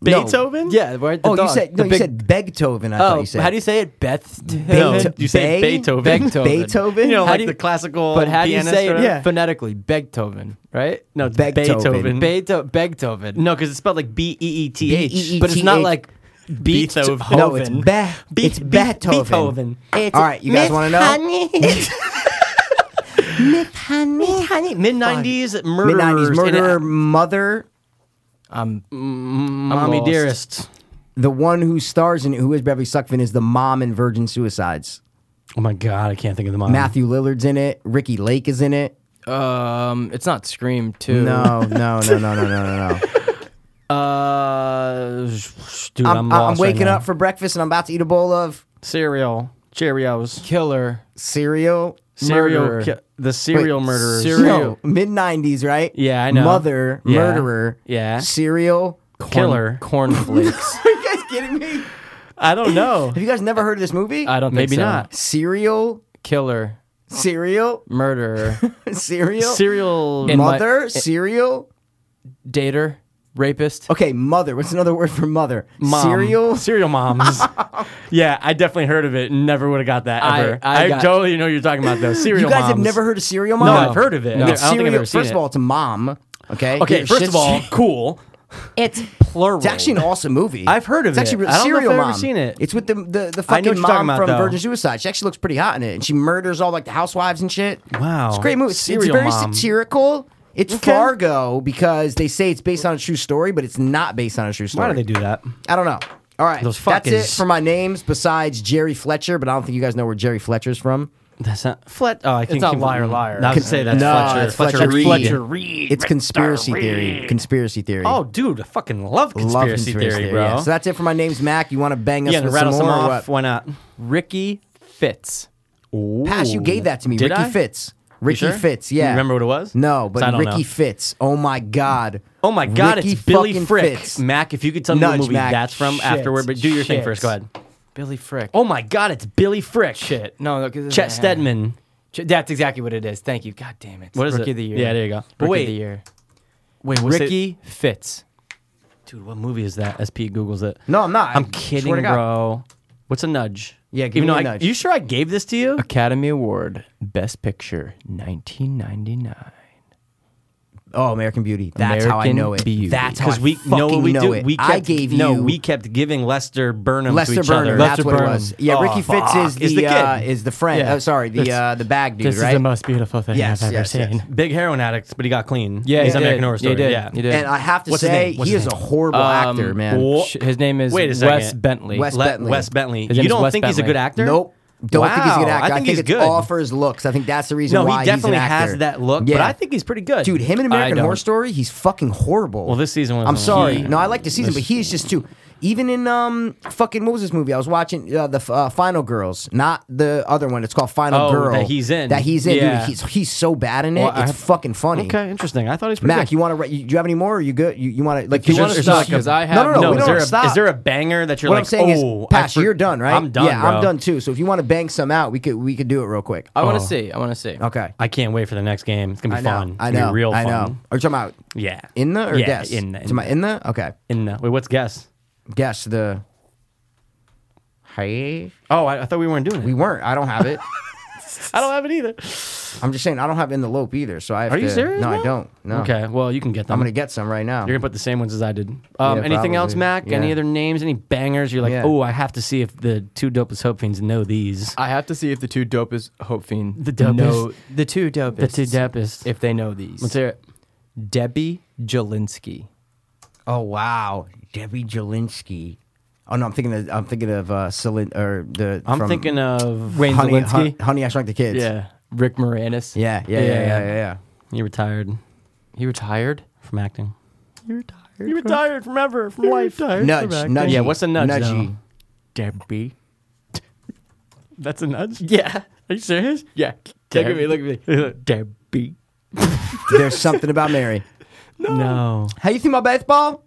[SPEAKER 3] No.
[SPEAKER 1] Beethoven?
[SPEAKER 6] Yeah, right. the
[SPEAKER 3] Oh, you
[SPEAKER 6] dog. The
[SPEAKER 3] said no, you
[SPEAKER 6] big-
[SPEAKER 3] said Beethoven. I thought
[SPEAKER 6] Oh,
[SPEAKER 3] you said.
[SPEAKER 6] how do you say it? Beth.
[SPEAKER 1] No,
[SPEAKER 3] Beethoven.
[SPEAKER 1] you say
[SPEAKER 3] Be-
[SPEAKER 1] Beethoven.
[SPEAKER 6] Beethoven.
[SPEAKER 3] Beethoven?
[SPEAKER 1] You know,
[SPEAKER 6] How
[SPEAKER 1] like
[SPEAKER 6] do you-
[SPEAKER 1] the classical
[SPEAKER 6] But how do you
[SPEAKER 1] pianist
[SPEAKER 6] say
[SPEAKER 1] or
[SPEAKER 6] it
[SPEAKER 1] whatever?
[SPEAKER 3] Yeah.
[SPEAKER 6] phonetically? Beethoven, right?
[SPEAKER 1] No, it's
[SPEAKER 3] Beethoven.
[SPEAKER 1] Beethoven.
[SPEAKER 6] Beethoven. Beethoven.
[SPEAKER 1] no, because it's spelled like B E E T H.
[SPEAKER 6] But it's not
[SPEAKER 3] T-H-
[SPEAKER 6] like Beethoven.
[SPEAKER 3] no, it's Be-
[SPEAKER 1] Be-
[SPEAKER 3] it's
[SPEAKER 1] Be-
[SPEAKER 3] Beethoven.
[SPEAKER 1] Beethoven.
[SPEAKER 3] All right, you guys
[SPEAKER 5] Miss
[SPEAKER 3] want to know?
[SPEAKER 5] Honey.
[SPEAKER 1] Mid 90s
[SPEAKER 3] Mid
[SPEAKER 1] murderers.
[SPEAKER 3] nineties
[SPEAKER 1] in-
[SPEAKER 3] murderer, mother,
[SPEAKER 6] I'm,
[SPEAKER 1] Mommy
[SPEAKER 6] lost.
[SPEAKER 1] Dearest.
[SPEAKER 3] the one who stars in it, who is Beverly Suckfin, is the mom in Virgin Suicides.
[SPEAKER 1] Oh my God, I can't think of the mom.
[SPEAKER 3] Matthew Lillard's in it. Ricky Lake is in it.
[SPEAKER 6] Um, it's not Scream too.
[SPEAKER 3] No, no, no, no, no, no, no, no.
[SPEAKER 1] Uh, dude, I'm,
[SPEAKER 3] I'm, I'm,
[SPEAKER 1] lost right
[SPEAKER 3] waking
[SPEAKER 1] now.
[SPEAKER 3] up for breakfast and I'm about to eat a bowl of
[SPEAKER 1] cereal, Cheerios,
[SPEAKER 6] Killer.
[SPEAKER 3] cereal.
[SPEAKER 1] serial,
[SPEAKER 6] Murderer.
[SPEAKER 1] ki- the serial murderers.
[SPEAKER 6] serial- Cereal.
[SPEAKER 3] No, mid 90s, right?
[SPEAKER 1] Yeah, I know.
[SPEAKER 3] Mother,
[SPEAKER 1] Yeah.
[SPEAKER 3] murderer,
[SPEAKER 1] Yeah.
[SPEAKER 3] serial.
[SPEAKER 1] killer.
[SPEAKER 6] Cornflakes.
[SPEAKER 3] Are you guys kidding me?
[SPEAKER 1] I don't know.
[SPEAKER 3] Have you guys never heard of this movie?
[SPEAKER 6] I don't think
[SPEAKER 1] Maybe
[SPEAKER 6] so.
[SPEAKER 1] not.
[SPEAKER 3] Serial,
[SPEAKER 6] Killer.
[SPEAKER 3] serial,
[SPEAKER 6] Murderer.
[SPEAKER 3] serial,
[SPEAKER 1] Serial.
[SPEAKER 6] And my-
[SPEAKER 3] mother, serial.
[SPEAKER 6] Dater.
[SPEAKER 1] Oh.
[SPEAKER 6] Rapist.
[SPEAKER 3] Okay, mother. What's another word for mother?
[SPEAKER 1] Mom.
[SPEAKER 3] Serial.
[SPEAKER 1] Serial moms. yeah, I definitely heard of it. and Never would have got that
[SPEAKER 6] I-
[SPEAKER 1] ever.
[SPEAKER 6] I
[SPEAKER 1] I,
[SPEAKER 6] got-
[SPEAKER 1] totally know what you're talking about though. Serial
[SPEAKER 3] You guys have
[SPEAKER 1] moms.
[SPEAKER 3] never heard of serial mom?
[SPEAKER 1] No, I've heard of it. I don't
[SPEAKER 3] It's
[SPEAKER 1] think I've
[SPEAKER 3] serial-
[SPEAKER 1] ever seen
[SPEAKER 3] first
[SPEAKER 1] it.
[SPEAKER 3] of all, it's a mom. Okay.
[SPEAKER 1] Okay,
[SPEAKER 3] It's
[SPEAKER 1] first
[SPEAKER 3] just-
[SPEAKER 1] of all, cool.
[SPEAKER 5] It's plural.
[SPEAKER 3] It's actually an awesome movie.
[SPEAKER 1] I've heard of
[SPEAKER 3] it's Actually,
[SPEAKER 1] it.
[SPEAKER 3] real-
[SPEAKER 1] I don't know if
[SPEAKER 3] Serial
[SPEAKER 1] I've ever
[SPEAKER 3] Mom.
[SPEAKER 1] seen it.
[SPEAKER 3] It's with the the, the
[SPEAKER 1] I know what
[SPEAKER 3] fucking
[SPEAKER 1] you're talking
[SPEAKER 3] mom
[SPEAKER 1] about,
[SPEAKER 3] from
[SPEAKER 1] though.
[SPEAKER 3] Virgin Suicide. She actually looks pretty hot in it, and she murders all like the housewives and shit.
[SPEAKER 1] Wow.
[SPEAKER 3] it's a great movie. It's, it's
[SPEAKER 1] Serial
[SPEAKER 3] very
[SPEAKER 1] Mom.
[SPEAKER 3] satirical. It's Fargo because they say it's based on a true story, but it's not based on a true story.
[SPEAKER 1] Why do they do that?
[SPEAKER 3] I don't know. All right,
[SPEAKER 1] Those
[SPEAKER 3] that's it
[SPEAKER 1] fuckers.
[SPEAKER 3] for my names. Besides Jerry Fletcher, but I don't think you guys know where Jerry Fletcher's from.
[SPEAKER 1] That's not Flet. Oh, I think
[SPEAKER 6] not
[SPEAKER 1] he-
[SPEAKER 6] Liar, Liar.
[SPEAKER 1] I was gonna say that's
[SPEAKER 3] No,
[SPEAKER 1] Fletcher.
[SPEAKER 3] that's Fletcher Reed.
[SPEAKER 1] Fletcher Reed.
[SPEAKER 3] It's
[SPEAKER 1] Mr.
[SPEAKER 3] conspiracy theory.
[SPEAKER 1] Reed.
[SPEAKER 3] Conspiracy theory.
[SPEAKER 1] Oh, dude, I fucking love conspiracy,
[SPEAKER 3] Love
[SPEAKER 1] theory, bro.
[SPEAKER 3] yeah. So that's it for my name's Mac. You want to bang us
[SPEAKER 1] yeah, and
[SPEAKER 3] with
[SPEAKER 1] rattle some
[SPEAKER 3] some more? or
[SPEAKER 1] off. uh,
[SPEAKER 3] what?
[SPEAKER 1] Why not?
[SPEAKER 6] Ricky Fitz.
[SPEAKER 3] Pass, you gave that to me.
[SPEAKER 1] Did
[SPEAKER 3] Ricky
[SPEAKER 1] I?
[SPEAKER 3] Fitz. Ricky
[SPEAKER 1] sure?
[SPEAKER 3] Fitz,
[SPEAKER 1] You
[SPEAKER 3] yeah.
[SPEAKER 1] remember what it was?
[SPEAKER 3] No,
[SPEAKER 1] 'Cause I
[SPEAKER 3] but
[SPEAKER 1] don't
[SPEAKER 3] Ricky
[SPEAKER 1] know.
[SPEAKER 3] Fitz. Oh my God.
[SPEAKER 1] Oh my God,
[SPEAKER 3] Ricky
[SPEAKER 1] it's Billy
[SPEAKER 3] fucking
[SPEAKER 1] Frick.
[SPEAKER 3] Fitz.
[SPEAKER 1] Mac, if you could tell me what
[SPEAKER 3] Nudge,
[SPEAKER 1] movie
[SPEAKER 3] Mac.
[SPEAKER 1] that's from
[SPEAKER 6] Shit.
[SPEAKER 1] afterward, but do your thing
[SPEAKER 6] Shit.
[SPEAKER 1] first. Go ahead.
[SPEAKER 6] Billy Frick.
[SPEAKER 1] Oh my God, it's Billy Frick.
[SPEAKER 6] shit. No, no 'cause-
[SPEAKER 1] Chet Stedman.
[SPEAKER 6] Ch- That's exactly what it is. Thank you. God damn it.
[SPEAKER 1] What is
[SPEAKER 6] Rookie
[SPEAKER 1] it?
[SPEAKER 6] of the year.
[SPEAKER 1] Yeah, there you go. But
[SPEAKER 6] Rookie
[SPEAKER 1] wait.
[SPEAKER 6] of the year.
[SPEAKER 1] Wait, what's it?
[SPEAKER 6] Ricky Fitz.
[SPEAKER 1] Dude, what movie is that? SP Googles it.
[SPEAKER 3] No, I'm not.
[SPEAKER 1] I'm
[SPEAKER 3] I
[SPEAKER 1] kidding,
[SPEAKER 3] swear to God.
[SPEAKER 1] bro. What's a nudge?
[SPEAKER 3] Yeah, give
[SPEAKER 1] Even
[SPEAKER 3] me
[SPEAKER 1] though
[SPEAKER 3] a
[SPEAKER 1] I-
[SPEAKER 3] nudge.
[SPEAKER 1] You sure I gave this to you?
[SPEAKER 6] Academy Award, Best Picture, 1999.
[SPEAKER 3] Oh, American Beauty. That's how I
[SPEAKER 6] American
[SPEAKER 3] know it.
[SPEAKER 6] Beauty.
[SPEAKER 3] That's how I
[SPEAKER 1] Because we
[SPEAKER 3] fucking
[SPEAKER 1] know what we do.
[SPEAKER 3] It.
[SPEAKER 1] We kept,
[SPEAKER 3] I gave you
[SPEAKER 1] no, we kept giving Lester Burnham to
[SPEAKER 3] Lester
[SPEAKER 1] each
[SPEAKER 3] Burner.
[SPEAKER 1] other.
[SPEAKER 3] That's
[SPEAKER 6] Lester
[SPEAKER 3] what it
[SPEAKER 6] Burnham.
[SPEAKER 3] was. Yeah,
[SPEAKER 1] Oh,
[SPEAKER 3] Ricky Fitz is
[SPEAKER 1] fuck.
[SPEAKER 3] the,
[SPEAKER 1] Is the kid.
[SPEAKER 3] Uh, is the friend.
[SPEAKER 6] Yeah.
[SPEAKER 3] Oh, sorry, the
[SPEAKER 6] That's-
[SPEAKER 3] uh, the bag dude, right?
[SPEAKER 6] most beautiful thing
[SPEAKER 3] Yes, yes, yes.
[SPEAKER 1] Big heroin addict, but he got clean.
[SPEAKER 6] Yeah,
[SPEAKER 1] he's
[SPEAKER 6] he
[SPEAKER 1] on
[SPEAKER 6] did.
[SPEAKER 1] American Horror Story.
[SPEAKER 6] He did.
[SPEAKER 1] Yeah,
[SPEAKER 6] He did.
[SPEAKER 3] and I have to
[SPEAKER 1] What's his
[SPEAKER 3] say,
[SPEAKER 1] name? What's
[SPEAKER 3] he
[SPEAKER 1] his
[SPEAKER 3] is a
[SPEAKER 1] name? Um,
[SPEAKER 3] horrible actor, man.
[SPEAKER 1] wha-
[SPEAKER 6] Sh- Um, His name is
[SPEAKER 1] Wait a second.
[SPEAKER 6] Wes Bentley.
[SPEAKER 3] Wes
[SPEAKER 1] Le-
[SPEAKER 3] Bentley.
[SPEAKER 1] Wes Bentley.
[SPEAKER 6] His name
[SPEAKER 1] You
[SPEAKER 6] is
[SPEAKER 1] don't
[SPEAKER 6] Wes
[SPEAKER 1] think he's a
[SPEAKER 6] Bentley.
[SPEAKER 1] good actor?
[SPEAKER 3] Nope. Don't think he's a good
[SPEAKER 1] Wow,
[SPEAKER 3] actor.
[SPEAKER 1] I think he's
[SPEAKER 3] it's
[SPEAKER 1] good.
[SPEAKER 3] all for his looks. I think that's the reason
[SPEAKER 1] No,
[SPEAKER 3] why
[SPEAKER 1] he definitely
[SPEAKER 3] he's an actor.
[SPEAKER 1] has that look,
[SPEAKER 3] Yeah.
[SPEAKER 1] but I think he's pretty good.
[SPEAKER 3] Dude, him in American
[SPEAKER 6] don't.
[SPEAKER 3] Horror Story, he's fucking horrible.
[SPEAKER 1] Well, this season was
[SPEAKER 3] I'm
[SPEAKER 1] the
[SPEAKER 3] sorry.
[SPEAKER 1] one.
[SPEAKER 3] No, I like the season, but he's just too. Even in um fucking what was this movie? I was watching uh, the uh, Final Girls, not the other one. It's called Final
[SPEAKER 1] Oh,
[SPEAKER 3] Girl
[SPEAKER 1] that he's in.
[SPEAKER 3] That he's in.
[SPEAKER 1] Yeah.
[SPEAKER 3] Dude, he's he's so bad in it.
[SPEAKER 1] Well, I
[SPEAKER 3] it's
[SPEAKER 1] have-
[SPEAKER 3] fucking funny.
[SPEAKER 1] Okay, interesting. I thought he's pretty
[SPEAKER 3] Mac,
[SPEAKER 1] good.
[SPEAKER 3] you want to? Re- you, do you have any more? Or you good? You, you want to like?
[SPEAKER 6] you
[SPEAKER 3] you
[SPEAKER 6] wanna
[SPEAKER 3] want to
[SPEAKER 6] stop, 'cause I have-
[SPEAKER 3] no, no, no.
[SPEAKER 6] No,
[SPEAKER 3] we
[SPEAKER 1] is
[SPEAKER 3] don't
[SPEAKER 1] there,
[SPEAKER 3] wanna
[SPEAKER 1] a,
[SPEAKER 3] stop.
[SPEAKER 1] is there a banger that you're
[SPEAKER 3] what
[SPEAKER 1] like,
[SPEAKER 3] I'm saying
[SPEAKER 1] oh,
[SPEAKER 3] is,
[SPEAKER 1] I
[SPEAKER 3] Pash,
[SPEAKER 1] for-
[SPEAKER 3] you're done, right?
[SPEAKER 1] I'm done.
[SPEAKER 3] Yeah,
[SPEAKER 1] bro.
[SPEAKER 3] I'm done too. So if you want to bang some out, we could we could do it real quick.
[SPEAKER 6] I want
[SPEAKER 1] Oh.
[SPEAKER 6] to see. I want to see.
[SPEAKER 3] Okay.
[SPEAKER 1] I can't wait for the next game. It's gonna
[SPEAKER 3] I
[SPEAKER 1] be
[SPEAKER 3] know.
[SPEAKER 1] fun.
[SPEAKER 3] I
[SPEAKER 1] It's gonna
[SPEAKER 3] know.
[SPEAKER 1] be real
[SPEAKER 3] I
[SPEAKER 1] fun.
[SPEAKER 3] know. Are you talking about
[SPEAKER 1] Yeah.
[SPEAKER 3] in the or
[SPEAKER 1] yeah,
[SPEAKER 3] guess?
[SPEAKER 1] In the. In,
[SPEAKER 3] Talking about
[SPEAKER 1] the,
[SPEAKER 3] in the. Okay.
[SPEAKER 1] in the. Wait, what's guess?
[SPEAKER 3] Guess the. Hey.
[SPEAKER 1] Oh, I, I thought we weren't doing it.
[SPEAKER 3] We weren't. I don't have it.
[SPEAKER 1] I don't have it either.
[SPEAKER 3] I'm just saying I don't have in the lope either. So I have
[SPEAKER 1] Are you
[SPEAKER 3] to-
[SPEAKER 1] serious,
[SPEAKER 3] No, I
[SPEAKER 1] bro?
[SPEAKER 3] don't. No.
[SPEAKER 1] Okay, well, you can get them.
[SPEAKER 3] Oh. I'm gonna get some right now.
[SPEAKER 1] You're gonna put the same ones as I did. Um,
[SPEAKER 3] Yeah,
[SPEAKER 1] anything else,
[SPEAKER 3] probably.
[SPEAKER 1] Mac?
[SPEAKER 3] Yeah.
[SPEAKER 1] Any other names? Any bangers? You're like,
[SPEAKER 3] Yeah.
[SPEAKER 1] oh, I have to see if the two dopest hope fiends know these.
[SPEAKER 6] I have to see if the two dopest Hope Fiend
[SPEAKER 1] The dopest.
[SPEAKER 6] know the two dopest
[SPEAKER 1] The two dopest.
[SPEAKER 6] if they know these.
[SPEAKER 1] Let's hear it.
[SPEAKER 6] Debbie Jelinski.
[SPEAKER 3] oh wow, Debbie Jelinski. Oh no, I'm thinking of I'm thinking of uh, Celine or the.
[SPEAKER 1] I'm
[SPEAKER 3] from
[SPEAKER 1] thinking of
[SPEAKER 6] Wayne
[SPEAKER 3] Honey,
[SPEAKER 6] Jelinski.
[SPEAKER 3] Hun- Honey, I Shrunk the Kids.
[SPEAKER 6] Yeah. Rick Moranis.
[SPEAKER 3] Yeah, yeah, yeah, yeah, yeah.
[SPEAKER 1] You retired
[SPEAKER 6] He retired.
[SPEAKER 1] from acting. You retired. You retired from ever from life.
[SPEAKER 3] Nudge, nudge.
[SPEAKER 1] Yeah, what's a nudge,
[SPEAKER 3] Nudgy.
[SPEAKER 1] though? Debbie. That's a nudge. Yeah. Are you serious?
[SPEAKER 6] Yeah. Look at me. Look at me.
[SPEAKER 1] Debbie.
[SPEAKER 3] There's something about Mary.
[SPEAKER 1] No.
[SPEAKER 3] How you think about baseball?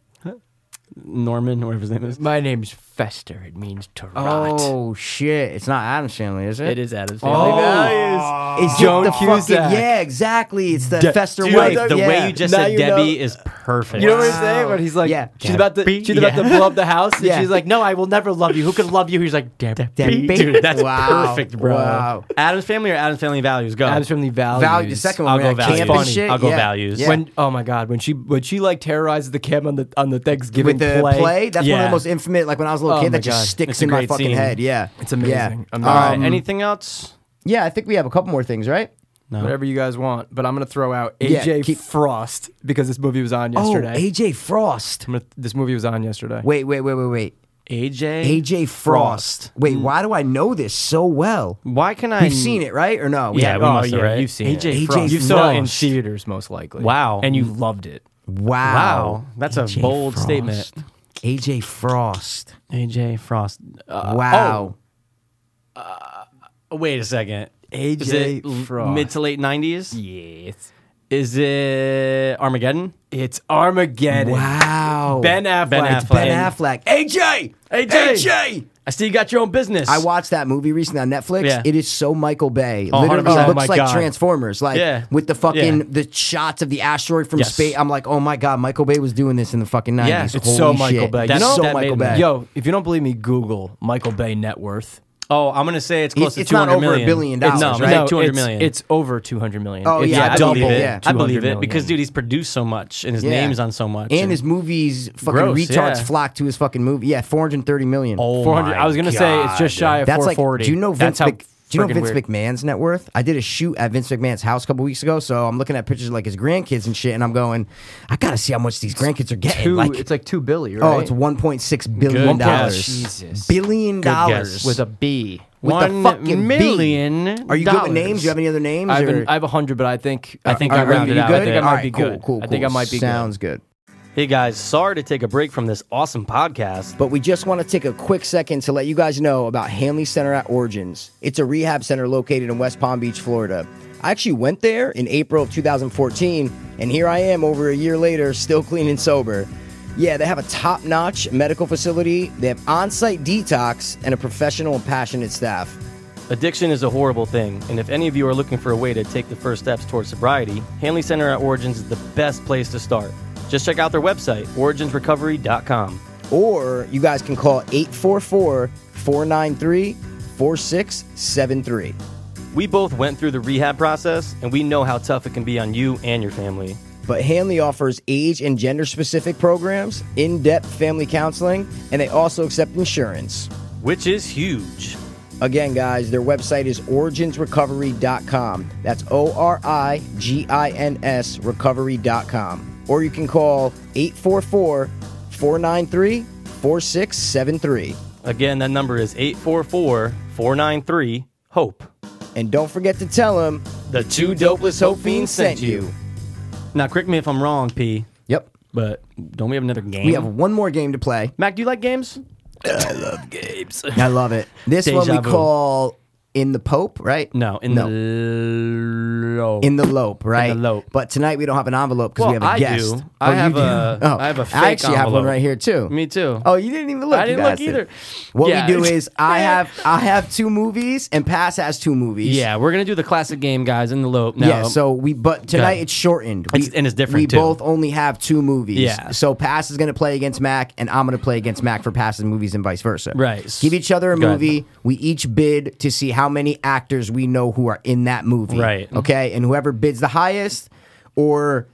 [SPEAKER 1] Norman, whatever his name is.
[SPEAKER 6] My name's Fester. It means to rot.
[SPEAKER 3] Oh shit! It's not Adam Shanley, is it?
[SPEAKER 6] It is Adam's family values.
[SPEAKER 3] It's
[SPEAKER 6] Joan
[SPEAKER 3] the fucking,
[SPEAKER 6] Cusack.
[SPEAKER 3] yeah, exactly. It's the Fester
[SPEAKER 1] Dude,
[SPEAKER 3] wife.
[SPEAKER 1] the
[SPEAKER 3] yeah.
[SPEAKER 1] way you just
[SPEAKER 6] Now
[SPEAKER 1] said
[SPEAKER 6] you
[SPEAKER 1] Debbie
[SPEAKER 6] know-
[SPEAKER 1] is perfect.
[SPEAKER 6] You know what I'm saying? But he's like,
[SPEAKER 3] Yeah.
[SPEAKER 6] she's about to,
[SPEAKER 1] Debbie.
[SPEAKER 6] she's about to
[SPEAKER 1] Yeah.
[SPEAKER 6] blow up the house, and
[SPEAKER 3] Yeah.
[SPEAKER 6] she's like, "No, I will never love you. Who could love you?" He's like, "Debbie."
[SPEAKER 3] Debbie.
[SPEAKER 1] Dude, that's
[SPEAKER 3] Wow.
[SPEAKER 1] perfect, bro.
[SPEAKER 3] Wow.
[SPEAKER 1] Adam's Family or Adam's Family Values? Go.
[SPEAKER 6] Adam's family values.
[SPEAKER 3] Value, the second one.
[SPEAKER 1] I'll
[SPEAKER 3] where
[SPEAKER 1] go
[SPEAKER 3] that
[SPEAKER 1] values.
[SPEAKER 3] camp and
[SPEAKER 6] Funny.
[SPEAKER 3] shit.
[SPEAKER 1] I'll go
[SPEAKER 3] yeah.
[SPEAKER 1] values.
[SPEAKER 3] Yeah.
[SPEAKER 6] When oh my god, when she when she like terrorizes the kid on the on the Thanksgiving
[SPEAKER 3] with the play, that's one of
[SPEAKER 1] Yeah.
[SPEAKER 3] the most infamous. Like when I was a little
[SPEAKER 6] Oh
[SPEAKER 3] kid,
[SPEAKER 6] my
[SPEAKER 3] that just
[SPEAKER 6] God.
[SPEAKER 3] sticks
[SPEAKER 1] It's a
[SPEAKER 3] in my
[SPEAKER 1] great
[SPEAKER 3] fucking
[SPEAKER 1] scene.
[SPEAKER 3] head. Yeah,
[SPEAKER 6] It's amazing.
[SPEAKER 3] Yeah.
[SPEAKER 6] Amazing.
[SPEAKER 1] All right.
[SPEAKER 6] Um,
[SPEAKER 1] anything else?
[SPEAKER 3] yeah, I think we have a couple more things, right?
[SPEAKER 1] No.
[SPEAKER 6] whatever you guys want. But I'm gonna throw out
[SPEAKER 3] Yeah,
[SPEAKER 6] AJ
[SPEAKER 3] keep-
[SPEAKER 6] Frost because this movie was on yesterday.
[SPEAKER 3] Oh, AJ Frost.
[SPEAKER 6] I'm gonna- this movie was on yesterday.
[SPEAKER 3] Wait, wait, wait, wait, wait.
[SPEAKER 1] AJ.
[SPEAKER 3] AJ Frost.
[SPEAKER 1] Frost.
[SPEAKER 3] Wait, why do I know this so well?
[SPEAKER 1] Why can I?
[SPEAKER 3] We've seen it, right? Or no? We
[SPEAKER 1] Yeah,
[SPEAKER 3] have- oh,
[SPEAKER 1] we must have,
[SPEAKER 6] yeah,
[SPEAKER 1] right?
[SPEAKER 6] you've seen
[SPEAKER 1] AJ
[SPEAKER 6] it.
[SPEAKER 3] AJ
[SPEAKER 1] Frost.
[SPEAKER 6] You saw it in
[SPEAKER 3] Frost.
[SPEAKER 6] theaters most likely.
[SPEAKER 1] Wow.
[SPEAKER 6] and you loved it.
[SPEAKER 3] Wow.
[SPEAKER 1] Wow, that's a
[SPEAKER 3] AJ
[SPEAKER 1] bold
[SPEAKER 3] Frost.
[SPEAKER 1] statement.
[SPEAKER 3] AJ Frost.
[SPEAKER 1] AJ Frost. Uh,
[SPEAKER 3] wow.
[SPEAKER 1] oh, wait a second.
[SPEAKER 6] AJ
[SPEAKER 1] Is it l-
[SPEAKER 6] Frost.
[SPEAKER 1] mid to late nineties?
[SPEAKER 6] Yes,
[SPEAKER 1] Is it Armageddon?
[SPEAKER 6] it's Armageddon.
[SPEAKER 3] Wow.
[SPEAKER 6] Ben Affleck.
[SPEAKER 1] Ben Affleck.
[SPEAKER 3] Ben Affleck. AJ.
[SPEAKER 1] AJ! I see you got your own business.
[SPEAKER 3] I watched that movie recently on Netflix.
[SPEAKER 1] Yeah.
[SPEAKER 3] It is so Michael Bay.
[SPEAKER 1] Oh,
[SPEAKER 3] Literally
[SPEAKER 1] 100%.
[SPEAKER 3] it
[SPEAKER 1] Oh,
[SPEAKER 3] looks
[SPEAKER 1] my
[SPEAKER 3] like
[SPEAKER 1] God.
[SPEAKER 3] Transformers. Like
[SPEAKER 1] Yeah.
[SPEAKER 3] with the fucking
[SPEAKER 1] Yeah.
[SPEAKER 3] the shots of the asteroid from
[SPEAKER 1] Yes.
[SPEAKER 3] space. I'm like, oh my god, Michael Bay was doing this in the fucking 90s.
[SPEAKER 1] Yeah, it's
[SPEAKER 3] Holy
[SPEAKER 6] so
[SPEAKER 3] shit.
[SPEAKER 6] Michael Bay. You
[SPEAKER 3] That's
[SPEAKER 6] know-
[SPEAKER 3] so
[SPEAKER 1] that made
[SPEAKER 3] Michael
[SPEAKER 1] me-
[SPEAKER 3] Bay.
[SPEAKER 6] Yo, if you don't believe me, Google Michael Bay net worth.
[SPEAKER 1] Oh, I'm gonna say it's
[SPEAKER 3] It's-
[SPEAKER 1] close to
[SPEAKER 3] it's
[SPEAKER 1] two
[SPEAKER 3] not
[SPEAKER 1] hundred
[SPEAKER 3] over a
[SPEAKER 1] million.
[SPEAKER 3] billion
[SPEAKER 1] It's-
[SPEAKER 3] dollars,
[SPEAKER 1] no,
[SPEAKER 3] right?
[SPEAKER 1] like two hundred
[SPEAKER 6] it's,
[SPEAKER 1] million.
[SPEAKER 6] It's over 200 million.
[SPEAKER 3] Oh,
[SPEAKER 6] It's
[SPEAKER 3] yeah,
[SPEAKER 1] I
[SPEAKER 3] double,
[SPEAKER 1] believe it.
[SPEAKER 3] yeah.
[SPEAKER 1] I believe
[SPEAKER 6] 200
[SPEAKER 1] it because dude,
[SPEAKER 6] million.
[SPEAKER 1] he's produced so much and his
[SPEAKER 3] Yeah.
[SPEAKER 1] name's on so much.
[SPEAKER 3] And his movies, fucking
[SPEAKER 1] Gross,
[SPEAKER 3] retards
[SPEAKER 1] yeah.
[SPEAKER 3] flock to his fucking movie. Yeah, 430 million.
[SPEAKER 1] oh
[SPEAKER 6] 400.
[SPEAKER 1] my
[SPEAKER 6] I was gonna say it's just
[SPEAKER 1] God.
[SPEAKER 6] shy of
[SPEAKER 3] That's like,
[SPEAKER 6] 440.
[SPEAKER 3] do you know Vince?
[SPEAKER 6] That's how
[SPEAKER 3] Mc, do you know
[SPEAKER 6] friggin'
[SPEAKER 3] Vince
[SPEAKER 6] weird.
[SPEAKER 3] McMahon's net worth? I did a shoot at Vince McMahon's house a couple weeks ago, so I'm looking at pictures of, like his grandkids and shit, and I'm going, I gotta see how much these grandkids are getting.
[SPEAKER 6] Two,
[SPEAKER 3] like,
[SPEAKER 6] it's like two billion, right?
[SPEAKER 3] oh, it's 1.6 billion
[SPEAKER 1] Good
[SPEAKER 3] dollars.
[SPEAKER 1] guess.
[SPEAKER 6] Jesus.
[SPEAKER 3] Billion dollars
[SPEAKER 1] guess.
[SPEAKER 6] with a B.
[SPEAKER 3] With the
[SPEAKER 1] One
[SPEAKER 3] fucking B.
[SPEAKER 1] million
[SPEAKER 3] Are you good with names? Do you have any other names?
[SPEAKER 6] I have,
[SPEAKER 3] or-
[SPEAKER 6] an, I have 100, but I think I think
[SPEAKER 3] Uh, Are-
[SPEAKER 6] I
[SPEAKER 3] are you-
[SPEAKER 6] rounded
[SPEAKER 3] you
[SPEAKER 6] out.
[SPEAKER 3] good?
[SPEAKER 6] I think I might
[SPEAKER 3] Alright,
[SPEAKER 6] be
[SPEAKER 3] cool,
[SPEAKER 6] good.
[SPEAKER 3] Cool,
[SPEAKER 6] I think I
[SPEAKER 3] cool.
[SPEAKER 6] might be
[SPEAKER 3] Sounds good.
[SPEAKER 1] Hey guys, sorry to take a break from this awesome podcast.
[SPEAKER 3] But we just want to take a quick second to let you guys know about Hanley Center at Origins. It's a rehab center located in West Palm Beach, Florida. I actually went there in April of 2014, and here I am over a year later, still clean and sober. Yeah, they have a top notch medical facility, they have on site detox, and a professional and passionate staff.
[SPEAKER 1] Addiction is a horrible thing, and if any of you are looking for a way to take the first steps towards sobriety, Hanley Center at Origins is the best place to start. Just check out their website, originsrecovery.com.
[SPEAKER 3] Or you guys can call 844 493 4673.
[SPEAKER 1] We both went through the rehab process, and we know how tough it can be on you and your family.
[SPEAKER 3] But Hanley offers age and gender specific programs, in depth family counseling, and they also accept insurance.
[SPEAKER 1] which is huge.
[SPEAKER 3] Again, guys, their website is originsrecovery.com. That's O R I G I N S recovery.com. Or you can call 844 493 4673.
[SPEAKER 1] Again, that number is 844 493 HOPE.
[SPEAKER 3] And don't forget to tell them
[SPEAKER 1] The two
[SPEAKER 3] Dopeless Hope E Fiends sent you.
[SPEAKER 1] Now, correct me if I'm wrong, P,
[SPEAKER 3] Yep.
[SPEAKER 1] but don't we have another game?
[SPEAKER 3] We have one more game to play.
[SPEAKER 1] Mac, do you like games?
[SPEAKER 3] I love it. This
[SPEAKER 1] Deja
[SPEAKER 3] one we
[SPEAKER 1] vu.
[SPEAKER 3] call In the Pope, right?
[SPEAKER 1] No, in
[SPEAKER 3] No.
[SPEAKER 1] the low.
[SPEAKER 3] In the lope, right?
[SPEAKER 1] lope.
[SPEAKER 3] But tonight we don't have an envelope because
[SPEAKER 1] well,
[SPEAKER 3] we have a
[SPEAKER 1] I
[SPEAKER 3] guest.
[SPEAKER 1] do. I
[SPEAKER 3] Oh, you
[SPEAKER 1] have
[SPEAKER 3] do?
[SPEAKER 1] a.
[SPEAKER 3] Oh,
[SPEAKER 1] I have a fake
[SPEAKER 3] I actually have one
[SPEAKER 1] envelope.
[SPEAKER 3] right here too.
[SPEAKER 1] Me too.
[SPEAKER 3] Oh, you didn't even look.
[SPEAKER 1] I
[SPEAKER 3] You
[SPEAKER 1] didn't look
[SPEAKER 3] guys did.
[SPEAKER 1] either.
[SPEAKER 3] What
[SPEAKER 1] Yeah.
[SPEAKER 3] we do is I have I have two movies and Pass has two movies.
[SPEAKER 1] Yeah, we're gonna do the classic game, guys. In the low. Now,
[SPEAKER 3] Yeah, so we but tonight
[SPEAKER 1] Okay.
[SPEAKER 3] it's shortened. We,
[SPEAKER 1] It's- and it's different,
[SPEAKER 3] We
[SPEAKER 1] too.
[SPEAKER 3] both only have two movies.
[SPEAKER 1] Yeah.
[SPEAKER 3] So Pass is going to play against Mac, and I'm going to play against Mac for Pass's movies, and vice versa.
[SPEAKER 1] Right.
[SPEAKER 3] Give each other a
[SPEAKER 1] Go ahead.
[SPEAKER 3] movie. We each bid to see how many actors we know who are in that movie.
[SPEAKER 1] Right.
[SPEAKER 3] Okay. And whoever bids the highest, or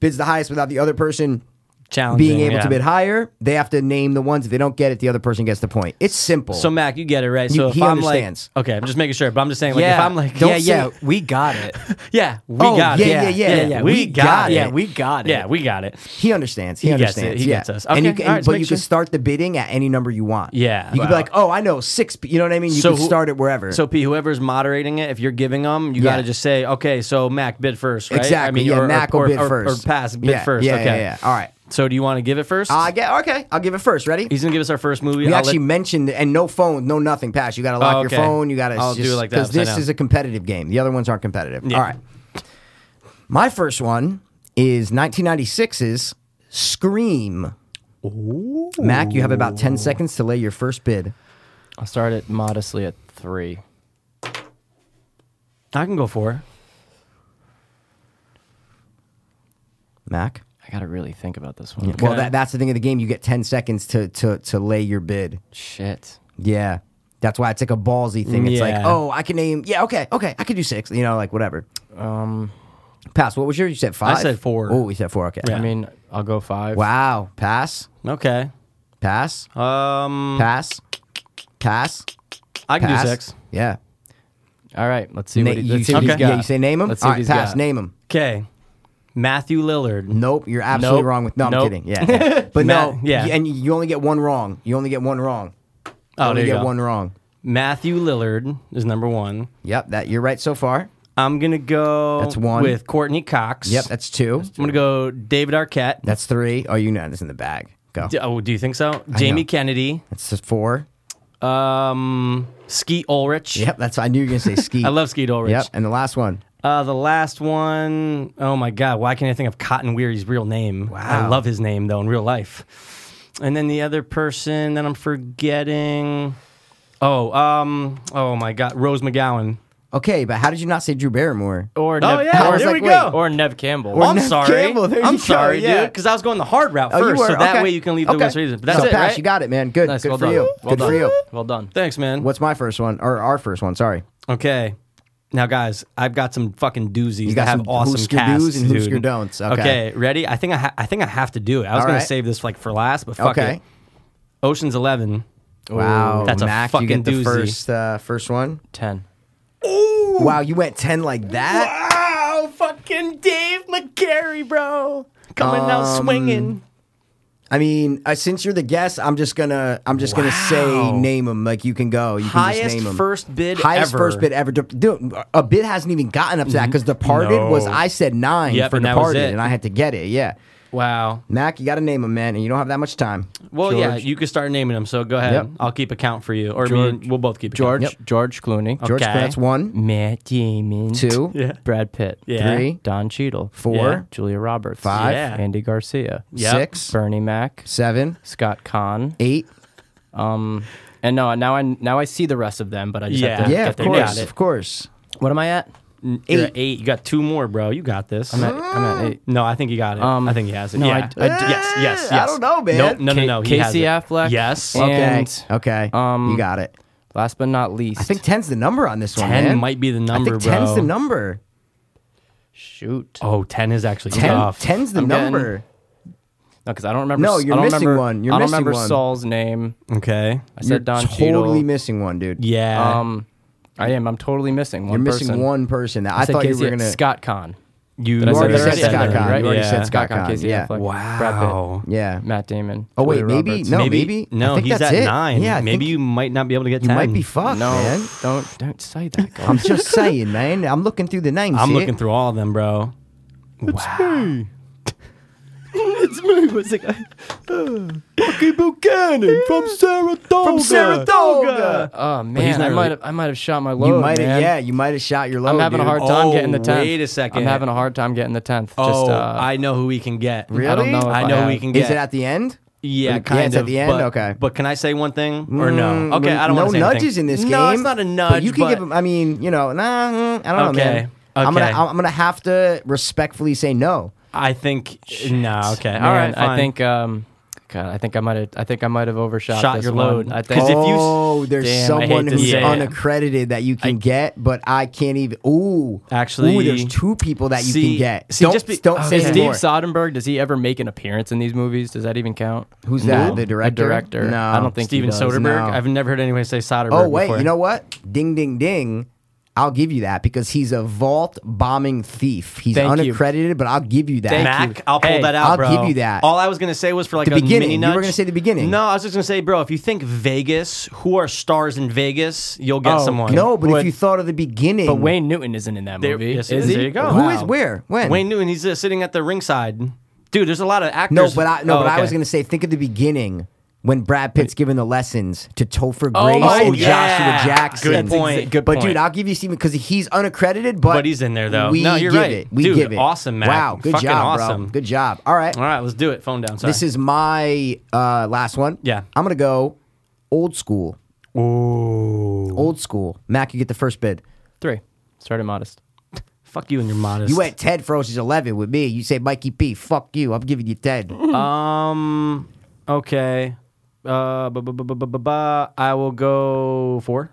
[SPEAKER 3] bids the highest without the other person
[SPEAKER 1] challenging.
[SPEAKER 3] being able
[SPEAKER 1] yeah.
[SPEAKER 3] to bid higher, they have to name the ones. If they don't get it, the other person gets the point. It's simple.
[SPEAKER 1] So Mac, you get it right.
[SPEAKER 3] You-
[SPEAKER 1] So if
[SPEAKER 3] he
[SPEAKER 1] I'm
[SPEAKER 3] understands.
[SPEAKER 1] like, okay, I'm just making sure, but I'm just saying, like, if I'm like,
[SPEAKER 6] yeah, yeah, we got it.
[SPEAKER 1] yeah, we
[SPEAKER 3] Oh,
[SPEAKER 1] got
[SPEAKER 3] yeah,
[SPEAKER 1] it,
[SPEAKER 3] yeah, yeah.
[SPEAKER 1] we, got, it,
[SPEAKER 6] Yeah, we got it.
[SPEAKER 1] yeah, we got it.
[SPEAKER 3] he understands. He,
[SPEAKER 1] He gets it.
[SPEAKER 3] understands.
[SPEAKER 1] He
[SPEAKER 3] yeah.
[SPEAKER 1] gets us.
[SPEAKER 3] And you
[SPEAKER 1] Okay,
[SPEAKER 3] can,
[SPEAKER 1] all right, just
[SPEAKER 3] but
[SPEAKER 1] make
[SPEAKER 3] you can
[SPEAKER 1] sure.
[SPEAKER 3] start the bidding at any number you want.
[SPEAKER 1] Yeah.
[SPEAKER 3] You can be
[SPEAKER 1] Wow.
[SPEAKER 3] like, oh, I know six. You know what I mean? You can start it wherever.
[SPEAKER 1] So P, whoever's moderating it, if you're giving them, you
[SPEAKER 3] Yeah.
[SPEAKER 1] got to just say, okay, so Mac bid first, right?
[SPEAKER 3] exactly.
[SPEAKER 1] I mean,
[SPEAKER 3] yeah,
[SPEAKER 1] or,
[SPEAKER 3] Mac
[SPEAKER 1] or,
[SPEAKER 3] will bid
[SPEAKER 1] or,
[SPEAKER 3] first.
[SPEAKER 1] or pass bid
[SPEAKER 3] yeah,
[SPEAKER 1] first.
[SPEAKER 3] Yeah,
[SPEAKER 1] okay.
[SPEAKER 3] yeah, yeah. All right.
[SPEAKER 1] So do you want to give it first?
[SPEAKER 3] I get okay. I'll give it first. Ready?
[SPEAKER 1] He's gonna give us our first movie.
[SPEAKER 3] We
[SPEAKER 1] I'll
[SPEAKER 3] actually
[SPEAKER 1] let- Oh,
[SPEAKER 3] mentioned and no phone, no nothing. Pass. You got to lock
[SPEAKER 1] okay.
[SPEAKER 3] your phone. You got to.
[SPEAKER 1] I'll do it like that,
[SPEAKER 3] because
[SPEAKER 1] upside
[SPEAKER 3] this
[SPEAKER 1] down.
[SPEAKER 3] is a competitive game. The other ones aren't competitive. All right. My first one is 1996's Scream. Mac, you have about 10 seconds to lay your first bid.
[SPEAKER 6] I'll start it modestly at three.
[SPEAKER 1] I can go for.
[SPEAKER 3] Mac.
[SPEAKER 6] I gotta really think about this one.
[SPEAKER 3] Well, that, that's the thing of the game. You get 10 seconds to to to lay your bid.
[SPEAKER 6] Shit.
[SPEAKER 3] Yeah. That's why it's like a ballsy thing. It's like,
[SPEAKER 1] Yeah.
[SPEAKER 3] oh, I can name. Yeah, okay, okay, I could do six. You know, like whatever. Um, pass. What was yours? You said five.
[SPEAKER 1] said four.
[SPEAKER 3] Oh, you said four. Okay.
[SPEAKER 1] Yeah.
[SPEAKER 6] I mean, I'll go five.
[SPEAKER 3] Wow. Pass.
[SPEAKER 1] Okay.
[SPEAKER 3] Pass.
[SPEAKER 1] Um,
[SPEAKER 3] pass. Pass.
[SPEAKER 1] I can
[SPEAKER 3] Pass.
[SPEAKER 1] do six.
[SPEAKER 3] Yeah.
[SPEAKER 6] All right, let's see
[SPEAKER 3] Na-
[SPEAKER 6] what, he,
[SPEAKER 3] you,
[SPEAKER 6] let's see
[SPEAKER 3] you-
[SPEAKER 6] what he's got.
[SPEAKER 3] Yeah, you say name him.
[SPEAKER 6] Let's see
[SPEAKER 3] All
[SPEAKER 6] what
[SPEAKER 3] right,
[SPEAKER 6] he's
[SPEAKER 3] pass.
[SPEAKER 6] got.
[SPEAKER 3] Name him.
[SPEAKER 1] Okay. Matthew Lillard.
[SPEAKER 3] Nope, you're absolutely
[SPEAKER 1] Nope.
[SPEAKER 3] wrong with. No,
[SPEAKER 1] Nope.
[SPEAKER 3] I'm kidding. Yeah, yeah. but no,
[SPEAKER 1] Matt, yeah.
[SPEAKER 3] y- and you only get one wrong. You only get one wrong. You
[SPEAKER 1] Oh,
[SPEAKER 3] only
[SPEAKER 1] there you
[SPEAKER 3] get
[SPEAKER 1] go.
[SPEAKER 3] one wrong.
[SPEAKER 1] Matthew Lillard is number one.
[SPEAKER 3] Yep, that you're right so far.
[SPEAKER 1] I'm gonna go.
[SPEAKER 3] That's one.
[SPEAKER 1] with Courtney Cox.
[SPEAKER 3] Yep, that's two.
[SPEAKER 1] I'm gonna go David Arquette.
[SPEAKER 3] That's three. Oh, you know this in the bag. Go.
[SPEAKER 1] D- oh, do you think so? Jamie
[SPEAKER 3] know.
[SPEAKER 1] Kennedy.
[SPEAKER 3] That's just four.
[SPEAKER 1] Um, Skeet Ulrich.
[SPEAKER 3] Yep, that's. I knew you were gonna say ski.
[SPEAKER 1] I love Skeet Ulrich.
[SPEAKER 3] Yep, and the last one.
[SPEAKER 1] Uh, the last one, oh my God, why can't I think of Cotton Weary's real name? I
[SPEAKER 3] Wow.
[SPEAKER 1] love his name though in real life. And then the other person that I'm forgetting. Oh, um, oh my God, Rose McGowan.
[SPEAKER 3] Okay, but how did you not say Drew Barrymore?
[SPEAKER 6] Or
[SPEAKER 1] Oh,
[SPEAKER 6] Nev,
[SPEAKER 1] yeah,
[SPEAKER 3] I was
[SPEAKER 1] there
[SPEAKER 3] like,
[SPEAKER 1] we
[SPEAKER 3] wait,
[SPEAKER 1] go.
[SPEAKER 6] or Nev Campbell.
[SPEAKER 1] I'm
[SPEAKER 3] Nev
[SPEAKER 1] sorry.
[SPEAKER 3] Campbell, there
[SPEAKER 1] I'm
[SPEAKER 3] you go,
[SPEAKER 1] sorry,
[SPEAKER 3] yeah. Oh,
[SPEAKER 1] dude, because I was going the hard route
[SPEAKER 3] you
[SPEAKER 1] first, so
[SPEAKER 3] were,
[SPEAKER 1] that
[SPEAKER 3] okay.
[SPEAKER 1] way you can leave the
[SPEAKER 3] Okay.
[SPEAKER 1] West reason. But that's
[SPEAKER 3] so
[SPEAKER 1] it,
[SPEAKER 3] pass,
[SPEAKER 1] right?
[SPEAKER 3] you got it, man. Good,
[SPEAKER 6] Nice,
[SPEAKER 3] good
[SPEAKER 6] well
[SPEAKER 3] for
[SPEAKER 6] done.
[SPEAKER 3] you.
[SPEAKER 6] Well
[SPEAKER 3] good
[SPEAKER 6] done.
[SPEAKER 3] for you.
[SPEAKER 6] Well done.
[SPEAKER 1] Thanks, man.
[SPEAKER 3] What's my first one or our first one? Sorry.
[SPEAKER 1] Okay. Now, guys, I've got some fucking doozies
[SPEAKER 3] got
[SPEAKER 1] that have
[SPEAKER 3] some
[SPEAKER 1] awesome
[SPEAKER 3] who's your
[SPEAKER 1] casts,
[SPEAKER 3] do's and who's
[SPEAKER 1] dude.
[SPEAKER 3] your don'ts. Okay.
[SPEAKER 1] ready? I think I, ha- I think I have to do it. I was
[SPEAKER 3] All
[SPEAKER 1] gonna
[SPEAKER 3] right.
[SPEAKER 1] save this like for last, but fuck
[SPEAKER 3] okay.
[SPEAKER 1] it. Ocean's Eleven.
[SPEAKER 3] Wow,
[SPEAKER 1] That's a
[SPEAKER 3] Mac, you
[SPEAKER 1] fucking
[SPEAKER 3] get the
[SPEAKER 1] doozy.
[SPEAKER 3] first uh, first one.
[SPEAKER 6] Ten.
[SPEAKER 3] Wow, you went ten like that.
[SPEAKER 1] Wow, Oh, fucking Dave McCary, bro, coming out
[SPEAKER 3] Um,
[SPEAKER 1] swinging.
[SPEAKER 3] I mean, uh, since you're the guest, I'm just gonna I'm just gonna say
[SPEAKER 1] Wow.
[SPEAKER 3] name them. Like you can go. You can just
[SPEAKER 1] Highest
[SPEAKER 3] name 'em.
[SPEAKER 1] first bid
[SPEAKER 3] Highest
[SPEAKER 1] ever. Mm-hmm.
[SPEAKER 3] first bid ever. Dude, a bid hasn't even gotten up to that because Departed was
[SPEAKER 1] No.
[SPEAKER 3] I said nine
[SPEAKER 1] Yep,
[SPEAKER 3] for
[SPEAKER 1] and that was
[SPEAKER 3] Departed,
[SPEAKER 1] it.
[SPEAKER 3] and I had to get it. Yeah,
[SPEAKER 1] Wow.
[SPEAKER 3] Mac, you got to name them, man, and you don't have that much time.
[SPEAKER 1] Well, yeah, you could start naming them. So go ahead.
[SPEAKER 3] Yep.
[SPEAKER 1] I'll keep account for you, or me,
[SPEAKER 6] George-
[SPEAKER 1] we'll both keep
[SPEAKER 6] George
[SPEAKER 1] Account.
[SPEAKER 6] George Clooney.
[SPEAKER 3] George,
[SPEAKER 1] Okay.
[SPEAKER 3] that's one,
[SPEAKER 6] Matt Damon.
[SPEAKER 3] two,
[SPEAKER 1] Yeah.
[SPEAKER 6] Brad Pitt.
[SPEAKER 1] Yeah.
[SPEAKER 3] three,
[SPEAKER 6] Don Cheadle.
[SPEAKER 3] Four.
[SPEAKER 6] Julia Roberts.
[SPEAKER 3] Five.
[SPEAKER 1] Yeah.
[SPEAKER 6] Andy Garcia.
[SPEAKER 1] Yep.
[SPEAKER 3] six,
[SPEAKER 6] Bernie Mac.
[SPEAKER 3] seven,
[SPEAKER 6] Scott Kahn.
[SPEAKER 3] eight.
[SPEAKER 6] And no, now I now I see the rest of them, but I just
[SPEAKER 1] Yeah.
[SPEAKER 6] have to
[SPEAKER 3] Yeah,
[SPEAKER 6] get
[SPEAKER 3] of
[SPEAKER 6] their
[SPEAKER 3] course,
[SPEAKER 6] names.
[SPEAKER 3] of course.
[SPEAKER 6] What am I at?
[SPEAKER 1] You're at eight. You got two more, bro. You got this.
[SPEAKER 6] I'm at, I'm at eight.
[SPEAKER 1] no, I think he got it.
[SPEAKER 6] Um,
[SPEAKER 1] I think he has it.
[SPEAKER 6] no,
[SPEAKER 1] yeah. Uh,
[SPEAKER 6] I- I d-
[SPEAKER 1] yes, yes, yes.
[SPEAKER 3] I don't know, man.
[SPEAKER 1] Nope, no, no, no. He has
[SPEAKER 6] Casey
[SPEAKER 1] it.
[SPEAKER 6] Affleck.
[SPEAKER 1] Yes.
[SPEAKER 6] And-
[SPEAKER 3] Okay, okay,
[SPEAKER 6] um,
[SPEAKER 3] you got it.
[SPEAKER 6] Last but not least.
[SPEAKER 3] I think 10's the number on this one.
[SPEAKER 1] 10
[SPEAKER 3] man.
[SPEAKER 1] might be the
[SPEAKER 3] I
[SPEAKER 1] number,
[SPEAKER 3] think 10's the
[SPEAKER 1] bro.
[SPEAKER 3] number.
[SPEAKER 6] shoot.
[SPEAKER 1] Oh, 10 is actually
[SPEAKER 3] 10,
[SPEAKER 1] tough.
[SPEAKER 3] 10's the
[SPEAKER 6] I'm getting-
[SPEAKER 3] number.
[SPEAKER 6] No, because I don't remember.
[SPEAKER 3] No,
[SPEAKER 6] I
[SPEAKER 3] you're
[SPEAKER 6] don't
[SPEAKER 3] missing
[SPEAKER 6] remember,
[SPEAKER 3] one. You're
[SPEAKER 6] I don't
[SPEAKER 3] missing
[SPEAKER 6] remember
[SPEAKER 3] one.
[SPEAKER 6] Saul's name.
[SPEAKER 1] Okay.
[SPEAKER 6] I
[SPEAKER 3] You're
[SPEAKER 6] said Don
[SPEAKER 3] totally
[SPEAKER 6] Cheadle.
[SPEAKER 3] missing one, dude.
[SPEAKER 1] Yeah.
[SPEAKER 6] Um, I am. I'm totally missing one
[SPEAKER 3] You're missing
[SPEAKER 6] person.
[SPEAKER 3] one person. Now, I,
[SPEAKER 6] I, said
[SPEAKER 3] thought you
[SPEAKER 6] Casey-
[SPEAKER 3] were gonna.
[SPEAKER 6] Scott Kahn.
[SPEAKER 1] you
[SPEAKER 6] Did I say
[SPEAKER 3] already
[SPEAKER 6] that
[SPEAKER 3] said
[SPEAKER 6] already?
[SPEAKER 3] Scott
[SPEAKER 6] I
[SPEAKER 1] it,
[SPEAKER 6] did,
[SPEAKER 3] Kahn.
[SPEAKER 6] Right?
[SPEAKER 3] You
[SPEAKER 1] already
[SPEAKER 6] Yeah.
[SPEAKER 1] said
[SPEAKER 6] Scott
[SPEAKER 3] Scott
[SPEAKER 6] Kahn.
[SPEAKER 3] Kahn,
[SPEAKER 6] Casey
[SPEAKER 3] yeah.
[SPEAKER 6] Affleck. Brad
[SPEAKER 1] Wow.
[SPEAKER 3] Yeah.
[SPEAKER 6] Pitt. Matt Damon.
[SPEAKER 3] Oh wait,
[SPEAKER 6] Julia
[SPEAKER 3] maybe
[SPEAKER 6] Roberts.
[SPEAKER 3] no,
[SPEAKER 1] maybe,
[SPEAKER 3] maybe
[SPEAKER 1] No,
[SPEAKER 3] I think
[SPEAKER 1] he's
[SPEAKER 3] that's
[SPEAKER 1] at
[SPEAKER 3] it.
[SPEAKER 1] nine.
[SPEAKER 3] Yeah, I
[SPEAKER 1] maybe
[SPEAKER 3] think
[SPEAKER 1] you might not be able to get
[SPEAKER 3] you
[SPEAKER 1] 10.
[SPEAKER 3] might be fucked,
[SPEAKER 6] No,
[SPEAKER 3] man.
[SPEAKER 6] don't don't say that. guys.
[SPEAKER 3] I'm just saying, man. I'm looking through the names.
[SPEAKER 1] I'm
[SPEAKER 3] here.
[SPEAKER 1] looking through all of them, bro.
[SPEAKER 6] Buchanan from Saratoga. From
[SPEAKER 3] Saratoga.
[SPEAKER 6] Oh man,
[SPEAKER 1] he's not
[SPEAKER 6] I
[SPEAKER 1] really-
[SPEAKER 6] might have I might have shot my load.
[SPEAKER 3] You might have,
[SPEAKER 6] man.
[SPEAKER 3] yeah, you might have shot your load.
[SPEAKER 6] I'm having
[SPEAKER 3] dude.
[SPEAKER 6] a hard time
[SPEAKER 1] Oh,
[SPEAKER 6] getting the tenth.
[SPEAKER 1] wait a second.
[SPEAKER 6] I'm having a hard time getting the tenth.
[SPEAKER 1] Oh,
[SPEAKER 6] just, uh,
[SPEAKER 1] I know who we can get.
[SPEAKER 3] Really?
[SPEAKER 6] I don't know. If
[SPEAKER 1] I
[SPEAKER 6] I
[SPEAKER 1] know
[SPEAKER 6] have.
[SPEAKER 1] we can
[SPEAKER 3] Is
[SPEAKER 1] get.
[SPEAKER 3] it at the end?
[SPEAKER 1] yeah,
[SPEAKER 3] it's
[SPEAKER 1] kind of.
[SPEAKER 3] at the end?
[SPEAKER 1] But,
[SPEAKER 3] Okay.
[SPEAKER 1] But can I say one thing or no?
[SPEAKER 3] Mm,
[SPEAKER 1] Okay, I don't
[SPEAKER 3] no
[SPEAKER 1] want to say
[SPEAKER 3] nudges
[SPEAKER 1] anything.
[SPEAKER 3] in this game.
[SPEAKER 1] No, it's not a nudge.
[SPEAKER 3] But you can
[SPEAKER 1] but
[SPEAKER 3] give him. I mean, you know, nah. mm, I don't know,
[SPEAKER 1] Okay,
[SPEAKER 3] man. I'm gonna,
[SPEAKER 1] okay.
[SPEAKER 3] I'm gonna have to respectfully say no.
[SPEAKER 1] I think. No, okay.
[SPEAKER 6] Man,
[SPEAKER 1] all right. Fine.
[SPEAKER 6] I think um, God, I think I might have. I think I might have overshot.
[SPEAKER 1] Shot
[SPEAKER 6] this
[SPEAKER 1] your
[SPEAKER 6] one.
[SPEAKER 1] load.
[SPEAKER 6] I think.
[SPEAKER 1] 'Cause if you s-
[SPEAKER 3] oh, there's
[SPEAKER 1] Damn, I hate
[SPEAKER 3] someone
[SPEAKER 1] to
[SPEAKER 3] who's
[SPEAKER 1] say it.
[SPEAKER 3] unaccredited that you can get, but I can't even. Ooh,
[SPEAKER 1] Actually-
[SPEAKER 3] ooh, there's two people that you
[SPEAKER 1] See-
[SPEAKER 3] can get.
[SPEAKER 1] see,
[SPEAKER 3] don't
[SPEAKER 1] just be-
[SPEAKER 3] don't
[SPEAKER 1] okay.
[SPEAKER 3] say
[SPEAKER 6] Is
[SPEAKER 1] Is
[SPEAKER 3] any
[SPEAKER 6] Steve
[SPEAKER 3] more.
[SPEAKER 6] Soderbergh? Does he ever make an appearance in these movies? Does that even count?
[SPEAKER 3] Who's that?
[SPEAKER 1] No.
[SPEAKER 3] The director?
[SPEAKER 6] A director.
[SPEAKER 3] No.
[SPEAKER 6] I don't think he
[SPEAKER 1] Steven
[SPEAKER 6] does.
[SPEAKER 1] Soderbergh.
[SPEAKER 3] no.
[SPEAKER 1] I've never heard anyone say Soderbergh.
[SPEAKER 3] Oh wait,
[SPEAKER 1] before.
[SPEAKER 3] you know what? Ding ding ding. I'll give you that because he's a vault bombing thief. He's
[SPEAKER 6] Thank you.
[SPEAKER 3] unaccredited, but I'll give you that.
[SPEAKER 1] Mac,
[SPEAKER 6] you.
[SPEAKER 1] I'll pull
[SPEAKER 6] Hey,
[SPEAKER 1] that out.
[SPEAKER 3] I'll
[SPEAKER 1] bro.
[SPEAKER 3] give you that.
[SPEAKER 1] All I was gonna say was for like
[SPEAKER 3] The
[SPEAKER 1] a
[SPEAKER 3] beginning.
[SPEAKER 1] Mini
[SPEAKER 3] You were
[SPEAKER 1] nudge.
[SPEAKER 3] gonna say the beginning.
[SPEAKER 1] No, I was just gonna say, bro. If you think Vegas, who are stars in Vegas, you'll get
[SPEAKER 6] Oh,
[SPEAKER 1] someone.
[SPEAKER 3] No, but
[SPEAKER 6] Would-
[SPEAKER 3] if you thought of the beginning,
[SPEAKER 6] But Wayne Newton isn't in that
[SPEAKER 1] There-
[SPEAKER 6] movie.
[SPEAKER 1] yes,
[SPEAKER 6] is
[SPEAKER 1] there
[SPEAKER 6] he?
[SPEAKER 1] you go.
[SPEAKER 3] who is
[SPEAKER 1] Wow.
[SPEAKER 3] where? When?
[SPEAKER 1] Wayne Newton. He's uh, sitting at the ringside. Dude, there's a lot of actors.
[SPEAKER 3] No, but I no,
[SPEAKER 1] Oh,
[SPEAKER 3] but I
[SPEAKER 1] okay.
[SPEAKER 3] was gonna say, think of the beginning when Brad Pitt's giving the lessons to Topher Grace
[SPEAKER 6] my
[SPEAKER 3] and
[SPEAKER 6] God.
[SPEAKER 3] Joshua Jackson.
[SPEAKER 1] Oh, Good point.
[SPEAKER 6] Good
[SPEAKER 3] but
[SPEAKER 6] point.
[SPEAKER 3] dude, I'll give you Steven because he's unaccredited, but
[SPEAKER 1] But he's in there, though.
[SPEAKER 3] We
[SPEAKER 1] No, you're
[SPEAKER 3] give
[SPEAKER 1] right.
[SPEAKER 3] it. We
[SPEAKER 1] Dude,
[SPEAKER 3] give it.
[SPEAKER 1] awesome, Mac.
[SPEAKER 3] Wow, good
[SPEAKER 1] Fucking
[SPEAKER 3] job, bro.
[SPEAKER 1] awesome.
[SPEAKER 3] Good job. All right,
[SPEAKER 1] All right, let's do it. Phone down. Sorry.
[SPEAKER 3] this is my uh, last one.
[SPEAKER 1] Yeah.
[SPEAKER 3] I'm gonna go old school.
[SPEAKER 1] Ooh.
[SPEAKER 3] Old school. Mac, you get the first bid.
[SPEAKER 6] Three. Started modest.
[SPEAKER 1] Fuck you and your modest.
[SPEAKER 3] You went Ted Ferocious eleven with me. You say Mikey P. Fuck you. I'm giving you Ted.
[SPEAKER 1] Um. Okay. Uh. bu- bu- bu- bu- bu- bu- bu- I will go four.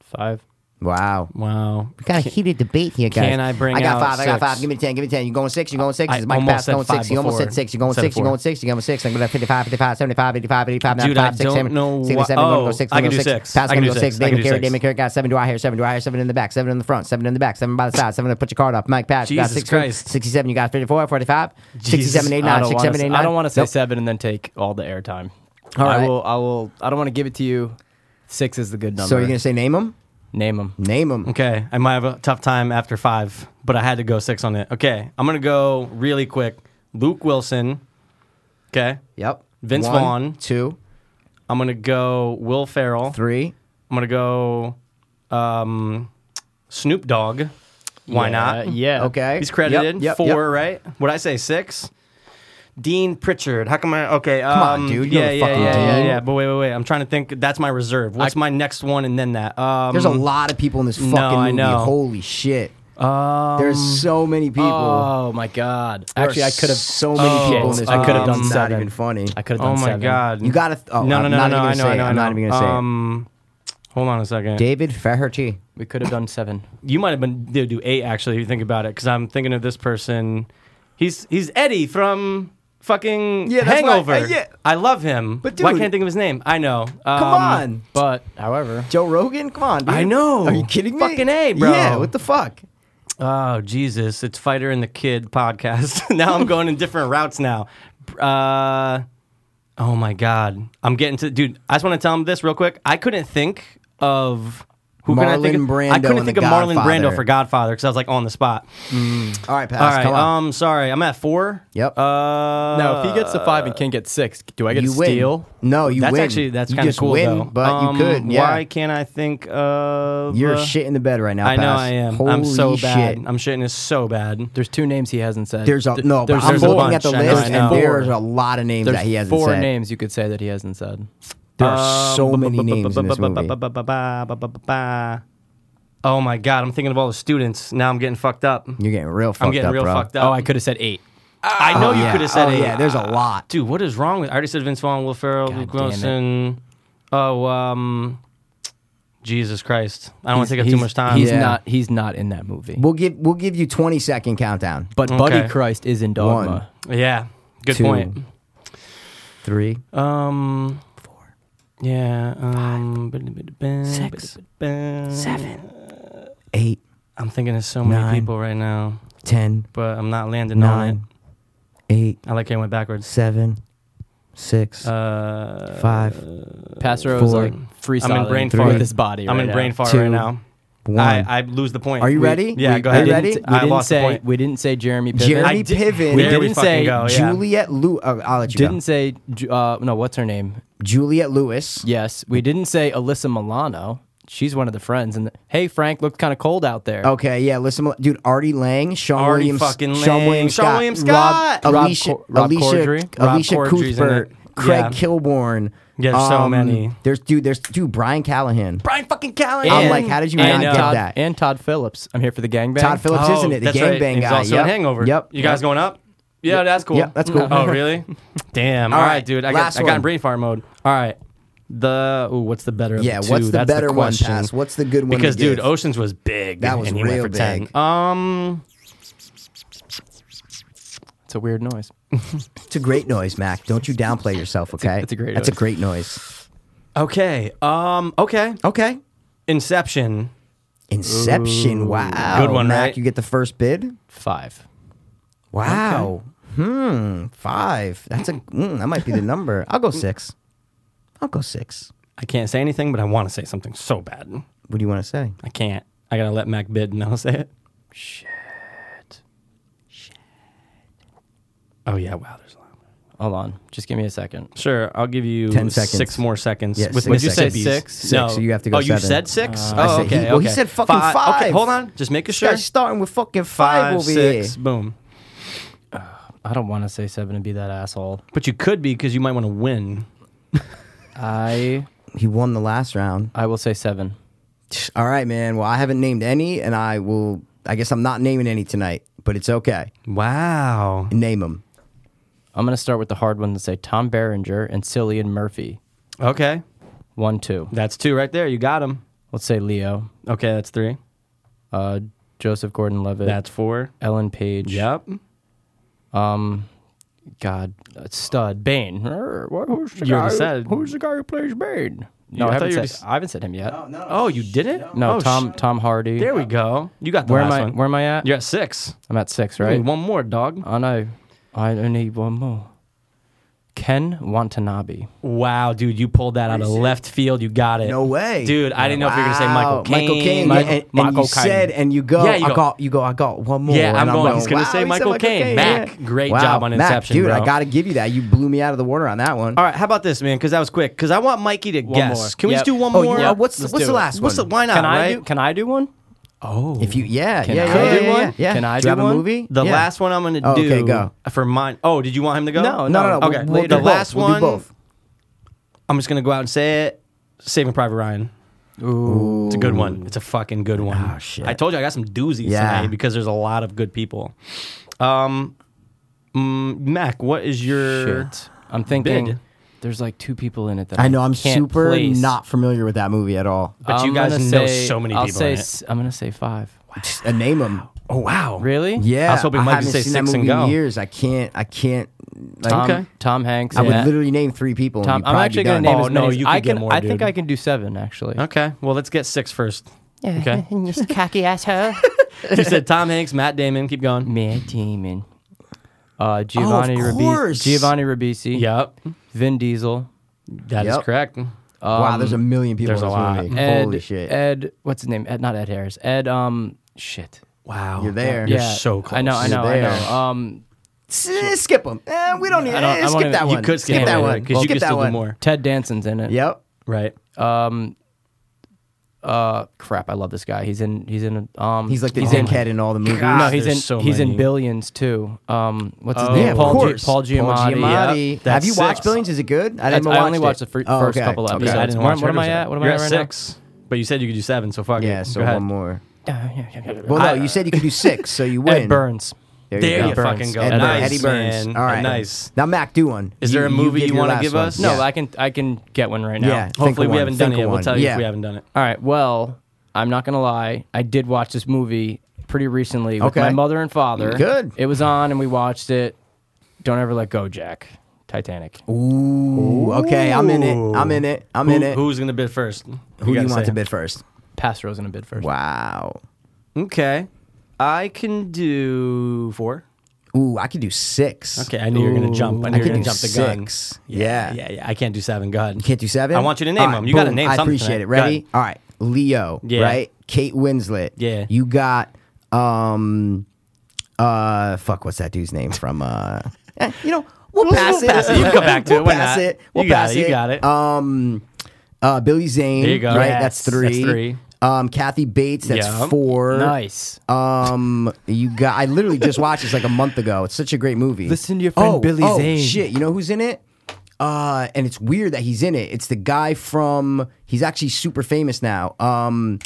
[SPEAKER 6] Five.
[SPEAKER 3] wow.
[SPEAKER 1] Wow.
[SPEAKER 8] Got a heated debate here, guys.
[SPEAKER 1] Can I bring
[SPEAKER 3] I got
[SPEAKER 1] out
[SPEAKER 3] five. I got
[SPEAKER 1] six?
[SPEAKER 3] five. Give me ten. Give me ten. You going six? You going six?
[SPEAKER 1] I
[SPEAKER 3] It's Mike
[SPEAKER 1] almost
[SPEAKER 3] Pass
[SPEAKER 1] said
[SPEAKER 3] going
[SPEAKER 1] five
[SPEAKER 3] six. You almost said
[SPEAKER 1] before.
[SPEAKER 3] six. You going
[SPEAKER 1] Said
[SPEAKER 3] six? You
[SPEAKER 1] four.
[SPEAKER 3] going six? You going six? I'm going to 55, 55, 75, 85, 85,
[SPEAKER 1] Dude,
[SPEAKER 3] 95,
[SPEAKER 1] I
[SPEAKER 3] 6,
[SPEAKER 1] don't
[SPEAKER 3] 7,
[SPEAKER 1] know
[SPEAKER 3] 67,
[SPEAKER 1] wha-
[SPEAKER 3] 71,
[SPEAKER 1] oh,
[SPEAKER 3] go six,
[SPEAKER 1] I
[SPEAKER 3] one,
[SPEAKER 1] can
[SPEAKER 3] go
[SPEAKER 1] do
[SPEAKER 3] six.
[SPEAKER 1] six.
[SPEAKER 3] Pass
[SPEAKER 1] I
[SPEAKER 3] one,
[SPEAKER 1] can
[SPEAKER 3] go
[SPEAKER 1] do six.
[SPEAKER 3] six.
[SPEAKER 1] I
[SPEAKER 3] David
[SPEAKER 1] can do
[SPEAKER 3] Carey,
[SPEAKER 1] six.
[SPEAKER 3] David Carey got seven. Do I hear seven? Do I hear seven in the back? Seven in the front. Seven in the back. Seven by the side. Seven to put your card up. Mike Pass. you got
[SPEAKER 1] Jesus
[SPEAKER 3] six.
[SPEAKER 1] Christ.
[SPEAKER 3] Sixty-seven. You got 54, 45,
[SPEAKER 1] Jesus,
[SPEAKER 3] 67, 89,
[SPEAKER 6] I don't
[SPEAKER 3] 67, 89.
[SPEAKER 6] want to say
[SPEAKER 3] Nope.
[SPEAKER 6] seven and then take all the airtime.
[SPEAKER 3] All
[SPEAKER 6] I
[SPEAKER 3] right.
[SPEAKER 6] will. I will. I don't want to give it to you. Six is the good number.
[SPEAKER 3] So you're going to say name them?
[SPEAKER 6] name them?
[SPEAKER 3] Name them.
[SPEAKER 1] Okay, I might have a tough time after five, but I had to go six on it. Okay, I'm gonna go really quick. Luke Wilson. Okay,
[SPEAKER 3] Yep.
[SPEAKER 1] Vince
[SPEAKER 3] One,
[SPEAKER 1] Vaughn.
[SPEAKER 3] Two,
[SPEAKER 1] I'm gonna go Will Ferrell.
[SPEAKER 3] three.
[SPEAKER 1] I'm gonna go um, Snoop Dogg. Why not?
[SPEAKER 6] Yeah.
[SPEAKER 3] Okay.
[SPEAKER 1] He's credited
[SPEAKER 3] Yep, yep,
[SPEAKER 1] four, right? What I say six. Dean Pritchard. How come I? Okay, um,
[SPEAKER 3] on, dude. You know
[SPEAKER 1] yeah,
[SPEAKER 3] the
[SPEAKER 1] yeah,
[SPEAKER 3] fucking
[SPEAKER 1] yeah,
[SPEAKER 3] Dean.
[SPEAKER 1] yeah, yeah. But wait, wait, wait. I'm trying to think. That's my reserve. What's my next one, and then that? Um,
[SPEAKER 3] There's a lot of people in this fucking
[SPEAKER 1] I
[SPEAKER 3] movie.
[SPEAKER 1] know. Um,
[SPEAKER 3] Holy shit. There's so many people.
[SPEAKER 6] Oh my God. Actually, I could have.
[SPEAKER 3] so many
[SPEAKER 6] Oh,
[SPEAKER 3] people in this.
[SPEAKER 6] I could have
[SPEAKER 3] movie.
[SPEAKER 6] done
[SPEAKER 3] It's not
[SPEAKER 6] seven.
[SPEAKER 3] even funny.
[SPEAKER 6] I could have done
[SPEAKER 1] Oh my
[SPEAKER 6] seven.
[SPEAKER 1] god.
[SPEAKER 3] You gotta. Th- oh,
[SPEAKER 1] No, no,
[SPEAKER 3] I'm
[SPEAKER 1] no,
[SPEAKER 3] not
[SPEAKER 1] no.
[SPEAKER 3] even
[SPEAKER 1] I
[SPEAKER 3] gonna
[SPEAKER 1] know,
[SPEAKER 3] say
[SPEAKER 1] I know,
[SPEAKER 3] it.
[SPEAKER 1] I
[SPEAKER 3] I'm
[SPEAKER 1] know.
[SPEAKER 3] not even gonna say it.
[SPEAKER 1] um, Hold on a second.
[SPEAKER 3] David Faherty.
[SPEAKER 6] We could have done seven.
[SPEAKER 1] You might have been do, do eight actually. If you think about it, because I'm thinking of this person. He's he's Eddie from fucking
[SPEAKER 3] Yeah, that's why-
[SPEAKER 1] Hangover.
[SPEAKER 3] uh, yeah.
[SPEAKER 1] I love him.
[SPEAKER 3] But
[SPEAKER 1] why
[SPEAKER 3] dude-
[SPEAKER 1] can't I think of his name? I know.
[SPEAKER 3] Come
[SPEAKER 1] Um,
[SPEAKER 3] on,
[SPEAKER 6] But however,
[SPEAKER 3] Joe Rogan. Come on, dude.
[SPEAKER 1] I know.
[SPEAKER 3] Are you kidding me?
[SPEAKER 1] Fucking A, bro.
[SPEAKER 3] Yeah. What the fuck?
[SPEAKER 1] Oh Jesus! It's Fighter and the Kid podcast. now I'm going in different routes now. Uh, oh my God! I'm getting to dude. I just want to tell him this real quick. I couldn't think of who can I think of?
[SPEAKER 3] Marlon Brando
[SPEAKER 1] I couldn't
[SPEAKER 3] and
[SPEAKER 1] think
[SPEAKER 3] The
[SPEAKER 1] of Marlon
[SPEAKER 3] Godfather.
[SPEAKER 1] Brando for Godfather because I was like on the spot.
[SPEAKER 3] All right, pass.
[SPEAKER 1] All right.
[SPEAKER 3] come on.
[SPEAKER 1] Um, sorry, I'm at four.
[SPEAKER 3] Yep.
[SPEAKER 1] Uh,
[SPEAKER 6] now if he gets to five and can get six, do I get
[SPEAKER 3] you
[SPEAKER 6] to
[SPEAKER 3] win.
[SPEAKER 6] steal?
[SPEAKER 3] No, you
[SPEAKER 1] that's
[SPEAKER 3] win.
[SPEAKER 1] actually that's
[SPEAKER 3] You
[SPEAKER 1] kind of
[SPEAKER 3] just
[SPEAKER 1] cool
[SPEAKER 3] win,
[SPEAKER 1] though.
[SPEAKER 3] But
[SPEAKER 1] Um,
[SPEAKER 3] you could. Yeah.
[SPEAKER 1] Why can't I think of?
[SPEAKER 3] You're
[SPEAKER 1] uh,
[SPEAKER 3] shit in the bed right now.
[SPEAKER 1] I know
[SPEAKER 3] Pass.
[SPEAKER 1] I am.
[SPEAKER 3] Holy
[SPEAKER 1] I'm so bad.
[SPEAKER 3] Shit.
[SPEAKER 1] I'm shitting is so bad.
[SPEAKER 6] There's two names he hasn't said.
[SPEAKER 3] There's a
[SPEAKER 6] Th-
[SPEAKER 3] no.
[SPEAKER 1] there's-
[SPEAKER 3] but I'm
[SPEAKER 1] there's a
[SPEAKER 3] looking at
[SPEAKER 1] bunch.
[SPEAKER 3] the
[SPEAKER 1] I know,
[SPEAKER 3] list,
[SPEAKER 1] I know.
[SPEAKER 3] and there's a lot of names
[SPEAKER 6] there's
[SPEAKER 3] that he hasn't
[SPEAKER 6] four
[SPEAKER 3] said.
[SPEAKER 6] names you could say that he hasn't said.
[SPEAKER 3] There
[SPEAKER 1] Um,
[SPEAKER 3] are so many names in this movie.
[SPEAKER 1] Oh my god, I'm thinking of all the students. Now I'm getting fucked up.
[SPEAKER 3] You're getting real fucked
[SPEAKER 1] I'm getting
[SPEAKER 3] up,
[SPEAKER 1] real
[SPEAKER 3] bro.
[SPEAKER 1] fucked up. Ah.
[SPEAKER 6] Oh, I could have said eight.
[SPEAKER 1] I know you
[SPEAKER 3] yeah.
[SPEAKER 1] could have said
[SPEAKER 3] Oh,
[SPEAKER 1] eight.
[SPEAKER 3] yeah, there's a lot.
[SPEAKER 1] Dude, what is wrong with I already said Vince Vaughn, Will Ferrell, Luke
[SPEAKER 6] damn it.
[SPEAKER 1] Wilson. Oh, um Jesus Christ. I don't want to take up too much time.
[SPEAKER 6] He's
[SPEAKER 3] Yeah.
[SPEAKER 6] not. He's not in that movie.
[SPEAKER 3] We'll give we'll give you 20 second countdown.
[SPEAKER 6] but
[SPEAKER 1] Okay.
[SPEAKER 6] Buddy Christ is in Dogma.
[SPEAKER 1] Yeah. Good
[SPEAKER 3] Two.
[SPEAKER 1] point.
[SPEAKER 3] Three.
[SPEAKER 1] Um Four. Yeah. Um six, seven.
[SPEAKER 3] eight,
[SPEAKER 1] I'm thinking of so many
[SPEAKER 3] Nine.
[SPEAKER 1] people right now,
[SPEAKER 3] 10,
[SPEAKER 1] but I'm not landing on it.
[SPEAKER 3] nine, eight,
[SPEAKER 1] I like how it went backwards.
[SPEAKER 3] seven, six,
[SPEAKER 1] Uh,
[SPEAKER 3] five,
[SPEAKER 6] Passero is
[SPEAKER 3] Uh, Four.
[SPEAKER 6] like freestyling
[SPEAKER 1] I'm in brain
[SPEAKER 6] through
[SPEAKER 1] fart.
[SPEAKER 6] with his body.
[SPEAKER 1] I'm
[SPEAKER 6] right
[SPEAKER 1] in
[SPEAKER 6] now.
[SPEAKER 1] brain fart
[SPEAKER 3] Two.
[SPEAKER 1] right now.
[SPEAKER 3] one.
[SPEAKER 1] I, I lose the point.
[SPEAKER 3] Are you
[SPEAKER 1] We-
[SPEAKER 3] ready?
[SPEAKER 1] Yeah,
[SPEAKER 3] We-
[SPEAKER 1] go
[SPEAKER 3] Are
[SPEAKER 1] ahead.
[SPEAKER 3] you
[SPEAKER 6] didn't
[SPEAKER 3] ready?
[SPEAKER 6] say- We
[SPEAKER 1] I
[SPEAKER 6] didn't
[SPEAKER 1] lost
[SPEAKER 6] say.
[SPEAKER 1] the point.
[SPEAKER 6] We didn't say Jeremy Piven.
[SPEAKER 3] Jeremy
[SPEAKER 1] I did-
[SPEAKER 3] Piven.
[SPEAKER 1] we
[SPEAKER 3] We
[SPEAKER 1] didn't
[SPEAKER 6] didn't
[SPEAKER 1] say
[SPEAKER 6] say
[SPEAKER 1] go, yeah.
[SPEAKER 3] Juliet Lew. Uh, I'll let you
[SPEAKER 6] didn't
[SPEAKER 3] go.
[SPEAKER 6] say. Ju- Uh, no, what's her name?
[SPEAKER 3] Juliet Lewis.
[SPEAKER 6] Yes, we didn't say Alyssa Milano. She's one of the friends. And hey, Frank looked kind of cold out there.
[SPEAKER 3] Okay, yeah. Listen, dude. Artie Lang, Sean
[SPEAKER 1] Artie
[SPEAKER 3] Williams,
[SPEAKER 1] fucking
[SPEAKER 3] Sean
[SPEAKER 1] Lang,
[SPEAKER 3] Williams,
[SPEAKER 1] Sean
[SPEAKER 3] Scott,
[SPEAKER 1] William Scott!
[SPEAKER 3] Rob,
[SPEAKER 6] Rob
[SPEAKER 3] Alicia,
[SPEAKER 6] Cor- Rob
[SPEAKER 3] Alicia,
[SPEAKER 6] Corddry?
[SPEAKER 1] Rob
[SPEAKER 3] Alicia
[SPEAKER 1] Corddry's in
[SPEAKER 3] Cuthbert,
[SPEAKER 1] it.
[SPEAKER 3] Craig
[SPEAKER 1] Yeah.
[SPEAKER 3] Kilborn. Um,
[SPEAKER 1] Yeah, there's so many.
[SPEAKER 3] There's dude. There's dude. Brian Callahan.
[SPEAKER 1] Brian fucking Callahan.
[SPEAKER 3] I'm like, how did you
[SPEAKER 1] And,
[SPEAKER 3] not
[SPEAKER 1] uh,
[SPEAKER 3] get
[SPEAKER 6] Todd,
[SPEAKER 3] that?
[SPEAKER 6] and Todd Phillips. I'm here for the gangbang.
[SPEAKER 3] Todd Phillips, isn't it? The
[SPEAKER 1] that's
[SPEAKER 3] gangbang
[SPEAKER 1] right. He's
[SPEAKER 3] guy.
[SPEAKER 1] also
[SPEAKER 3] yep.
[SPEAKER 1] in Hangover.
[SPEAKER 3] Yep.
[SPEAKER 1] You guys
[SPEAKER 3] Yep.
[SPEAKER 1] going up? Yeah, that's cool.
[SPEAKER 3] Yeah, that's cool.
[SPEAKER 1] Oh, really? Damn. All
[SPEAKER 3] All
[SPEAKER 1] right,
[SPEAKER 3] right,
[SPEAKER 1] dude. I got,
[SPEAKER 3] last
[SPEAKER 1] I got in
[SPEAKER 3] one.
[SPEAKER 1] brain fart mode. All right. The ooh, what's the better? Of
[SPEAKER 3] Yeah,
[SPEAKER 1] the two?
[SPEAKER 3] what's the
[SPEAKER 1] That's
[SPEAKER 3] better one,
[SPEAKER 1] question.
[SPEAKER 3] Pass? What's the good one? to
[SPEAKER 1] Because, dude, oh-
[SPEAKER 3] give?
[SPEAKER 1] Oceans was big.
[SPEAKER 3] That was
[SPEAKER 1] and he went
[SPEAKER 3] real
[SPEAKER 1] for 10.
[SPEAKER 3] big.
[SPEAKER 1] Um,
[SPEAKER 6] It's a weird noise.
[SPEAKER 3] it's a great noise, Mac. Don't you downplay yourself, okay?
[SPEAKER 6] it's a great
[SPEAKER 3] That's a
[SPEAKER 6] noise.
[SPEAKER 3] great noise.
[SPEAKER 1] okay. Um, okay.
[SPEAKER 3] Okay.
[SPEAKER 1] Inception.
[SPEAKER 3] Inception. wow.
[SPEAKER 1] Good one,
[SPEAKER 3] Mac.
[SPEAKER 1] right?
[SPEAKER 3] You get the first bid.
[SPEAKER 6] Five.
[SPEAKER 3] Wow. Hmm. Five. That's a. Mm, that might be the number. I'll go six. I'll go six.
[SPEAKER 1] I can't say anything, but I want to say something so bad.
[SPEAKER 3] What do you want to say?
[SPEAKER 1] I can't. I gotta let Mac bid and I'll say it. Shit. Shit. Oh yeah, wow, there's a lot.
[SPEAKER 6] Hold on. Just give me a second.
[SPEAKER 1] Sure, I'll give you
[SPEAKER 3] 10 seconds.
[SPEAKER 1] six more seconds.
[SPEAKER 3] Yeah, six
[SPEAKER 1] would you
[SPEAKER 3] seconds.
[SPEAKER 1] say
[SPEAKER 6] Six?
[SPEAKER 1] six?
[SPEAKER 3] Six, so you have to go
[SPEAKER 1] Oh, you
[SPEAKER 3] seven. Uh,
[SPEAKER 1] said six?
[SPEAKER 3] I
[SPEAKER 1] oh,
[SPEAKER 3] said-
[SPEAKER 1] okay,
[SPEAKER 3] he- well, he
[SPEAKER 1] okay.
[SPEAKER 3] said fucking
[SPEAKER 1] Okay,
[SPEAKER 3] five.
[SPEAKER 1] hold on. Just making
[SPEAKER 3] This
[SPEAKER 1] sure.
[SPEAKER 3] guy's starting with fucking five,
[SPEAKER 1] five,
[SPEAKER 3] over
[SPEAKER 1] six,
[SPEAKER 3] here.
[SPEAKER 1] boom.
[SPEAKER 6] I don't want to say seven and be that asshole.
[SPEAKER 1] But you could be because you might want to win.
[SPEAKER 6] I
[SPEAKER 3] He won the last round.
[SPEAKER 6] I will say seven.
[SPEAKER 3] All right, man. Well, I haven't named any, and I will. I guess I'm not naming any tonight, but it's okay.
[SPEAKER 1] Wow.
[SPEAKER 3] Name them.
[SPEAKER 6] I'm gonna start with the hard ones and say Tom Berenger and Cillian Murphy.
[SPEAKER 1] Okay,
[SPEAKER 6] One, two.
[SPEAKER 1] that's two right there. You got him.
[SPEAKER 6] Let's say Leo,
[SPEAKER 1] Okay, that's three.
[SPEAKER 6] uh, Joseph Gordon-Levitt,
[SPEAKER 1] That's four.
[SPEAKER 6] Ellen Page.
[SPEAKER 1] Yep.
[SPEAKER 6] God, uh, stud Bane. Er, wh- Who's the
[SPEAKER 1] You already
[SPEAKER 6] guy-
[SPEAKER 1] said-
[SPEAKER 6] Who's the guy who plays Bane? No,
[SPEAKER 1] I thought
[SPEAKER 6] I, haven't
[SPEAKER 1] you
[SPEAKER 6] said,
[SPEAKER 1] already s-
[SPEAKER 6] I haven't said him yet. No,
[SPEAKER 1] Oh, you did it? Oh,
[SPEAKER 6] Tom
[SPEAKER 1] sh-
[SPEAKER 6] Tom Hardy.
[SPEAKER 1] there we go. You got the
[SPEAKER 6] where am
[SPEAKER 1] last
[SPEAKER 6] I?
[SPEAKER 1] one.
[SPEAKER 6] Where am I at?
[SPEAKER 1] You're at six.
[SPEAKER 6] I'm at six,
[SPEAKER 1] Right.
[SPEAKER 6] right?
[SPEAKER 1] one more, dog.
[SPEAKER 6] I know. I need one more. Ken Watanabe.
[SPEAKER 1] Wow, dude, you pulled that out of left field. You got it.
[SPEAKER 3] No way,
[SPEAKER 1] Dude, I didn't know if you were going to say Michael
[SPEAKER 3] Wow.
[SPEAKER 1] Caine.
[SPEAKER 3] Michael Caine,
[SPEAKER 1] Mi-
[SPEAKER 3] yeah, and, and you said, and you go,
[SPEAKER 1] Yeah, you
[SPEAKER 3] I
[SPEAKER 1] go-
[SPEAKER 3] got, you go, I got one more.
[SPEAKER 1] Yeah,
[SPEAKER 3] and
[SPEAKER 1] I'm going, he's gonna
[SPEAKER 3] wow,
[SPEAKER 1] say
[SPEAKER 3] he said
[SPEAKER 1] Michael Caine. Mac, great
[SPEAKER 3] Wow,
[SPEAKER 1] job on
[SPEAKER 3] Mac,
[SPEAKER 1] Inception,
[SPEAKER 3] dude.
[SPEAKER 1] bro.
[SPEAKER 3] I got to give you that. You blew me out of the water on that one.
[SPEAKER 1] All right, how about this, man? Because that was quick. Because I want Mikey to guess.
[SPEAKER 6] more.
[SPEAKER 1] Can we
[SPEAKER 6] Yep.
[SPEAKER 1] just do one
[SPEAKER 3] Oh, you-
[SPEAKER 1] more?
[SPEAKER 3] uh, what's the-
[SPEAKER 1] Let's
[SPEAKER 3] what's
[SPEAKER 1] do
[SPEAKER 3] the
[SPEAKER 1] it.
[SPEAKER 3] last
[SPEAKER 1] What's
[SPEAKER 3] one?
[SPEAKER 1] the why not?
[SPEAKER 6] Can I
[SPEAKER 1] right?
[SPEAKER 6] do? Can I do one?
[SPEAKER 1] oh,
[SPEAKER 3] If you, yeah,
[SPEAKER 6] Can
[SPEAKER 3] yeah,
[SPEAKER 6] I
[SPEAKER 3] yeah, yeah,
[SPEAKER 6] do
[SPEAKER 3] yeah,
[SPEAKER 6] one?
[SPEAKER 3] yeah, yeah.
[SPEAKER 6] Can I
[SPEAKER 3] do you
[SPEAKER 6] do
[SPEAKER 3] have
[SPEAKER 6] one?
[SPEAKER 3] a movie?
[SPEAKER 1] the
[SPEAKER 3] Yeah.
[SPEAKER 1] last one I'm going to
[SPEAKER 3] Oh,
[SPEAKER 1] do
[SPEAKER 3] okay, go.
[SPEAKER 1] for mine. Oh, did you want him to go?
[SPEAKER 6] No,
[SPEAKER 3] No, no, no.
[SPEAKER 1] Okay,
[SPEAKER 3] We'll, we'll
[SPEAKER 1] the
[SPEAKER 3] do
[SPEAKER 1] last
[SPEAKER 3] both. We'll
[SPEAKER 1] one.
[SPEAKER 3] do both.
[SPEAKER 1] I'm just going to go out and say it. Saving Private Ryan. Ooh. It's a good one. It's a fucking good one. Oh,
[SPEAKER 3] shit.
[SPEAKER 1] I told you I got some doozies
[SPEAKER 3] Yeah.
[SPEAKER 1] tonight because there's a lot of good people. Um, mm, Mac, what is your.
[SPEAKER 6] Shit. I'm thinking.
[SPEAKER 1] Bid.
[SPEAKER 6] There's like two people in it that
[SPEAKER 3] I know I'm
[SPEAKER 6] can't
[SPEAKER 3] super
[SPEAKER 6] place.
[SPEAKER 3] not familiar with that movie at all.
[SPEAKER 1] But you
[SPEAKER 6] I'm
[SPEAKER 1] guys
[SPEAKER 6] gonna
[SPEAKER 1] know
[SPEAKER 6] say-
[SPEAKER 1] so many
[SPEAKER 6] I'll
[SPEAKER 1] people
[SPEAKER 6] Say,
[SPEAKER 1] in it.
[SPEAKER 6] s- I'm gonna say five.
[SPEAKER 3] Uh, name them.
[SPEAKER 1] Oh, wow.
[SPEAKER 6] Really?
[SPEAKER 3] Yeah,
[SPEAKER 1] I was hoping
[SPEAKER 3] I
[SPEAKER 1] Mike would
[SPEAKER 3] haven't
[SPEAKER 1] say
[SPEAKER 3] seen that
[SPEAKER 1] six and
[SPEAKER 3] movie
[SPEAKER 1] go.
[SPEAKER 3] in years. I can't. I can't. Like,
[SPEAKER 6] Tom,
[SPEAKER 1] Okay.
[SPEAKER 6] Tom Hanks.
[SPEAKER 3] I would
[SPEAKER 6] yeah.
[SPEAKER 3] literally name three people.
[SPEAKER 6] Tom,
[SPEAKER 3] and you'd
[SPEAKER 6] I'm
[SPEAKER 3] probably
[SPEAKER 6] actually
[SPEAKER 3] be
[SPEAKER 6] gonna
[SPEAKER 3] done.
[SPEAKER 6] name
[SPEAKER 1] Oh,
[SPEAKER 6] as
[SPEAKER 1] no,
[SPEAKER 6] many as-
[SPEAKER 1] you
[SPEAKER 6] I
[SPEAKER 1] could get
[SPEAKER 6] can.
[SPEAKER 1] more,
[SPEAKER 6] I think
[SPEAKER 1] dude.
[SPEAKER 6] I can do seven actually.
[SPEAKER 1] Okay. Well, let's get six first.
[SPEAKER 5] Yeah,
[SPEAKER 1] Okay.
[SPEAKER 5] and you cocky asshole.
[SPEAKER 1] you said Tom Hanks, Matt Damon. Keep going.
[SPEAKER 6] Matt Damon. Uh, Giovanni Ribisi.
[SPEAKER 3] Oh, course.
[SPEAKER 6] Giovanni Ribisi.
[SPEAKER 1] Yep.
[SPEAKER 6] Vin Diesel.
[SPEAKER 1] that is
[SPEAKER 3] Yep.
[SPEAKER 1] correct.
[SPEAKER 3] wow, there's a million people
[SPEAKER 1] there's
[SPEAKER 3] in
[SPEAKER 1] a
[SPEAKER 3] this
[SPEAKER 1] lot.
[SPEAKER 3] movie.
[SPEAKER 6] Ed,
[SPEAKER 3] Holy shit!
[SPEAKER 6] Ed. What's his name? Ed. Not Ed Harris. Ed. Um. Shit.
[SPEAKER 1] Wow.
[SPEAKER 3] You're there.
[SPEAKER 1] You're
[SPEAKER 6] Yeah,
[SPEAKER 1] so close.
[SPEAKER 6] I know. I
[SPEAKER 3] You're
[SPEAKER 6] know. I
[SPEAKER 3] there.
[SPEAKER 6] know. Um.
[SPEAKER 3] S- skip them. Eh, we don't need.
[SPEAKER 6] don't-
[SPEAKER 3] eh,
[SPEAKER 6] I
[SPEAKER 3] skip
[SPEAKER 6] wanna-
[SPEAKER 3] that
[SPEAKER 6] you
[SPEAKER 1] You
[SPEAKER 3] one.
[SPEAKER 1] could skip,
[SPEAKER 3] that
[SPEAKER 1] it,
[SPEAKER 3] one.
[SPEAKER 1] because you
[SPEAKER 3] skip
[SPEAKER 1] could
[SPEAKER 3] that
[SPEAKER 1] still
[SPEAKER 3] one.
[SPEAKER 1] do more.
[SPEAKER 6] Ted Danson's in it.
[SPEAKER 3] Yep.
[SPEAKER 1] Right.
[SPEAKER 6] Um. Uh. Crap. I love this guy. He's in. He's in. A, um.
[SPEAKER 3] He's like the
[SPEAKER 6] in-
[SPEAKER 3] dickhead in all the movies.
[SPEAKER 6] No, he's in.
[SPEAKER 1] There's so
[SPEAKER 6] he's
[SPEAKER 1] many.
[SPEAKER 6] in Billions too. Um. What's his
[SPEAKER 1] Oh,
[SPEAKER 6] name?
[SPEAKER 1] yeah, of
[SPEAKER 6] Paul,
[SPEAKER 1] course.
[SPEAKER 6] Paul Giamatti.
[SPEAKER 3] Giamatti.
[SPEAKER 1] Yep,
[SPEAKER 3] Have
[SPEAKER 1] that's
[SPEAKER 3] you watched
[SPEAKER 1] six.
[SPEAKER 3] Billions? Is it good? I
[SPEAKER 6] That's-
[SPEAKER 3] didn't
[SPEAKER 6] I only watched the
[SPEAKER 3] it.
[SPEAKER 6] fir-
[SPEAKER 3] Oh,
[SPEAKER 6] first
[SPEAKER 3] okay.
[SPEAKER 6] couple
[SPEAKER 3] Okay.
[SPEAKER 6] episodes.
[SPEAKER 1] I didn't
[SPEAKER 6] What-
[SPEAKER 1] watch
[SPEAKER 6] what
[SPEAKER 1] her,
[SPEAKER 6] am I
[SPEAKER 1] so-
[SPEAKER 6] at? What am I
[SPEAKER 1] You're
[SPEAKER 6] at right now?
[SPEAKER 1] six. But you said you could do seven, so fuck
[SPEAKER 3] Yeah,
[SPEAKER 1] it.
[SPEAKER 3] so
[SPEAKER 1] Go ahead.
[SPEAKER 3] one more.
[SPEAKER 6] Yeah.
[SPEAKER 3] Well, no, you said you could do six, so you win.
[SPEAKER 6] Ed Burns.
[SPEAKER 3] There,
[SPEAKER 1] There
[SPEAKER 3] go.
[SPEAKER 1] you fucking go.
[SPEAKER 3] Ed Burns.
[SPEAKER 1] Nice,
[SPEAKER 3] Eddie Burns.
[SPEAKER 1] man.
[SPEAKER 3] All right.
[SPEAKER 1] Nice.
[SPEAKER 3] Now, Mac, do one.
[SPEAKER 1] Is there a movie you
[SPEAKER 3] your
[SPEAKER 1] wanna
[SPEAKER 3] last
[SPEAKER 1] give
[SPEAKER 3] one.
[SPEAKER 1] us?
[SPEAKER 6] No,
[SPEAKER 3] Yeah.
[SPEAKER 6] I can. I can get one right now.
[SPEAKER 3] Yeah. Think
[SPEAKER 1] Hopefully
[SPEAKER 3] of
[SPEAKER 1] we
[SPEAKER 3] one,
[SPEAKER 1] haven't
[SPEAKER 3] think
[SPEAKER 1] done it
[SPEAKER 3] of
[SPEAKER 1] yet. We'll
[SPEAKER 3] one.
[SPEAKER 1] tell you
[SPEAKER 3] Yeah.
[SPEAKER 1] if we haven't done it.
[SPEAKER 6] All right. Well, I'm not gonna lie. I did watch this movie pretty recently with
[SPEAKER 3] Okay.
[SPEAKER 6] my mother and father.
[SPEAKER 3] Good.
[SPEAKER 6] It was on, and we watched it. Don't ever let go, Jack. Titanic.
[SPEAKER 3] Ooh, okay, I'm in it. I'm in it. I'm in
[SPEAKER 1] Who-
[SPEAKER 3] it. Who,
[SPEAKER 1] Who's going to bid first?
[SPEAKER 3] do you
[SPEAKER 1] gotta
[SPEAKER 3] want
[SPEAKER 1] say?
[SPEAKER 3] to bid first?
[SPEAKER 6] Pass Rose in a bid first.
[SPEAKER 3] Wow.
[SPEAKER 1] Okay. I can do four.
[SPEAKER 3] Ooh, I could do six.
[SPEAKER 1] Okay, I knew you were going to jump. I
[SPEAKER 3] I
[SPEAKER 1] knew you were
[SPEAKER 3] could
[SPEAKER 1] going
[SPEAKER 3] do
[SPEAKER 1] to jump the gun.
[SPEAKER 3] six. Yeah.
[SPEAKER 1] Yeah, yeah. I can't do seven. Go ahead.
[SPEAKER 3] You can't do seven.
[SPEAKER 1] I want you to name
[SPEAKER 3] All
[SPEAKER 1] them. You gotta
[SPEAKER 3] boom.
[SPEAKER 1] name
[SPEAKER 3] I
[SPEAKER 1] something
[SPEAKER 3] appreciate
[SPEAKER 1] tonight.
[SPEAKER 3] it.
[SPEAKER 1] Go
[SPEAKER 3] Ready?
[SPEAKER 1] ahead.
[SPEAKER 3] All right, Leo.
[SPEAKER 1] Yeah.
[SPEAKER 3] Right. Kate Winslet.
[SPEAKER 1] Yeah.
[SPEAKER 3] You got um uh fuck. What's that dude's name from uh? eh, You know. We'll, pass,
[SPEAKER 1] we'll
[SPEAKER 3] it.
[SPEAKER 1] pass it. You can come back to
[SPEAKER 3] we'll
[SPEAKER 1] it. Why
[SPEAKER 3] pass
[SPEAKER 1] not?
[SPEAKER 3] it. We'll
[SPEAKER 1] You got
[SPEAKER 3] pass
[SPEAKER 1] it. You got it.
[SPEAKER 3] Um, uh, Billy Zane.
[SPEAKER 1] There you go.
[SPEAKER 3] Right.
[SPEAKER 1] Yes.
[SPEAKER 3] That's three.
[SPEAKER 1] That's three.
[SPEAKER 3] Um, Kathy Bates. That's
[SPEAKER 1] Yeah.
[SPEAKER 3] four.
[SPEAKER 6] Nice.
[SPEAKER 3] Um, you got. I literally just watched this like a month ago. It's such a great movie.
[SPEAKER 6] Listen to your friend
[SPEAKER 3] oh,
[SPEAKER 6] Billy
[SPEAKER 3] oh,
[SPEAKER 6] Zane.
[SPEAKER 3] shit! You know who's in it? Uh, and it's weird that he's in it. It's the guy from. He's actually super famous now. Um,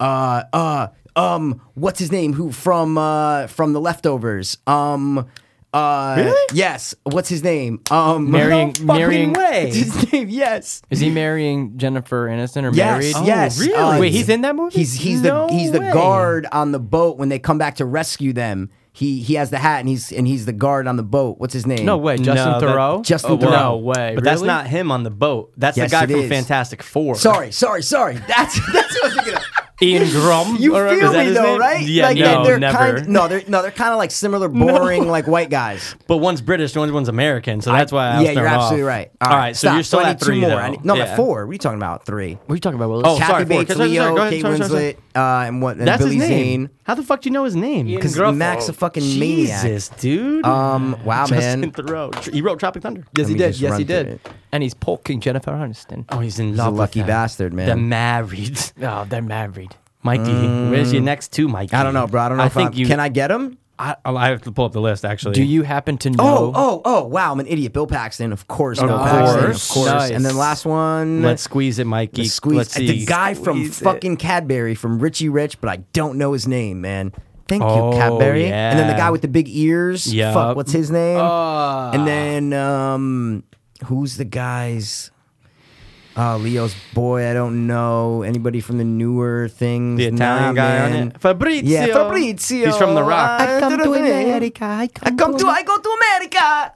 [SPEAKER 3] uh, uh, um, what's his name? Who from? Uh, from The Leftovers. Um, Uh,
[SPEAKER 1] Really?
[SPEAKER 3] Yes. What's his name? Um,
[SPEAKER 6] Marrying-
[SPEAKER 1] no fucking
[SPEAKER 6] marrying-
[SPEAKER 1] way.
[SPEAKER 3] What's his name? Yes.
[SPEAKER 6] Is he marrying Jennifer Aniston or
[SPEAKER 3] Yes.
[SPEAKER 6] married? Oh,
[SPEAKER 3] yes.
[SPEAKER 1] Oh,
[SPEAKER 3] Uh,
[SPEAKER 1] really?
[SPEAKER 6] Wait, he's in that movie?
[SPEAKER 3] He's he's the
[SPEAKER 1] No
[SPEAKER 3] he's
[SPEAKER 1] way.
[SPEAKER 3] the guard on the boat when they come back to rescue them. He he has the hat and he's and he's the guard on the boat. What's his name?
[SPEAKER 6] No way, Justin
[SPEAKER 1] No, that-
[SPEAKER 6] Thoreau.
[SPEAKER 3] Uh, Justin
[SPEAKER 6] oh,
[SPEAKER 3] Theroux.
[SPEAKER 6] No way,
[SPEAKER 1] But that's
[SPEAKER 6] really?
[SPEAKER 1] not him on the boat. That's
[SPEAKER 3] Yes,
[SPEAKER 1] the guy
[SPEAKER 3] it
[SPEAKER 1] from
[SPEAKER 3] is.
[SPEAKER 1] Fantastic Four.
[SPEAKER 3] Sorry, sorry, sorry. That's that's what I was thinking. Of.
[SPEAKER 1] Ian Grum.
[SPEAKER 3] You
[SPEAKER 1] or- uh, is
[SPEAKER 3] feel
[SPEAKER 1] that
[SPEAKER 3] me
[SPEAKER 1] his
[SPEAKER 3] though,
[SPEAKER 1] name?
[SPEAKER 3] right?
[SPEAKER 1] Yeah,
[SPEAKER 3] like,
[SPEAKER 1] no,
[SPEAKER 3] they're, they're
[SPEAKER 1] never.
[SPEAKER 3] Kind no, they're no, they're kind of like similar, boring, like white guys.
[SPEAKER 1] But one's British, one's one's American, so that's why I was
[SPEAKER 3] yeah, you're
[SPEAKER 1] thrown off.
[SPEAKER 3] absolutely right.
[SPEAKER 1] All right, so
[SPEAKER 3] stop.
[SPEAKER 1] you're still
[SPEAKER 3] I
[SPEAKER 1] at
[SPEAKER 3] need
[SPEAKER 1] three
[SPEAKER 3] two more.
[SPEAKER 1] though.
[SPEAKER 3] I need- no, I'm
[SPEAKER 1] Yeah.
[SPEAKER 3] at four. What are you talking about? Three.
[SPEAKER 6] What are you talking about, Willis?
[SPEAKER 1] Oh,
[SPEAKER 3] Kathy
[SPEAKER 1] sorry, four.
[SPEAKER 3] Bates,
[SPEAKER 1] Sorry, sorry,
[SPEAKER 3] Leo,
[SPEAKER 1] go ahead,
[SPEAKER 3] Kate
[SPEAKER 1] sorry, sorry, sorry.
[SPEAKER 3] Winslet, uh, and what? And
[SPEAKER 1] That's
[SPEAKER 3] Billy
[SPEAKER 1] his name.
[SPEAKER 3] Zane.
[SPEAKER 1] How the fuck do you know his name?
[SPEAKER 3] Because Mac's a fucking maniac.
[SPEAKER 1] Jesus, dude.
[SPEAKER 3] Um, wow,
[SPEAKER 1] Justin
[SPEAKER 3] man.
[SPEAKER 1] Thoreau. Tr- He wrote Tropic Thunder.
[SPEAKER 6] yes,
[SPEAKER 3] Let
[SPEAKER 6] he
[SPEAKER 3] me
[SPEAKER 6] did.
[SPEAKER 3] just
[SPEAKER 6] Yes, he
[SPEAKER 3] run through
[SPEAKER 6] did.
[SPEAKER 3] it.
[SPEAKER 6] And he's polking Jennifer Aniston.
[SPEAKER 1] Oh, he's in
[SPEAKER 3] He's a
[SPEAKER 1] love. with
[SPEAKER 3] lucky
[SPEAKER 1] her.
[SPEAKER 3] bastard,
[SPEAKER 1] They're
[SPEAKER 3] man. Mm.
[SPEAKER 1] married.
[SPEAKER 6] Oh, they're married.
[SPEAKER 1] Mikey, where's your next two, Mikey?
[SPEAKER 3] I don't know, bro. I don't know if
[SPEAKER 1] think
[SPEAKER 3] I'm,
[SPEAKER 1] you.
[SPEAKER 3] can I get him?
[SPEAKER 1] I, oh, I have to pull up the list actually.
[SPEAKER 6] Do you happen to know?
[SPEAKER 3] Oh, oh, oh! Wow, I'm an idiot. Bill Paxton, of course. Bill Paxton,
[SPEAKER 1] course.
[SPEAKER 3] of course.
[SPEAKER 6] Nice.
[SPEAKER 3] And then last one,
[SPEAKER 1] Let's squeeze it, Mikey.
[SPEAKER 3] let's squeeze
[SPEAKER 1] Let's see.
[SPEAKER 3] the guy from fucking Cadbury from Richie Rich, but I don't know his name, man. Thank
[SPEAKER 1] Oh,
[SPEAKER 3] you, Cadbury. And then the
[SPEAKER 1] yeah.
[SPEAKER 3] guy with the big ears.
[SPEAKER 1] Yup.
[SPEAKER 3] Fuck, what's his name?
[SPEAKER 6] Ah.
[SPEAKER 3] and then um, who's the guys? Uh, Leo's boy. I don't know anybody from the newer things.
[SPEAKER 1] The Italian
[SPEAKER 3] Nah,
[SPEAKER 1] guy
[SPEAKER 3] man.
[SPEAKER 1] on it. Fabrizio.
[SPEAKER 3] Yeah, Fabrizio.
[SPEAKER 1] He's from The Rock.
[SPEAKER 3] I come to America.
[SPEAKER 5] I
[SPEAKER 3] I come to. I go to America.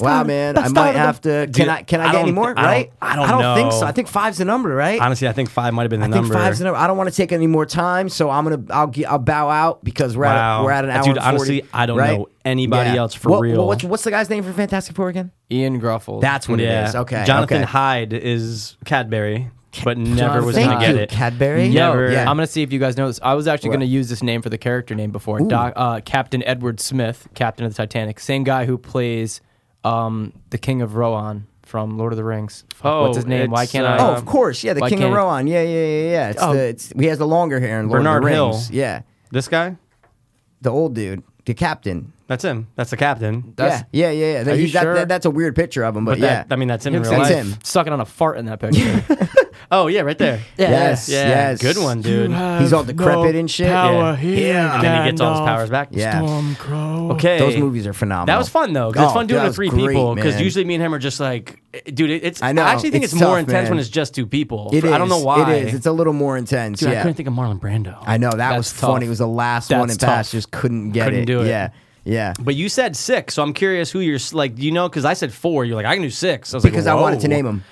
[SPEAKER 3] Wow, man, I might have to. Can
[SPEAKER 1] Dude,
[SPEAKER 3] I? Can I,
[SPEAKER 1] I
[SPEAKER 3] get any
[SPEAKER 1] don't-
[SPEAKER 3] more?
[SPEAKER 1] I don't-
[SPEAKER 3] right?
[SPEAKER 1] I don't
[SPEAKER 3] think
[SPEAKER 1] know.
[SPEAKER 3] so. I think five's the number, right?
[SPEAKER 1] Honestly, I think five might have been the
[SPEAKER 3] I think
[SPEAKER 1] number.
[SPEAKER 3] five's the number. I don't want to take any more time, so I'm gonna. I'll. Ge- I'll bow out because we're at.
[SPEAKER 1] Wow.
[SPEAKER 3] A, we're at an hour.
[SPEAKER 1] Dude,
[SPEAKER 3] and 40,
[SPEAKER 1] honestly, I don't
[SPEAKER 3] right?
[SPEAKER 1] know anybody else for
[SPEAKER 3] What-
[SPEAKER 1] real.
[SPEAKER 3] what's, what's the guy's name for Fantastic Four again?
[SPEAKER 6] Ian Gruffel.
[SPEAKER 3] That's what
[SPEAKER 1] yeah.
[SPEAKER 3] it is. Okay.
[SPEAKER 1] Jonathan
[SPEAKER 3] okay.
[SPEAKER 1] Hyde is Cadbury, but never was
[SPEAKER 3] Thank
[SPEAKER 1] gonna get
[SPEAKER 3] you,
[SPEAKER 1] it.
[SPEAKER 3] Cadbury.
[SPEAKER 1] Never.
[SPEAKER 3] Yeah.
[SPEAKER 6] I'm gonna see if you guys know this. I was actually
[SPEAKER 3] What?
[SPEAKER 6] gonna use this name for the character name before.
[SPEAKER 3] Ooh.
[SPEAKER 6] Doc, uh, Captain Edward Smith, Captain of the Titanic, same guy who plays um, the King of Rohan from Lord of the Rings. Fuck,
[SPEAKER 1] Oh,
[SPEAKER 6] what's his name? Why
[SPEAKER 1] it's,
[SPEAKER 6] can't
[SPEAKER 1] uh,
[SPEAKER 6] I?
[SPEAKER 3] Oh, of course. Yeah, the
[SPEAKER 6] Why
[SPEAKER 3] King of
[SPEAKER 6] can't-
[SPEAKER 3] Rohan. Yeah, yeah, yeah, yeah. It's
[SPEAKER 6] Oh.
[SPEAKER 3] the. It's, he has the longer hair in Lord of
[SPEAKER 1] Bernard
[SPEAKER 3] the
[SPEAKER 1] Hill.
[SPEAKER 3] Rings. Yeah,
[SPEAKER 1] This guy.
[SPEAKER 3] the old dude, the captain.
[SPEAKER 1] That's him. That's the captain.
[SPEAKER 6] That's-
[SPEAKER 3] yeah, yeah, yeah. yeah.
[SPEAKER 6] you
[SPEAKER 3] He's- that-
[SPEAKER 6] sure?
[SPEAKER 3] that- that's a weird picture of him,
[SPEAKER 1] But
[SPEAKER 3] but, yeah.
[SPEAKER 1] that, I mean, that's him in
[SPEAKER 6] Looks
[SPEAKER 1] real
[SPEAKER 3] That's
[SPEAKER 6] like
[SPEAKER 1] life.
[SPEAKER 3] him.
[SPEAKER 6] Sucking on a fart in that picture.
[SPEAKER 1] Oh yeah, right there. Yeah.
[SPEAKER 3] Yes, yes.
[SPEAKER 1] Good one, dude.
[SPEAKER 3] He's all decrepit and shit.
[SPEAKER 1] power
[SPEAKER 3] yeah.
[SPEAKER 1] here, And then he gets all his powers back.
[SPEAKER 3] Yeah.
[SPEAKER 1] Okay.
[SPEAKER 3] Those movies are phenomenal.
[SPEAKER 1] That was fun though. 'cause It's
[SPEAKER 3] Oh,
[SPEAKER 1] fun doing it
[SPEAKER 3] that
[SPEAKER 1] with
[SPEAKER 3] was
[SPEAKER 1] three
[SPEAKER 3] great,
[SPEAKER 1] people because
[SPEAKER 3] man.
[SPEAKER 1] usually me and him are just like, eh, dude. it- It's
[SPEAKER 3] I know,
[SPEAKER 1] I actually think
[SPEAKER 3] it's
[SPEAKER 1] it's, more
[SPEAKER 3] tough,
[SPEAKER 1] intense
[SPEAKER 3] man.
[SPEAKER 1] when it's just two people.
[SPEAKER 3] It is.
[SPEAKER 1] I don't know why.
[SPEAKER 3] It is. It's a little more intense.
[SPEAKER 1] dude, I
[SPEAKER 3] yeah.
[SPEAKER 1] couldn't think of Marlon Brando.
[SPEAKER 3] I know that was
[SPEAKER 6] That's tough.
[SPEAKER 3] funny. It was the last one
[SPEAKER 6] That's
[SPEAKER 3] and passed.
[SPEAKER 6] tough.
[SPEAKER 3] Just couldn't get
[SPEAKER 1] Couldn't
[SPEAKER 3] it.
[SPEAKER 1] do it.
[SPEAKER 3] Yeah. Yeah.
[SPEAKER 1] But you said six, so I'm curious who you're s- like. do You know, because I said four. You're like, I can do six. I was
[SPEAKER 3] Because
[SPEAKER 1] like,
[SPEAKER 3] I
[SPEAKER 1] whoa.
[SPEAKER 3] wanted to name him.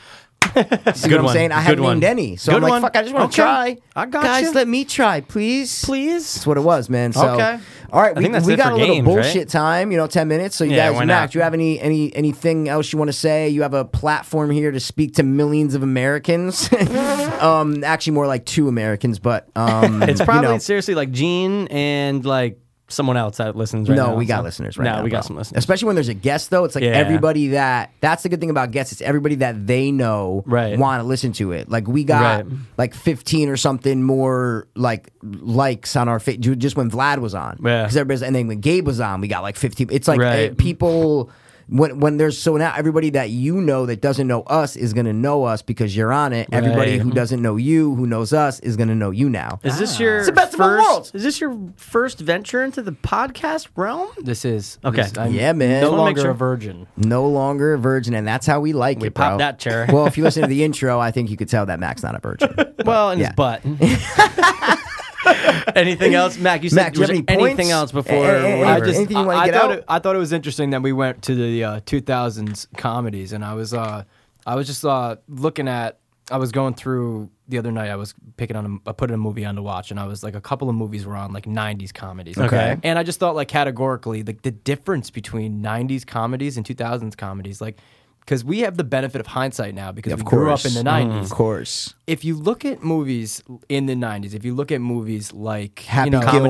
[SPEAKER 3] See
[SPEAKER 1] Good
[SPEAKER 3] what I'm
[SPEAKER 1] one.
[SPEAKER 3] saying? I
[SPEAKER 1] Good
[SPEAKER 3] haven't named
[SPEAKER 1] one.
[SPEAKER 3] any. So
[SPEAKER 1] Good
[SPEAKER 3] I'm like,
[SPEAKER 1] one.
[SPEAKER 3] fuck, I just want
[SPEAKER 1] Okay.
[SPEAKER 3] to try.
[SPEAKER 1] I gotcha.
[SPEAKER 3] Guys, let me try, please.
[SPEAKER 1] please.
[SPEAKER 3] That's what it was, man. So,
[SPEAKER 1] Okay.
[SPEAKER 3] All right,
[SPEAKER 1] I
[SPEAKER 3] we,
[SPEAKER 1] think that's
[SPEAKER 3] we
[SPEAKER 1] it
[SPEAKER 3] got
[SPEAKER 1] for
[SPEAKER 3] a little
[SPEAKER 1] games, right?
[SPEAKER 3] bullshit time, you know, ten minutes. So you
[SPEAKER 1] Yeah,
[SPEAKER 3] guys,
[SPEAKER 1] why
[SPEAKER 3] Mac,
[SPEAKER 1] not?
[SPEAKER 3] do you have any any anything else you want to say? You have a platform here to speak to millions of Americans. um, actually, more like two Americans, but um,
[SPEAKER 1] It's probably
[SPEAKER 3] you know,
[SPEAKER 1] seriously like Gene and like someone else that listens right
[SPEAKER 3] no,
[SPEAKER 1] now.
[SPEAKER 3] we got
[SPEAKER 1] so-
[SPEAKER 3] listeners right
[SPEAKER 1] no,
[SPEAKER 3] now.
[SPEAKER 1] we
[SPEAKER 3] bro.
[SPEAKER 1] got some listeners.
[SPEAKER 3] Especially when there's a guest, though, it's like
[SPEAKER 1] Yeah.
[SPEAKER 3] everybody that that's the good thing about guests. It's everybody that they know
[SPEAKER 1] Right.
[SPEAKER 3] want to listen to it. Like we got
[SPEAKER 1] Right.
[SPEAKER 3] like 15 or something more like likes on our fa- ju- just when Vlad was on.
[SPEAKER 1] Yeah.
[SPEAKER 3] 'Cause everybody's and then when Gabe was on, we got like 15. It's like
[SPEAKER 1] Right.
[SPEAKER 3] eh, people. When, when there's so now everybody that you know that doesn't know us is gonna know us because you're on it. Everybody
[SPEAKER 1] Right.
[SPEAKER 3] who doesn't know you who knows us is gonna know you now.
[SPEAKER 1] Is this your
[SPEAKER 3] the best of both
[SPEAKER 1] first,
[SPEAKER 3] worlds.
[SPEAKER 1] Is this your first venture into the podcast realm?
[SPEAKER 6] this is
[SPEAKER 1] Okay.
[SPEAKER 6] this- I'm
[SPEAKER 3] Yeah, man.
[SPEAKER 6] No
[SPEAKER 3] Just wanna
[SPEAKER 1] make
[SPEAKER 6] longer
[SPEAKER 1] sure-
[SPEAKER 6] a virgin.
[SPEAKER 3] No longer a virgin, and that's how we like it,
[SPEAKER 1] pop
[SPEAKER 3] bro.
[SPEAKER 1] that cherry.
[SPEAKER 3] well, if you listen to the intro, I think you could tell that Mac's not a virgin.
[SPEAKER 1] Well, in
[SPEAKER 3] yeah.
[SPEAKER 1] his butt. anything else, Mac? You said
[SPEAKER 3] Mac, do you
[SPEAKER 1] was
[SPEAKER 3] have any
[SPEAKER 1] there anything
[SPEAKER 3] points?
[SPEAKER 1] else before?
[SPEAKER 3] Eh, eh, eh,
[SPEAKER 1] we're-
[SPEAKER 3] eh,
[SPEAKER 6] I just
[SPEAKER 3] Anything you
[SPEAKER 6] I-
[SPEAKER 3] wanna
[SPEAKER 6] I
[SPEAKER 3] get
[SPEAKER 6] thought
[SPEAKER 3] out?
[SPEAKER 6] It, I thought it was interesting that we went to the uh, 2000s comedies, and I was uh, I was just uh, looking at. I was going through the other night. I was picking on. A, I put a movie on to watch, and I was like, a couple of movies were on like 90s comedies.
[SPEAKER 1] Okay.
[SPEAKER 6] and I just thought like categorically, like the difference between 90s comedies and 2000s comedies, like. Because we have the benefit of hindsight now, because we grew up in the '90s.
[SPEAKER 3] Mm-hmm. Of course.
[SPEAKER 6] If you look at movies in the '90s, if you look at movies like
[SPEAKER 3] Happy
[SPEAKER 6] you know,
[SPEAKER 3] Gilmore,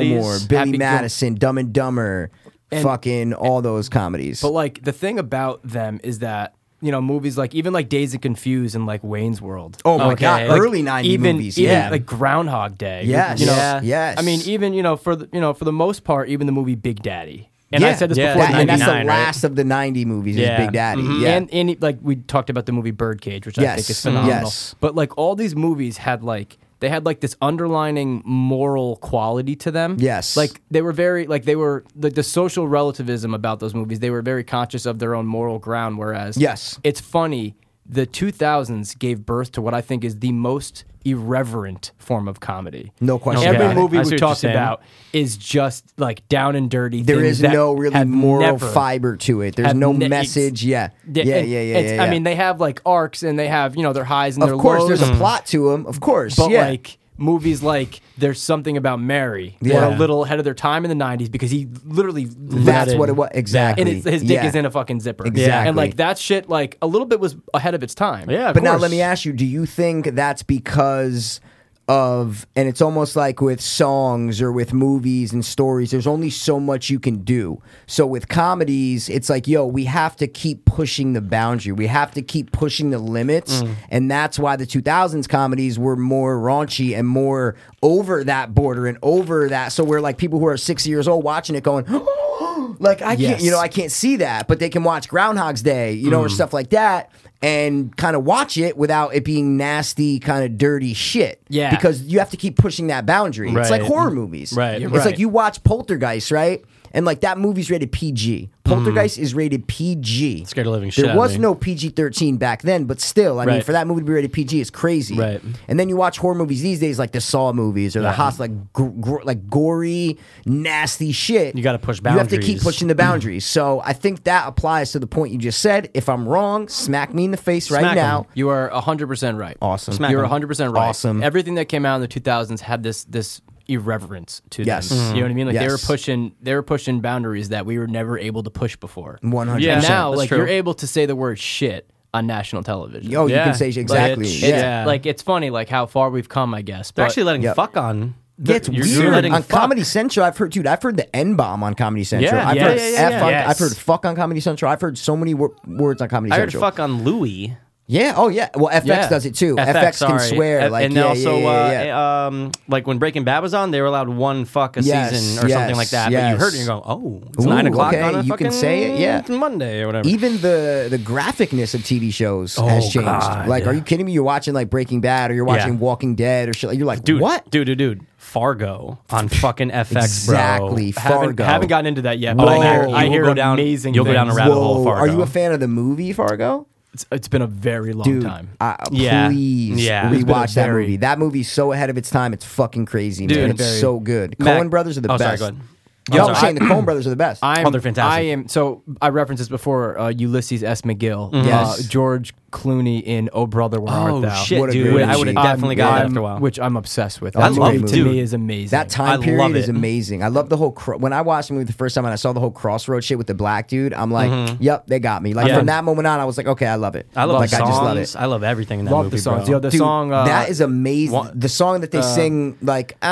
[SPEAKER 3] Billy
[SPEAKER 6] Happy Gil-
[SPEAKER 3] Madison, Dumb and Dumber, fucking all those comedies.
[SPEAKER 6] But like the thing about them is that you know movies like even like Days and Confused and like Wayne's World.
[SPEAKER 3] oh my
[SPEAKER 1] okay,
[SPEAKER 3] god,
[SPEAKER 1] like,
[SPEAKER 3] early 90
[SPEAKER 6] even,
[SPEAKER 3] movies.
[SPEAKER 6] even
[SPEAKER 3] yeah.
[SPEAKER 6] like Groundhog Day.
[SPEAKER 3] Yes,
[SPEAKER 6] you know,
[SPEAKER 3] Yeah. yes.
[SPEAKER 6] I mean, even you know for the, you know for the most part, even the movie Big Daddy. And I
[SPEAKER 3] Yeah,
[SPEAKER 6] said this
[SPEAKER 1] yeah,
[SPEAKER 6] before.
[SPEAKER 3] That- and that's the
[SPEAKER 1] 99, right?
[SPEAKER 3] last of the 90 movies
[SPEAKER 1] Yeah.
[SPEAKER 3] is Big Daddy.
[SPEAKER 1] Mhm.
[SPEAKER 3] Yeah.
[SPEAKER 6] Mm-hmm. And, and like we talked about the movie Birdcage, which I think
[SPEAKER 3] Yes.
[SPEAKER 6] is phenomenal.
[SPEAKER 3] Yes.
[SPEAKER 6] But like all these movies had like they had like this underlining moral quality to them.
[SPEAKER 3] Yes.
[SPEAKER 6] Like they were very like they were the, the social relativism about those movies. They were very conscious of their own moral ground. Whereas
[SPEAKER 3] Yes.
[SPEAKER 6] it's funny the 2000s gave birth to what I think is the most irreverent form of comedy.
[SPEAKER 3] No question
[SPEAKER 6] Every
[SPEAKER 1] about it.
[SPEAKER 6] movie
[SPEAKER 1] I see
[SPEAKER 6] we
[SPEAKER 1] what you're
[SPEAKER 6] talked
[SPEAKER 1] saying.
[SPEAKER 6] about is just like down and dirty.
[SPEAKER 3] There
[SPEAKER 6] things
[SPEAKER 3] is
[SPEAKER 6] that
[SPEAKER 3] no really
[SPEAKER 6] have
[SPEAKER 3] moral
[SPEAKER 6] never-
[SPEAKER 3] fiber to it. There's
[SPEAKER 6] have
[SPEAKER 3] no
[SPEAKER 6] ne-
[SPEAKER 3] message. Yeah.
[SPEAKER 6] Yeah,
[SPEAKER 3] Yeah,
[SPEAKER 6] and
[SPEAKER 3] yeah, yeah,
[SPEAKER 6] it's-
[SPEAKER 3] yeah,
[SPEAKER 6] I mean,
[SPEAKER 3] yeah.
[SPEAKER 6] they have like arcs and they have you know their highs and their
[SPEAKER 3] of course,
[SPEAKER 6] lows.
[SPEAKER 3] there's a plot to them. Of course.
[SPEAKER 6] but
[SPEAKER 3] yeah.
[SPEAKER 6] like movies like there's something about Mary
[SPEAKER 3] Yeah.
[SPEAKER 6] were a little ahead of their time in the 90s because he literally
[SPEAKER 3] that's
[SPEAKER 6] let
[SPEAKER 3] what
[SPEAKER 6] in-
[SPEAKER 3] it was. Exactly.
[SPEAKER 6] and it's, his dick
[SPEAKER 3] Yeah.
[SPEAKER 6] is in a fucking zipper
[SPEAKER 3] Exactly.
[SPEAKER 6] and like that shit like a little bit was ahead of its time
[SPEAKER 1] Yeah, of
[SPEAKER 3] But now
[SPEAKER 1] course.
[SPEAKER 3] let me ask you, do you think that's because of and it's almost like with songs or with movies and stories there's only so much you can do. So with comedies it's like yo, we have to keep pushing the boundary. We have to keep pushing the limits
[SPEAKER 1] Mm.
[SPEAKER 3] and that's why the 2000s comedies were more raunchy and more over that border and over that. So we're like people who are 60 years old watching it going like I can't, you know, I can't see that, but they can watch Groundhog's Day, you know, or
[SPEAKER 1] Mm.
[SPEAKER 3] stuff like that, and kind of watch it without it being nasty, kind of dirty shit.
[SPEAKER 6] Yeah.
[SPEAKER 3] because you have to keep pushing that boundary. It's like
[SPEAKER 1] Right.
[SPEAKER 3] horror movies.
[SPEAKER 1] Right. You're
[SPEAKER 3] it's
[SPEAKER 1] right.
[SPEAKER 3] like you watch Poltergeist, right? And like that movie's rated PG. Poltergeist is rated PG.
[SPEAKER 1] Scared the living shit out
[SPEAKER 3] There
[SPEAKER 1] of
[SPEAKER 3] was
[SPEAKER 1] me.
[SPEAKER 3] no PG thirteen back then, but still, I mean,
[SPEAKER 1] Right.
[SPEAKER 3] for that movie to be rated PG is crazy.
[SPEAKER 1] Right.
[SPEAKER 3] And then you watch horror movies these days, like the Saw movies or the House, like gr- gr- like gory, nasty shit.
[SPEAKER 1] You gotta push
[SPEAKER 3] You have to keep
[SPEAKER 1] boundaries.
[SPEAKER 3] pushing the boundaries. so I think that applies to the point you just said. If I'm wrong, smack me in the face right
[SPEAKER 1] Smack 'em.
[SPEAKER 3] now.
[SPEAKER 6] You are 100% right.
[SPEAKER 3] Awesome.
[SPEAKER 1] Smack
[SPEAKER 6] You're
[SPEAKER 1] 'em.
[SPEAKER 6] 100% right.
[SPEAKER 3] Awesome.
[SPEAKER 6] Everything that came out in the 2000s had this this irreverence to
[SPEAKER 3] Yes.
[SPEAKER 6] them. You know what I mean? Like they were
[SPEAKER 3] Yes.
[SPEAKER 6] pushing they were pushing boundaries that we were never able to push before.
[SPEAKER 3] 100%.
[SPEAKER 1] Yeah.
[SPEAKER 6] And now
[SPEAKER 1] That's
[SPEAKER 6] like
[SPEAKER 1] true.
[SPEAKER 6] you're able to say the word shit on national television.
[SPEAKER 3] Oh,
[SPEAKER 6] Like,
[SPEAKER 3] you
[SPEAKER 1] Yeah.
[SPEAKER 3] can say
[SPEAKER 1] Like,
[SPEAKER 3] exactly.
[SPEAKER 6] it's,
[SPEAKER 3] yeah.
[SPEAKER 1] yeah.
[SPEAKER 6] like it's funny like how far we've come, I guess. But
[SPEAKER 1] They're actually letting
[SPEAKER 3] Yep.
[SPEAKER 1] fuck on.
[SPEAKER 3] Yeah, it's
[SPEAKER 1] You're
[SPEAKER 3] weird
[SPEAKER 1] letting
[SPEAKER 3] on
[SPEAKER 1] fuck.
[SPEAKER 3] Comedy Central. I've heard, dude. I've heard the N bomb on Comedy Central.
[SPEAKER 1] Yeah,
[SPEAKER 3] I've
[SPEAKER 1] yeah,
[SPEAKER 3] heard
[SPEAKER 1] yeah, yeah,
[SPEAKER 3] F on,
[SPEAKER 1] yeah.
[SPEAKER 3] I've heard fuck on Comedy Central. I've heard so many wor- words on Comedy
[SPEAKER 1] I heard
[SPEAKER 3] Central.
[SPEAKER 1] fuck on Louis.
[SPEAKER 3] Yeah. Oh yeah. Well, FX
[SPEAKER 6] Yeah.
[SPEAKER 3] does it too. FX, can
[SPEAKER 1] sorry.
[SPEAKER 3] swear.
[SPEAKER 1] A-
[SPEAKER 3] like
[SPEAKER 1] and
[SPEAKER 3] yeah,
[SPEAKER 1] also,
[SPEAKER 3] yeah, yeah, yeah.
[SPEAKER 1] uh, um, like when Breaking Bad was on, they were allowed one fuck a
[SPEAKER 3] Yes,
[SPEAKER 1] season or something like
[SPEAKER 3] yes,
[SPEAKER 1] that. But you heard it and
[SPEAKER 3] yes.
[SPEAKER 1] you're going, oh, it's
[SPEAKER 3] Ooh,
[SPEAKER 1] nine o'clock
[SPEAKER 3] okay,
[SPEAKER 1] on a
[SPEAKER 3] you
[SPEAKER 1] fucking
[SPEAKER 3] can say it, yeah.
[SPEAKER 1] Monday or whatever.
[SPEAKER 3] even the the graphicness of TV shows has changed.
[SPEAKER 1] Oh, God.
[SPEAKER 3] Like, are you kidding me? You're watching like Breaking Bad, or you're watching
[SPEAKER 1] Yeah.
[SPEAKER 3] Walking Dead, or shit. Like, you're like,
[SPEAKER 1] dude,
[SPEAKER 3] what?
[SPEAKER 1] dude, dude, dude, Fargo on fucking FX,
[SPEAKER 3] exactly.
[SPEAKER 1] bro.
[SPEAKER 3] Fargo.
[SPEAKER 6] haven't, haven't gotten into that yet.
[SPEAKER 1] Oh,
[SPEAKER 6] But I hear,
[SPEAKER 1] you
[SPEAKER 6] I
[SPEAKER 1] will
[SPEAKER 6] hear
[SPEAKER 1] go down-
[SPEAKER 6] amazing
[SPEAKER 1] you'll go down a
[SPEAKER 6] things.
[SPEAKER 1] rabbit hole,
[SPEAKER 3] Whoa,
[SPEAKER 1] Fargo.
[SPEAKER 3] Are you a fan of the movie Fargo?
[SPEAKER 6] It's, it's been a very long
[SPEAKER 3] Dude,
[SPEAKER 6] time.
[SPEAKER 3] I-
[SPEAKER 1] Yeah.
[SPEAKER 3] please
[SPEAKER 1] Yeah. It's been a
[SPEAKER 3] rewatch that
[SPEAKER 6] very-
[SPEAKER 3] movie. That movie's so ahead of its time. It's fucking crazy,
[SPEAKER 6] Dude,
[SPEAKER 3] man.
[SPEAKER 6] it's
[SPEAKER 3] It's
[SPEAKER 6] very-
[SPEAKER 3] so good.
[SPEAKER 1] Mac-
[SPEAKER 3] Cohen brothers are the
[SPEAKER 1] Oh, sorry,
[SPEAKER 3] best.
[SPEAKER 1] go ahead.
[SPEAKER 3] Yo,
[SPEAKER 1] Oh,
[SPEAKER 3] I'm
[SPEAKER 1] sorry.
[SPEAKER 3] saying the Cohen brothers are the best.
[SPEAKER 6] I'm,
[SPEAKER 1] Oh, they're fantastic.
[SPEAKER 6] I am. So I referenced this before. Uh, Ulysses S. McGill,
[SPEAKER 3] Yes.
[SPEAKER 6] uh, George Clooney in Oh Brother Where
[SPEAKER 1] Oh,
[SPEAKER 6] Art Thou?
[SPEAKER 1] shit,
[SPEAKER 3] What a
[SPEAKER 1] dude.
[SPEAKER 3] great
[SPEAKER 1] I would have
[SPEAKER 3] movie.
[SPEAKER 1] definitely
[SPEAKER 6] I'm-
[SPEAKER 1] got it after a while.
[SPEAKER 6] which I'm obsessed with.
[SPEAKER 3] I
[SPEAKER 6] That
[SPEAKER 3] love
[SPEAKER 6] movie
[SPEAKER 3] it,
[SPEAKER 6] to
[SPEAKER 3] dude.
[SPEAKER 6] me is amazing.
[SPEAKER 3] That time
[SPEAKER 1] I love
[SPEAKER 3] period
[SPEAKER 1] it. Mm-hmm.
[SPEAKER 3] is amazing. I love the whole cro- when I watched the movie the first time and I saw the whole crossroad shit with the black dude. I'm like, yep, they got me. Like
[SPEAKER 1] Mm-hmm. Yeah.
[SPEAKER 3] from that moment on, I was like, okay, I love it.
[SPEAKER 1] I love
[SPEAKER 3] like,
[SPEAKER 1] the songs.
[SPEAKER 3] I
[SPEAKER 1] I,
[SPEAKER 3] just love it.
[SPEAKER 1] love everything in that
[SPEAKER 6] love
[SPEAKER 1] movie,
[SPEAKER 6] the songs.
[SPEAKER 1] bro.
[SPEAKER 6] Yo, the
[SPEAKER 3] Dude,
[SPEAKER 6] song uh,
[SPEAKER 3] that is amazing.
[SPEAKER 1] one-
[SPEAKER 3] the song that they sing, like
[SPEAKER 1] Uh,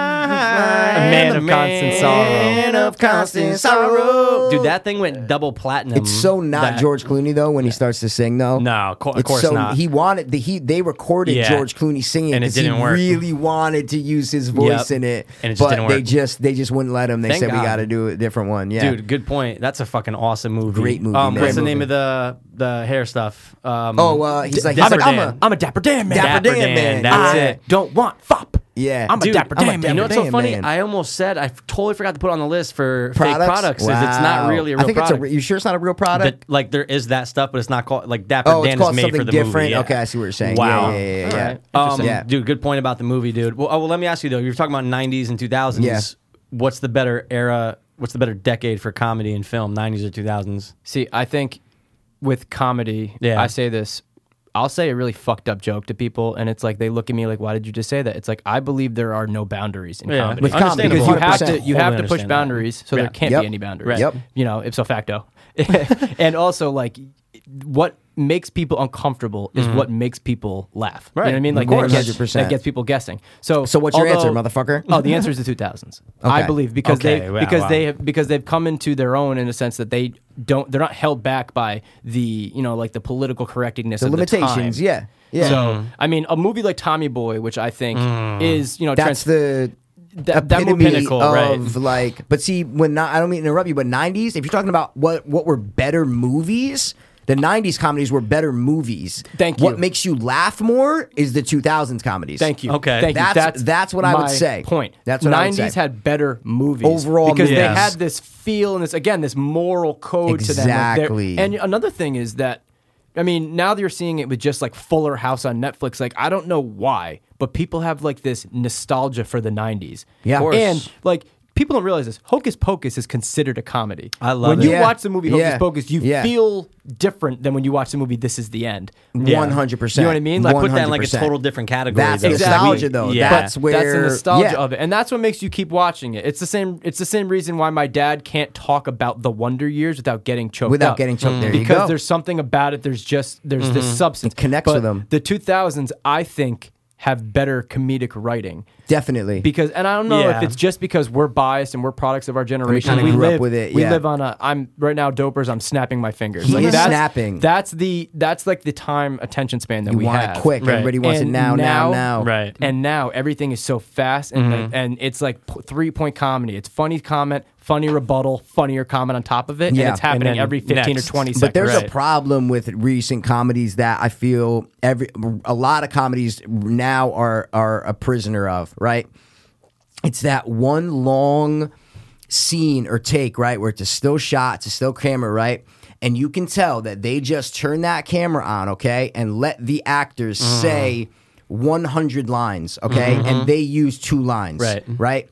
[SPEAKER 1] Ah,
[SPEAKER 3] I'm
[SPEAKER 6] Man
[SPEAKER 3] the
[SPEAKER 6] of Constant
[SPEAKER 3] man
[SPEAKER 6] Sorrow.
[SPEAKER 3] of constant sorrow.
[SPEAKER 1] Dude, that thing went double platinum.
[SPEAKER 3] It's so not
[SPEAKER 1] that-
[SPEAKER 3] George Clooney though when he starts to sing though.
[SPEAKER 1] No, of cour- of
[SPEAKER 3] It's
[SPEAKER 1] course
[SPEAKER 3] so,
[SPEAKER 1] not.
[SPEAKER 3] He wanted the he they recorded
[SPEAKER 1] Yeah.
[SPEAKER 3] George Clooney singing
[SPEAKER 1] And it
[SPEAKER 3] 'cause
[SPEAKER 1] didn't
[SPEAKER 3] he
[SPEAKER 1] work.
[SPEAKER 3] really wanted to use his voice
[SPEAKER 1] Yep.
[SPEAKER 3] in it,
[SPEAKER 1] And it just
[SPEAKER 3] but
[SPEAKER 1] didn't
[SPEAKER 3] they
[SPEAKER 1] work.
[SPEAKER 3] just they just wouldn't let him. They
[SPEAKER 1] Thank
[SPEAKER 3] said we
[SPEAKER 1] God.
[SPEAKER 3] got to do a different one. Yeah,
[SPEAKER 1] Dude, good point. That's a fucking awesome movie.
[SPEAKER 3] Great movie,
[SPEAKER 1] Um,
[SPEAKER 3] man.
[SPEAKER 1] what's the
[SPEAKER 3] Great
[SPEAKER 1] name
[SPEAKER 3] movie.
[SPEAKER 1] of the the hair stuff? Um,
[SPEAKER 3] Oh, uh, he's like- he's
[SPEAKER 1] Dapper
[SPEAKER 3] like, I'm
[SPEAKER 1] Dan.
[SPEAKER 3] a-
[SPEAKER 9] I'm a dapper damn man.
[SPEAKER 3] Dapper
[SPEAKER 1] Dapper
[SPEAKER 3] Dan
[SPEAKER 1] Dan.
[SPEAKER 3] man.
[SPEAKER 1] That's
[SPEAKER 3] Yeah.
[SPEAKER 1] it.
[SPEAKER 9] Don't want fop.
[SPEAKER 3] yeah,
[SPEAKER 9] I'm a
[SPEAKER 1] Dude,
[SPEAKER 9] dapper
[SPEAKER 3] I'm a
[SPEAKER 9] damn
[SPEAKER 3] dapper
[SPEAKER 1] You
[SPEAKER 9] man.
[SPEAKER 1] know what's so
[SPEAKER 3] damn
[SPEAKER 1] funny?
[SPEAKER 3] man.
[SPEAKER 1] I almost said I f- totally forgot to put on the list for fake products. Is it's
[SPEAKER 3] Wow.
[SPEAKER 1] not really a real
[SPEAKER 3] I think
[SPEAKER 1] product.
[SPEAKER 3] it's a. Re- you sure it's not a real product?
[SPEAKER 1] That- like there is that stuff, but it's not called like Dapper
[SPEAKER 3] Oh, it's
[SPEAKER 1] Dan is
[SPEAKER 3] called
[SPEAKER 1] made
[SPEAKER 3] something
[SPEAKER 1] for the
[SPEAKER 3] different.
[SPEAKER 1] movie. yeah.
[SPEAKER 3] Okay, I see what you're saying.
[SPEAKER 1] Wow.
[SPEAKER 3] Yeah, yeah, yeah, yeah, yeah.
[SPEAKER 1] Um,
[SPEAKER 3] Yeah.
[SPEAKER 1] Dude, good point about the movie, dude. Well, oh, well, let me ask you though. You were talking about '90s and 2000s.
[SPEAKER 3] Yeah.
[SPEAKER 1] What's the better era? What's the better decade for comedy and film? '90s or 2000s?
[SPEAKER 6] See, I think with comedy,
[SPEAKER 1] Yeah.
[SPEAKER 6] I say this. I'll say a really fucked up joke to people, and it's like they look at me like, "Why did you just say that?" It's like I believe there are no boundaries in
[SPEAKER 1] Yeah.
[SPEAKER 6] comedy.
[SPEAKER 1] With
[SPEAKER 3] comedy,
[SPEAKER 6] Understandable.
[SPEAKER 3] because
[SPEAKER 6] you have to
[SPEAKER 3] 100%
[SPEAKER 6] you have to
[SPEAKER 1] totally
[SPEAKER 6] push
[SPEAKER 1] understand that.
[SPEAKER 6] boundaries, so there
[SPEAKER 1] Yeah.
[SPEAKER 6] can't
[SPEAKER 3] Yep.
[SPEAKER 6] be any boundaries.
[SPEAKER 3] Yep.
[SPEAKER 6] You know, ipso facto, and also like what makes people uncomfortable is what makes people laugh. You know what I
[SPEAKER 1] Right.
[SPEAKER 6] mean? Like
[SPEAKER 3] course.
[SPEAKER 6] that, gets,
[SPEAKER 3] 100%.
[SPEAKER 6] that gets people guessing. So,
[SPEAKER 3] So what's your
[SPEAKER 6] although-
[SPEAKER 3] answer, motherfucker?
[SPEAKER 6] Oh, the answer is the two thousands.
[SPEAKER 3] Okay.
[SPEAKER 6] I believe because
[SPEAKER 1] Okay,
[SPEAKER 6] they
[SPEAKER 1] wow,
[SPEAKER 6] because
[SPEAKER 1] wow.
[SPEAKER 6] they have because they've come into their own in the sense that they don't they're not held back by the you know like the political correctness
[SPEAKER 3] The
[SPEAKER 6] of
[SPEAKER 3] limitations.
[SPEAKER 6] the time.
[SPEAKER 3] Yeah, yeah.
[SPEAKER 6] So I mean, a movie like Tommy Boy, which I think is you know trans-
[SPEAKER 3] that's the
[SPEAKER 6] that, that
[SPEAKER 3] epitome
[SPEAKER 6] movie
[SPEAKER 1] pinnacle, right.
[SPEAKER 3] of like. But see, when not, I don't mean to interrupt you, but '90s. If you're talking about what what were better movies, The '90s comedies were better movies.
[SPEAKER 6] Thank
[SPEAKER 3] What
[SPEAKER 6] you.
[SPEAKER 3] makes you laugh more is the 2000s comedies. Oh,
[SPEAKER 6] Thank you.
[SPEAKER 1] Okay.
[SPEAKER 6] Thank you.
[SPEAKER 3] That's- that's what I would
[SPEAKER 6] my
[SPEAKER 3] say.
[SPEAKER 6] Point.
[SPEAKER 3] That's what I would
[SPEAKER 6] 90s
[SPEAKER 3] say.
[SPEAKER 6] had better movies
[SPEAKER 3] Overall
[SPEAKER 6] because they
[SPEAKER 1] movies.
[SPEAKER 6] had this feel and this again this moral code to them. Like, they're-
[SPEAKER 3] Exactly.
[SPEAKER 6] and another thing is that I mean now that you're seeing it with just like Fuller House on Netflix, like I don't know why, but people have like this nostalgia for the 90s.
[SPEAKER 3] Yeah. Of course.
[SPEAKER 6] and like. People don't realize this. Hocus Pocus is considered a comedy.
[SPEAKER 1] I love
[SPEAKER 6] when
[SPEAKER 1] it.
[SPEAKER 6] you
[SPEAKER 3] Yeah.
[SPEAKER 6] watch the movie Hocus
[SPEAKER 3] Yeah.
[SPEAKER 6] Pocus, you
[SPEAKER 3] Yeah.
[SPEAKER 6] feel different than when you watch the movie This Is the End.
[SPEAKER 1] Yeah.
[SPEAKER 3] One hundred percent.
[SPEAKER 6] You know what I mean?
[SPEAKER 1] I
[SPEAKER 6] Like,
[SPEAKER 1] put that in like a total different category.
[SPEAKER 3] That's
[SPEAKER 1] though.
[SPEAKER 3] nostalgia, though.
[SPEAKER 1] Yeah.
[SPEAKER 3] That's
[SPEAKER 1] But
[SPEAKER 3] where
[SPEAKER 6] that's the nostalgia
[SPEAKER 3] yeah.
[SPEAKER 6] of it, and that's what makes you keep watching it. It's the same. It's the same reason why my dad can't talk about the Wonder Years without getting choked.
[SPEAKER 3] Without
[SPEAKER 6] up.
[SPEAKER 3] getting choked, there you
[SPEAKER 6] because
[SPEAKER 3] go. Mm-hmm.
[SPEAKER 6] there's something about it. There's just there's this substance
[SPEAKER 3] It connects
[SPEAKER 6] But
[SPEAKER 3] with 'em.
[SPEAKER 6] The 2000s, I think, have better comedic writing
[SPEAKER 3] Definitely.
[SPEAKER 6] because, and I don't know
[SPEAKER 1] Yeah.
[SPEAKER 6] if it's just because we're biased and we're products of our generation.
[SPEAKER 3] kinda
[SPEAKER 6] We
[SPEAKER 3] grew up
[SPEAKER 6] live
[SPEAKER 3] with it,
[SPEAKER 6] We
[SPEAKER 3] yeah.
[SPEAKER 6] live on a. I'm right now. Dopers. I'm snapping my fingers.
[SPEAKER 3] He is
[SPEAKER 6] that's,
[SPEAKER 3] snapping.
[SPEAKER 6] That's the that's like the time attention span that
[SPEAKER 3] you
[SPEAKER 6] we
[SPEAKER 3] want
[SPEAKER 6] have.
[SPEAKER 3] it quick.
[SPEAKER 1] Right.
[SPEAKER 3] Everybody wants it
[SPEAKER 6] And
[SPEAKER 3] now, now, now.
[SPEAKER 1] Right. Mm-hmm.
[SPEAKER 6] And now everything is so fast, and and it's like p- three point comedy. It's funny comment, funny rebuttal, funnier comment on top of it,
[SPEAKER 3] Yeah,
[SPEAKER 6] and it's happening
[SPEAKER 1] and then
[SPEAKER 6] every fifteen
[SPEAKER 1] next.
[SPEAKER 6] or twenty
[SPEAKER 3] But
[SPEAKER 6] seconds.
[SPEAKER 3] there's a
[SPEAKER 1] Right.
[SPEAKER 3] problem with recent comedies that I feel every a lot of comedies now are are a prisoner of, right? It's that one long scene or take, right, where it's a still shot, it's a still camera, right? And you can tell that they just turn that camera on, okay, and let the actors
[SPEAKER 1] Mm.
[SPEAKER 3] say 100 lines, okay, and they use two lines,
[SPEAKER 1] Mm-hmm. Right.
[SPEAKER 3] Right.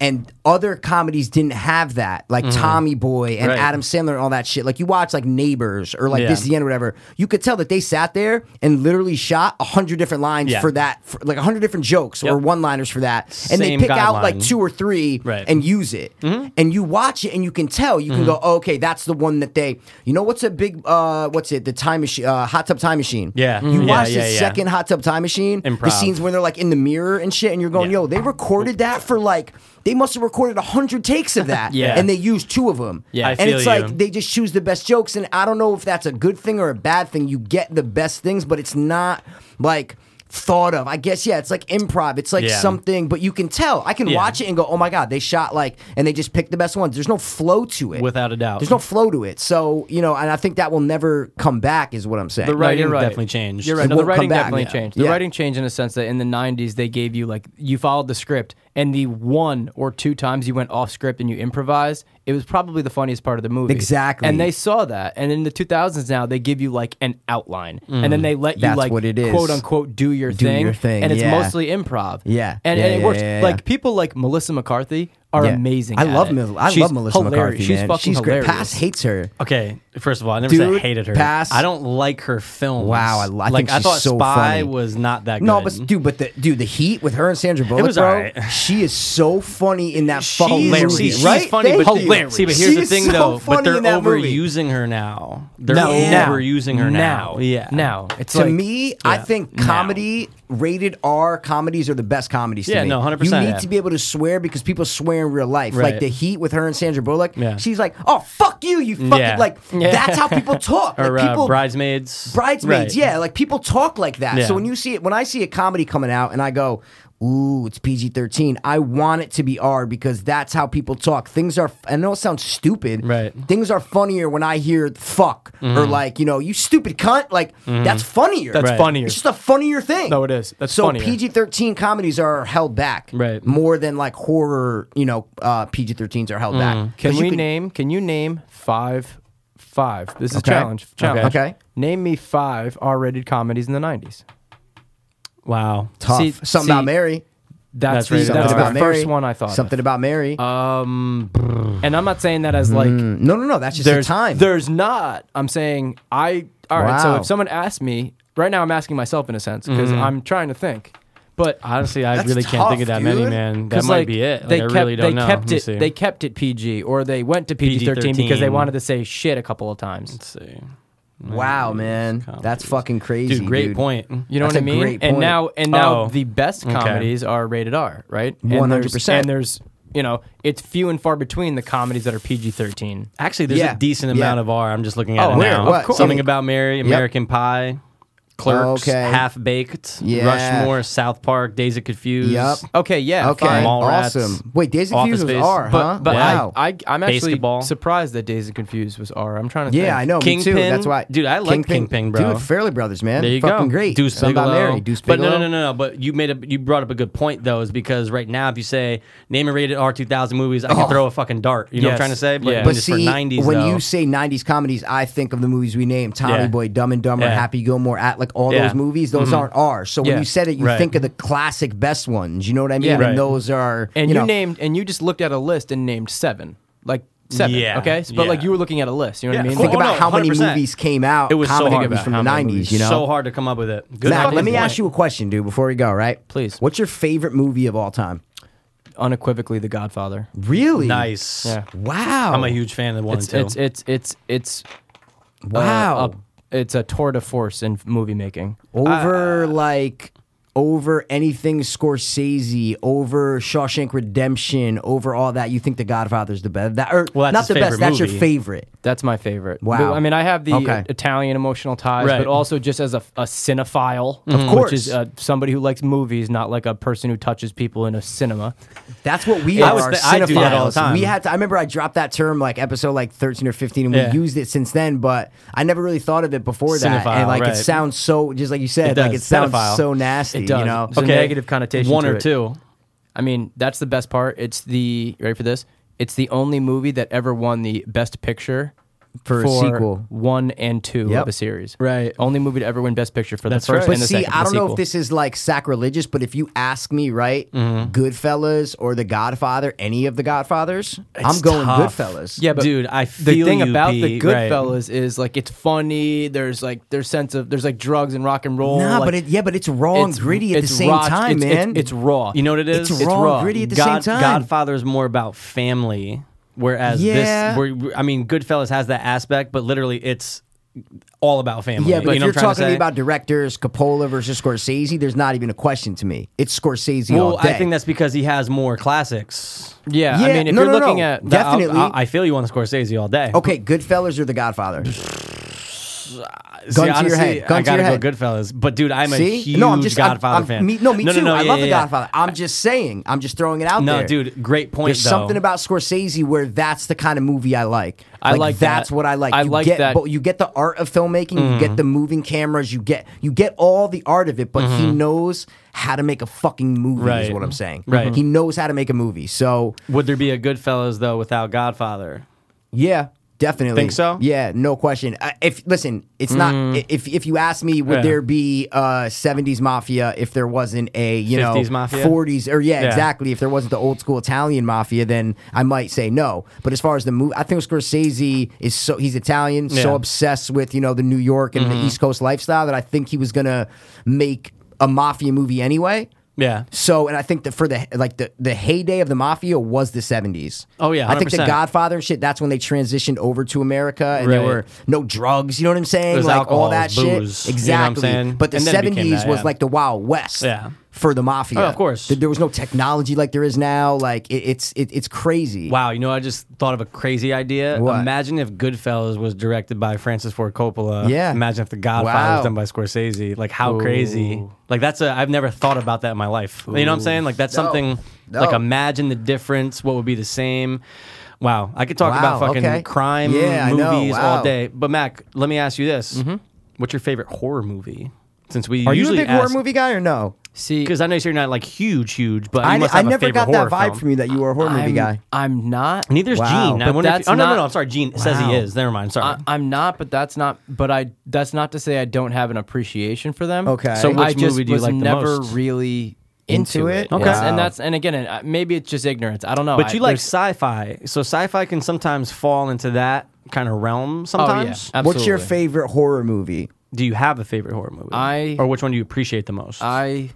[SPEAKER 3] And other comedies didn't have that, like Tommy Boy and
[SPEAKER 1] Mm-hmm. Right.
[SPEAKER 3] Adam Sandler and all that shit. Like you watch like Neighbors or like
[SPEAKER 1] Yeah.
[SPEAKER 3] This Is the End or whatever. You could tell that they sat there and literally shot a hundred different lines
[SPEAKER 1] Yeah.
[SPEAKER 3] for that, for, like a hundred different jokes or
[SPEAKER 1] Yep.
[SPEAKER 3] one liners for that, and they
[SPEAKER 1] Same
[SPEAKER 3] pick out like
[SPEAKER 1] guideline.
[SPEAKER 3] two or three
[SPEAKER 1] Right. Mm-hmm.
[SPEAKER 3] and use it. And you watch it and you can tell. You can go, oh, okay, that's the one that they. You know what's a big uh, what's it? The time machine, uh, hot tub time machine.
[SPEAKER 1] Yeah.
[SPEAKER 3] you
[SPEAKER 1] Mhm.
[SPEAKER 3] watch
[SPEAKER 1] Yeah,
[SPEAKER 3] the
[SPEAKER 1] yeah, yeah.
[SPEAKER 3] second hot tub time machine. The
[SPEAKER 1] Improv.
[SPEAKER 3] scenes where they're like in the mirror and shit, and you're going,
[SPEAKER 1] Yeah.
[SPEAKER 3] yo, they recorded that for like. They must have recorded a hundred takes of that,
[SPEAKER 1] Yeah.
[SPEAKER 3] and they used two of them.
[SPEAKER 1] Yeah. I
[SPEAKER 3] and
[SPEAKER 1] feel
[SPEAKER 3] it's
[SPEAKER 1] you.
[SPEAKER 3] like they just choose the best jokes, and I don't know if that's a good thing or a bad thing. You get the best things, but it's not like thought of. I guess yeah, it's like improv. It's like
[SPEAKER 1] Yeah.
[SPEAKER 3] something, but you can tell. I can
[SPEAKER 1] Yeah.
[SPEAKER 3] watch it and go, oh my god, they shot like, and they just picked the best ones. There's no flow to it,
[SPEAKER 1] Without a doubt.
[SPEAKER 3] There's no flow to it. So you know, and I think that will never come back. Is what I'm saying.
[SPEAKER 6] the writing
[SPEAKER 1] Writing
[SPEAKER 6] right.
[SPEAKER 1] definitely changed.
[SPEAKER 6] You're right.
[SPEAKER 3] It
[SPEAKER 6] No, the
[SPEAKER 3] won't come
[SPEAKER 6] writing
[SPEAKER 3] back.
[SPEAKER 6] definitely
[SPEAKER 3] Yeah.
[SPEAKER 6] changed. The
[SPEAKER 3] Yeah.
[SPEAKER 6] writing changed in a sense that in the '90s they gave you like you followed the script, and the one or two times you went off script and you improvised, it was probably the funniest part of the movie.
[SPEAKER 3] Exactly.
[SPEAKER 6] And they saw that. And in the 2000s now they give you like an outline, and then they let you
[SPEAKER 3] Mm. That's
[SPEAKER 6] like
[SPEAKER 3] what it is.
[SPEAKER 6] quote unquote do your
[SPEAKER 3] Do
[SPEAKER 6] thing,
[SPEAKER 3] your thing,
[SPEAKER 6] and it's
[SPEAKER 3] yeah.
[SPEAKER 6] mostly improv.
[SPEAKER 3] Yeah.
[SPEAKER 6] and,
[SPEAKER 3] Yeah,
[SPEAKER 6] and it
[SPEAKER 3] yeah,
[SPEAKER 6] works.
[SPEAKER 3] yeah, yeah.
[SPEAKER 6] Like people like Melissa McCarthy are
[SPEAKER 3] Yeah.
[SPEAKER 6] amazing.
[SPEAKER 3] I
[SPEAKER 6] at
[SPEAKER 3] love
[SPEAKER 6] it.
[SPEAKER 3] Mel- I
[SPEAKER 6] She's
[SPEAKER 3] love Melissa
[SPEAKER 6] hilarious.
[SPEAKER 3] McCarthy.
[SPEAKER 6] She's
[SPEAKER 3] man.
[SPEAKER 6] fucking
[SPEAKER 3] She's
[SPEAKER 6] hilarious.
[SPEAKER 3] Great. Pass hates her.
[SPEAKER 1] Okay, first of all, I never said I
[SPEAKER 3] Dude,
[SPEAKER 1] hated her.
[SPEAKER 3] pass.
[SPEAKER 1] I don't like her films.
[SPEAKER 3] Wow, I li- I
[SPEAKER 1] like.
[SPEAKER 3] think
[SPEAKER 1] I
[SPEAKER 3] she's
[SPEAKER 1] thought
[SPEAKER 3] so
[SPEAKER 1] Spy
[SPEAKER 3] funny.
[SPEAKER 1] was not that good.
[SPEAKER 3] No, but dude, but the dude, the heat with her and Sandra Bullock,
[SPEAKER 1] was
[SPEAKER 3] bro.
[SPEAKER 1] alright.
[SPEAKER 3] She is so funny in that
[SPEAKER 1] she's,
[SPEAKER 3] fucking
[SPEAKER 1] hilarious.
[SPEAKER 3] movie,
[SPEAKER 1] She's
[SPEAKER 3] right?
[SPEAKER 1] funny,
[SPEAKER 3] Thank
[SPEAKER 1] but
[SPEAKER 3] you.
[SPEAKER 1] hilarious. See, but here's the
[SPEAKER 3] She's
[SPEAKER 1] thing,
[SPEAKER 3] so
[SPEAKER 1] though. But
[SPEAKER 3] funny
[SPEAKER 1] they're
[SPEAKER 3] in that movie.
[SPEAKER 1] overusing her now. They're
[SPEAKER 6] Now.
[SPEAKER 1] overusing her now. Yeah.
[SPEAKER 6] Now it's
[SPEAKER 3] to
[SPEAKER 6] like
[SPEAKER 3] me, I think comedy rated R comedies are the best comedies.
[SPEAKER 1] Yeah,
[SPEAKER 3] to me.
[SPEAKER 1] no, 100%,
[SPEAKER 3] You need
[SPEAKER 1] yeah.
[SPEAKER 3] to be able to swear because people swear in real life. Like
[SPEAKER 1] Right.
[SPEAKER 3] the heat with her and Sandra Bullock.
[SPEAKER 1] Yeah.
[SPEAKER 3] She's like, "Oh fuck you, you fucking
[SPEAKER 1] Yeah.
[SPEAKER 3] like." That's how people talk.
[SPEAKER 1] Or
[SPEAKER 3] like,
[SPEAKER 1] uh,
[SPEAKER 3] people
[SPEAKER 1] bridesmaids.
[SPEAKER 3] Bridesmaids,
[SPEAKER 1] Right.
[SPEAKER 3] yeah. Like people talk like that.
[SPEAKER 1] Yeah.
[SPEAKER 3] So when you see it, when I see a comedy coming out and I go, ooh, it's PG 13, I want it to be R because that's how people talk. Things are, I know it sounds stupid.
[SPEAKER 1] Right.
[SPEAKER 3] Things are funnier when I hear fuck or like, you know, you stupid cunt. Like that's funnier.
[SPEAKER 6] Mm-hmm. that's
[SPEAKER 1] Right.
[SPEAKER 6] funnier.
[SPEAKER 3] It's just a funnier thing.
[SPEAKER 6] No, it is. That's
[SPEAKER 3] so
[SPEAKER 6] funnier.
[SPEAKER 3] PG thirteen comedies are held back,
[SPEAKER 1] Right.
[SPEAKER 3] More than like horror, you know, uh, PG thirteens are held back.
[SPEAKER 6] Mm. Can
[SPEAKER 3] 'Cause you
[SPEAKER 6] we name? Can you name five? Five. This is
[SPEAKER 3] Okay.
[SPEAKER 6] challenge. Challenge.
[SPEAKER 3] Okay.
[SPEAKER 6] Name me five R-rated comedies in the '90s.
[SPEAKER 1] Wow.
[SPEAKER 3] tough?
[SPEAKER 6] see-
[SPEAKER 3] something
[SPEAKER 6] see-
[SPEAKER 3] about Mary.
[SPEAKER 1] That's
[SPEAKER 6] That's, the,
[SPEAKER 1] rated
[SPEAKER 6] that was
[SPEAKER 1] R.
[SPEAKER 6] the
[SPEAKER 3] about
[SPEAKER 6] first
[SPEAKER 3] Mary.
[SPEAKER 6] one I thought. of.
[SPEAKER 3] Something about Mary.
[SPEAKER 6] Um, and I'm not saying that as like
[SPEAKER 3] no, no, no. That's just the
[SPEAKER 6] there's
[SPEAKER 3] time.
[SPEAKER 6] There's not. I'm saying I. All right. So
[SPEAKER 3] Wow.
[SPEAKER 6] if someone asked me right now, I'm asking myself in a sense because I'm trying to think. But
[SPEAKER 1] Honestly, I
[SPEAKER 3] That's
[SPEAKER 1] really can't think
[SPEAKER 3] tough,
[SPEAKER 1] of that many,
[SPEAKER 3] dude.
[SPEAKER 1] man. That
[SPEAKER 6] Because,
[SPEAKER 1] might
[SPEAKER 6] like,
[SPEAKER 1] be it. Like,
[SPEAKER 6] they
[SPEAKER 1] I
[SPEAKER 6] kept,
[SPEAKER 1] really don't
[SPEAKER 6] they
[SPEAKER 1] know. Let
[SPEAKER 6] kept
[SPEAKER 1] me
[SPEAKER 6] it.
[SPEAKER 1] see.
[SPEAKER 6] They kept it PG, or they went to PG thirteen because they
[SPEAKER 1] PG-13.
[SPEAKER 6] wanted to say shit a couple of times.
[SPEAKER 1] Let's see.
[SPEAKER 3] Wow, man, that's fucking crazy,
[SPEAKER 1] Dude, great point.
[SPEAKER 6] You know
[SPEAKER 3] That's
[SPEAKER 6] what I
[SPEAKER 3] a
[SPEAKER 6] mean?
[SPEAKER 3] great
[SPEAKER 6] And
[SPEAKER 3] point.
[SPEAKER 6] now and now
[SPEAKER 1] Oh,
[SPEAKER 6] the best
[SPEAKER 1] okay.
[SPEAKER 6] comedies are rated R, right? And
[SPEAKER 3] 100%.
[SPEAKER 6] there's- And there's you know, it's few and far between the comedies that are PG thirteen.
[SPEAKER 1] Actually, there's
[SPEAKER 3] Yeah.
[SPEAKER 1] a decent
[SPEAKER 3] Yeah.
[SPEAKER 1] amount of R. I'm just looking at
[SPEAKER 6] Oh,
[SPEAKER 1] it
[SPEAKER 6] where?
[SPEAKER 1] now.
[SPEAKER 6] What? Of course.
[SPEAKER 1] Something about Mary, American Pie. Clerks,
[SPEAKER 3] Okay.
[SPEAKER 1] Half Baked,
[SPEAKER 3] Yeah.
[SPEAKER 1] Rushmore, South Park, Days of Confused.
[SPEAKER 3] Yep.
[SPEAKER 6] Okay, yeah,
[SPEAKER 3] Okay,
[SPEAKER 6] fine.
[SPEAKER 1] Mallrats,
[SPEAKER 3] awesome. Wait, Days of
[SPEAKER 1] Office
[SPEAKER 3] Fuse was
[SPEAKER 1] Space.
[SPEAKER 3] R,
[SPEAKER 1] But-
[SPEAKER 3] huh?
[SPEAKER 6] But
[SPEAKER 3] wow.
[SPEAKER 6] I, I, I'm actually
[SPEAKER 1] Basketball.
[SPEAKER 6] surprised that Days and Confused was R. I'm trying to
[SPEAKER 3] yeah,
[SPEAKER 6] think.
[SPEAKER 3] I know. me too.
[SPEAKER 1] Kingpin?
[SPEAKER 3] That's why,
[SPEAKER 1] Dude, I like Kingpin, bro.
[SPEAKER 3] Dude, Fairly Brothers, man.
[SPEAKER 1] There you
[SPEAKER 3] Fucking
[SPEAKER 1] go.
[SPEAKER 3] great.
[SPEAKER 1] Deuce
[SPEAKER 3] Son of
[SPEAKER 1] Bigelow.
[SPEAKER 3] Mary, Deuce
[SPEAKER 1] but no, no,
[SPEAKER 3] Bigelow.
[SPEAKER 1] no, no, no. But you made a you brought up a good point though, is because right now if you say name a rated R two thousand movies, I can throw a fucking dart. You know what I'm
[SPEAKER 6] Yes.
[SPEAKER 1] trying to say? But,
[SPEAKER 6] Yeah.
[SPEAKER 1] when
[SPEAKER 6] But
[SPEAKER 1] it's for nineties,
[SPEAKER 3] Oh. when
[SPEAKER 1] though,
[SPEAKER 3] you say '90s comedies, I think of the movies we named: Tommy
[SPEAKER 1] Yeah.
[SPEAKER 3] Boy, Dumb and Dumber,
[SPEAKER 1] Yeah.
[SPEAKER 3] Happy Gilmore, at like all
[SPEAKER 1] Yeah. Mm-hmm.
[SPEAKER 3] those movies. Those aren't ours. So when
[SPEAKER 6] Yeah.
[SPEAKER 3] you said it, you
[SPEAKER 1] Right.
[SPEAKER 3] think of the classic best ones. You know what I mean?
[SPEAKER 6] Yeah.
[SPEAKER 1] Right.
[SPEAKER 3] And those are
[SPEAKER 6] And
[SPEAKER 3] you,
[SPEAKER 6] you,
[SPEAKER 3] know,
[SPEAKER 6] named and you just looked at a list and named seven, like seven.
[SPEAKER 1] Yeah,
[SPEAKER 6] Okay, but like
[SPEAKER 1] yeah.
[SPEAKER 6] you were looking at a list. You know what
[SPEAKER 1] Yeah,
[SPEAKER 6] I mean?
[SPEAKER 1] of
[SPEAKER 3] Think
[SPEAKER 1] Oh,
[SPEAKER 3] about
[SPEAKER 1] no,
[SPEAKER 3] how many
[SPEAKER 1] 100%.
[SPEAKER 3] movies came out.
[SPEAKER 1] it was so
[SPEAKER 3] comedy
[SPEAKER 1] hard
[SPEAKER 3] movies
[SPEAKER 1] to-
[SPEAKER 3] from the
[SPEAKER 1] how many movies?
[SPEAKER 3] '90s. You know,
[SPEAKER 1] so hard to come up with it. Good
[SPEAKER 3] Mac,
[SPEAKER 1] fucking
[SPEAKER 3] let me
[SPEAKER 1] point.
[SPEAKER 3] ask you a question, dude, before we go. Right?
[SPEAKER 6] Please.
[SPEAKER 3] What's your favorite movie of all time?
[SPEAKER 6] unequivocally The Godfather.
[SPEAKER 3] Really?
[SPEAKER 1] Nice.
[SPEAKER 6] Yeah.
[SPEAKER 3] Wow.
[SPEAKER 1] I'm a huge fan of one
[SPEAKER 6] It's
[SPEAKER 1] and
[SPEAKER 6] it's
[SPEAKER 1] two.
[SPEAKER 6] it's it's it's uh,
[SPEAKER 3] wow.
[SPEAKER 6] a- it's a tour de force in movie making.
[SPEAKER 1] uh,
[SPEAKER 3] over like over anything Scorsese, over Shawshank Redemption, over all that. You think The Godfather's the best? That or
[SPEAKER 1] Well, that's his
[SPEAKER 3] not the best?
[SPEAKER 1] favorite
[SPEAKER 3] That's your
[SPEAKER 1] movie.
[SPEAKER 3] favorite.
[SPEAKER 6] That's my favorite.
[SPEAKER 3] Wow.
[SPEAKER 6] But, I mean, I have the
[SPEAKER 3] Okay.
[SPEAKER 6] uh, Italian emotional ties,
[SPEAKER 1] Right.
[SPEAKER 6] but also just as a, a cinephile, of which
[SPEAKER 3] course.
[SPEAKER 6] is uh, somebody who likes movies, not like a person who touches people in a cinema.
[SPEAKER 3] That's what we
[SPEAKER 1] I
[SPEAKER 3] are.
[SPEAKER 1] was
[SPEAKER 3] our
[SPEAKER 1] th- I do that all the
[SPEAKER 3] cinephiles.
[SPEAKER 1] time.
[SPEAKER 3] We had to. I remember I dropped that term like episode like thirteen or fifteen, and we
[SPEAKER 1] Yeah.
[SPEAKER 3] used it since then. But I never really thought of it before that.
[SPEAKER 1] Cinephile,
[SPEAKER 3] And like it
[SPEAKER 1] right.
[SPEAKER 3] sounds so, just like you said,
[SPEAKER 1] It
[SPEAKER 3] like it
[SPEAKER 1] does.
[SPEAKER 3] sounds
[SPEAKER 1] Cinephile.
[SPEAKER 3] so nasty.
[SPEAKER 6] It does.
[SPEAKER 3] You know,
[SPEAKER 6] It's a negative connotation
[SPEAKER 1] One
[SPEAKER 6] to
[SPEAKER 1] or
[SPEAKER 6] it.
[SPEAKER 1] two.
[SPEAKER 6] I mean, that's the best part. It's the you ready for this? It's the only movie that ever won the Best Picture
[SPEAKER 3] For a sequel.
[SPEAKER 6] one and two
[SPEAKER 3] Yep.
[SPEAKER 6] of a series.
[SPEAKER 1] Right.
[SPEAKER 6] Only movie to ever win Best Picture for the first
[SPEAKER 1] right.
[SPEAKER 6] and
[SPEAKER 3] But
[SPEAKER 6] the
[SPEAKER 3] see,
[SPEAKER 6] second.
[SPEAKER 3] I
[SPEAKER 6] the
[SPEAKER 3] don't know
[SPEAKER 6] sequel.
[SPEAKER 3] if this is like sacrilegious, but if you ask me, right,
[SPEAKER 1] Mm-hmm.
[SPEAKER 3] Goodfellas or The Godfather, any of the Godfathers, I'm going
[SPEAKER 1] tough.
[SPEAKER 3] Goodfellas.
[SPEAKER 6] Yeah, but
[SPEAKER 1] Dude, I
[SPEAKER 6] the
[SPEAKER 1] feel
[SPEAKER 6] thing
[SPEAKER 1] you,
[SPEAKER 6] about the
[SPEAKER 1] Pete, right.
[SPEAKER 6] Goodfellas is like it's funny. There's like there's sense of there's like drugs and rock and roll.
[SPEAKER 3] Nah,
[SPEAKER 6] like,
[SPEAKER 3] but it, yeah, but it's raw and gritty at the
[SPEAKER 6] it's
[SPEAKER 3] same
[SPEAKER 6] raw,
[SPEAKER 3] time,
[SPEAKER 6] it's,
[SPEAKER 3] man.
[SPEAKER 6] It's, it's raw.
[SPEAKER 1] You know what it is?
[SPEAKER 3] It's raw and gritty at the
[SPEAKER 1] God-
[SPEAKER 3] same time.
[SPEAKER 1] Godfather is more about family, whereas
[SPEAKER 3] Yeah.
[SPEAKER 1] this, we're, I mean, Goodfellas has that aspect, but literally it's all about family.
[SPEAKER 3] yeah, but
[SPEAKER 1] you
[SPEAKER 3] if
[SPEAKER 1] know what
[SPEAKER 3] you're
[SPEAKER 1] I'm trying
[SPEAKER 3] talking to me
[SPEAKER 1] say?
[SPEAKER 3] about directors, Coppola versus Scorsese, there's not even a question to me. It's Scorsese all
[SPEAKER 1] well, I
[SPEAKER 3] day.
[SPEAKER 1] think that's because he has more classics.
[SPEAKER 6] yeah,
[SPEAKER 3] Yeah,
[SPEAKER 6] I mean, if
[SPEAKER 3] no,
[SPEAKER 6] you're
[SPEAKER 3] no,
[SPEAKER 6] looking
[SPEAKER 3] no.
[SPEAKER 6] at
[SPEAKER 3] That- Definitely.
[SPEAKER 1] I, I- I feel you on the Scorsese all day.
[SPEAKER 3] okay, Goodfellas or The Godfather?
[SPEAKER 1] See,
[SPEAKER 3] Gun to your
[SPEAKER 1] honestly,
[SPEAKER 3] head. Gun
[SPEAKER 1] I
[SPEAKER 3] to your
[SPEAKER 1] gotta
[SPEAKER 3] head.
[SPEAKER 1] go Goodfellas, but dude, I'm a
[SPEAKER 3] See,
[SPEAKER 1] huge
[SPEAKER 3] no, I'm just I'm-
[SPEAKER 1] Godfather
[SPEAKER 3] I'm-
[SPEAKER 1] fan.
[SPEAKER 3] Me, no, me
[SPEAKER 1] no,
[SPEAKER 3] too.
[SPEAKER 1] No,
[SPEAKER 3] I
[SPEAKER 1] yeah,
[SPEAKER 3] love
[SPEAKER 1] yeah,
[SPEAKER 3] The
[SPEAKER 1] yeah.
[SPEAKER 3] Godfather. I'm just saying. I'm just throwing it out
[SPEAKER 1] No,
[SPEAKER 3] there.
[SPEAKER 1] dude, great point.
[SPEAKER 3] There's
[SPEAKER 1] though.
[SPEAKER 3] something about Scorsese where that's the kind of movie I like.
[SPEAKER 6] I like
[SPEAKER 3] that's
[SPEAKER 6] that.
[SPEAKER 3] what I like.
[SPEAKER 6] I
[SPEAKER 3] you
[SPEAKER 6] like
[SPEAKER 3] get,
[SPEAKER 6] that. Mm-hmm.
[SPEAKER 3] But you get the art of filmmaking. You get the moving cameras. You get you get all the art of it. But
[SPEAKER 6] Mm-hmm.
[SPEAKER 3] he knows how to make a fucking movie. Is
[SPEAKER 1] Right.
[SPEAKER 3] what I'm saying.
[SPEAKER 1] Right.
[SPEAKER 3] He knows how to make a movie. So
[SPEAKER 1] Would there be a Goodfellas though without Godfather?
[SPEAKER 3] yeah. Definitely.
[SPEAKER 1] Think so? Mm.
[SPEAKER 3] Yeah, no question. Uh, if listen, it's not. i- If if you ask me, would
[SPEAKER 1] Yeah.
[SPEAKER 3] there be uh, '70s mafia if there wasn't a you know
[SPEAKER 1] 50s mafia?
[SPEAKER 3] '40s or yeah,
[SPEAKER 1] Yeah.
[SPEAKER 3] exactly. If there wasn't the old school Italian mafia, then I might say no. But as far as the movie, I think Scorsese is so he's Italian, so
[SPEAKER 1] Yeah. Mm-hmm.
[SPEAKER 3] obsessed with you know the New York and the East Coast lifestyle that I think he was gonna make a mafia movie anyway.
[SPEAKER 1] Yeah.
[SPEAKER 3] So, and I think that for the like the, the heyday of the mafia was the seventies.
[SPEAKER 1] Oh, yeah,
[SPEAKER 3] I think the
[SPEAKER 1] 100%.
[SPEAKER 3] Godfather and shit. That's when they transitioned over to America, and there
[SPEAKER 1] Right.
[SPEAKER 3] were no drugs. You know what I'm saying?
[SPEAKER 1] There's
[SPEAKER 3] like
[SPEAKER 1] alcohol,
[SPEAKER 3] all that
[SPEAKER 1] booze,
[SPEAKER 3] shit.
[SPEAKER 1] you know what I'm
[SPEAKER 3] Exactly.
[SPEAKER 1] saying?
[SPEAKER 3] But the
[SPEAKER 1] And then it became
[SPEAKER 3] seventies
[SPEAKER 1] that,
[SPEAKER 3] was
[SPEAKER 1] yeah.
[SPEAKER 3] like the Wild West.
[SPEAKER 1] Yeah.
[SPEAKER 3] For the mafia,
[SPEAKER 1] Oh, of course.
[SPEAKER 3] There, there was no technology like there is now. Like it, it's it, it's crazy.
[SPEAKER 1] Wow, you know, I just thought of a crazy idea.
[SPEAKER 3] What?
[SPEAKER 1] Imagine if Goodfellas was directed by Francis Ford Coppola.
[SPEAKER 3] Yeah.
[SPEAKER 1] Imagine if The Godfather
[SPEAKER 3] Wow.
[SPEAKER 1] was done by Scorsese. Like how crazy. Like that's a I've never thought about that in my life. You know what I'm saying? Like that's something
[SPEAKER 3] No.
[SPEAKER 1] like imagine the difference, what would be the same. Wow. I could talk about
[SPEAKER 3] Wow,
[SPEAKER 1] fucking
[SPEAKER 3] okay.
[SPEAKER 1] crime
[SPEAKER 3] Yeah, I know.
[SPEAKER 1] movies
[SPEAKER 3] Wow. Mm-hmm.
[SPEAKER 1] all day. But Mac, let me ask you this. What's your favorite horror movie? Since we
[SPEAKER 3] Are you a
[SPEAKER 1] usually
[SPEAKER 3] big horror movie guy or no?
[SPEAKER 6] see,
[SPEAKER 1] Because I know you're not like huge, huge, but
[SPEAKER 3] I,
[SPEAKER 1] you must
[SPEAKER 3] I
[SPEAKER 1] have a
[SPEAKER 3] never
[SPEAKER 1] favorite
[SPEAKER 3] got that
[SPEAKER 1] horror
[SPEAKER 3] vibe
[SPEAKER 1] film.
[SPEAKER 3] from you that you were a horror movie
[SPEAKER 6] I'm-
[SPEAKER 3] guy.
[SPEAKER 6] I'm not.
[SPEAKER 1] Neither's
[SPEAKER 3] Wow.
[SPEAKER 1] Gene. I
[SPEAKER 6] But
[SPEAKER 1] wonder if
[SPEAKER 6] that's
[SPEAKER 1] you, oh, no, no,
[SPEAKER 6] not-
[SPEAKER 1] no. I'm sorry. Gene says
[SPEAKER 3] Wow.
[SPEAKER 1] he is. Never mind. Sorry.
[SPEAKER 6] I, I'm not, but that's not. But I. That's not to say I don't have an appreciation for them.
[SPEAKER 3] Okay.
[SPEAKER 1] So
[SPEAKER 6] I
[SPEAKER 1] which
[SPEAKER 6] just
[SPEAKER 1] movie do you
[SPEAKER 6] was
[SPEAKER 1] like the
[SPEAKER 6] never
[SPEAKER 1] most?
[SPEAKER 6] really into,
[SPEAKER 3] Into it?
[SPEAKER 6] it.
[SPEAKER 3] Okay.
[SPEAKER 6] Yes,
[SPEAKER 3] Wow.
[SPEAKER 6] and that's and again, uh, maybe it's just ignorance. I don't know.
[SPEAKER 1] But
[SPEAKER 6] I-
[SPEAKER 1] you like
[SPEAKER 6] there's-
[SPEAKER 1] sci-fi, so sci-fi can sometimes fall into that kind of realm.
[SPEAKER 6] Oh yeah,
[SPEAKER 1] Sometimes,
[SPEAKER 3] What's your
[SPEAKER 6] absolutely.
[SPEAKER 3] favorite horror movie?
[SPEAKER 1] do you have a favorite horror movie?
[SPEAKER 6] I-
[SPEAKER 1] or which one do you appreciate the most?
[SPEAKER 6] I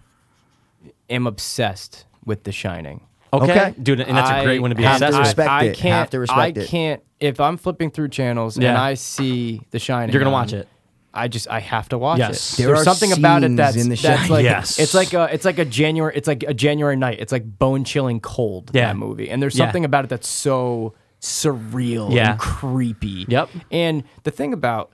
[SPEAKER 6] am obsessed with The Shining.
[SPEAKER 1] okay.
[SPEAKER 3] okay.
[SPEAKER 1] dude, and that's a
[SPEAKER 6] I
[SPEAKER 1] great one to be
[SPEAKER 6] am-
[SPEAKER 3] have to
[SPEAKER 1] obsessed with.
[SPEAKER 3] respect
[SPEAKER 6] I,
[SPEAKER 3] it.
[SPEAKER 6] I can't.
[SPEAKER 3] Have to respect
[SPEAKER 6] I
[SPEAKER 3] it.
[SPEAKER 6] can't. If I'm flipping through channels and
[SPEAKER 1] Yeah.
[SPEAKER 6] I see The Shining,
[SPEAKER 1] You're gonna
[SPEAKER 6] on,
[SPEAKER 1] watch it.
[SPEAKER 6] I just I have to watch
[SPEAKER 1] Yes.
[SPEAKER 6] it.
[SPEAKER 1] There
[SPEAKER 6] There's
[SPEAKER 3] are
[SPEAKER 6] something about
[SPEAKER 3] scenes
[SPEAKER 6] it that's,
[SPEAKER 3] in The
[SPEAKER 6] that's
[SPEAKER 3] Shining.
[SPEAKER 6] like
[SPEAKER 1] Yes.
[SPEAKER 6] it's like a it's like a January it's like a January night. It's like bone chilling cold
[SPEAKER 1] Yeah.
[SPEAKER 6] that movie. And there's
[SPEAKER 1] Yeah.
[SPEAKER 6] something about it that's so surreal
[SPEAKER 1] Yeah.
[SPEAKER 6] and creepy.
[SPEAKER 1] Yep.
[SPEAKER 6] And the thing about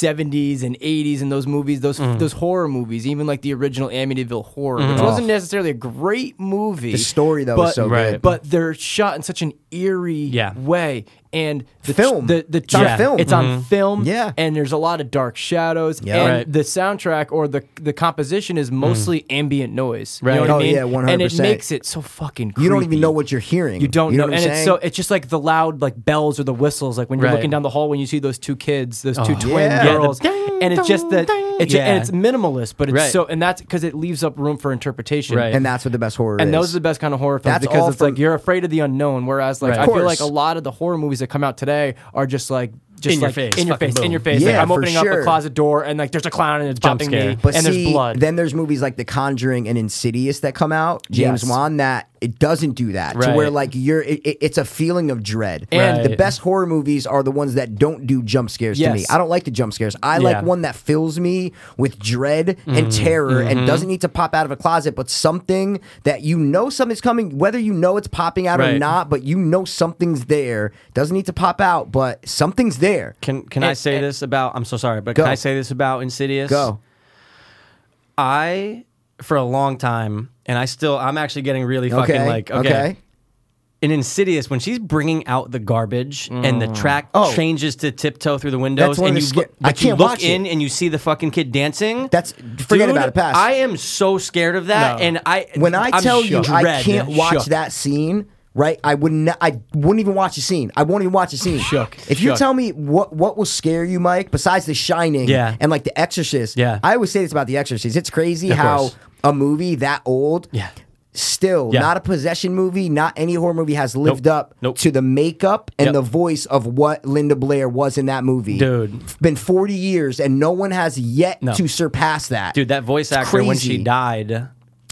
[SPEAKER 6] 70s and 80s and those movies, those
[SPEAKER 1] Mm-hmm.
[SPEAKER 6] those horror movies, even like the original Amityville Horror, which
[SPEAKER 1] Oh.
[SPEAKER 6] wasn't necessarily a great movie.
[SPEAKER 3] The story, though,
[SPEAKER 6] but,
[SPEAKER 3] was so Right. good.
[SPEAKER 6] But they're shot in such an eerie
[SPEAKER 1] Yeah.
[SPEAKER 6] way. And the ch-
[SPEAKER 3] Film.
[SPEAKER 6] the, the
[SPEAKER 3] It's on
[SPEAKER 6] yeah,
[SPEAKER 3] film.
[SPEAKER 6] It's on film.
[SPEAKER 3] Yeah.
[SPEAKER 6] and there's a lot of dark shadows.
[SPEAKER 3] Yeah.
[SPEAKER 6] and
[SPEAKER 1] Mm-hmm. Right. Mm.
[SPEAKER 6] the soundtrack or the the composition is mostly ambient noise. You
[SPEAKER 1] Right.
[SPEAKER 6] know what
[SPEAKER 3] Oh,
[SPEAKER 6] I mean?
[SPEAKER 3] yeah,
[SPEAKER 6] And it
[SPEAKER 3] 100%.
[SPEAKER 6] makes it so fucking. Creepy.
[SPEAKER 3] You don't even know what you're hearing.
[SPEAKER 6] You don't
[SPEAKER 3] you know,
[SPEAKER 6] know,
[SPEAKER 3] what I'm
[SPEAKER 6] and it's
[SPEAKER 3] saying?
[SPEAKER 6] so it's just like the loud like bells or the whistles, like when you're
[SPEAKER 1] Right. Oh,
[SPEAKER 6] looking down the hall when you see those two kids, those two twin
[SPEAKER 3] Yeah.
[SPEAKER 1] Yeah, the
[SPEAKER 6] girls,
[SPEAKER 1] ding,
[SPEAKER 6] and it's just
[SPEAKER 1] dong,
[SPEAKER 6] that
[SPEAKER 1] ding.
[SPEAKER 6] it's
[SPEAKER 1] Yeah.
[SPEAKER 6] and it's minimalist, but it's
[SPEAKER 1] Right.
[SPEAKER 6] so and that's because it leaves up room for interpretation.
[SPEAKER 1] Right.
[SPEAKER 3] and that's what the best horror
[SPEAKER 6] And
[SPEAKER 3] is.
[SPEAKER 6] those are the best kind of horror films
[SPEAKER 3] That's all
[SPEAKER 6] because it's
[SPEAKER 3] from-
[SPEAKER 6] like you're afraid of the unknown. Whereas, like
[SPEAKER 1] Right.
[SPEAKER 6] I
[SPEAKER 1] Of
[SPEAKER 6] feel like
[SPEAKER 3] course.
[SPEAKER 6] a lot of the horror movies that come out today are just like just
[SPEAKER 1] In your
[SPEAKER 6] like,
[SPEAKER 1] face,
[SPEAKER 6] in your
[SPEAKER 1] fucking
[SPEAKER 6] face, in
[SPEAKER 1] boom.
[SPEAKER 6] your face. like
[SPEAKER 3] Yeah,
[SPEAKER 6] I'm
[SPEAKER 3] for
[SPEAKER 6] opening up a
[SPEAKER 3] sure.
[SPEAKER 6] closet door and like there's a clown and it's
[SPEAKER 1] Jump
[SPEAKER 6] bumping
[SPEAKER 1] scare.
[SPEAKER 6] me,
[SPEAKER 1] But
[SPEAKER 6] and
[SPEAKER 3] see,
[SPEAKER 6] there's blood.
[SPEAKER 3] Then there's movies like The Conjuring and Insidious that come out. James
[SPEAKER 6] Yes.
[SPEAKER 3] Wan that it doesn't do that to
[SPEAKER 1] Right.
[SPEAKER 3] where like you're it, it- it's a feeling of dread.
[SPEAKER 6] And-
[SPEAKER 3] the best horror movies are the ones that don't do jump scares to me.
[SPEAKER 6] Yes.
[SPEAKER 3] I don't like the jump scares. I
[SPEAKER 1] Yeah. Mm.
[SPEAKER 3] like one that fills me with dread and terror
[SPEAKER 1] Mm-hmm.
[SPEAKER 3] and doesn't need to pop out of a closet, but something that you know something's coming, whether you know it's popping out or
[SPEAKER 1] Right.
[SPEAKER 3] not, but you know something's there. Doesn't need to pop out, but something's there.
[SPEAKER 1] Can can I say this about? I'm so sorry, but
[SPEAKER 3] Go.
[SPEAKER 1] can I say this about Insidious?
[SPEAKER 3] Go.
[SPEAKER 1] I for a long time, and I still I'm actually getting really fucking
[SPEAKER 3] okay.
[SPEAKER 1] like okay.
[SPEAKER 3] okay.
[SPEAKER 1] In Insidious, when she's bringing out the garbage and the track
[SPEAKER 3] Oh.
[SPEAKER 1] changes to tiptoe through the windows,
[SPEAKER 3] That's one
[SPEAKER 1] and
[SPEAKER 3] of
[SPEAKER 1] you
[SPEAKER 3] the sca-
[SPEAKER 1] look,
[SPEAKER 3] I
[SPEAKER 1] but you
[SPEAKER 3] can't
[SPEAKER 1] look
[SPEAKER 3] watch it.
[SPEAKER 1] in and you see the fucking kid dancing.
[SPEAKER 3] That's forget
[SPEAKER 1] Dude,
[SPEAKER 3] about it. Pass.
[SPEAKER 1] I am so scared of that,
[SPEAKER 6] No.
[SPEAKER 1] and I
[SPEAKER 3] when I
[SPEAKER 1] I'm
[SPEAKER 3] tell you
[SPEAKER 1] shook.
[SPEAKER 3] I
[SPEAKER 1] Dread,
[SPEAKER 3] can't watch
[SPEAKER 1] shook.
[SPEAKER 3] that scene, right? I wouldn't. I wouldn't even watch a scene. I won't even watch a scene.
[SPEAKER 6] Shook,
[SPEAKER 3] If you
[SPEAKER 6] shook.
[SPEAKER 3] tell me what what will scare you, Mike, besides The Shining,
[SPEAKER 1] Yeah.
[SPEAKER 3] and like The Exorcist,
[SPEAKER 1] Yeah.
[SPEAKER 3] I always say this about The Exorcist. It's crazy
[SPEAKER 1] Of
[SPEAKER 3] how
[SPEAKER 1] course.
[SPEAKER 3] a movie that old,
[SPEAKER 1] Yeah.
[SPEAKER 3] Still,
[SPEAKER 1] Yeah.
[SPEAKER 3] not a possession movie, not any horror movie has lived
[SPEAKER 1] Nope.
[SPEAKER 3] up
[SPEAKER 1] Nope.
[SPEAKER 3] to the makeup and
[SPEAKER 1] Yep.
[SPEAKER 3] the voice of what Linda Blair was in that movie.
[SPEAKER 1] Dude.
[SPEAKER 3] It's been 40 years and no one has yet
[SPEAKER 1] No.
[SPEAKER 3] to surpass that.
[SPEAKER 1] Dude, that voice actor when she
[SPEAKER 3] crazy.
[SPEAKER 1] died.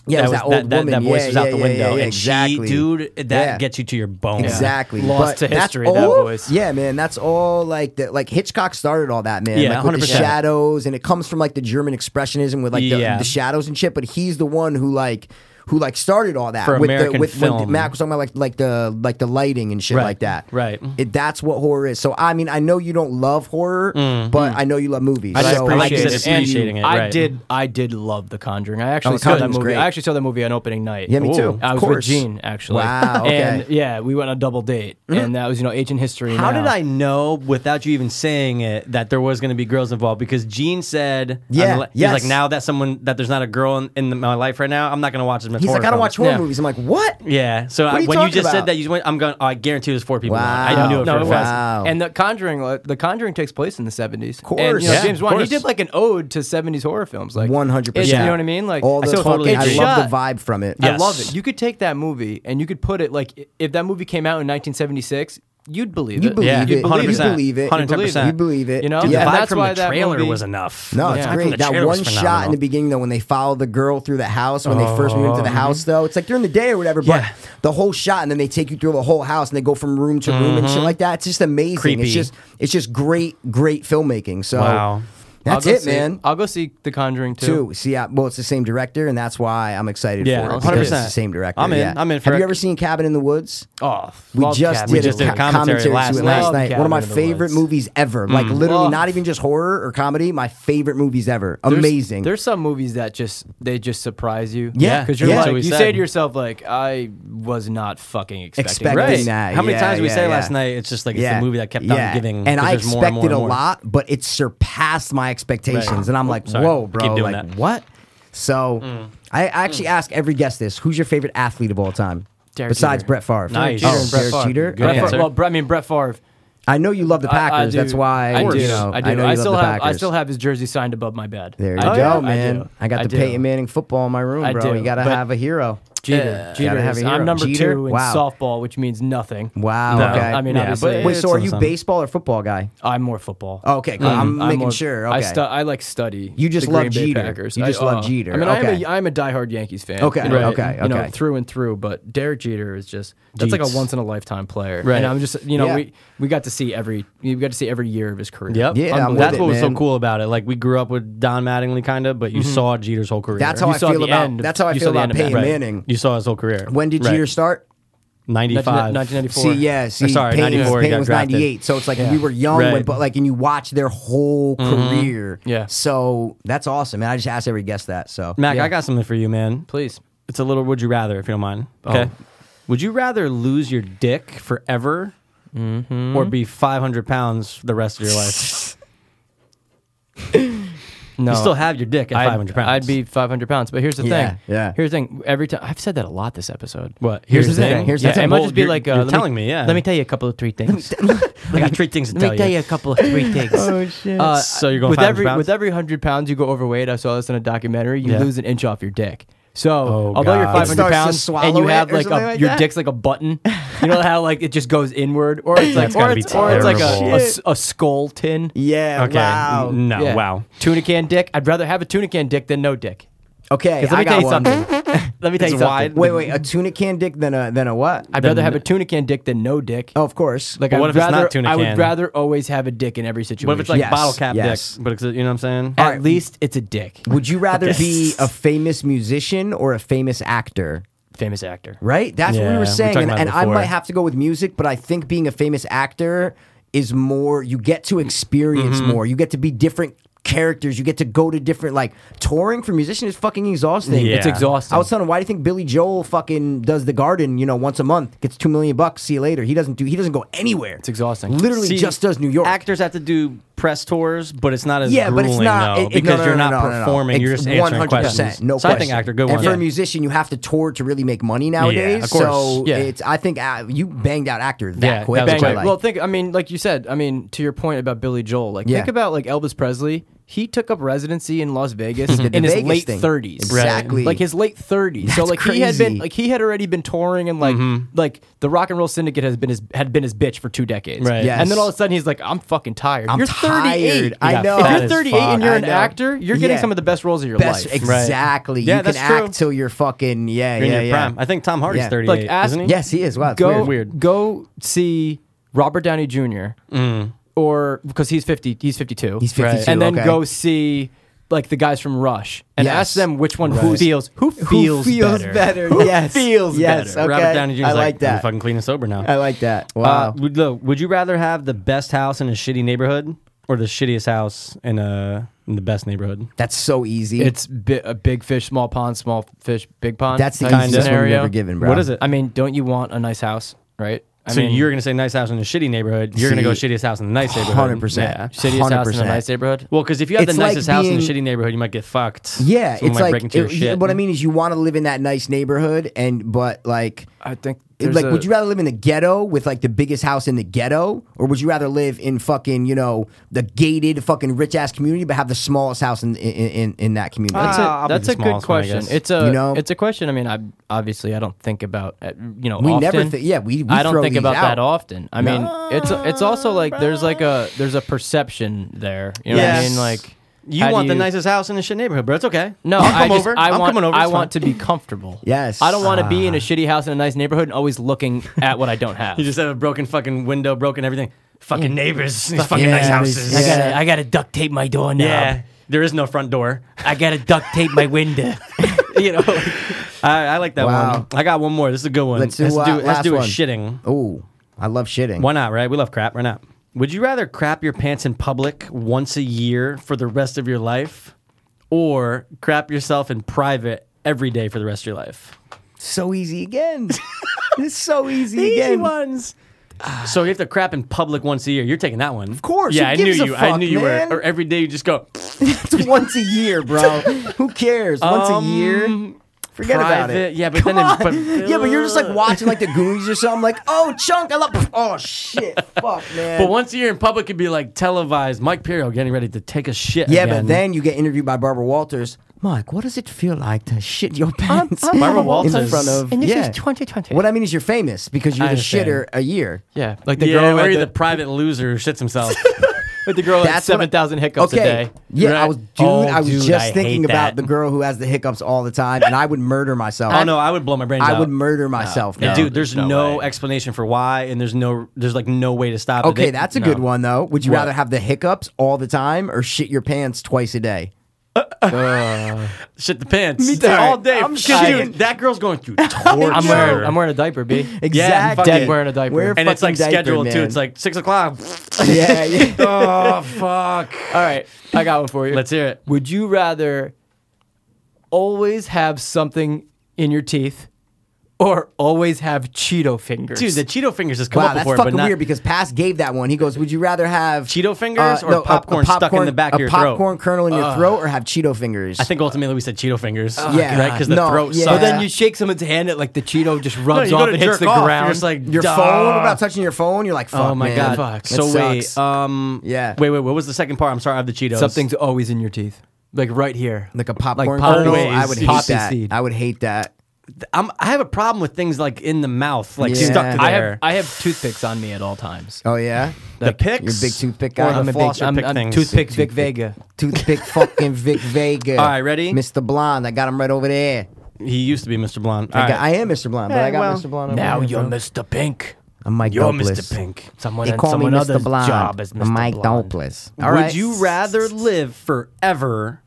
[SPEAKER 3] Yeah, it was that old woman.
[SPEAKER 1] That voice
[SPEAKER 3] Yeah,
[SPEAKER 1] was out
[SPEAKER 3] yeah,
[SPEAKER 1] the
[SPEAKER 3] yeah,
[SPEAKER 1] window.
[SPEAKER 3] yeah, yeah,
[SPEAKER 1] and she-
[SPEAKER 3] exactly.
[SPEAKER 1] dude, that
[SPEAKER 3] Yeah.
[SPEAKER 1] gets you to your bones.
[SPEAKER 3] Exactly.
[SPEAKER 6] Lost to
[SPEAKER 3] that's
[SPEAKER 6] history, that
[SPEAKER 3] all-
[SPEAKER 6] voice.
[SPEAKER 3] Yeah, man. That's all like that. Like Hitchcock started all that, man.
[SPEAKER 1] Yeah,
[SPEAKER 3] like, With the
[SPEAKER 1] 100%.
[SPEAKER 3] shadows, and it comes from like the German expressionism with like the,
[SPEAKER 1] Yeah.
[SPEAKER 3] the shadows and shit. But he's the one who like who like started all that
[SPEAKER 1] For
[SPEAKER 3] with the
[SPEAKER 1] American
[SPEAKER 3] with when
[SPEAKER 1] film.
[SPEAKER 3] Mac was talking about like like the like the lighting and shit
[SPEAKER 1] Right,
[SPEAKER 3] like that.
[SPEAKER 1] right.
[SPEAKER 3] It, that's what horror is. So I mean, I know you don't love horror,
[SPEAKER 1] Mm-hmm.
[SPEAKER 3] but I know you love movies.
[SPEAKER 6] I
[SPEAKER 3] so,
[SPEAKER 6] just
[SPEAKER 1] like
[SPEAKER 6] appreciate
[SPEAKER 1] you
[SPEAKER 6] it.
[SPEAKER 1] said,
[SPEAKER 6] And
[SPEAKER 1] appreciating it,
[SPEAKER 6] I
[SPEAKER 1] right.
[SPEAKER 6] did. I did love The Conjuring. I actually
[SPEAKER 3] Oh, The
[SPEAKER 6] saw that
[SPEAKER 3] Conjuring's
[SPEAKER 6] movie.
[SPEAKER 3] great.
[SPEAKER 6] I actually saw that movie on opening night.
[SPEAKER 3] Yeah, me Ooh. too. Of
[SPEAKER 6] I was with
[SPEAKER 3] course.
[SPEAKER 6] Gene actually.
[SPEAKER 3] Wow, okay. Mm-hmm.
[SPEAKER 6] And yeah, we went on a double date, and that was you know ancient history.
[SPEAKER 1] How
[SPEAKER 6] now.
[SPEAKER 1] did I know without you even saying it that there was going to be girls involved? Because Gene said,
[SPEAKER 3] Yeah,
[SPEAKER 1] unle- he's
[SPEAKER 3] yes.
[SPEAKER 1] like now that someone that there's not a girl in, in my life right now, I'm not going to watch as much.
[SPEAKER 3] he's
[SPEAKER 1] horror
[SPEAKER 3] like, I
[SPEAKER 1] films."
[SPEAKER 3] don't watch horror
[SPEAKER 6] Yeah.
[SPEAKER 3] movies. I'm like, what?
[SPEAKER 1] Yeah, so
[SPEAKER 3] What are
[SPEAKER 1] I,
[SPEAKER 3] you
[SPEAKER 1] when you
[SPEAKER 3] talking
[SPEAKER 1] just
[SPEAKER 3] about?
[SPEAKER 1] said that, you just went, I'm going. Oh, I guarantee there's four people. in it.
[SPEAKER 3] Wow.
[SPEAKER 1] I knew it
[SPEAKER 6] No,
[SPEAKER 1] for
[SPEAKER 6] it
[SPEAKER 1] a
[SPEAKER 6] was.
[SPEAKER 1] fact.
[SPEAKER 3] Wow.
[SPEAKER 6] And the Conjuring, uh, the Conjuring takes place in the seventies. Of
[SPEAKER 3] course.
[SPEAKER 6] and, you know,
[SPEAKER 1] Yeah,
[SPEAKER 6] James
[SPEAKER 1] of
[SPEAKER 6] Wan, he
[SPEAKER 1] course.
[SPEAKER 6] did like an ode to seventies horror films, like
[SPEAKER 3] 100%.
[SPEAKER 6] it's- You
[SPEAKER 1] Yeah.
[SPEAKER 6] know what I mean? Like
[SPEAKER 3] All the
[SPEAKER 1] still
[SPEAKER 3] talking.
[SPEAKER 1] totally
[SPEAKER 3] I
[SPEAKER 1] agree.
[SPEAKER 3] love
[SPEAKER 6] Shut.
[SPEAKER 3] the vibe from it.
[SPEAKER 6] I
[SPEAKER 1] Yes.
[SPEAKER 6] love it. You could take that movie and you could put it like i- if that movie came out in 1976, you'd believe
[SPEAKER 3] You
[SPEAKER 6] it.
[SPEAKER 3] believe
[SPEAKER 1] Yeah,
[SPEAKER 3] it. You
[SPEAKER 1] 100%.
[SPEAKER 3] believe it. You believe it.
[SPEAKER 1] 110%.
[SPEAKER 3] You believe it.
[SPEAKER 6] You know?
[SPEAKER 1] Dude,
[SPEAKER 3] Yeah.
[SPEAKER 1] the
[SPEAKER 6] And
[SPEAKER 1] vibe
[SPEAKER 6] that's
[SPEAKER 1] from
[SPEAKER 6] why
[SPEAKER 1] the
[SPEAKER 6] that
[SPEAKER 1] trailer
[SPEAKER 6] movie-
[SPEAKER 1] was enough.
[SPEAKER 3] No, it's
[SPEAKER 6] Yeah. I
[SPEAKER 1] The
[SPEAKER 3] great. That
[SPEAKER 1] trailer was
[SPEAKER 3] one shot in the
[SPEAKER 1] phenomenal.
[SPEAKER 3] beginning, though, when they followed the girl through the house when they first moved into the house, though, it's like during the day or whatever. But
[SPEAKER 1] Oh, mm-hmm. Yeah.
[SPEAKER 3] the whole shot, and then they take you through the whole house, and they go from room to room and shit like that. It's just amazing.
[SPEAKER 1] Mm-hmm. Creepy.
[SPEAKER 3] It's just, it's just great, great filming. So,
[SPEAKER 1] Wow.
[SPEAKER 6] I'll
[SPEAKER 3] that's
[SPEAKER 6] go
[SPEAKER 3] it,
[SPEAKER 6] see-
[SPEAKER 3] man.
[SPEAKER 6] I'll go see The Conjuring too.
[SPEAKER 3] Two. See, yeah, well, it's the same director, and that's why I'm excited
[SPEAKER 1] Yeah,
[SPEAKER 3] for it.
[SPEAKER 1] 100%.
[SPEAKER 3] because It's the same director.
[SPEAKER 1] I'm in.
[SPEAKER 3] yeah.
[SPEAKER 1] I'm in for
[SPEAKER 3] Have
[SPEAKER 1] it.
[SPEAKER 3] you ever seen Cabin in the Woods?
[SPEAKER 6] Oh,
[SPEAKER 3] We
[SPEAKER 6] love
[SPEAKER 3] just
[SPEAKER 6] Cabin
[SPEAKER 3] did
[SPEAKER 6] in
[SPEAKER 3] a
[SPEAKER 6] the
[SPEAKER 1] did
[SPEAKER 6] Woods.
[SPEAKER 3] co- commentary, to it last
[SPEAKER 6] Love
[SPEAKER 3] night. One of
[SPEAKER 6] Cabin
[SPEAKER 3] my
[SPEAKER 6] in the
[SPEAKER 3] favorite
[SPEAKER 6] Woods.
[SPEAKER 3] movies ever. Like literally,
[SPEAKER 6] Love.
[SPEAKER 3] not even just horror or comedy. My favorite movies ever.
[SPEAKER 6] There's-
[SPEAKER 3] Amazing.
[SPEAKER 6] There's some movies that just they just surprise you.
[SPEAKER 3] Yeah.
[SPEAKER 6] because you're
[SPEAKER 3] Yeah. That's
[SPEAKER 1] what
[SPEAKER 6] like
[SPEAKER 1] we
[SPEAKER 6] you
[SPEAKER 1] said.
[SPEAKER 6] say to yourself like I was not fucking expecting.
[SPEAKER 3] Expecting
[SPEAKER 6] this.
[SPEAKER 1] Right.
[SPEAKER 3] that.
[SPEAKER 1] How many
[SPEAKER 3] Yeah,
[SPEAKER 1] times we
[SPEAKER 3] yeah,
[SPEAKER 1] say
[SPEAKER 3] yeah.
[SPEAKER 1] last night? It's just like it's the movie that kept
[SPEAKER 3] yeah.
[SPEAKER 1] on giving.
[SPEAKER 3] And
[SPEAKER 1] 'cause
[SPEAKER 3] I
[SPEAKER 1] there's more
[SPEAKER 3] expected
[SPEAKER 1] and more and
[SPEAKER 3] a
[SPEAKER 1] more.
[SPEAKER 3] lot, but it surpassed my expectations.
[SPEAKER 1] Right.
[SPEAKER 3] And I'm like,
[SPEAKER 1] Sorry.
[SPEAKER 3] whoa,
[SPEAKER 1] Keep
[SPEAKER 3] bro.
[SPEAKER 1] doing
[SPEAKER 3] like,
[SPEAKER 1] that.
[SPEAKER 3] what? So I I actually ask every guest this Who's your favorite athlete of all time?
[SPEAKER 6] Derek
[SPEAKER 3] Besides
[SPEAKER 6] Jeter.
[SPEAKER 3] Brett Favre.
[SPEAKER 1] Nice.
[SPEAKER 3] Derek
[SPEAKER 1] Oh,
[SPEAKER 3] Jeter. Derek Jeter.
[SPEAKER 1] Good
[SPEAKER 6] Brett Favre-
[SPEAKER 1] answer.
[SPEAKER 6] well, Brett- I mean Brett Favre.
[SPEAKER 3] I know you love the Packers.
[SPEAKER 6] I- I do.
[SPEAKER 3] That's why.
[SPEAKER 6] I do.
[SPEAKER 3] You know,
[SPEAKER 6] I do.
[SPEAKER 3] know you
[SPEAKER 6] I
[SPEAKER 3] love
[SPEAKER 6] still
[SPEAKER 3] the
[SPEAKER 6] have. I
[SPEAKER 3] Packers.
[SPEAKER 6] still have his jersey signed above my bed.
[SPEAKER 3] There you
[SPEAKER 6] I
[SPEAKER 3] go,
[SPEAKER 6] do. I
[SPEAKER 3] man.
[SPEAKER 6] do.
[SPEAKER 3] I got the
[SPEAKER 6] do.
[SPEAKER 3] Peyton Manning football in my room,
[SPEAKER 6] I
[SPEAKER 3] bro.
[SPEAKER 6] do,
[SPEAKER 3] You gotta
[SPEAKER 6] but-
[SPEAKER 3] have a hero.
[SPEAKER 6] Jeter. Jeter.
[SPEAKER 3] Gotta have
[SPEAKER 6] is-
[SPEAKER 3] a hero.
[SPEAKER 6] I'm number
[SPEAKER 3] Jeter?
[SPEAKER 6] two in
[SPEAKER 3] Wow.
[SPEAKER 6] softball, which means nothing.
[SPEAKER 3] Wow.
[SPEAKER 1] No.
[SPEAKER 3] Okay.
[SPEAKER 6] I mean,
[SPEAKER 1] Yeah,
[SPEAKER 6] obviously,
[SPEAKER 1] but
[SPEAKER 3] wait. So,
[SPEAKER 1] it's
[SPEAKER 3] are
[SPEAKER 1] on
[SPEAKER 3] you
[SPEAKER 1] some-
[SPEAKER 3] baseball or football guy?
[SPEAKER 6] I'm more football.
[SPEAKER 3] Oh, okay, cool. I'm making
[SPEAKER 6] more-
[SPEAKER 3] sure.
[SPEAKER 6] I,
[SPEAKER 3] Okay.
[SPEAKER 6] stu- I like study.
[SPEAKER 3] You just
[SPEAKER 6] the
[SPEAKER 3] love
[SPEAKER 6] Green Bay
[SPEAKER 3] Jeter.
[SPEAKER 6] Packers.
[SPEAKER 3] You just
[SPEAKER 6] I,
[SPEAKER 3] love
[SPEAKER 6] uh,
[SPEAKER 3] Jeter.
[SPEAKER 6] I mean,
[SPEAKER 3] Okay.
[SPEAKER 6] I'm, a, I'm a diehard Yankees fan.
[SPEAKER 3] Okay,
[SPEAKER 6] You know,
[SPEAKER 3] okay,
[SPEAKER 6] You know,
[SPEAKER 3] okay.
[SPEAKER 6] through and through. But Derek Jeter is just that's like
[SPEAKER 1] Jeets.
[SPEAKER 6] a once in a lifetime player.
[SPEAKER 1] Right.
[SPEAKER 6] And I'm just you know
[SPEAKER 3] Yeah.
[SPEAKER 6] we we got to see every we got to see every year of his career.
[SPEAKER 1] Yep.
[SPEAKER 3] Yeah, I'm with
[SPEAKER 1] that's
[SPEAKER 3] it,
[SPEAKER 1] what was so
[SPEAKER 3] man. Mm-hmm.
[SPEAKER 1] cool about it. Like we grew up with Don Mattingly, kind of, but you saw Jeter's whole career.
[SPEAKER 3] That's how
[SPEAKER 1] you
[SPEAKER 3] I
[SPEAKER 1] saw
[SPEAKER 6] saw
[SPEAKER 3] feel
[SPEAKER 6] the
[SPEAKER 3] about.
[SPEAKER 6] end of-
[SPEAKER 3] That's how I
[SPEAKER 6] you
[SPEAKER 3] feel
[SPEAKER 6] saw the
[SPEAKER 3] about
[SPEAKER 6] end of that,
[SPEAKER 3] Peyton
[SPEAKER 1] right.
[SPEAKER 3] Manning.
[SPEAKER 1] You saw his whole career.
[SPEAKER 3] When did
[SPEAKER 1] Right.
[SPEAKER 3] Jeter start?
[SPEAKER 1] 95.
[SPEAKER 6] 1994.
[SPEAKER 3] See, yeah, see,
[SPEAKER 1] sorry,
[SPEAKER 3] Payne,
[SPEAKER 1] 94, he
[SPEAKER 3] Payne
[SPEAKER 1] got
[SPEAKER 3] was
[SPEAKER 1] drafted.
[SPEAKER 3] 98, so it's like we were young,
[SPEAKER 1] Right.
[SPEAKER 3] when, but like, and you watch their whole career.
[SPEAKER 6] Yeah.
[SPEAKER 3] So that's awesome, and I just asked every guest that. So
[SPEAKER 1] Mac, I got something for you, man.
[SPEAKER 6] Please.
[SPEAKER 1] It's a little would you rather, if you don't mind. Okay. Would you rather lose your dick forever
[SPEAKER 6] Mm-hmm.
[SPEAKER 1] or be 500 pounds the rest of your life?
[SPEAKER 6] No,
[SPEAKER 1] you still have your dick at
[SPEAKER 6] I'd-
[SPEAKER 1] 500 pounds.
[SPEAKER 6] I'd be 500 pounds. But here's the
[SPEAKER 3] Yeah,
[SPEAKER 6] thing.
[SPEAKER 3] yeah.
[SPEAKER 6] Here's the thing. Every time I've said that a lot this episode.
[SPEAKER 1] What? Here's the thing.
[SPEAKER 3] Here's
[SPEAKER 6] yeah,
[SPEAKER 3] the thing.
[SPEAKER 6] It might
[SPEAKER 1] Well,
[SPEAKER 6] just be
[SPEAKER 1] you're-
[SPEAKER 6] like. uh,
[SPEAKER 1] you're
[SPEAKER 6] let me-
[SPEAKER 1] telling me, yeah.
[SPEAKER 6] Let me tell you a couple of three things.
[SPEAKER 1] I got three things to
[SPEAKER 5] Let
[SPEAKER 1] tell
[SPEAKER 5] me
[SPEAKER 1] you.
[SPEAKER 5] tell you a couple of three things.
[SPEAKER 6] Uh,
[SPEAKER 1] Oh, So you're going
[SPEAKER 6] with
[SPEAKER 1] 500
[SPEAKER 6] every
[SPEAKER 1] pounds?
[SPEAKER 6] with every hundred pounds you go overweight. I saw this in a documentary. You
[SPEAKER 1] Yeah. Oh,
[SPEAKER 6] lose an inch off your dick. So although
[SPEAKER 1] God.
[SPEAKER 6] you're
[SPEAKER 1] It
[SPEAKER 6] 500
[SPEAKER 3] starts to
[SPEAKER 6] pounds and
[SPEAKER 3] swallow
[SPEAKER 6] you
[SPEAKER 3] it
[SPEAKER 6] have
[SPEAKER 3] or
[SPEAKER 6] like, a,
[SPEAKER 3] something like
[SPEAKER 6] your
[SPEAKER 3] that?
[SPEAKER 6] dick's like a button, you know how like it just goes inward, or it's like
[SPEAKER 1] That's gotta
[SPEAKER 6] or
[SPEAKER 1] be
[SPEAKER 6] it's, or it's like a,
[SPEAKER 1] terrible.
[SPEAKER 6] a s- a skull tin.
[SPEAKER 3] yeah,
[SPEAKER 1] Okay.
[SPEAKER 3] wow.
[SPEAKER 1] n- No,
[SPEAKER 6] Yeah.
[SPEAKER 1] wow.
[SPEAKER 6] Tuna can dick. I'd rather have a tuna can dick than no dick.
[SPEAKER 3] Okay,
[SPEAKER 6] Because let
[SPEAKER 3] I
[SPEAKER 6] me
[SPEAKER 3] got
[SPEAKER 6] tell you
[SPEAKER 3] one.
[SPEAKER 6] something. let me tell you
[SPEAKER 1] It's wide.
[SPEAKER 6] something.
[SPEAKER 3] Wait, wait, a tuna can dick than a than a what?
[SPEAKER 6] I'd rather have a tuna can dick than no dick.
[SPEAKER 3] oh, of course.
[SPEAKER 6] like
[SPEAKER 1] But
[SPEAKER 6] I'd
[SPEAKER 1] what if it's
[SPEAKER 6] rather,
[SPEAKER 1] not tuna
[SPEAKER 6] I would
[SPEAKER 1] can?
[SPEAKER 6] rather always have a dick in every situation.
[SPEAKER 1] What if it's like
[SPEAKER 3] Yes,
[SPEAKER 1] bottle cap
[SPEAKER 3] yes.
[SPEAKER 1] dick? But it's, you know what I'm saying?
[SPEAKER 6] at least it's a dick?
[SPEAKER 3] Would you rather
[SPEAKER 1] Okay.
[SPEAKER 3] be a famous musician or a famous actor?
[SPEAKER 6] Famous actor.
[SPEAKER 3] Right? That's what
[SPEAKER 1] Yeah,
[SPEAKER 3] we
[SPEAKER 1] we
[SPEAKER 3] were
[SPEAKER 1] were
[SPEAKER 3] saying.
[SPEAKER 1] talking
[SPEAKER 3] and
[SPEAKER 1] about
[SPEAKER 3] and
[SPEAKER 1] it
[SPEAKER 3] I
[SPEAKER 1] before.
[SPEAKER 3] might have to go with music, but I think being a famous actor is more, you get to experience
[SPEAKER 1] Mm-hmm.
[SPEAKER 3] more. You get to be different characters. You get to go to different, like, touring for musician is fucking exhausting.
[SPEAKER 1] Yeah.
[SPEAKER 6] It's exhausting.
[SPEAKER 3] I was telling him, why do you think Billy Joel fucking does the garden, you know, once a month, gets two million bucks, see you later. He doesn't do, he doesn't go anywhere. It's
[SPEAKER 6] exhausting.
[SPEAKER 3] Literally
[SPEAKER 1] See,
[SPEAKER 3] just does New York.
[SPEAKER 1] Actors have to do press tours, but it's not as
[SPEAKER 3] yeah,
[SPEAKER 1] grueling
[SPEAKER 3] but it's not
[SPEAKER 1] though,
[SPEAKER 3] it- it- no,
[SPEAKER 1] because
[SPEAKER 3] no,
[SPEAKER 1] you're not
[SPEAKER 3] no, no, no, no.
[SPEAKER 1] performing. You're
[SPEAKER 3] It's
[SPEAKER 1] just answering
[SPEAKER 3] 100%,
[SPEAKER 1] questions.
[SPEAKER 3] No
[SPEAKER 1] so
[SPEAKER 3] question.
[SPEAKER 1] I think actor, good
[SPEAKER 3] and
[SPEAKER 1] one.
[SPEAKER 3] for
[SPEAKER 1] Yeah.
[SPEAKER 3] a musician, you have to tour to really make money nowadays.
[SPEAKER 1] of course.
[SPEAKER 3] So
[SPEAKER 6] Yeah.
[SPEAKER 3] it's I think uh, you banged out actor that
[SPEAKER 1] Yeah,
[SPEAKER 3] quick.
[SPEAKER 1] that was
[SPEAKER 3] which I
[SPEAKER 1] quick.
[SPEAKER 3] like.
[SPEAKER 6] Well, think. I mean, like you said. I mean, to your point about Billy Joel. Like,
[SPEAKER 3] Yeah.
[SPEAKER 6] think about like Elvis Presley. He took up residency in Las Vegas in his
[SPEAKER 3] Vegas
[SPEAKER 6] late
[SPEAKER 3] thing.
[SPEAKER 6] thirties.
[SPEAKER 3] Mm-hmm. Exactly.
[SPEAKER 6] Like his late thirties. So
[SPEAKER 3] That's
[SPEAKER 6] like he had been
[SPEAKER 3] crazy. Mm-hmm.
[SPEAKER 6] like he had already been touring and like like the Rock and Roll Syndicate has been his had been his bitch for two decades.
[SPEAKER 1] Right.
[SPEAKER 3] Yes.
[SPEAKER 6] And then all of a sudden he's like, I'm fucking tired.
[SPEAKER 3] I'm
[SPEAKER 6] you're 38.
[SPEAKER 3] tired. I
[SPEAKER 6] Yeah,
[SPEAKER 3] know.
[SPEAKER 6] If
[SPEAKER 1] fat
[SPEAKER 6] you're
[SPEAKER 1] as
[SPEAKER 6] 38
[SPEAKER 1] fuck.
[SPEAKER 6] and you're
[SPEAKER 3] I
[SPEAKER 6] an
[SPEAKER 3] know.
[SPEAKER 6] actor, you're getting
[SPEAKER 3] Yeah.
[SPEAKER 6] some of the best roles of your
[SPEAKER 3] best
[SPEAKER 6] life.
[SPEAKER 3] exactly.
[SPEAKER 1] Yeah,
[SPEAKER 3] you can
[SPEAKER 1] that's true.
[SPEAKER 3] act till you're fucking yeah,
[SPEAKER 1] You're in
[SPEAKER 3] yeah,
[SPEAKER 1] your
[SPEAKER 3] yeah.
[SPEAKER 1] prime. I think Tom Hardy's
[SPEAKER 3] Yeah.
[SPEAKER 1] 38,
[SPEAKER 6] Like, ask-
[SPEAKER 1] isn't he?
[SPEAKER 3] Yes, he is. Wow, it's
[SPEAKER 6] go
[SPEAKER 3] weird.
[SPEAKER 1] Weird.
[SPEAKER 6] go see Robert Downey Jr.
[SPEAKER 1] Mm.
[SPEAKER 6] or because he's fifty, he's fifty two.
[SPEAKER 3] He's 52,
[SPEAKER 6] and then
[SPEAKER 3] okay.
[SPEAKER 6] go see like the guys from Rush and
[SPEAKER 3] Yes.
[SPEAKER 6] ask them which one who feels who feels,
[SPEAKER 3] Who feels
[SPEAKER 6] better.
[SPEAKER 3] better? yes,
[SPEAKER 6] feels
[SPEAKER 3] yes.
[SPEAKER 1] Robert
[SPEAKER 3] Okay.
[SPEAKER 1] Downey Jr.
[SPEAKER 3] I
[SPEAKER 1] is
[SPEAKER 3] like
[SPEAKER 1] I'm
[SPEAKER 3] that.
[SPEAKER 1] fucking clean and sober now.
[SPEAKER 3] I like that.
[SPEAKER 1] Uh,
[SPEAKER 3] Wow.
[SPEAKER 1] would, look, would you rather have the best house in a shitty neighborhood or the shittiest house in a in the best neighborhood?
[SPEAKER 3] That's so easy.
[SPEAKER 6] It's bi- a big fish, small pond, small fish, big pond.
[SPEAKER 3] that's the
[SPEAKER 6] type
[SPEAKER 3] easiest one
[SPEAKER 6] scenario.
[SPEAKER 3] you've ever given, bro.
[SPEAKER 1] What is it?
[SPEAKER 6] I mean, don't you want a nice house, right? I
[SPEAKER 1] so
[SPEAKER 6] mean,
[SPEAKER 1] you're gonna say nice house in a shitty neighborhood. You're gonna go
[SPEAKER 3] See,
[SPEAKER 1] shittiest house in the nice neighborhood.
[SPEAKER 3] Hundred percent.
[SPEAKER 1] Yeah.
[SPEAKER 6] shittiest house in a
[SPEAKER 3] 100%.
[SPEAKER 6] nice neighborhood.
[SPEAKER 1] Well, because if you have
[SPEAKER 3] It's
[SPEAKER 1] the
[SPEAKER 3] like
[SPEAKER 1] nicest house in the shitty
[SPEAKER 3] being-
[SPEAKER 1] neighborhood, you might get fucked.
[SPEAKER 3] Yeah,
[SPEAKER 1] Someone
[SPEAKER 3] it's
[SPEAKER 1] might
[SPEAKER 3] like
[SPEAKER 1] break into your
[SPEAKER 3] it-
[SPEAKER 1] shit.
[SPEAKER 3] what I mean is you want to live in that nice neighborhood, and but like
[SPEAKER 6] I think there's
[SPEAKER 3] like,
[SPEAKER 6] a-
[SPEAKER 3] would you rather live in the ghetto with like the biggest house in the ghetto, or would you rather live in fucking you know the gated fucking rich ass community but have the smallest house in in in, in that community?
[SPEAKER 6] That's
[SPEAKER 1] Ah,
[SPEAKER 6] a,
[SPEAKER 1] I'll be
[SPEAKER 6] that's
[SPEAKER 1] the
[SPEAKER 6] a good
[SPEAKER 1] smallest one, I
[SPEAKER 6] question.
[SPEAKER 1] guess.
[SPEAKER 6] It's a
[SPEAKER 3] You know?
[SPEAKER 6] it's a question. I mean, I obviously I don't think about uh, you know.
[SPEAKER 3] We never
[SPEAKER 6] often.
[SPEAKER 3] thi- yeah, we- we
[SPEAKER 6] I don't
[SPEAKER 3] throw
[SPEAKER 6] think
[SPEAKER 3] these
[SPEAKER 6] about that
[SPEAKER 3] out.
[SPEAKER 6] often. I mean, it's it's also like there's like a there's a perception there. You know what I
[SPEAKER 1] Yes.
[SPEAKER 6] mean? Like
[SPEAKER 1] You
[SPEAKER 6] how do
[SPEAKER 1] want the
[SPEAKER 6] you-
[SPEAKER 1] nicest house in a shit neighborhood, bro. It's okay.
[SPEAKER 6] No,
[SPEAKER 1] I'll
[SPEAKER 6] I
[SPEAKER 1] come
[SPEAKER 6] just-
[SPEAKER 1] over.
[SPEAKER 6] I
[SPEAKER 1] I'm
[SPEAKER 6] want,
[SPEAKER 1] coming over.
[SPEAKER 6] I
[SPEAKER 1] It's
[SPEAKER 6] want
[SPEAKER 1] fine.
[SPEAKER 6] to be comfortable.
[SPEAKER 3] Yes. Ah.
[SPEAKER 6] I don't want to be in a shitty house in a nice neighborhood and always looking at what I don't have.
[SPEAKER 1] You just have a broken fucking window, broken everything. Fucking neighbors. These fucking nice houses.
[SPEAKER 5] I
[SPEAKER 1] Yeah.
[SPEAKER 5] gotta, I gotta duct tape my doorknob.
[SPEAKER 1] There is no front door.
[SPEAKER 5] I gotta duct tape my window.
[SPEAKER 1] you know, I, I like that
[SPEAKER 3] Wow.
[SPEAKER 1] one. I got one more. This is a good one.
[SPEAKER 3] Let's do la-
[SPEAKER 1] do, let's
[SPEAKER 3] last
[SPEAKER 1] do a
[SPEAKER 3] one.
[SPEAKER 1] shitting.
[SPEAKER 3] Oh, I love shitting.
[SPEAKER 1] Why not, right? We love crap. Why not? Would you rather crap your pants in public once a year for the rest of your life or crap yourself in private every day for the rest of your life?
[SPEAKER 3] So easy again. it's so easy again.
[SPEAKER 1] ones. So you have to crap in public once a year. You're taking that one. Of
[SPEAKER 3] course,
[SPEAKER 1] Yeah,
[SPEAKER 3] who
[SPEAKER 1] I knew
[SPEAKER 3] gives a
[SPEAKER 1] you. I
[SPEAKER 3] fuck,
[SPEAKER 1] knew you
[SPEAKER 3] man?
[SPEAKER 1] were. Or every day you just go.
[SPEAKER 3] It's once a year, bro. Who cares? Once a year. Forget about
[SPEAKER 1] um, private.
[SPEAKER 3] it.
[SPEAKER 1] Yeah, but
[SPEAKER 3] Come
[SPEAKER 1] then it-
[SPEAKER 3] on.
[SPEAKER 1] but-
[SPEAKER 3] yeah, but you're just like watching like the Goonies or something. Like, oh, chunk, I love. Oh shit, fuck, man.
[SPEAKER 1] But once a year in public, it'd be like televised. Mike Pirro getting ready to take a shit.
[SPEAKER 3] Yeah,
[SPEAKER 1] again.
[SPEAKER 3] but then you get interviewed by Barbara Walters. Mike, what does it feel like to shit your pants?
[SPEAKER 1] Barbara
[SPEAKER 3] in
[SPEAKER 1] Walters.
[SPEAKER 3] front of
[SPEAKER 5] And this
[SPEAKER 3] yeah.
[SPEAKER 5] is 2020.
[SPEAKER 3] What I mean is you're famous because you're
[SPEAKER 1] I
[SPEAKER 3] the
[SPEAKER 1] understand.
[SPEAKER 3] shitter a year.
[SPEAKER 6] yeah, like the
[SPEAKER 1] yeah,
[SPEAKER 6] girl
[SPEAKER 1] or
[SPEAKER 6] with
[SPEAKER 1] you're
[SPEAKER 6] the,
[SPEAKER 1] the private loser who shits himself.
[SPEAKER 6] with the girl with
[SPEAKER 3] That's what I-
[SPEAKER 6] seven thousand hiccups
[SPEAKER 3] okay.
[SPEAKER 6] a day.
[SPEAKER 3] Yeah, I
[SPEAKER 1] Right.
[SPEAKER 3] was dude.
[SPEAKER 1] Oh,
[SPEAKER 3] I was
[SPEAKER 1] dude,
[SPEAKER 3] just
[SPEAKER 1] I
[SPEAKER 3] thinking
[SPEAKER 1] hate that.
[SPEAKER 3] about the girl who has the hiccups all the time, and I would murder myself.
[SPEAKER 1] oh no, I would blow my brains out.
[SPEAKER 3] I would murder myself.
[SPEAKER 1] And
[SPEAKER 3] bro.
[SPEAKER 1] dude, there's,
[SPEAKER 6] no
[SPEAKER 1] no,
[SPEAKER 6] way.
[SPEAKER 1] explanation for why, and there's no, there's like no way to stop it.
[SPEAKER 3] Okay,
[SPEAKER 1] They-
[SPEAKER 3] that's a
[SPEAKER 1] no.
[SPEAKER 3] good one though. Would you rather have the hiccups all the time or shit your pants twice a day?
[SPEAKER 1] shit the pants
[SPEAKER 3] Me too.
[SPEAKER 1] all day.
[SPEAKER 3] I'm
[SPEAKER 1] Dude,
[SPEAKER 3] shaking.
[SPEAKER 1] that girl's going through torture.
[SPEAKER 6] I'm wearing, I'm wearing a diaper, B.
[SPEAKER 3] Exactly.
[SPEAKER 6] dead wearing a diaper.
[SPEAKER 3] Wear a
[SPEAKER 1] and it's like
[SPEAKER 3] fucking diaper,
[SPEAKER 1] scheduled too.
[SPEAKER 3] man.
[SPEAKER 1] It's like six o'clock.
[SPEAKER 3] yeah, yeah.
[SPEAKER 1] oh fuck!
[SPEAKER 6] All right, I got one for you.
[SPEAKER 1] Let's hear it.
[SPEAKER 6] Would you rather always have something in your teeth or always have Cheeto fingers?
[SPEAKER 1] Dude, the Cheeto fingers has come
[SPEAKER 3] Wow,
[SPEAKER 1] up
[SPEAKER 3] that's
[SPEAKER 1] before,
[SPEAKER 3] fucking
[SPEAKER 1] but not
[SPEAKER 3] weird because Pass gave that one. He goes, "Would you rather have uh,
[SPEAKER 1] Cheeto fingers or
[SPEAKER 3] no, a- a
[SPEAKER 1] popcorn stuck in the back of your
[SPEAKER 3] a
[SPEAKER 1] throat?
[SPEAKER 3] popcorn kernel in your throat, or have Cheeto fingers?"
[SPEAKER 1] I think ultimately we said Cheeto fingers.
[SPEAKER 3] Yeah.
[SPEAKER 1] right. Because the
[SPEAKER 3] Oh, No,
[SPEAKER 1] throat.
[SPEAKER 3] yeah.
[SPEAKER 1] sucks.
[SPEAKER 6] but then you shake someone's hand, it like the Cheeto just
[SPEAKER 1] No,
[SPEAKER 6] rubs
[SPEAKER 1] you go
[SPEAKER 6] off
[SPEAKER 1] to
[SPEAKER 6] and hits
[SPEAKER 1] jerk
[SPEAKER 6] the
[SPEAKER 1] off, you're
[SPEAKER 6] ground.
[SPEAKER 1] just like
[SPEAKER 3] your
[SPEAKER 1] duh.
[SPEAKER 3] phone. What about touching your phone? You're like, "Fuck,
[SPEAKER 1] Oh my
[SPEAKER 3] man.
[SPEAKER 1] god!
[SPEAKER 6] fuck,
[SPEAKER 1] So
[SPEAKER 3] that
[SPEAKER 1] wait,
[SPEAKER 3] sucks.
[SPEAKER 1] um,
[SPEAKER 3] Yeah.
[SPEAKER 1] Wait, wait. What was the second part? I'm sorry, I have the Cheetos.
[SPEAKER 6] Something's always in your teeth, like right here.
[SPEAKER 3] Like a popcorn
[SPEAKER 6] poppy
[SPEAKER 3] kernel.
[SPEAKER 1] seed.
[SPEAKER 3] I would hate
[SPEAKER 6] Poppy
[SPEAKER 3] that.
[SPEAKER 6] seed.
[SPEAKER 3] I would hate that.
[SPEAKER 1] I'm, I have a problem with things like in the mouth, like
[SPEAKER 3] Yeah.
[SPEAKER 1] stuck to there.
[SPEAKER 6] I have I have toothpicks on me at all times.
[SPEAKER 3] Oh yeah,
[SPEAKER 1] the picks.
[SPEAKER 3] You're a big toothpick guy?
[SPEAKER 1] Or the
[SPEAKER 3] I'm a big-
[SPEAKER 1] floss or
[SPEAKER 6] I'm,
[SPEAKER 1] pick
[SPEAKER 6] I'm
[SPEAKER 1] things.
[SPEAKER 6] toothpick Vic Vega.
[SPEAKER 3] toothpick fucking Vic Vega.
[SPEAKER 1] All right, ready?
[SPEAKER 3] Mr. Blonde. I got him right over there.
[SPEAKER 1] He used to be Mr. Blonde.
[SPEAKER 3] I,
[SPEAKER 1] All
[SPEAKER 3] got,
[SPEAKER 1] right.
[SPEAKER 3] I am Mr. Blonde, but I got Mr. Blonde. Over
[SPEAKER 6] Now
[SPEAKER 3] here,
[SPEAKER 6] you're
[SPEAKER 3] bro.
[SPEAKER 6] Mr. Pink.
[SPEAKER 3] I'm Mike
[SPEAKER 1] You're
[SPEAKER 3] Duplass.
[SPEAKER 1] Mr. Pink.
[SPEAKER 6] Someone
[SPEAKER 3] They
[SPEAKER 6] and
[SPEAKER 3] call me
[SPEAKER 6] someone
[SPEAKER 3] Mr.
[SPEAKER 6] else's
[SPEAKER 3] Blonde.
[SPEAKER 6] job is Mr.
[SPEAKER 3] Mike
[SPEAKER 6] Blonde.
[SPEAKER 3] Duplass.
[SPEAKER 1] Would you rather live forever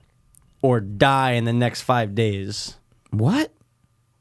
[SPEAKER 1] or die in the next five days?
[SPEAKER 3] What?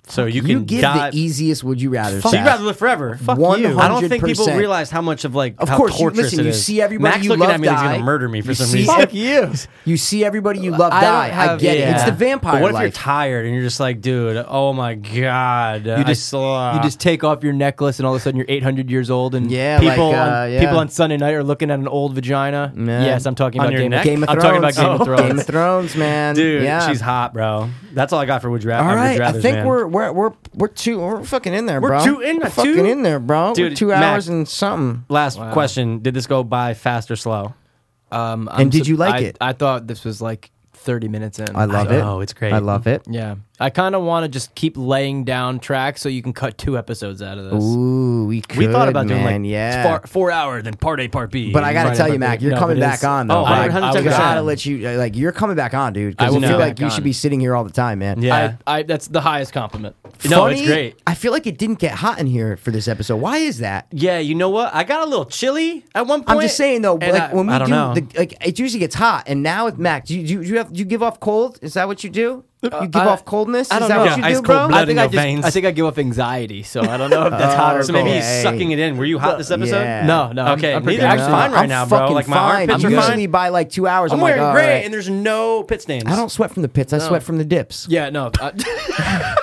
[SPEAKER 1] So you can
[SPEAKER 3] You give
[SPEAKER 1] die.
[SPEAKER 3] the easiest. Would you rather?
[SPEAKER 1] so you'd
[SPEAKER 3] Seth.
[SPEAKER 1] rather live forever. Fuck
[SPEAKER 3] you.
[SPEAKER 1] I don't think people
[SPEAKER 3] 100%.
[SPEAKER 1] realize how much of like
[SPEAKER 3] Of
[SPEAKER 1] how
[SPEAKER 3] course, you-
[SPEAKER 1] torturous
[SPEAKER 3] listen,
[SPEAKER 1] it
[SPEAKER 3] you
[SPEAKER 1] is.
[SPEAKER 3] see everybody
[SPEAKER 1] Max
[SPEAKER 3] you
[SPEAKER 1] looking
[SPEAKER 3] love
[SPEAKER 1] at me like he's
[SPEAKER 3] die.
[SPEAKER 1] gonna murder me for
[SPEAKER 3] You
[SPEAKER 1] some
[SPEAKER 3] see-
[SPEAKER 1] reason.
[SPEAKER 3] Fuck
[SPEAKER 1] you.
[SPEAKER 3] You see everybody you love
[SPEAKER 6] I don't
[SPEAKER 3] die. I
[SPEAKER 6] have-
[SPEAKER 3] get it.
[SPEAKER 6] yeah.
[SPEAKER 3] It's the vampire
[SPEAKER 1] But what if
[SPEAKER 3] life.
[SPEAKER 1] you're tired and you're just like, dude, oh my god,
[SPEAKER 6] You just you just take off your necklace and all of a sudden you're 800 years old and
[SPEAKER 3] Yeah,
[SPEAKER 6] people
[SPEAKER 3] like, uh,
[SPEAKER 6] on,
[SPEAKER 3] yeah.
[SPEAKER 6] people on Sunday night are looking at an old vagina.
[SPEAKER 3] Yeah.
[SPEAKER 6] Yes, I'm talking
[SPEAKER 1] On
[SPEAKER 6] about
[SPEAKER 1] your
[SPEAKER 6] Game
[SPEAKER 1] neck?
[SPEAKER 6] of,
[SPEAKER 3] Game of
[SPEAKER 6] I'm
[SPEAKER 3] Thrones.
[SPEAKER 6] talking about Game
[SPEAKER 1] Oh.
[SPEAKER 6] of Thrones.
[SPEAKER 3] Game of Thrones, man.
[SPEAKER 1] dude,
[SPEAKER 3] yeah.
[SPEAKER 1] she's hot, bro. That's all I got for would you rather.
[SPEAKER 3] All right, I
[SPEAKER 1] rathers,
[SPEAKER 3] think
[SPEAKER 1] man.
[SPEAKER 3] we're we're we're we're two we're fucking in there,
[SPEAKER 1] We're
[SPEAKER 3] bro.
[SPEAKER 1] two in-
[SPEAKER 3] We're fucking
[SPEAKER 1] two?
[SPEAKER 3] in there, bro. We're
[SPEAKER 1] Dude,
[SPEAKER 3] two
[SPEAKER 1] Mac.
[SPEAKER 3] hours and something.
[SPEAKER 1] Last question: Did this go by fast or slow?
[SPEAKER 6] Um, I'm
[SPEAKER 3] And did
[SPEAKER 6] sup-
[SPEAKER 3] you like
[SPEAKER 6] I-
[SPEAKER 3] it?
[SPEAKER 6] I thought this was like 30 minutes in.
[SPEAKER 3] I love it.
[SPEAKER 6] Oh.
[SPEAKER 1] know, it's great.
[SPEAKER 3] I love it.
[SPEAKER 6] Yeah, I kind of want to just keep laying down tracks so you can cut two episodes out of this.
[SPEAKER 3] Ooh, we could,
[SPEAKER 1] We thought about
[SPEAKER 3] man.
[SPEAKER 1] doing like
[SPEAKER 3] yeah.
[SPEAKER 1] four, four hour, then part A, part B.
[SPEAKER 3] But I gotta
[SPEAKER 1] Right,
[SPEAKER 3] tell you,
[SPEAKER 1] right,
[SPEAKER 3] Mac,
[SPEAKER 1] right.
[SPEAKER 3] you're
[SPEAKER 6] No,
[SPEAKER 3] coming
[SPEAKER 6] it
[SPEAKER 3] back
[SPEAKER 6] is-
[SPEAKER 3] on
[SPEAKER 1] Oh,
[SPEAKER 3] though.
[SPEAKER 1] I
[SPEAKER 3] Like,
[SPEAKER 1] would
[SPEAKER 3] I
[SPEAKER 1] 110%.
[SPEAKER 3] gotta let you like you're coming back on, dude.
[SPEAKER 6] I
[SPEAKER 3] Because
[SPEAKER 6] will
[SPEAKER 3] you feel
[SPEAKER 6] be
[SPEAKER 3] like
[SPEAKER 6] back
[SPEAKER 3] you
[SPEAKER 6] on.
[SPEAKER 3] should be sitting here all the time, man.
[SPEAKER 1] Yeah.
[SPEAKER 6] I, I that's the highest compliment.
[SPEAKER 1] no,
[SPEAKER 3] Funny,
[SPEAKER 1] it's great.
[SPEAKER 3] I feel like it didn't get hot in here for this episode. Why is that?
[SPEAKER 1] Yeah, you know what? I got a little chilly at one point.
[SPEAKER 3] I'm just saying though,
[SPEAKER 1] and
[SPEAKER 3] like
[SPEAKER 1] I-
[SPEAKER 3] when we
[SPEAKER 1] I don't
[SPEAKER 3] do,
[SPEAKER 1] know.
[SPEAKER 3] the, like it usually gets hot, and now with Mac, do you, do you, do you have do you give off cold? Is that what you do? You give
[SPEAKER 6] I-
[SPEAKER 3] off coldness?
[SPEAKER 1] Uh, I
[SPEAKER 3] Is
[SPEAKER 1] don't
[SPEAKER 3] that
[SPEAKER 1] know.
[SPEAKER 3] what
[SPEAKER 1] Yeah,
[SPEAKER 3] you
[SPEAKER 1] ice
[SPEAKER 3] do, bro?
[SPEAKER 1] cold
[SPEAKER 6] I
[SPEAKER 1] Blood in
[SPEAKER 6] think I
[SPEAKER 1] your
[SPEAKER 6] just
[SPEAKER 1] veins.
[SPEAKER 6] I think I give off anxiety, so I don't know if that's hot or
[SPEAKER 1] so maybe
[SPEAKER 6] cold.
[SPEAKER 1] he's
[SPEAKER 3] uh, Okay.
[SPEAKER 1] sucking it in. Were you hot this episode?
[SPEAKER 3] Oh, yeah.
[SPEAKER 6] No, no.
[SPEAKER 1] okay,
[SPEAKER 6] I'm, I'm pretty
[SPEAKER 1] neither. I'm
[SPEAKER 6] good.
[SPEAKER 1] fine right
[SPEAKER 3] I'm
[SPEAKER 1] now, bro.
[SPEAKER 3] fucking
[SPEAKER 1] Like my
[SPEAKER 3] fine.
[SPEAKER 1] armpits are
[SPEAKER 3] Usually
[SPEAKER 1] fine.
[SPEAKER 3] by like two hours,
[SPEAKER 1] I'm
[SPEAKER 3] I'm, like,
[SPEAKER 1] wearing
[SPEAKER 3] all
[SPEAKER 1] gray,
[SPEAKER 3] right.
[SPEAKER 1] and there's no pit stains.
[SPEAKER 3] I don't sweat from the pits. I sweat from the dips.
[SPEAKER 6] Yeah, no. I,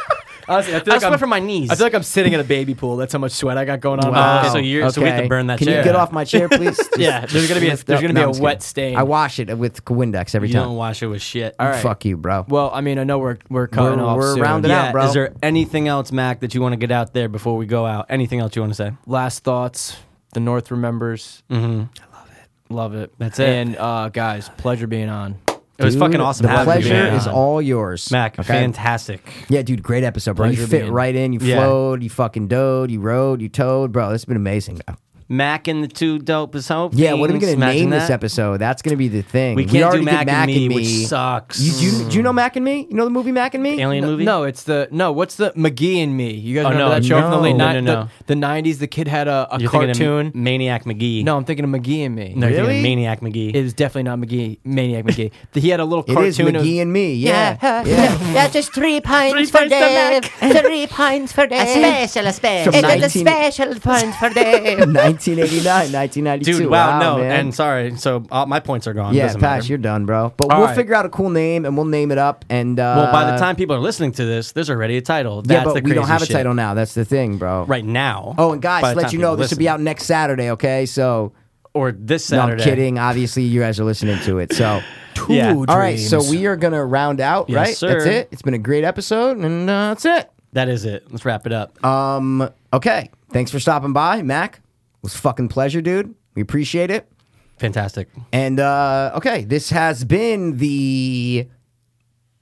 [SPEAKER 6] honestly, I feel
[SPEAKER 1] I
[SPEAKER 6] like
[SPEAKER 1] sweat
[SPEAKER 6] am
[SPEAKER 1] from my knees.
[SPEAKER 6] I feel like I'm sitting in a baby pool. That's how much sweat I got going on.
[SPEAKER 1] Wow.
[SPEAKER 6] Uh,
[SPEAKER 1] so you're- so we have to burn that
[SPEAKER 3] Oh. Can
[SPEAKER 1] chair.
[SPEAKER 3] you get off my chair, please?
[SPEAKER 6] yeah, there's gonna be a, there's gonna
[SPEAKER 3] No, I'm
[SPEAKER 6] be a
[SPEAKER 3] just
[SPEAKER 6] wet
[SPEAKER 3] kidding.
[SPEAKER 6] stain.
[SPEAKER 3] I wash it with Windex every
[SPEAKER 1] You
[SPEAKER 3] time.
[SPEAKER 1] don't wash it with shit.
[SPEAKER 6] All right.
[SPEAKER 3] Fuck you, bro.
[SPEAKER 6] well, I mean, I know we're we're cutting
[SPEAKER 3] We're-
[SPEAKER 6] off.
[SPEAKER 3] we're
[SPEAKER 6] soon.
[SPEAKER 3] rounding
[SPEAKER 6] Yeah.
[SPEAKER 3] out. bro.
[SPEAKER 1] Is there anything else, Mac, that you want to get out there before we go out? Anything else you want to say?
[SPEAKER 6] Last thoughts. The North remembers. Mm-hmm. I love it. Love it.
[SPEAKER 1] That's it.
[SPEAKER 6] And uh, guys, pleasure being on.
[SPEAKER 1] It was
[SPEAKER 3] Dude,
[SPEAKER 1] fucking awesome.
[SPEAKER 3] The
[SPEAKER 1] having you,
[SPEAKER 3] pleasure
[SPEAKER 1] man.
[SPEAKER 3] is all yours,
[SPEAKER 1] Mac, fantastic.
[SPEAKER 3] Yeah, dude, great episode, bro. you
[SPEAKER 6] Pleasure
[SPEAKER 3] fit
[SPEAKER 6] being-
[SPEAKER 3] right in. You
[SPEAKER 1] Yeah.
[SPEAKER 3] flowed. You fucking dode. You rode. You towed, bro. This has been amazing. Bro.
[SPEAKER 1] Mac and the two dope as hope.
[SPEAKER 3] Yeah, what are we gonna
[SPEAKER 1] Imagine
[SPEAKER 3] name
[SPEAKER 1] that.
[SPEAKER 3] this episode? That's gonna be the thing.
[SPEAKER 1] We can't
[SPEAKER 3] already
[SPEAKER 1] do
[SPEAKER 3] did
[SPEAKER 1] Mac, and, me, which sucks.
[SPEAKER 3] You do, do you know Mac and Me? You know the movie Mac and Me?
[SPEAKER 1] Alien
[SPEAKER 6] No,
[SPEAKER 1] movie?
[SPEAKER 6] No, it's the no. What's the McGee and Me? You guys
[SPEAKER 1] Oh,
[SPEAKER 6] remember
[SPEAKER 1] no,
[SPEAKER 6] that show from the
[SPEAKER 3] no.
[SPEAKER 6] late
[SPEAKER 1] No, no,
[SPEAKER 6] nineties?
[SPEAKER 1] no.
[SPEAKER 6] The nineties. The kid had a, a
[SPEAKER 1] You're
[SPEAKER 6] cartoon.
[SPEAKER 1] thinking of Maniac McGee.
[SPEAKER 6] no, I'm thinking of McGee and Me.
[SPEAKER 1] no, you're thinking
[SPEAKER 3] Really?
[SPEAKER 1] of Maniac McGee.
[SPEAKER 6] It was definitely not McGee. Maniac McGee. The- he had a little
[SPEAKER 3] It
[SPEAKER 6] cartoon.
[SPEAKER 3] is McGee and Me. Yeah, yeah.
[SPEAKER 5] That's just three pints
[SPEAKER 1] pints
[SPEAKER 5] for
[SPEAKER 1] to
[SPEAKER 5] Dave. Three pints for Dave.
[SPEAKER 10] special, a special.
[SPEAKER 3] From
[SPEAKER 5] It is a
[SPEAKER 3] 19
[SPEAKER 5] special pint for Dave.
[SPEAKER 3] 1989, 1992.
[SPEAKER 1] Dude, wow, no.
[SPEAKER 3] man.
[SPEAKER 1] And sorry, so uh, my points are gone.
[SPEAKER 3] yeah,
[SPEAKER 1] Doesn't
[SPEAKER 3] Pash,
[SPEAKER 1] matter.
[SPEAKER 3] you're done, bro. But
[SPEAKER 1] All
[SPEAKER 3] we'll
[SPEAKER 1] right.
[SPEAKER 3] figure out a cool name and we'll name it up. And uh,
[SPEAKER 1] Well, by the time people are listening to this, there's already a title. That's
[SPEAKER 3] yeah, but
[SPEAKER 1] the
[SPEAKER 3] we
[SPEAKER 1] crazy
[SPEAKER 3] don't have a
[SPEAKER 1] shit.
[SPEAKER 3] title now. That's the thing, bro.
[SPEAKER 1] right now.
[SPEAKER 3] Oh, and guys,
[SPEAKER 1] by the
[SPEAKER 3] to let
[SPEAKER 1] time
[SPEAKER 3] you know
[SPEAKER 1] people
[SPEAKER 3] this will be out
[SPEAKER 1] listen.
[SPEAKER 3] next Saturday. Okay, so
[SPEAKER 1] or this
[SPEAKER 3] no,
[SPEAKER 1] Saturday.
[SPEAKER 3] I'm kidding. Obviously, you guys are listening to it. So,
[SPEAKER 1] Yeah.
[SPEAKER 3] all right, so we are gonna round out,
[SPEAKER 1] Yes,
[SPEAKER 3] right? That's
[SPEAKER 1] sir.
[SPEAKER 3] it. It's been a great episode, and uh, that's it.
[SPEAKER 1] That is it. Let's wrap it up.
[SPEAKER 3] Um, okay. Thanks for stopping by, Mac. It was a fucking pleasure, dude. We appreciate it.
[SPEAKER 1] Fantastic.
[SPEAKER 3] And uh, okay, this has been the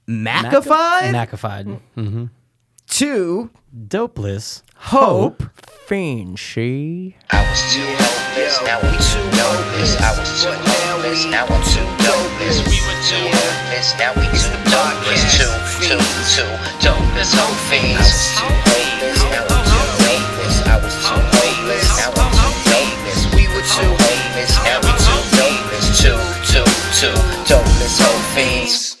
[SPEAKER 3] Macified
[SPEAKER 1] Mackified.
[SPEAKER 3] to
[SPEAKER 1] Dopeless.
[SPEAKER 3] Hope.
[SPEAKER 6] Finchy.
[SPEAKER 4] I was too hopeless, now we too hopeless. I was too hopeless, now I'm too dopeless. We were too hopeless, now we too darkless. Two, two, two, dopeless hope fiends. I was too hopeless, now I'm too hopeless. I was too hopeless, now I'm too dopeless. We were oh, too hopeless, now we too dopeless. Two, two, two, dopeless hope fiends.